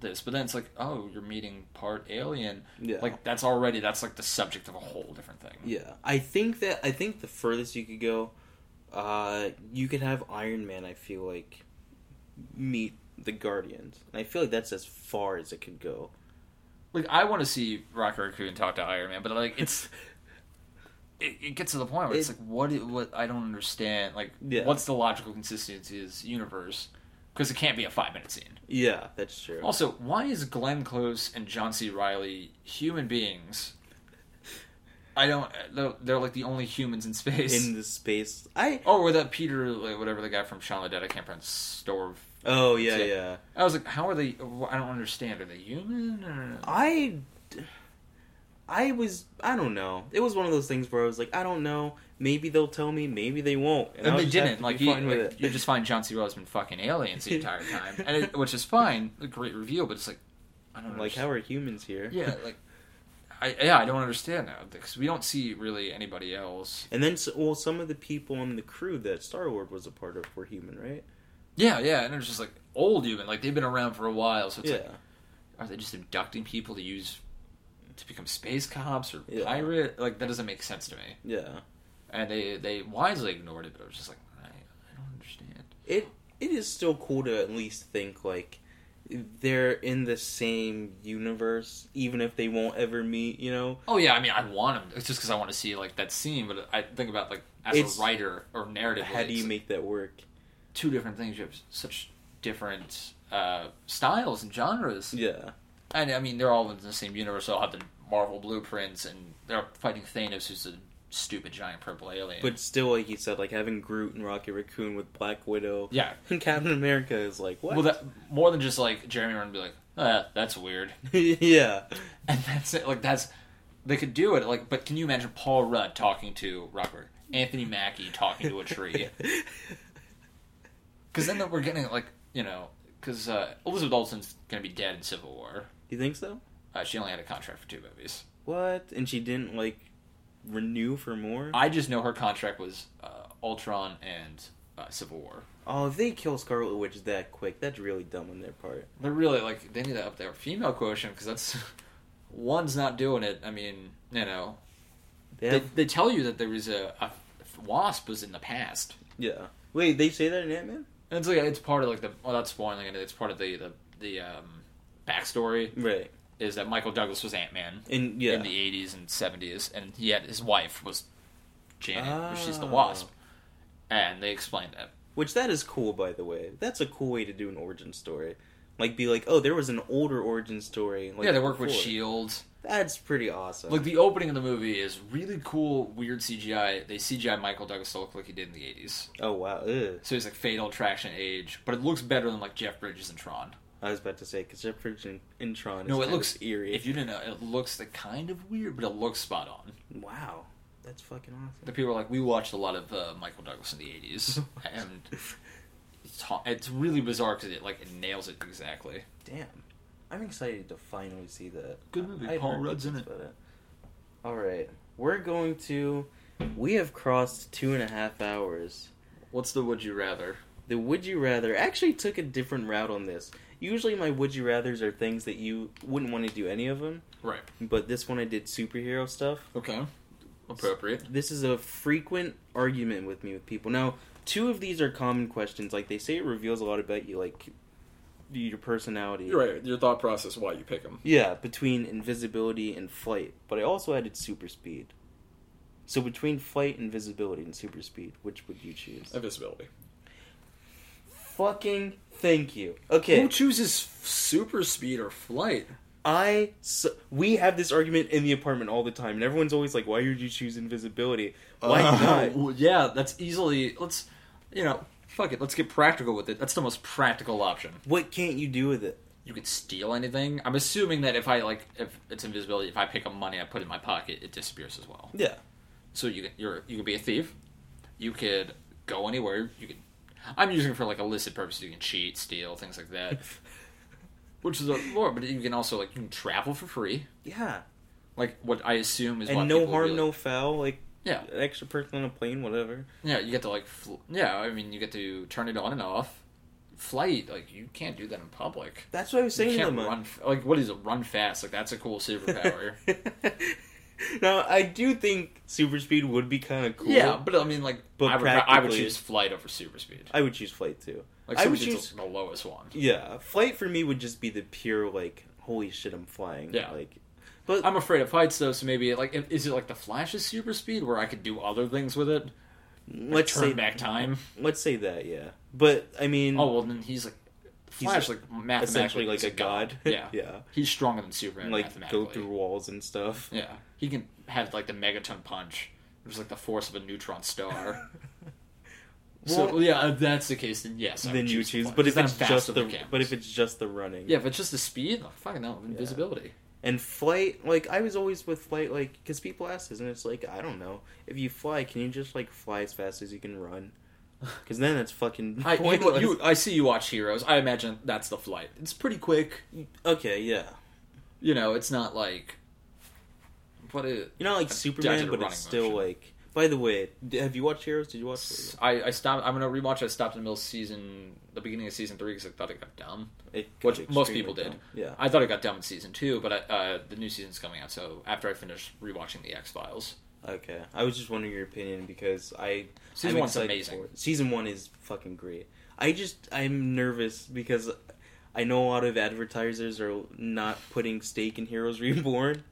Speaker 2: this, but then it's like, oh, you're meeting part alien.
Speaker 1: Yeah.
Speaker 2: Like that's already that's like the subject of a whole different thing.
Speaker 1: Yeah, I think that I think the furthest you could go, uh, you could have Iron Man. I feel like meet the Guardians, and I feel like that's as far as it could go.
Speaker 2: Like I want to see Rocket Raccoon talk to Iron Man, but like it's it, it gets to the point where it's
Speaker 1: It-
Speaker 2: like what i- what I don't understand. Like
Speaker 1: Yeah.
Speaker 2: what's the logical consistency of this universe? Because it can't be a five minute scene.
Speaker 1: Yeah, that's true.
Speaker 2: Also, why is Glenn Close and John C. Riley human beings? I don't. They're, they're like the only humans in space.
Speaker 1: In the space, I
Speaker 2: oh, or that Peter, like, whatever the guy from Shaun of the Dead. I can't pronounce Storv.
Speaker 1: oh yeah
Speaker 2: So-
Speaker 1: yeah
Speaker 2: I was like, how are they? I don't understand. Are they human? Or...
Speaker 1: I I was I don't know. It was one of those things where I was like I don't know. Maybe they'll tell me. Maybe they won't.
Speaker 2: And
Speaker 1: I'll
Speaker 2: they
Speaker 1: just have
Speaker 2: didn't.
Speaker 1: to
Speaker 2: Like,
Speaker 1: be
Speaker 2: you,
Speaker 1: fine with
Speaker 2: like
Speaker 1: it.
Speaker 2: you just find John C. Riley's been fucking aliens the entire time, and it, which is fine. A great reveal, but it's like, I don't
Speaker 1: like
Speaker 2: understand.
Speaker 1: how are humans here?
Speaker 2: Yeah, like. I, yeah, I don't understand that because we don't see really anybody else
Speaker 1: And then, s- well, some of the people on the crew that Star Lord was a part of were human, right?
Speaker 2: Yeah, yeah, and it's just like old human, like they've been around for a while. So it's
Speaker 1: yeah.
Speaker 2: like, are they just abducting people to use to become space cops or
Speaker 1: Yeah.
Speaker 2: pirate? Like that doesn't make sense to me.
Speaker 1: Yeah.
Speaker 2: And they they wisely ignored it, but I was just like, I, I don't understand.
Speaker 1: It it is still cool to at least think like they're in the same universe, even if they won't ever meet. You know?
Speaker 2: Oh yeah, I mean, I want them. It's just because I want to see like that scene, but I think about like as
Speaker 1: It's-
Speaker 2: a writer or narrative,
Speaker 1: How do
Speaker 2: it's
Speaker 1: you make that work?
Speaker 2: two different things? You have such different uh, styles and genres.
Speaker 1: Yeah.
Speaker 2: And I mean, they're all in the same universe. They all have the Marvel blueprints, and they're fighting Thanos, who's a stupid giant purple alien.
Speaker 1: But still, like you said, like having Groot and Rocket Raccoon with Black Widow
Speaker 2: yeah,
Speaker 1: and Captain America is like what?
Speaker 2: well, that more than just like Jeremy Renner be like, ah, that's weird,
Speaker 1: yeah.
Speaker 2: and that's it. Like that's they could do it. Like, but can you imagine Paul Rudd talking to Robert Anthony Mackie talking to a tree? Because then we're getting like you know, because uh, Elizabeth Olsen's gonna be dead in Civil War.
Speaker 1: you think so?
Speaker 2: Uh, she only had a contract for two movies.
Speaker 1: What? And she didn't like renew for more.
Speaker 2: I just know her contract was uh, Ultron and uh, Civil War.
Speaker 1: Oh, if they kill Scarlet Witch that quick, that's really dumb on their part.
Speaker 2: They're really like they need to up their female quotient because that's one's not doing it. I mean, you know,
Speaker 1: They
Speaker 2: they,
Speaker 1: have-
Speaker 2: they tell you that there was a, a wasp was in the past.
Speaker 1: yeah. Wait, they say that in Ant Man?
Speaker 2: And it's like it's part of like the well, that's spoiling it. It's part of the the the um, backstory
Speaker 1: Right.
Speaker 2: is that Michael Douglas was Ant Man
Speaker 1: And yeah.
Speaker 2: in the eighties and seventies, and he had his wife was Janet, or she's the
Speaker 1: Ah.
Speaker 2: wasp, and they explained that.
Speaker 1: Which that is cool, by the way. That's a cool way to do an origin story. Like, be like, oh, there was an older origin story. Like,
Speaker 2: yeah, they work with
Speaker 1: before.
Speaker 2: Shield.
Speaker 1: That's pretty awesome.
Speaker 2: Look, the opening of the movie is really cool, weird CGI. They CGI Michael Douglas to look like he did in the '80s,
Speaker 1: oh wow, ugh.
Speaker 2: so he's like fatal attraction age, but it looks better than like Jeff Bridges and Tron.
Speaker 1: I was about to say because Jeff Bridges in- in Tron. Is
Speaker 2: No, it
Speaker 1: kind of
Speaker 2: looks-
Speaker 1: eerie.
Speaker 2: If you didn't know, it looks like kind of weird, but it looks spot on.
Speaker 1: Wow, that's fucking awesome.
Speaker 2: The people are like, we watched a lot of uh, Michael Douglas in the '80s, and it's, ha- it's really bizarre because it like it nails it exactly.
Speaker 1: Damn, I'm excited to finally see that.
Speaker 2: Good movie.
Speaker 1: I've
Speaker 2: Paul
Speaker 1: heard good
Speaker 2: Rudd's in
Speaker 1: things
Speaker 2: it.
Speaker 1: about All right, we're going to. We have crossed two and a half hours.
Speaker 2: What's the Would You Rather?
Speaker 1: The would you rather actually took a different route on this. Usually, my would you rather's are things that you wouldn't want to do any of them,
Speaker 2: Right.
Speaker 1: but this one I did superhero stuff.
Speaker 2: Okay. Appropriate.
Speaker 1: This is a frequent argument with me with people. Now, two of these are common questions. Like they say, it reveals a lot about you, like your personality.
Speaker 2: right. Your thought process why you pick them.
Speaker 1: Yeah, between invisibility and flight. But I also added super speed. So between flight, invisibility, and super speed, which would you choose?
Speaker 2: Invisibility.
Speaker 1: Fucking thank you. Okay,
Speaker 2: Who chooses f- super speed or flight?
Speaker 1: I so, we have this argument in the apartment all the time, and everyone's always like, "Why would you choose invisibility? Why
Speaker 2: Uh,
Speaker 1: not?"
Speaker 2: well, Yeah, that's easily. Let's, you know, fuck it. Let's get practical with it. That's the most practical option.
Speaker 1: What can't you do with it?
Speaker 2: You can steal anything. I'm assuming that if I like, if it's invisibility, if I pick up money, I put it in my pocket, it disappears as well.
Speaker 1: Yeah,
Speaker 2: So you can, you're you can be a thief. You could go anywhere. You could. I'm using it for like illicit purposes. You can cheat, steal, things like that. Which is a lore, but you can also like you can travel for free.
Speaker 1: yeah,
Speaker 2: Like what I assume is why
Speaker 1: and no
Speaker 2: people
Speaker 1: harm,
Speaker 2: really-
Speaker 1: no foul. Like
Speaker 2: yeah
Speaker 1: an extra person on a plane, whatever.
Speaker 2: Yeah, you get to like, fl- yeah. I mean, you get to turn it on and off. Flight, like you can't do that in public.
Speaker 1: That's what I was saying
Speaker 2: you
Speaker 1: to
Speaker 2: can't
Speaker 1: them. uh,
Speaker 2: run. f- Like, what is it? Run fast. Like that's a cool superpower.
Speaker 1: now I do think super speed would be kind of cool.
Speaker 2: Yeah, but I mean, like,
Speaker 1: But
Speaker 2: I, would, I would
Speaker 1: practically-
Speaker 2: choose flight over super speed.
Speaker 1: I would choose flight too.
Speaker 2: Like,
Speaker 1: I
Speaker 2: super
Speaker 1: would
Speaker 2: speed's the lowest one.
Speaker 1: Yeah, flight for me would just be the pure like, holy shit, I'm flying.
Speaker 2: Yeah.
Speaker 1: like
Speaker 2: I'm afraid of heights though, so maybe like, if, is it like the Flash's super speed where I could do other things with it? Like,
Speaker 1: let's
Speaker 2: turn
Speaker 1: say
Speaker 2: back time.
Speaker 1: let's say that. Yeah, but I mean,
Speaker 2: Oh well, then he's like, Flash, like mathematically
Speaker 1: essentially like
Speaker 2: is
Speaker 1: a god.
Speaker 2: Yeah,
Speaker 1: yeah.
Speaker 2: he's stronger than Superman.
Speaker 1: And, like
Speaker 2: mathematically.
Speaker 1: go through walls and stuff.
Speaker 2: Yeah, he can have like the megaton punch, which is like the force of a neutron star. so
Speaker 1: Well-
Speaker 2: yeah, if that's the case, then yes, I would
Speaker 1: then you
Speaker 2: choose. the
Speaker 1: choose,
Speaker 2: punch,
Speaker 1: but if
Speaker 2: 'cause I'm
Speaker 1: it's
Speaker 2: faster
Speaker 1: just the
Speaker 2: than cameras.
Speaker 1: but if it's just the running,
Speaker 2: yeah, if it's just the speed, oh, fucking no, invisibility.
Speaker 1: And flight, like I was always with flight, like because people ask this, and it's like I don't know if you fly, can you just like fly as fast as you can run? Because then it's fucking
Speaker 2: I, you,
Speaker 1: pointless.
Speaker 2: you- I see you watch Heroes. I imagine that's the flight. It's pretty quick.
Speaker 1: okay, yeah,
Speaker 2: You know, it's not like what it.
Speaker 1: you're not like
Speaker 2: I did
Speaker 1: Superman,
Speaker 2: a
Speaker 1: but
Speaker 2: running
Speaker 1: it's still
Speaker 2: motion.
Speaker 1: like. By the way, d- have you watched Heroes? Did you watch? It?
Speaker 2: I, I stopped. I'm gonna rewatch. I stopped in the middle of season, the beginning of season three, because I thought it got dumb.
Speaker 1: It
Speaker 2: Which
Speaker 1: got
Speaker 2: most
Speaker 1: extremely
Speaker 2: people did.
Speaker 1: dumb. Yeah.
Speaker 2: I thought it got dumb in season two, but I, uh, the new season's coming out. So after I finish rewatching the X Files,
Speaker 1: Okay. I was just wondering your opinion because I
Speaker 2: Season
Speaker 1: I'm
Speaker 2: one's
Speaker 1: excited
Speaker 2: amazing.
Speaker 1: for it. Season one is fucking great. I just I'm nervous because I know a lot of advertisers are not putting stake in Heroes Reborn.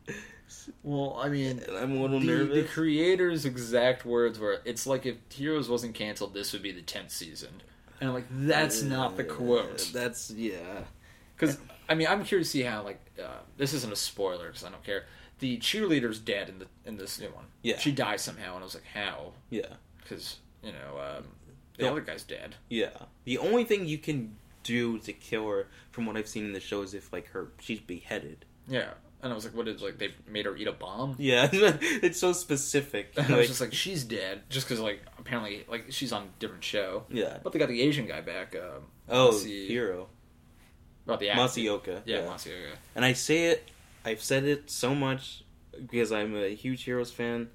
Speaker 2: well, I mean,
Speaker 1: And I'm a little
Speaker 2: the, the
Speaker 1: nervous.
Speaker 2: creator's exact words were, "It's like if Heroes wasn't canceled, this would be the tenth season." And I'm like, that's not the
Speaker 1: Uh,
Speaker 2: quote.
Speaker 1: That's yeah.
Speaker 2: Because I mean, I'm curious to see how like uh, this isn't a spoiler because I don't care. The cheerleader's dead in the in this new one.
Speaker 1: Yeah.
Speaker 2: she dies somehow, and I was like, how?
Speaker 1: Yeah.
Speaker 2: Because you know um, the
Speaker 1: Yeah.
Speaker 2: other guy's dead.
Speaker 1: Yeah. The only thing you can do to kill her from what I've seen in the show is if like her she's beheaded.
Speaker 2: Yeah, and I was like, what is like they made her eat a bomb?
Speaker 1: Yeah. it's so specific.
Speaker 2: And I was
Speaker 1: Like,
Speaker 2: just like, she's dead, just because like apparently like she's on a different show.
Speaker 1: yeah.
Speaker 2: But they got the Asian guy back. Um,
Speaker 1: Oh,
Speaker 2: Masi-
Speaker 1: hero.
Speaker 2: well, the act-
Speaker 1: Masioka.
Speaker 2: Yeah, Masioka.
Speaker 1: And I say it, I've said it so much because I'm a huge Heroes fan.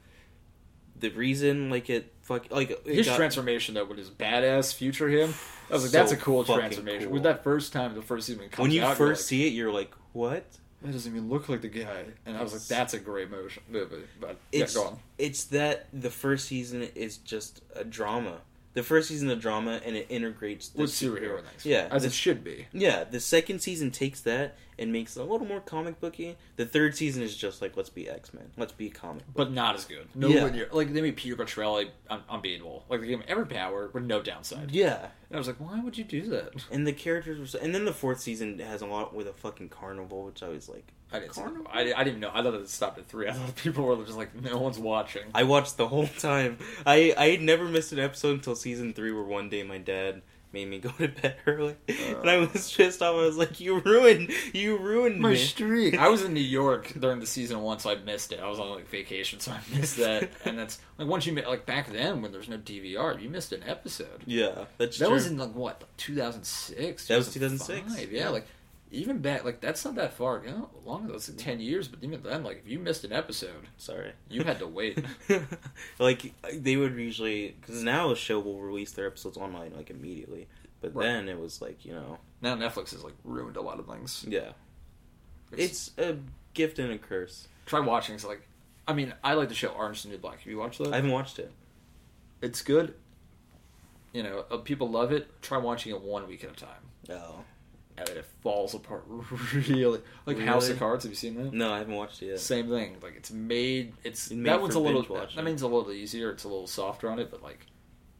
Speaker 1: The reason, like it, fuck, like it
Speaker 2: His
Speaker 1: got-
Speaker 2: transformation though, with his badass future him, I was like, that's
Speaker 1: So
Speaker 2: a cool
Speaker 1: fucking
Speaker 2: transformation.
Speaker 1: cool.
Speaker 2: With that first time, the first season it comes
Speaker 1: when you
Speaker 2: out, you're
Speaker 1: first
Speaker 2: like,
Speaker 1: see it, you're like, what?
Speaker 2: that doesn't even look like the guy. And I was like, that's a great motion movie. But
Speaker 1: It's
Speaker 2: yeah, go on.
Speaker 1: it's that the first season is just a drama. The first season a drama, and it integrates the
Speaker 2: With superhero next,
Speaker 1: Yeah,
Speaker 2: as
Speaker 1: the-
Speaker 2: it should be.
Speaker 1: yeah. The second season takes that and makes it a little more comic booky. The third season is just like let's be X Men, let's be comic.
Speaker 2: but not as good. No,
Speaker 1: Yeah.
Speaker 2: near, like they made Peter Petrell like, un- unbeatable. Like they gave him every power with no downside.
Speaker 1: Yeah,
Speaker 2: And I was like, why would you do that?
Speaker 1: and the characters were, so, and then the fourth season has a lot with a fucking carnival, which I was like,
Speaker 2: I didn't. See,
Speaker 1: Carnival?
Speaker 2: I, I didn't even know. I thought it stopped at three. I thought people were just like, no one's watching.
Speaker 1: I watched the whole time. I I had never missed an episode until season three, where one day my dad made me go to bed early,
Speaker 2: Uh.
Speaker 1: and I was pissed off. I was like, "You ruined, you ruined me."
Speaker 2: streak. I was in New York during the season one, so I missed it. I was on like vacation, so I missed that. and that's like once you mi- like back then when there's no DVR, you missed an episode.
Speaker 1: yeah, that's
Speaker 2: That
Speaker 1: true.
Speaker 2: was in like what, like 2006?
Speaker 1: That was 2006,
Speaker 2: Yeah,
Speaker 1: yeah.
Speaker 2: like even back, like that's not that far ago. Long ago, it's like 10 years, but even then, like if you missed an episode,
Speaker 1: Sorry.
Speaker 2: you had to wait.
Speaker 1: like they would usually because now the show will release their episodes online like immediately, but
Speaker 2: Right.
Speaker 1: then it was like you know
Speaker 2: now Netflix has like ruined a lot of things.
Speaker 1: yeah, it's a gift and a curse.
Speaker 2: try watching. It's like, I mean, I like the show Orange is the New Black. Have you watched that?
Speaker 1: I haven't watched it.
Speaker 2: it's good. You know, uh, people love it. Try watching it one week at a time.
Speaker 1: No,
Speaker 2: and then it falls apart really like House
Speaker 1: Really?
Speaker 2: of Cards. Have you seen that?
Speaker 1: no, I haven't watched it yet.
Speaker 2: Same thing. Like it's made. It's
Speaker 1: It's made
Speaker 2: that one's
Speaker 1: for
Speaker 2: a little.
Speaker 1: binge watching.
Speaker 2: That means a little easier. It's a little softer on it, but like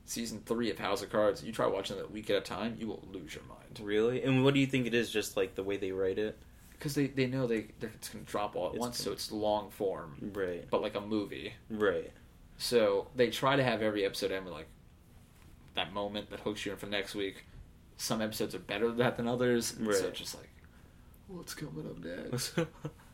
Speaker 2: season three of House of Cards, you try watching it a week at a time, you will lose your mind
Speaker 1: Really? And what do you think it is? Just like the way they write it,
Speaker 2: because they they know they they're- it's gonna drop all at
Speaker 1: It's
Speaker 2: once,
Speaker 1: gonna-
Speaker 2: so it's long form,
Speaker 1: right?
Speaker 2: but like a movie.
Speaker 1: Right.
Speaker 2: So they try to have every episode end with like that moment that hooks you in for next week. Some episodes are better than that than others. and So
Speaker 1: Right.
Speaker 2: it's just like, what's coming up next?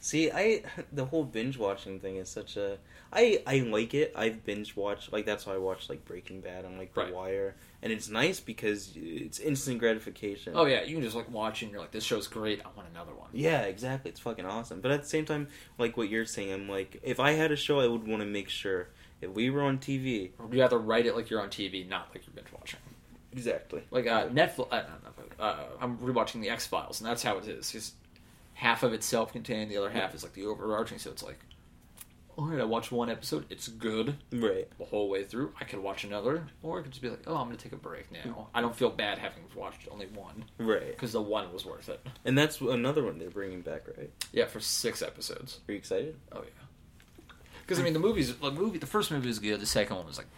Speaker 1: See, I the whole binge watching thing is such a I I like it. I've binge watched like that's why I watch like Breaking Bad and like The
Speaker 2: Right.
Speaker 1: Wire, and it's nice because it's instant gratification.
Speaker 2: Oh yeah, you can just like watch and you're like, this show's great. I want another one.
Speaker 1: Yeah, exactly. It's fucking awesome. But at the same time, like what you're saying, I'm like, if I had a show, I would want to make sure if we were on TV.
Speaker 2: Or You rather write it like you're on TV, not like you're binge watching.
Speaker 1: Exactly.
Speaker 2: Like uh, Netflix. Uh, not Netflix uh, I'm rewatching the X Files, and that's how it is. It's half of it's self-contained, the other half is like the overarching. So it's like, all right, I watched one episode. It's good
Speaker 1: Right.
Speaker 2: the whole way through. I could watch another, or I could just be like, oh, I'm gonna take a break now. I don't feel bad having watched only one
Speaker 1: Right.
Speaker 2: because the one was worth it.
Speaker 1: And that's another one they're bringing back, right?
Speaker 2: Yeah, for six episodes.
Speaker 1: Are you excited?
Speaker 2: Oh yeah. Because I mean, the movies, the movie, the first movie was good. The second one was like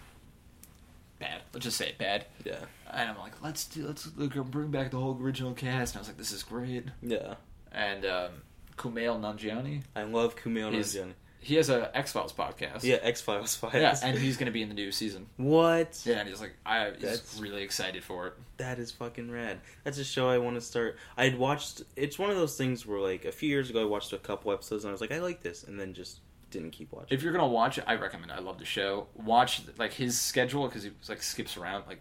Speaker 2: bad. Let's just say it, bad.
Speaker 1: Yeah.
Speaker 2: And I'm like, let's do, let's look, bring back the whole original cast. And I was like, this is great.
Speaker 1: Yeah.
Speaker 2: And um, Kumail Nanjiani,
Speaker 1: I love Kumail
Speaker 2: He's-
Speaker 1: Nanjiani.
Speaker 2: he has a X Files podcast.
Speaker 1: Yeah, X Files Files.
Speaker 2: Yeah, and he's gonna be in the new season.
Speaker 1: what?
Speaker 2: Yeah, and he's like, I
Speaker 1: That's-
Speaker 2: he's really excited for it.
Speaker 1: That is fucking rad. That's a show I want to start. I had watched. It's one of those things where like a few years ago I watched a couple episodes and I was like, I like this, and then just didn't keep watching.
Speaker 2: If you're gonna watch it, I recommend. it. I love the show. Watch like his schedule because he like skips around. Like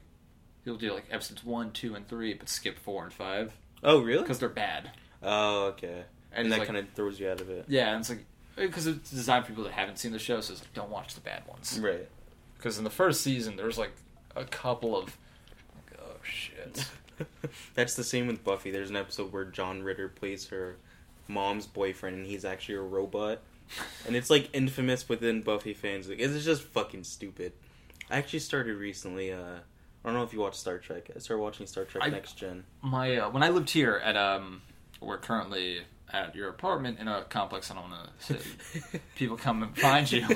Speaker 2: he'll do like episodes one, two, and three, but skip four and five
Speaker 1: Oh really?
Speaker 2: because they're bad.
Speaker 1: Oh okay. And,
Speaker 2: he's
Speaker 1: that
Speaker 2: like,
Speaker 1: kind of throws you out of it.
Speaker 2: Yeah, and it's like because it's designed for people that haven't seen the show, so it's like don't watch the bad ones.
Speaker 1: Right.
Speaker 2: Because in the first season, there's like a couple of like, oh shit.
Speaker 1: That's the same with Buffy. There's an episode where John Ritter plays her mom's boyfriend, and he's actually a robot, and it's like infamous within Buffy fans. Like, it's just fucking stupid. I actually started recently. uh I don't know if you watch Star Trek. I started watching Star Trek
Speaker 2: I-
Speaker 1: Next Gen.
Speaker 2: My uh, when I lived here at um, we're currently at your apartment in a complex. I don't want to say people come and find you.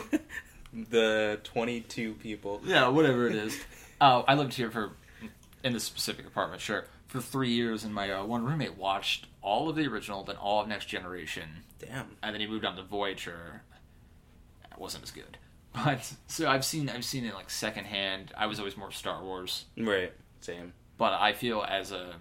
Speaker 1: the 22 people.
Speaker 2: yeah, whatever it is. Oh, I lived here for in this specific apartment, sure, for three years, and my uh, one roommate watched all of the original, then all of Next Generation,
Speaker 1: Damn.
Speaker 2: and then he moved on to Voyager. It wasn't as good, but so I've seen I've seen it like secondhand. I was always more Star Wars,
Speaker 1: Right. Same.
Speaker 2: but I feel as a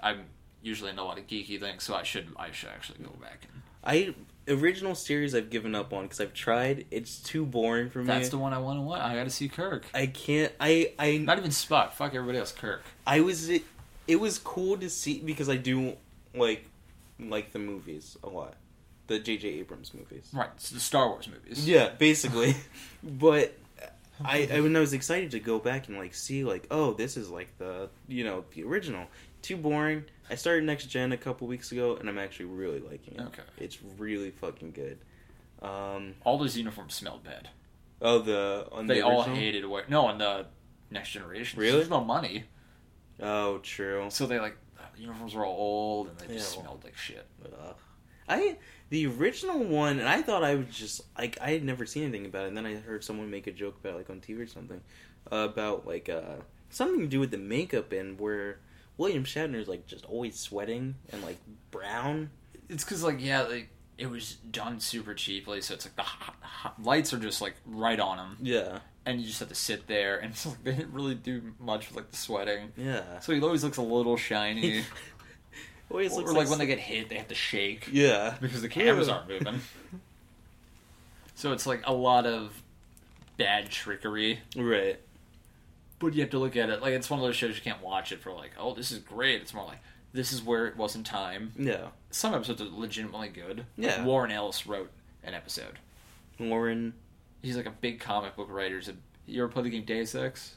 Speaker 2: I'm usually in a lot of geeky things, so I should I should actually go back. And,
Speaker 1: I original series I've given up on because I've tried. It's too boring for me.
Speaker 2: that's the one I want to watch. I got to see Kirk.
Speaker 1: I can't. I I
Speaker 2: Not even Spock. Fuck everybody else. Kirk.
Speaker 1: I was it, it was cool to see because I do like like the movies a lot, the J.J. Abrams movies.
Speaker 2: Right. It's the Star Wars movies.
Speaker 1: Yeah, basically. but I, I when I was excited to go back and like see like oh this is like the you know the original. Too boring. I started Next Gen a couple weeks ago and I'm actually really liking it.
Speaker 2: Okay.
Speaker 1: It's really fucking good. Um,
Speaker 2: All those uniforms smelled bad.
Speaker 1: oh the on
Speaker 2: They
Speaker 1: the
Speaker 2: all
Speaker 1: original?
Speaker 2: hated what? No, on the Next Generation.
Speaker 1: Really?
Speaker 2: There's no money,
Speaker 1: Oh, true.
Speaker 2: so they like the uniforms were all old and they just
Speaker 1: Yeah.
Speaker 2: smelled like shit.
Speaker 1: Ugh. I the original one, and I thought I was just like I had never seen anything about it, and then I heard someone make a joke about it, like on TV or something uh, about like uh, something to do with the makeup and where William Shatner is like just always sweating and like brown.
Speaker 2: It's because like yeah, like it was done super cheaply, so it's like the hot, hot lights are just like right on them,
Speaker 1: Yeah,
Speaker 2: and you just have to sit there, and it's like they didn't really do much with like the sweating,
Speaker 1: yeah.
Speaker 2: so he always looks a little shiny.
Speaker 1: always
Speaker 2: or
Speaker 1: looks
Speaker 2: like, when they get hit, they have to shake
Speaker 1: yeah.
Speaker 2: because the cameras
Speaker 1: Yeah.
Speaker 2: aren't moving. so it's like a lot of bad trickery.
Speaker 1: Right.
Speaker 2: But you have to look at it like it's one of those shows you can't watch it for like, oh, this is great. It's more like this is where it was in time.
Speaker 1: Yeah.
Speaker 2: Some episodes are legitimately good. Like,
Speaker 1: Yeah.
Speaker 2: Warren Ellis wrote an episode.
Speaker 1: Lauren.
Speaker 2: He's like a big comic book writer. He's a, you ever play the game Deus Ex?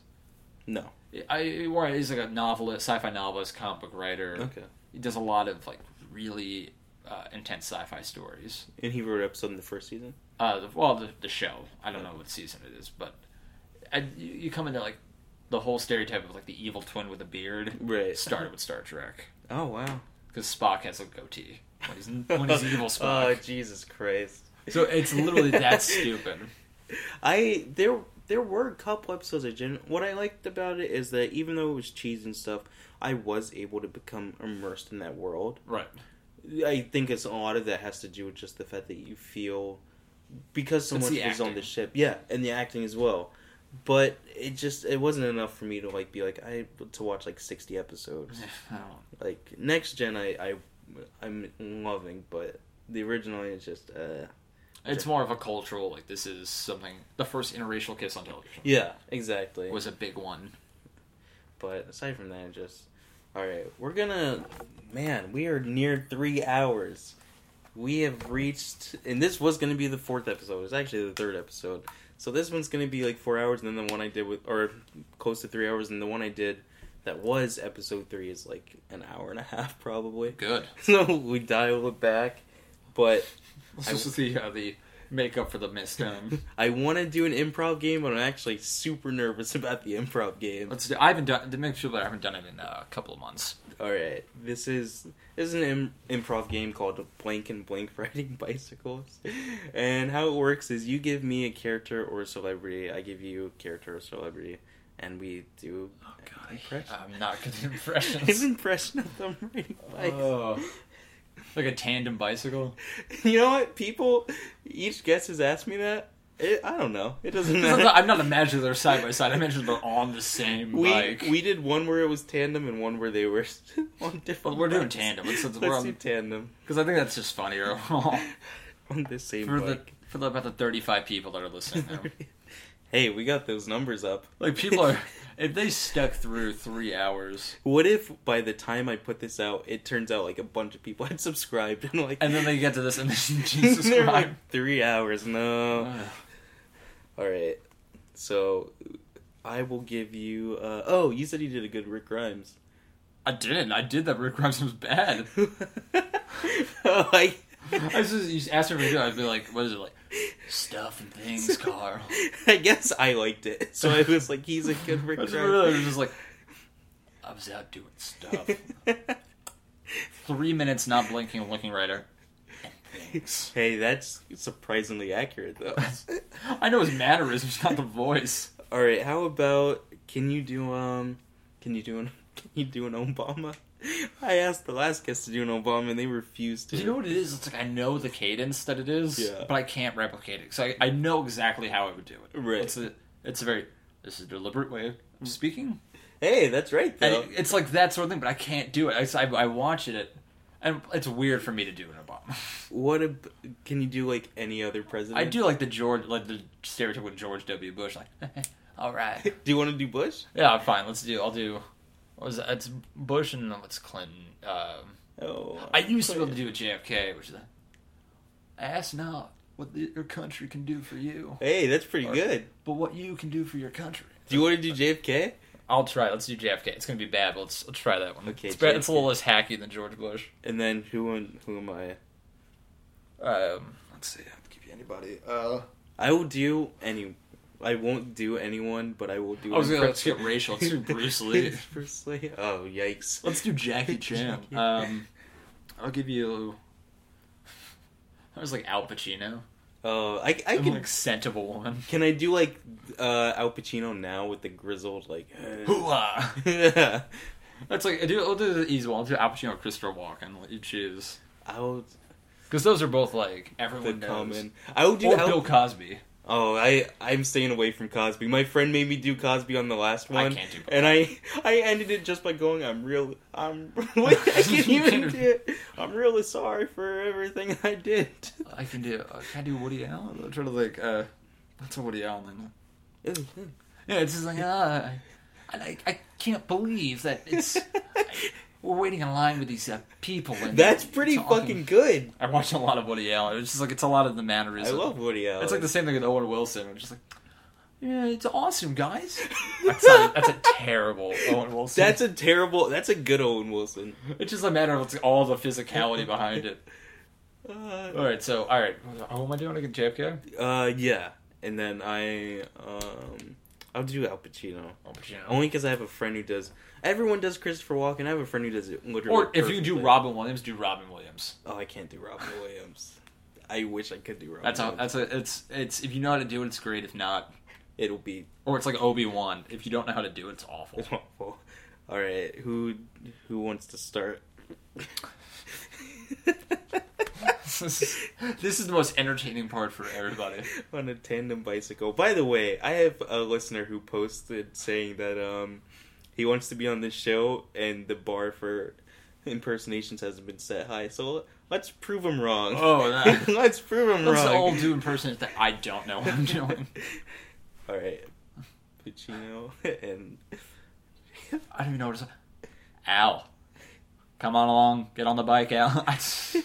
Speaker 1: No.
Speaker 2: I Warren he's like a novelist, sci-fi novelist, comic book writer.
Speaker 1: Okay.
Speaker 2: He does a lot of like really uh, intense sci-fi stories.
Speaker 1: And he wrote an episode in the first season.
Speaker 2: uh, the, well, the, the show. I don't know what season it is, but I, you, you come into like the whole stereotype of like the evil twin with a beard.
Speaker 1: Right.
Speaker 2: It started with Star Trek
Speaker 1: Oh wow.
Speaker 2: because Spock has a goatee when he's, when he's evil Spock.
Speaker 1: Oh Jesus Christ.
Speaker 2: Uh, so it's literally that stupid.
Speaker 1: I there there were a couple episodes I did What I liked about it is that even though it was cheese and stuff, I was able to become immersed in that world.
Speaker 2: Right.
Speaker 1: I think it's a lot of that has to do with just the fact that you feel because so
Speaker 2: It's
Speaker 1: much
Speaker 2: the
Speaker 1: is on
Speaker 2: acting.
Speaker 1: the ship, yeah, and the acting as well. But it just it wasn't enough for me to like be like I to watch like sixty episodes.
Speaker 2: I
Speaker 1: Like next gen, I I I'm loving, but the original is just uh
Speaker 2: don't- It's more of a cultural like this is something. The first interracial kiss on television
Speaker 1: yeah exactly.
Speaker 2: was a big one.
Speaker 1: But aside from that, just all right. We're gonna, man. We are near three hours. We have reached, and this was gonna be the fourth episode. It's actually the third episode. So this one's gonna be like four hours, and then the one I did with, or close to three hours, and the one I did that was episode three is like an hour and a half probably.
Speaker 2: Good.
Speaker 1: So we dial it back, but
Speaker 2: This
Speaker 1: I-
Speaker 2: is the uh, the makeup for the Mistone.
Speaker 1: I want to do an improv game, but I'm actually super nervous about the improv game.
Speaker 2: Let's. Do, I haven't done. To make sure that I haven't done it in uh, a couple of months.
Speaker 1: All right, this is this is an Im- improv game called Blank and Blank Riding Bicycles, and how it works is you give me a character or a celebrity, I give you a character or celebrity, and we do
Speaker 2: Oh god,
Speaker 1: Impression-
Speaker 2: I'm not good at
Speaker 1: his
Speaker 2: impressions.
Speaker 1: impression of them riding bikes.
Speaker 2: Oh. like a tandem bicycle.
Speaker 1: You know what? People, each guest has asked me that. It, I don't know. It doesn't
Speaker 2: I'm
Speaker 1: matter.
Speaker 2: not, I'm not imagining they're side by side. I imagine they're on the same
Speaker 1: We
Speaker 2: bike.
Speaker 1: we did one where it was tandem and one where they were on different.
Speaker 2: Well, we're doing
Speaker 1: bikes.
Speaker 2: tandem. Let's- let's-
Speaker 1: Let's,
Speaker 2: we're on-
Speaker 1: do tandem
Speaker 2: Because I think that's just funnier overall.
Speaker 1: on the same
Speaker 2: for the
Speaker 1: bike.
Speaker 2: for the, about the 35 people that are listening. Now.
Speaker 1: hey, we got those numbers up.
Speaker 2: Like people are, if they stuck through three hours
Speaker 1: What if by the time I put this out, it turns out like a bunch of people had subscribed and like,
Speaker 2: and then they get to this and then
Speaker 1: they're
Speaker 2: Jesus Christ.
Speaker 1: like three hours. No.
Speaker 2: Ugh.
Speaker 1: All right. So I will give you. Uh, oh, you said you did a good Rick Grimes.
Speaker 2: I didn't. I did that. Rick Grimes was bad.
Speaker 1: oh, I.
Speaker 2: I was just, you just asked her to do. it, I'd be like, what is it like? Stuff and things, Carl.
Speaker 1: I guess I liked it, so I was like, "He's a good Rick
Speaker 2: I just realized I was
Speaker 1: Grimes."
Speaker 2: just like, I was out doing stuff. Three minutes not blinking, looking right at things.
Speaker 1: hey, that's surprisingly accurate, though.
Speaker 2: I know his mannerisms, not the voice.
Speaker 1: All right, how about can you do um can you do an can you do an Obama? I asked the last guest to do an Obama and they refused to.
Speaker 2: Do you know what it is? It's like I know the cadence that it is,
Speaker 1: Yeah.
Speaker 2: but I can't replicate it. So I, I know exactly how I would do it.
Speaker 1: Right. Mm.
Speaker 2: It's a, it's a very this is a deliberate way of speaking.
Speaker 1: hey, that's right
Speaker 2: And
Speaker 1: though.
Speaker 2: it- it's like that sort of thing, but I can't do it. I, s- I, I watch it, and it's weird for me to do an Obama.
Speaker 1: what ab- can you do like any other president?
Speaker 2: I do like the George, like the stereotype with George W. Bush, like, all right.
Speaker 1: Do you want to do Bush?
Speaker 2: Yeah, fine. Let's do. I'll do. What was that? It's Bush and then what's Clinton. Um,
Speaker 1: Oh,
Speaker 2: I used to be able to do a JFK, which is like, ask not what the, your country can do for you,
Speaker 1: Hey, that's pretty
Speaker 2: Or-
Speaker 1: good.
Speaker 2: but what you can do for your country.
Speaker 1: Do you want to do JFK?
Speaker 2: I'll try. Let's do JFK. It's gonna be bad, but let's, let's try that one.
Speaker 1: Okay,
Speaker 2: it's, better- it's a
Speaker 1: JFK.
Speaker 2: little less hacky than George Bush.
Speaker 1: And then who am, who am I?
Speaker 2: Um, let's see. I'll give you anybody. Uh,
Speaker 1: I will do any I won't do anyone, but I will do.
Speaker 2: I was gonna
Speaker 1: impress-
Speaker 2: let's get racial. Let's do Bruce Lee.
Speaker 1: Bruce Lee. Oh yikes!
Speaker 2: Let's do Jackie Chan.
Speaker 1: Jackie-
Speaker 2: Um, I'll give you. I was like Al Pacino.
Speaker 1: Oh, I I
Speaker 2: I
Speaker 1: can
Speaker 2: can like scent of a woman.
Speaker 1: can I do like uh Al Pacino now with the grizzled like.
Speaker 2: hoo ah.
Speaker 1: yeah.
Speaker 2: That's like I do. I'll do the easy one. I'll do Al Pacino, or Christopher Walken. Let you choose
Speaker 1: Al
Speaker 2: because those are both like
Speaker 1: the
Speaker 2: everyone knows.
Speaker 1: common. I would do
Speaker 2: Or
Speaker 1: Al.
Speaker 2: Bill Cosby.
Speaker 1: Oh, I I'm staying away from Cosby. My friend made me do Cosby on the last one.
Speaker 2: can't do Cosby.
Speaker 1: And I I ended it just by going, I'm real I'm wait, I can't even do it. I'm really sorry for everything I did.
Speaker 2: I can do. I can do Woody Allen. I'm trying to like. Uh, that's a Woody Allen. Yeah, it's just like ah, I, I, I can't believe that it's. we're waiting in line with these uh, people. And
Speaker 1: That's pretty
Speaker 2: talking.
Speaker 1: fucking good.
Speaker 2: I watch a lot of Woody Allen. It's just like it's a lot of the
Speaker 1: I
Speaker 2: mannerisms.
Speaker 1: love Woody Allen.
Speaker 2: It's like the same thing with Owen Wilson. I'm just like, yeah, it's awesome, guys. That's, not, that's a terrible Owen Wilson.
Speaker 1: That's a terrible that's a good Owen Wilson.
Speaker 2: it's just a matter of it's all the physicality behind it. All
Speaker 1: Uh,
Speaker 2: right, so all right, who am I doing again? JFK?
Speaker 1: uh yeah. And then I um I'll do Al Pacino.
Speaker 2: Oh, but you know.
Speaker 1: Only because I have a friend who does. Everyone does Christopher Walken. I have a friend who does it literally.
Speaker 2: Or if you do
Speaker 1: perfectly.
Speaker 2: Robin Williams, do Robin Williams.
Speaker 1: Oh, I can't do Robin Williams. I wish I could do Robin.
Speaker 2: That's how.
Speaker 1: Williams.
Speaker 2: That's a. It's it's if you know how to do it, it's great. If not,
Speaker 1: It'll be
Speaker 2: or it's like Obi Wan. If you don't know how to do it, it's awful.
Speaker 1: awful. All right, who who wants to start?
Speaker 2: this is- this is the most entertaining part for everybody.
Speaker 1: On a tandem bicycle. By the way, I have a listener who posted saying that um he wants to be on this show, and the bar for impersonations hasn't been set high. So let's prove him wrong.
Speaker 2: Oh, that-
Speaker 1: let's prove him
Speaker 2: Let's
Speaker 1: wrong.
Speaker 2: all do impersonations that I don't know what I'm doing.
Speaker 1: All right, Pacino and
Speaker 2: I don't even know what it's. Al, come on along, get on the bike, Al. I s-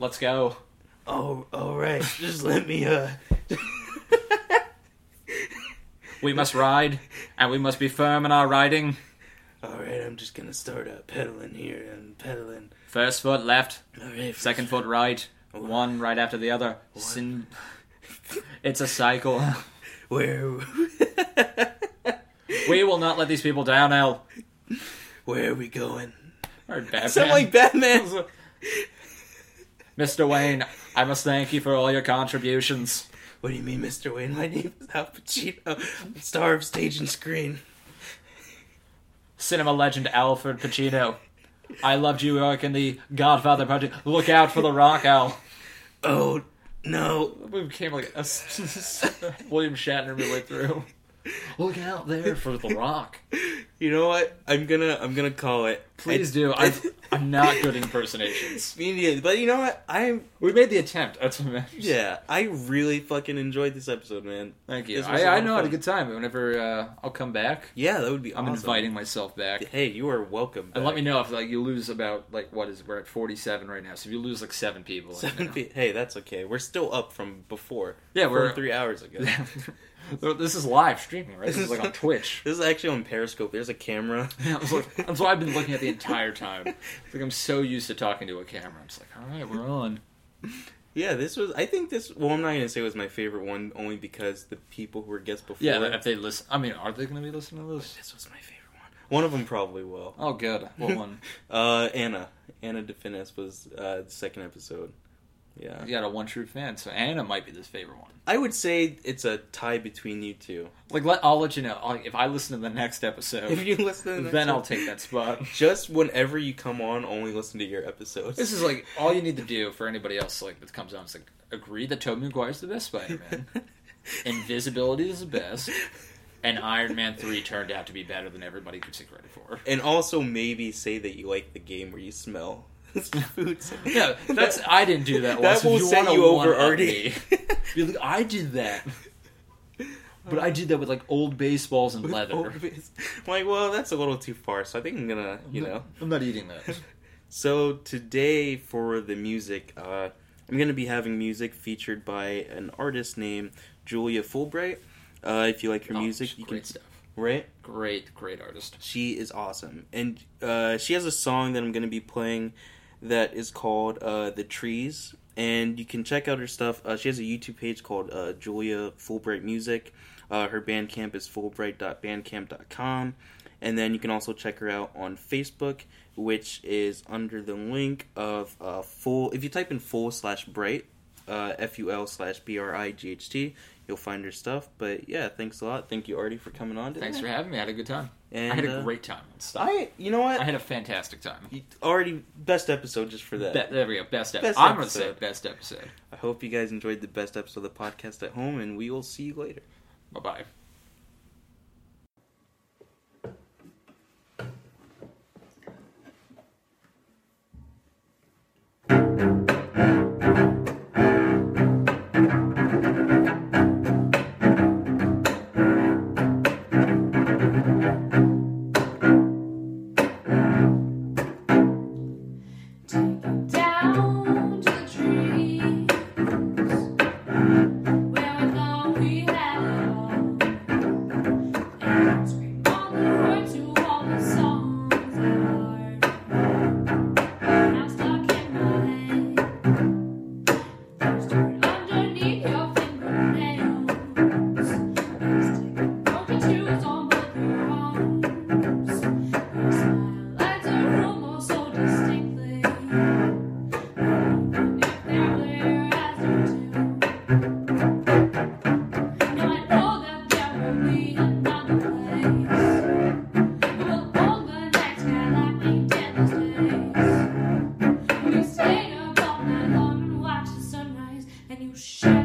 Speaker 2: Let's go.
Speaker 1: oh, all right. Just let me uh.
Speaker 2: We must ride, and we must be firm in our riding.
Speaker 1: All right, I'm just gonna start uh, pedaling here and pedaling.
Speaker 2: First foot left,
Speaker 1: All right,
Speaker 2: second foot right, one right after the other. Sin- it's a cycle.
Speaker 1: Where?
Speaker 2: We will not let these people down, Al.
Speaker 1: Where are we going?
Speaker 2: Or Batman.
Speaker 1: Sound like Batman.
Speaker 2: Mr. Wayne, I must thank you for all your contributions.
Speaker 1: What do you mean, Mr. Wayne? My name is Al Pacino, star of stage and screen.
Speaker 2: Cinema legend Alfred Pacino. I loved your work in the Godfather Project. Look out for the rock, Al.
Speaker 1: Oh no!
Speaker 2: We became like a William Shatner midway through. Look out there for The Rock.
Speaker 1: You know what? I'm gonna I'm gonna call it.
Speaker 2: Please
Speaker 1: I-
Speaker 2: do. I, I'm not good at impersonations.
Speaker 1: Me neither. But you know what? I'm
Speaker 2: We made the attempt. That's what matters.
Speaker 1: yeah. I really fucking enjoyed this episode, man.
Speaker 2: Thank you.
Speaker 1: This was a
Speaker 2: I, I
Speaker 1: lot of
Speaker 2: know I had a
Speaker 1: fun.
Speaker 2: good time. Whenever uh, I'll come back,
Speaker 1: Yeah, that would be.
Speaker 2: I'm
Speaker 1: awesome.
Speaker 2: inviting myself back.
Speaker 1: Hey, you are welcome.
Speaker 2: And let me know if like you lose about like what is we're at 47 right now. So if you lose like seven people, let me
Speaker 1: Seven
Speaker 2: know.
Speaker 1: feet. Hey, that's okay. We're still up from before.
Speaker 2: Yeah,
Speaker 1: We're
Speaker 2: we're.
Speaker 1: three hours ago.
Speaker 2: this is live streaming, right? This is like on Twitch.
Speaker 1: This is actually on Periscope. There's a camera.
Speaker 2: Yeah, I was like- that's what I've been looking at the entire time. It's like I'm so used to talking to a camera. I'm just like, all right, we're on.
Speaker 1: Yeah, this was. I think this. Well, I'm not gonna say it was my favorite one, only because the people who were guests before. oh,
Speaker 2: Yeah, if they listen, I mean, are they going to be listening to this?
Speaker 1: this was my favorite one. One of them probably will.
Speaker 2: Oh, good. What one?
Speaker 1: Uh, Anna. Anna DeFinis was uh, the second episode. Yeah.
Speaker 2: You got a uh, one true fan, so Anna might be this favorite one.
Speaker 1: I would say it's a tie between you two.
Speaker 2: Like, let I'll let you know like, if I listen to the next episode.
Speaker 1: If you listen, to the
Speaker 2: then
Speaker 1: next
Speaker 2: I'll
Speaker 1: one-
Speaker 2: take that spot.
Speaker 1: Just whenever you come on, only listen to your episodes.
Speaker 2: This is like all you need to do for anybody else like that comes on. It's like agree that Tobey Maguire's the best Spider-Man, Invisibility is the best, and Iron Man three turned out to be better than everybody could take credit for.
Speaker 1: And also maybe say that you like the game where you smell food.
Speaker 2: Yeah, that's I didn't do that. once.
Speaker 1: that will
Speaker 2: If
Speaker 1: set
Speaker 2: wanna
Speaker 1: you over
Speaker 2: one-up
Speaker 1: already.
Speaker 2: me- Be like, I did that, but I did that with like old baseballs and leather.
Speaker 1: I'm like, well, that's a little too far, so I think I'm gonna, you know.
Speaker 2: I'm not eating that.
Speaker 1: So today for the music, uh, I'm gonna be having music featured by an artist named Julia Fulbright. Uh, if you like her
Speaker 2: Oh,
Speaker 1: music,
Speaker 2: just
Speaker 1: you
Speaker 2: great
Speaker 1: can
Speaker 2: stuff.
Speaker 1: right.
Speaker 2: Great, great artist.
Speaker 1: She is awesome, and uh, she has a song that I'm gonna be playing that is called uh, "The Trees," and you can check out her stuff. Uh, she has a YouTube page called uh, Julia Fulbright Music. Uh, her Bandcamp is fulbright.bandcamp.com. And then you can also check her out on Facebook, which is under the link of uh, full. If you type in full slash bright, uh, F U L slash B R I G H T, you'll find her stuff. But yeah, thanks a lot. Thank you, Artie, for coming on. today.
Speaker 2: Thanks for having me. I had a good time.
Speaker 1: And,
Speaker 2: I had a
Speaker 1: uh,
Speaker 2: great time. Stop.
Speaker 1: I, you know what?
Speaker 2: I had a fantastic time.
Speaker 1: You- Already best episode just for that.
Speaker 2: Be- there we go. Best, ep-
Speaker 1: Best
Speaker 2: I'm going to
Speaker 1: episode.
Speaker 2: say best episode.
Speaker 1: I hope you guys enjoyed the best episode of the podcast at home, and we will see you later.
Speaker 2: Bye bye.
Speaker 3: Down to the trees, where we thought we had it all, and scream all the words to all the songs I heard. I'm stuck in my head, stored underneath your fingernails. Broken shoes on both your arms, your smile lights a room oh so distinctly. Shut